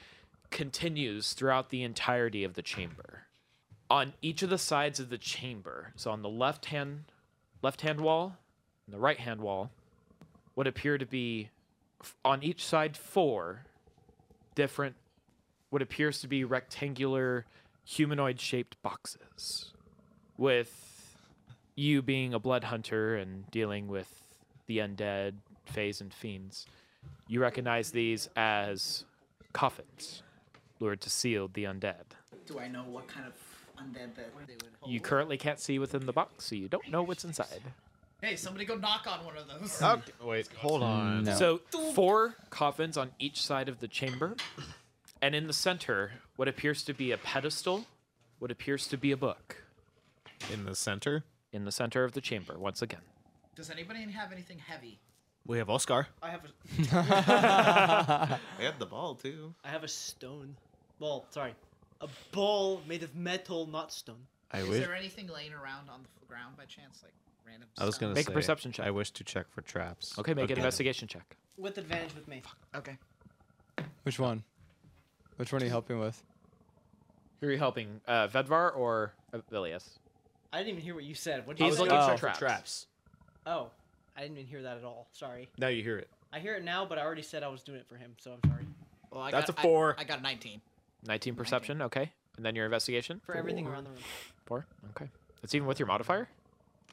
continues throughout the entirety of the chamber on each of the sides of the chamber so on the left hand left hand wall and the right hand wall what appear to be f- on each side four different what appears to be rectangular humanoid shaped boxes with you being a blood hunter and dealing with the undead fays and fiends you recognize these as coffins lured to seal the undead Do I know what kind of undead that they would hold? you currently can't see within the box so you don't know what's inside Hey, somebody go knock on one of those. Oh. wait, hold Hmm. on. So four coffins on each side of the chamber, and in the center, what appears to be a pedestal, what appears to be a book. in the center, In the center of the chamber, once again. Does anybody have anything heavy? we have Oscar. I have a I had the ball, too. I have a stone. Well, sorry, a a ball made of metal, not stone. I Is wish- there anything laying around on the f- ground by chance, like random? I was stuff? gonna Make a say, perception check. I wish to check for traps. Okay, make an Again. investigation check. With advantage with me. Okay. Which one? Which one are you helping with? Who are you helping? Uh, Vedvar or uh, Ilias? I didn't even hear what you said. What did you He's say? looking for traps. Oh, I didn't even hear that at all. Sorry. Now you hear it. I hear it now, but I already said I was doing it for him, so I'm sorry. Well, I That's got- a four. I, got a 19. 19 perception, okay. And then your investigation? For everything around the room. Four, okay. That's even with your modifier?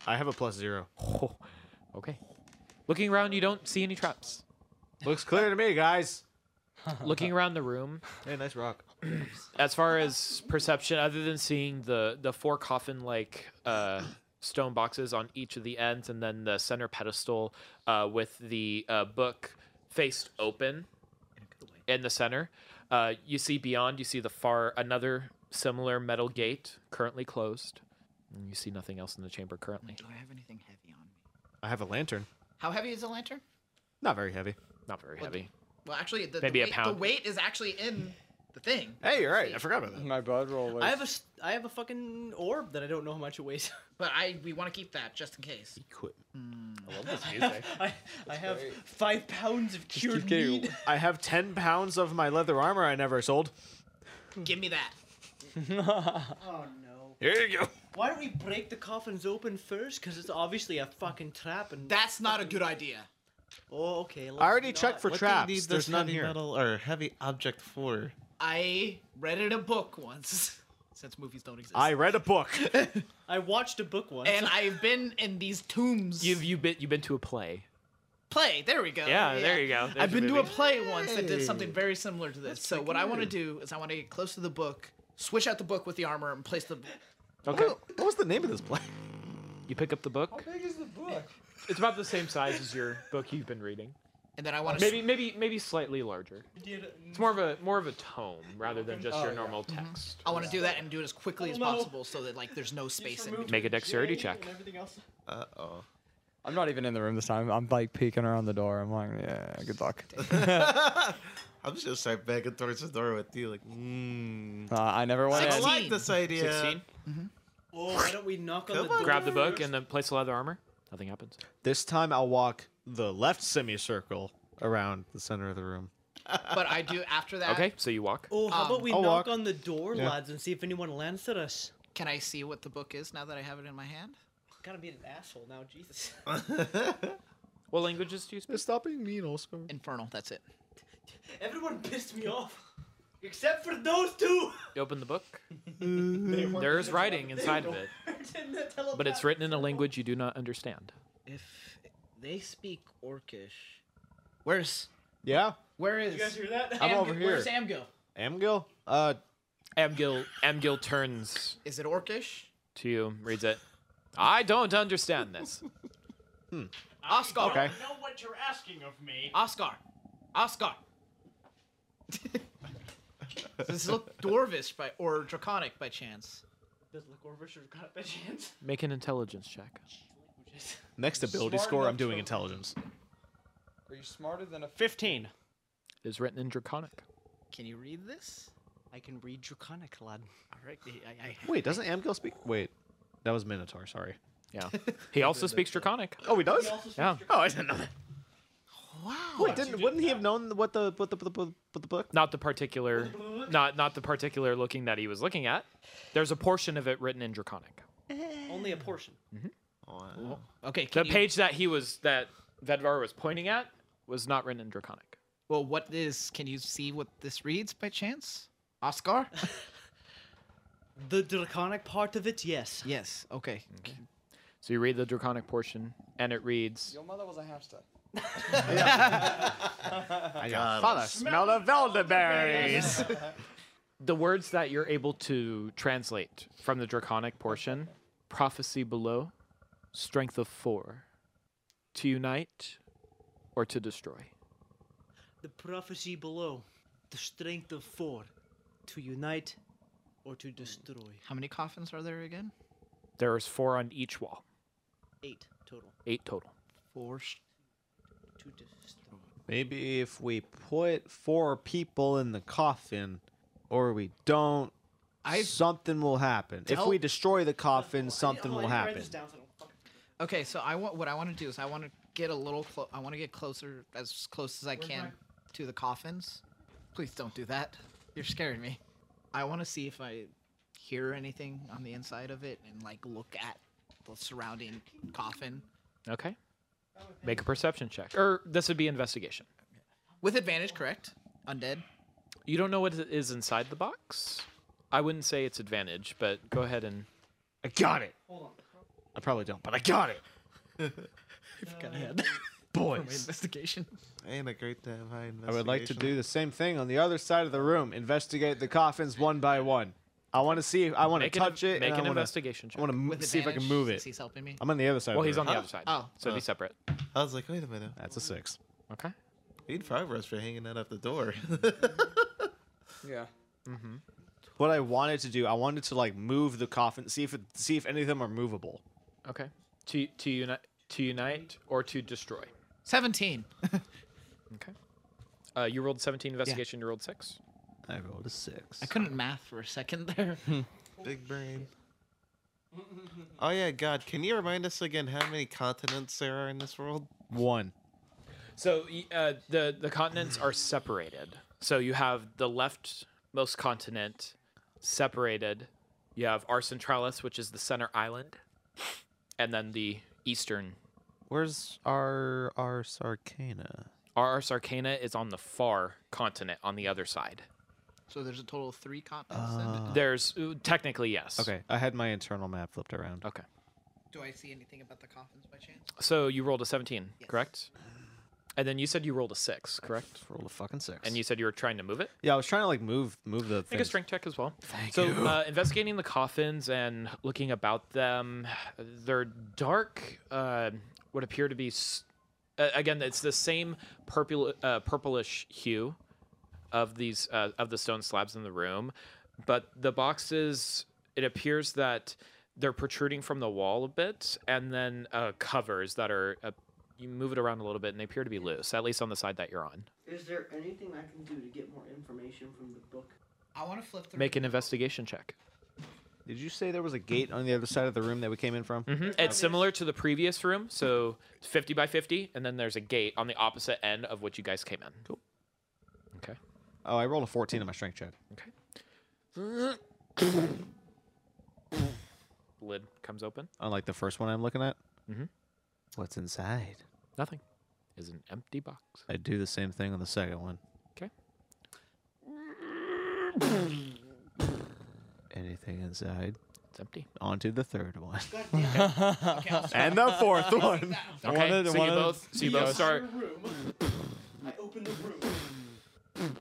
I have a plus zero. okay. Looking around, you don't see any traps. Looks clear to me, guys. Looking around the room, Hey, nice rock. as far as perception, other than seeing the the four coffin like uh, stone boxes on each of the ends, and then the center pedestal uh, with the uh, book faced open in the center, uh, you see beyond. You see the far another similar metal gate currently closed. And you see nothing else in the chamber currently. Do I have anything heavy on me? I have a lantern. How heavy is the lantern? Not very heavy. Not very heavy. Well, actually, the, Maybe the a weight, pound. The weight is actually in the thing. Hey, you're right. I forgot about that. My blood roll was. I have a s- I have a fucking orb that I don't know how much it weighs. But I we want to keep that just in case. I love this I, I have five pounds of cured meat. I have ten pounds of my leather armor I never sold. Give me that. Oh no. Here you go. Why don't we break the coffins open first? Because it's obviously a fucking trap. And That's not a good idea. Oh, okay. I let's already not. checked for What do you traps. need There's this none heavy here. metal or heavy object for? I read it in a book once, since movies don't exist. I read a book. I watched a book once. and I've been in these tombs. You've you been you've been to a play. play. There we go. Yeah, there you go. There's I've your been to a movie. play once that did something Hey. very similar to this. so what I want to do is I want to get close to the book, switch out the book with the armor, and place the. Okay. What was the name of this play? You pick up the book. big is the book? It's about the same size as your book you've been reading. And then I want to maybe maybe maybe slightly larger. It's more of a more of a tome rather than just your normal text. I want to do that and do it as quickly as possible so that like there's no space in between. Make a dexterity check. Uh oh. I'm not even in the room this time. I'm like peeking around the door. I'm like, yeah, good luck. I'm just gonna start begging towards the door with you, like, mmm. Uh, I never went I in. like this idea. 16? Oh, why don't we knock on the door? Grab the book and then place the leather armor. Nothing happens. This time I'll walk the left semicircle around the center of the room. But I do after that. Okay, so you walk. Oh, how Um, about we I'll knock walk. on the door, Yeah. lads, and see if anyone lands at us? Can I see what the book is now that I have it in my hand? Gotta be an asshole now, Jesus. What languages do you speak? Stop being mean, Oscar. Infernal. That's it. Everyone pissed me off. Except for those two! You open the book. weren't There's in the writing telepath- inside they of it, weren't in the telepath. but it's written in a language you do not understand. If they speak Orcish, Where's? Yeah. Where is? you guys hear that? I'm over here. Where's Amgo? Amgil? Uh, Amgil Amgil turns Is it Orcish? to you, reads it. I don't understand this. Oscar. I don't know what you're asking of me. Oscar. Oscar. Does this look dwarvish by or draconic by chance? Does Orvish or got by chance? Make an intelligence check. next ability Smart score, I'm enough doing to- intelligence. Are you smarter than a 15? It is written in draconic. Can you read this? I can read Draconic, lad. Alright, I, I, Wait, doesn't Amgil speak? Wait, that was Minotaur. Sorry. Yeah. He also speaks draconic. Oh, he does. Yeah. Oh, I didn't know that. Wow. Wait, didn't wouldn't he have known what the what the what the, what the book? Not the particular not not the particular looking that he was looking at. There's a portion of it written in draconic. Only a portion. Okay, The can you, page that he was that Vedvar was pointing at was not written in draconic. Well, what is? Can you see what this reads by chance? Oscar? The Draconic part of it, yes. yes. Okay. Mm-hmm. So you read the draconic portion and it reads Your mother was a hamster. I Um, God. thought I smelled of elderberries. the words that you're able to translate from the draconic portion prophecy below strength of 4 to unite or to destroy. The prophecy below. The strength of four. To unite or to destroy. How many coffins are there again? There's four on each wall, Eight total. 8 total. Four. sh- To destroy. Maybe if we put four people in the coffin, or we don't, something will happen. If we Tell- destroy the coffin, something will happen. Okay, so I want what I want to do is I want to get a little clo- I want to get closer as close as I can to the coffins. Please don't do that. You're scaring me. I want to see if I hear anything on the inside of it and like look at the surrounding coffin Okay. Make a perception check. Or this would be investigation. with advantage, correct? Undead. You don't know what is inside the box? I wouldn't say it's advantage, but go ahead and. I got it. Hold on. I probably don't, but I got it. Got ahead. Boys. From investigation. Ain't a great time. high I would like to investigation. do the same thing on the other side of the room. Investigate the coffins one by one. I want to see. I want to Make an- touch it. and I make an wanna- investigation check. I want With to see if I can advantage, move since it. he's helping me? I'm on the other side. Well, of he's room. on the other side. Oh. So it'd be separate. I was like, wait a minute. That's a six. Okay. Need five for us for hanging that up the door. Yeah. Mm-hmm. What I wanted to do, I wanted to like move the coffin, see if it, see if any of them are movable. Okay. To, to, uni- to unite or to destroy? Seventeen. Okay. Uh, you rolled 17 investigation, you rolled 6. I rolled a six. I couldn't math for a second there. Big brain. Oh yeah, God, can you remind us again how many continents there are in this world? One. So y- uh, the the continents are separated. So you have the leftmost continent separated. You have Arcentralis, which is the center island, and then the eastern. Where's our our Sarcana? Ars Arcana is on the far continent on the other side. So there's a total of three continents. then? Uh. There's ooh, technically yes. Okay, I had my internal map flipped around. Okay. Do I see anything about the coffins by chance? So you rolled a 17, correct? And then you said you rolled a 6, correct? Rolled a fucking 6. And you said you were trying to move it? Yeah, I was trying to like move move the. Make a Things. strength check as well. so, Uh, investigating the coffins and looking about them, they're dark. Uh, what appear to be, s- uh, again, it's the same purple, uh, purplish hue of these uh, of the stone slabs in the room, but the boxes. It appears that they're protruding from the wall a bit, and then uh, covers that are. Uh, you move it around a little bit, and they appear to be loose, at least on the side that you're on. Is there anything I can do to get more information from the book? I want to flip through. Make an investigation check. Did you say there was a gate on the other side of the room that we came in from? hmm It's similar to the previous room, so it's 50 by 50, and then there's a gate on the opposite end of which you guys came in. Cool. Okay. Oh, I rolled a 14 on my strength check. Lid comes open. Unlike the first one I'm looking at. Mm-hmm. Mhm. What's inside? Nothing. Is an empty box. I do the same thing on the second one. 'Kay. Anything inside? It's empty. On to the third one. Okay, I'll stop. and the fourth one. Okay, so you both, so you both start I open the room.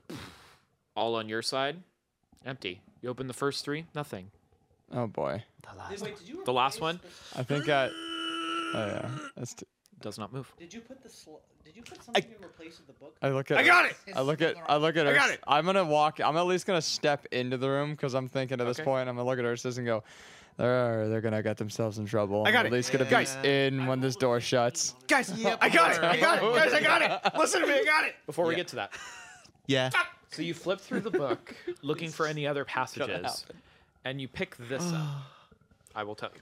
all on your side. Empty. You open the first three. Nothing. Oh boy. The last one I think I. Oh yeah. That's too, does not move. Did you put the sl- Did you put something in replace of the book? I look at. I her- got it! I look at. I look at. I Urs- got it! I'm gonna walk. I'm at least gonna step into the room because I'm thinking at this Okay. point I'm gonna look at Ursus and go, they're they're gonna get themselves in trouble. I I'm got at it. least gonna Guys. be in when this door shuts. Guys, I got it, I got it, guys, I got it. Listen to me, I got it. Before we get to that. Yeah. So you flip through the book looking for any other passages, happen. and you pick this up. I will tell you.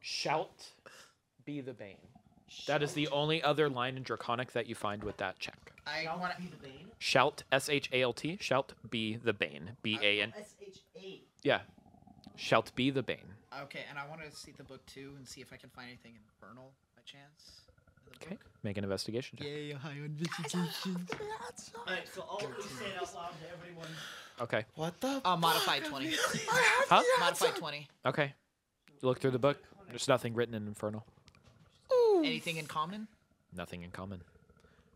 Shout be the bane. That is the only other line in Draconic that you find with that check. I want to be the vein. Shout, S H A L T, shout be the bane. B A N. S H A. Yeah. Shout be the bane. Okay, and I want to see the book too and see if I can find anything infernal by chance. Okay. Make an investigation check. Yay, high on visitation. Alright, so all of you say it out loud to everyone. Okay. What the? Uh, modified 20. Huh? Modified 20. Okay. You look through the book. There's nothing written in Infernal. Anything in common? Nothing in common.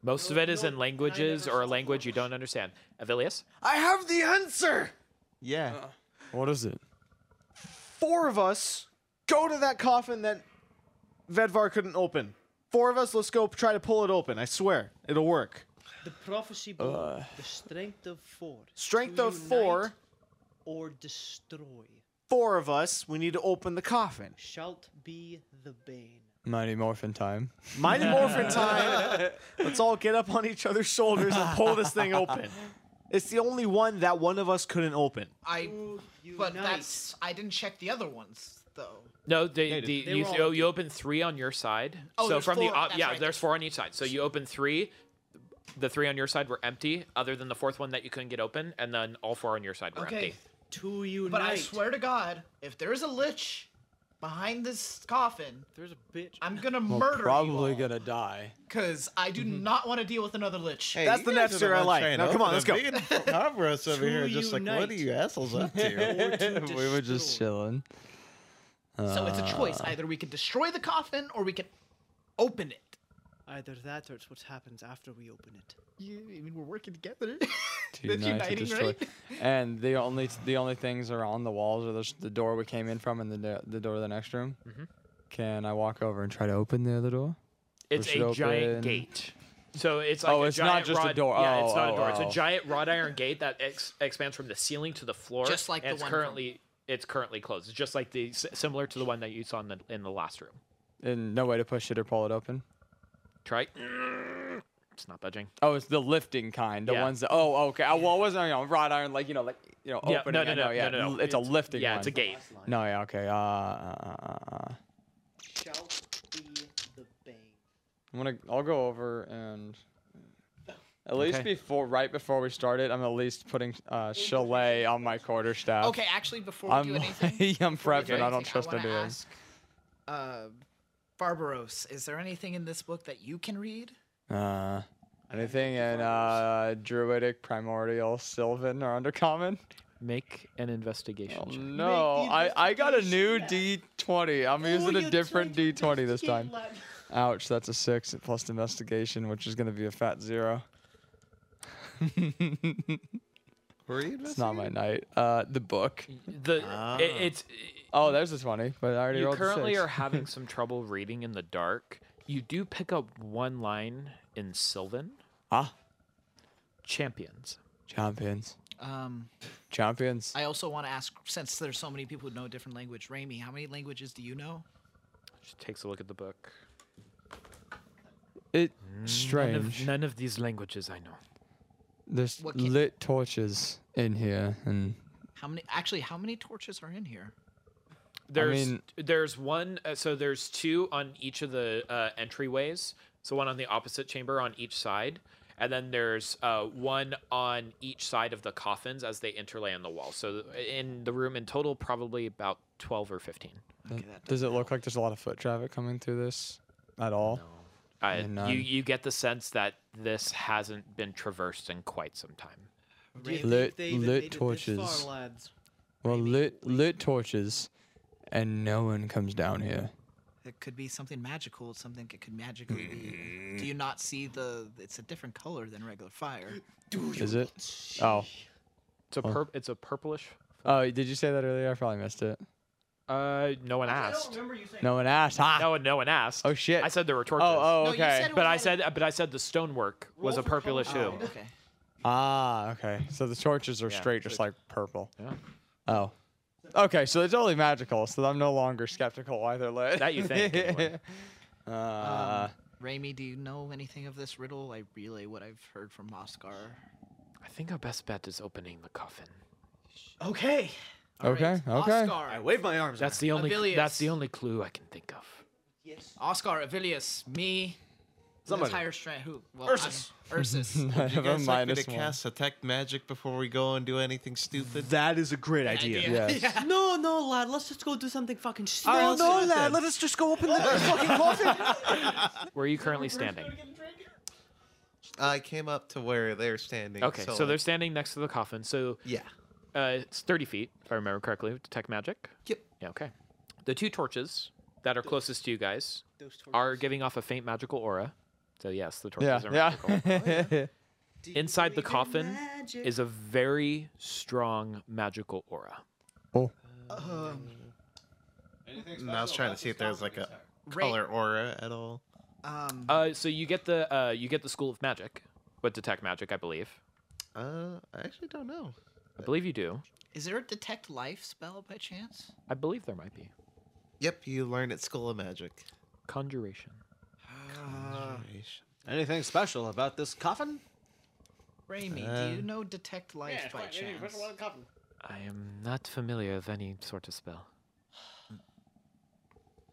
Most of it is in languages or a language you don't understand. Avilius? I have the answer. Yeah. What is it? Four of us go to that coffin that Vedvar couldn't open. Four of us, let's go try to pull it open. I swear, it'll work. The prophecy book, the strength of four. Strength To of four. unite Or destroy. Four of us, we need to open the coffin. Shalt be the bane. Mighty Morphin time. Mighty Morphin time. Let's all get up on each other's shoulders and pull this thing open. It's the only one that one of us couldn't open. I. But that's. I didn't check the other ones though. No, they, the, They you, were all- oh, you open three on your side. Oh, so there's from the four, op- that's yeah, right. there's four on each side. So you open three. The three on your side were empty, other than the fourth one that you couldn't get open, and then all four on your side were Okay. empty. To you. But I swear to God, if there's a lich behind this coffin, there's a bitch. I'm gonna We're murder you probably gonna die. because I do not want to deal with another lich. Hey, you guys are the ones trying to open them. Me and Avros over To here, are just like, what are unite. you assholes up to? we were just chilling. So it's a choice. Uh, Either we can destroy the coffin or we can open it. Either that or it's what happens after we open it. Yeah, I mean, we're working together. to unite to destroy. And the only the only things are on the walls are the, the door we came in from and the do- the door to the next room. Mm-hmm. Can I walk over and try to open the other door? Or It's should a giant open- gate. So it's like Oh, a it's not giant just a rod- door. Yeah, it's Oh, not a oh, door. It's oh. a giant wrought iron gate that ex- expands from the ceiling to the floor. Just like and the it's one from- currently it's currently closed. It's just like the s- similar to the one that you saw in the in the last room. And no way to push it or pull it open. Try. It's not budging. Oh, it's the lifting kind, the Yeah. ones that. Oh, okay. Oh, well, it wasn't you know wrought iron like you know like you know Yeah, opening. no, no, it. no, yeah, no, no, no. It's, a It's- lifting. yeah, it's a one. gate. No, yeah, okay. Uh, uh, uh, uh, uh. Shall be the bane. I'm gonna. I'll go over and. At least Okay. before, right before we start it, I'm at least putting uh, chalet on my quarter staff. Okay, actually, before we I'm, do anything, I'm before we do prepping. I don't anything, trust wanna him doing. ask, Uh, Barbaros, is there anything in this book that you can read? Uh, anything in uh, Druidic, Primordial, Sylvan, or Undercommon? Make an investigation. check. No, I, I got a new D20. Oh, I'm using a different D20 this time. Ouch, that's a six plus investigation, which is going to be a fat zero. It's not my night. Uh, the book. The it, it's oh, there's a twenty, but I already you rolled a currently six. are having some trouble reading in the dark. You do pick up one line in Sylvan. Ah. Champions. champions. Um, Champions. I also want to ask, since there's so many people who know a different language, Raimi, how many languages do you know? She takes a look at the book. It None of- strange. Mm. None of, these languages I know. There's What can- lit torches in here, and How many? Actually, how many torches are in here? There's mean- there's one. Uh, so there's two on each of the uh, entryways. So one on the opposite chamber on each side, and then there's uh, one on each side of the coffins as they interlay on the wall. So th- in the room in total, probably about twelve or fifteen. th- does it look like there's a lot of foot traffic coming through this at all? Uh, And you none. you get the sense that this hasn't been traversed in quite some time. Do you think lit they even lit made it this torches. far, lads? Well, lit lit torches, and no one comes down here. It could be something magical. It's something it could magically be. Do you not see the? It's a different color than regular fire. Is it? Oh. It's a Oh. pur- it's a purplish. Oh, did you say that earlier? I probably missed it. Uh, no one asked. No one asked. Ah. No one, no one asked. Oh shit. I said there were torches. oh, No, you okay. said it but was I at- said, but I said the stonework was a purplish hue. Oh, okay. Ah, okay. So the torches are Yeah, straight, just so- like purple. Yeah. Oh. Okay, so it's only magical, so I'm no longer skeptical either. Lit. That you think, anyway. Um, uh, Raimi, do you know anything of this riddle? I relay what I've heard from Moskar. I think our best bet is opening the coffin. Okay. okay, okay. Oscar. I wave my arms. That's the only. Avilius. That's the only clue I can think of. Oscar, Avilius, me, the Somebody. entire strand. Who? Well, Ursus. I'm- Ursus. Would I you have a guys like me to minus one. cast detect magic before we go and do anything stupid? That is a great idea. Yes. No, no, lad. Let's just go do something fucking stupid. Oh no, lad! Let us just go open the fucking coffin. Oh. Where are you currently standing? I came up to where they're standing. Okay, so like, they're standing next to the coffin. So Yeah. uh, it's thirty feet, if I remember correctly. with Detect magic. Yep. Yeah. Okay. The two torches that are closest to you guys those torches. are giving off a faint magical aura. So yes, the torches Yeah, are magical. yeah. Inside the coffin magic? is a very strong magical aura. And I was trying to see if there was like a color aura at all. Um, Uh, so you get the uh, you get the school of magic with detect magic, I believe. Uh, I actually don't know. I believe you do. is there a detect life spell by chance? I believe there might be Yep, you learn at School of Magic. conjuration. Anything special about this coffin? Raimi, do you Uh, know detect life yeah, by fine. Yeah, yeah, chance? press one copy. I am not familiar with any sort of spell.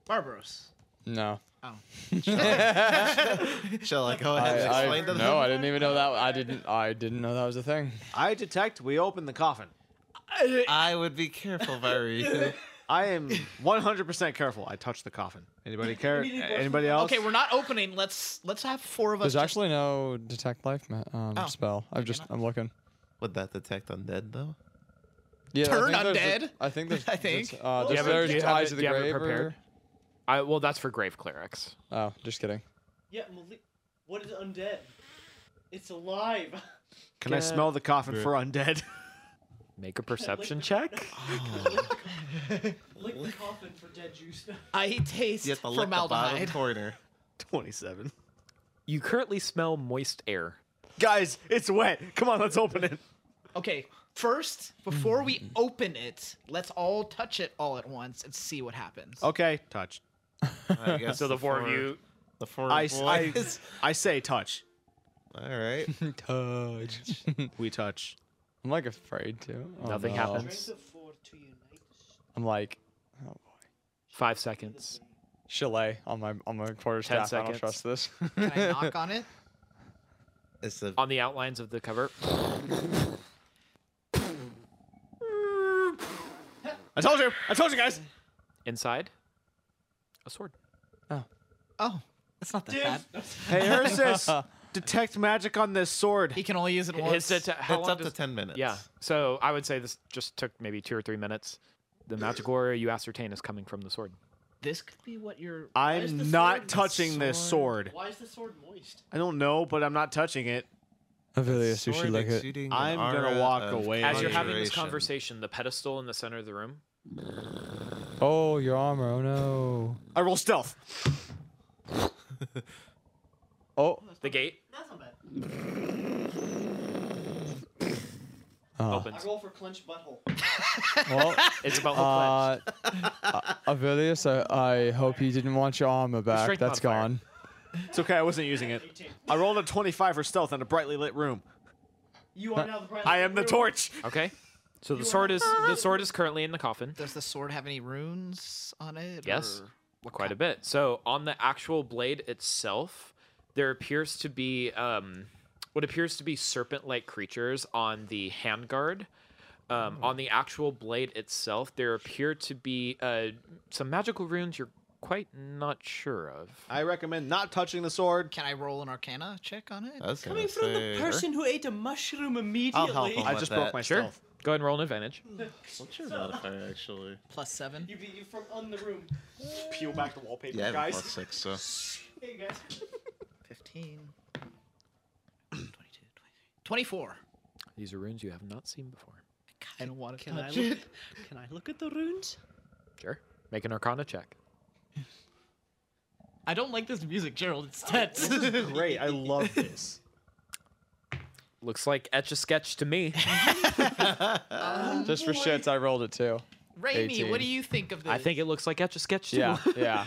Barbaros. No. Oh. Shall I go ahead and explain to them? No, I didn't even know that. I didn't. I didn't know that was a thing. I detect. We open the coffin. I would be careful, Barry. I am 100% careful. I touch the coffin. Anybody care? Anybody else? Okay, we're not opening. Let's let's have four of us. There's just- actually no detect life ma- um, Oh. spell. I've just I'm looking. Would that detect undead though? Yeah, I Turn think there's undead. a- I think there's. there's, Uh, Do there's, you have it- there's do you have ties it- to the do you have it grave. prepared? I, well, that's for grave clerics. Oh, just kidding. Yeah, Malik. What is undead? It's alive. Can I smell the coffin for undead? Make a perception check. Lick the coffin for dead juice. I taste formaldehyde. corner. Twenty-seven. You currently smell moist air. Guys, it's wet. Come on, let's open it. Okay, first, before we open it, let's all touch it all at once and see what happens. Okay, touch. I guess So the the four of four- you- The four I, s- I- boys. I say touch. All right. touch. we touch. I'm like afraid to. Oh, Nothing no. happens. I'm like Five seconds. Chalet on my on my quarter Ten staff. I don't seconds. trust this. Can I knock on it? It's the On the outlines of the cover. I told you. I told you guys. Inside, a sword. Oh, it's not that bad. Hey, Ursus, detect magic on this sword. He can only use it His once. deta- how it's long up to does- ten minutes. Yeah. So I would say this just took maybe two or three minutes. The magic aura you ascertain is coming from the sword. this could be what you're. Why is the I'm not sword- touching this sword. Why is the sword moist? I don't know, but I'm not touching it. Avilius, you sword should look at. exuding an I'm gonna aura walk of away. As you're having this Conjuration. conversation, the pedestal in the center of the room. Oh, your armor. Oh no. I roll stealth. Oh. The gate That's not bad. Oh. opens. I roll for clenched butthole. Well, It's about uh, uh, Avilius, I, I hope you didn't want your armor back. strength That's gone. It's okay. I wasn't using it. I rolled a 25 for stealth in a brightly lit room. You are now the brightest I am the room. torch. Okay. So the sword is the sword is currently in the coffin. Does the sword have any runes on it? Yes, or- quite a bit. So on the actual blade itself, there appears to be um, what appears to be serpent-like creatures on the handguard. Um, on the actual blade itself, there appear to be uh, some magical runes you're quite not sure of. I recommend not touching the sword. Can I roll an arcana check on Uh, it? That's Coming from the person who ate a mushroom immediately. him I with just that. broke my Sure. stealth. Go ahead and roll an advantage. What's your Modifier actually. Plus seven. You be you from on the room. Peel back the wallpaper, Yeah, I have a guys. plus six. So Hey guys. 15. 22, 23. 24. These are runes you have not seen before. I don't want to Can I touch look? it. Can I look at the runes? Sure. Make an Arcana check. I don't like this music, Gerald. It's tense. Great. I love this. Looks like etch a sketch to me. Just for shits, I rolled it too. Raimi, what do 18. you think of this? I think it looks like etch a sketch too. Yeah, yeah.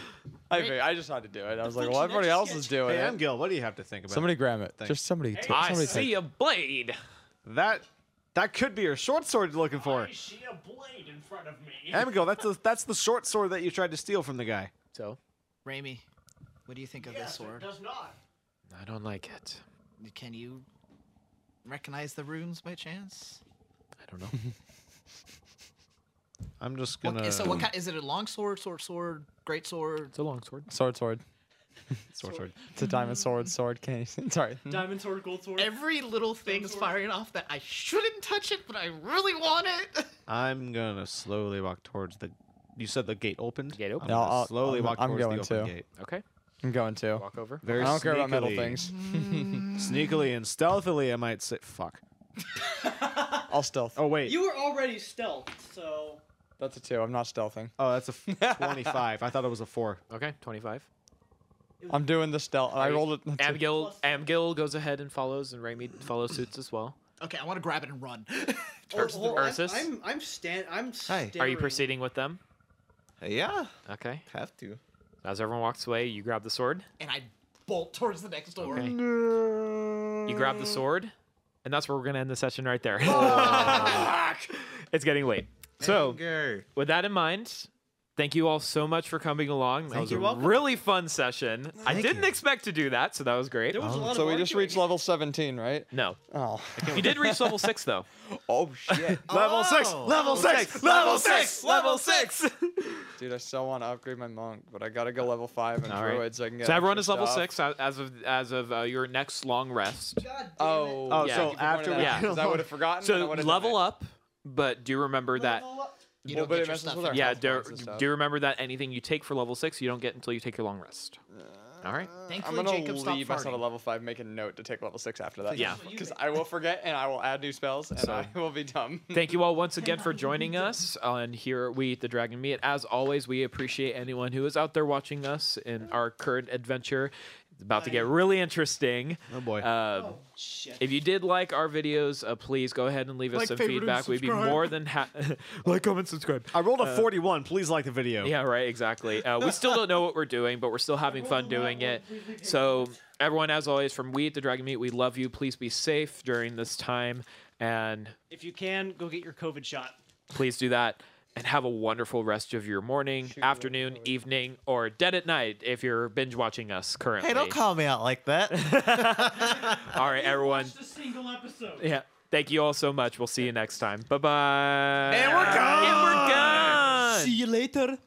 I, agree. I just had to do it. I was like, well, everybody else is doing Hey, it. Amgil, what do you have to think about? Somebody grab it. Thanks. Just somebody. T- I somebody see take. a blade. that that could be your short sword you're looking for. I see a blade in front of me. Amgil, that's the that's the short sword that you tried to steal from the guy. So Raimi, what do you think of Yes, this sword? It does not. I don't like it. Can you recognize the runes by chance? I don't know. I'm just What- gonna. so what kind? Is it a long sword, sword, sword, great sword? It's a long sword. Sword, sword. Sword, sword. It's a diamond sword, sword case. Sorry. Diamond sword, gold sword. Every little thing is firing off that I shouldn't touch it, but I really want it. I'm gonna slowly walk towards the. You said the gate opened. Gate I'm open. No, gonna I'll- slowly I'm- walk I'm towards going the open too. gate. Okay. I'm going to. Walk over. Very I don't care about metal sneakily- things. Mm-hmm. Sneakily and stealthily, I might say, "Fuck." I'll stealth. Oh wait. You were already stealth, so That's a two. I'm not stealthing. Oh, that's a f- 25. I thought it was a four. Okay, 25. I'm doing the stealth. I rolled it. that's a- Amgil, Amgil goes ahead and follows, and Raimi follows suits as well. Okay, I want to grab it and run. Turns to I'm- Ursus. I'm I'm stand I'm staring. Are you proceeding with them? yeah, Okay. have to. As everyone walks away, you grab the sword. and I bolt towards the next door. Mm. Okay. You grab the sword. And that's where we're going to end the session right there. it's getting late. Oh. So, with that in mind, thank you all so much for coming along. That Thank was you, a welcome. really fun session. I Thank didn't expect to do that, so that was great. There was a Oh. lot So of we just reached level 17, right? No. Oh. You did reach level six, though. Oh shit. Level six, Oh. level Level six, six, level level six, six, level six. Dude, I still want to upgrade my monk, but I gotta go level five and All right. druid so I can get. So everyone extra is level stuff. six a- as of as of uh, your next long rest. Oh. Oh, yeah. Thank so you for pointing after that we- out, 'cause I would have forgotten. and I So would've done level up, but do remember that. You Well, don't but get it your messes stuff with our yeah, health do, points and stuff. do remember that anything you take for level six, you don't get until you take your long rest. All right. it. I'm gonna leave myself at level five, make a note to take level six after that. Yeah. because I will forget and I will add new spells and So- I will be dumb. Thank you all once again for joining us on Here We Eat the Dragon Meat. As always, we appreciate anyone who is out there watching us in our current adventure. It's about to get really interesting. Oh boy. Um, if you did like our videos, uh, please go ahead and leave us Like, some favorite, and feedback. We'd be subscribe. more than happy. like, comment, subscribe. I rolled a Uh, 41. Please like the video. Yeah, right, exactly. Uh, we still don't know what we're doing, but we're still having fun doing it. So, everyone, as always, from We Eat the Dragon Meat, we love you. Please be safe during this time. And If you can, go get your COVID shot. please do that and have a wonderful rest of your morning, afternoon, evening, or dead at night if you're binge watching us currently. Hey, don't call me out like that. All right, everyone. Just a single episode. Yeah. Thank you all so much. We'll see you next time. Bye bye. And we're gone. And we're gone. See you later.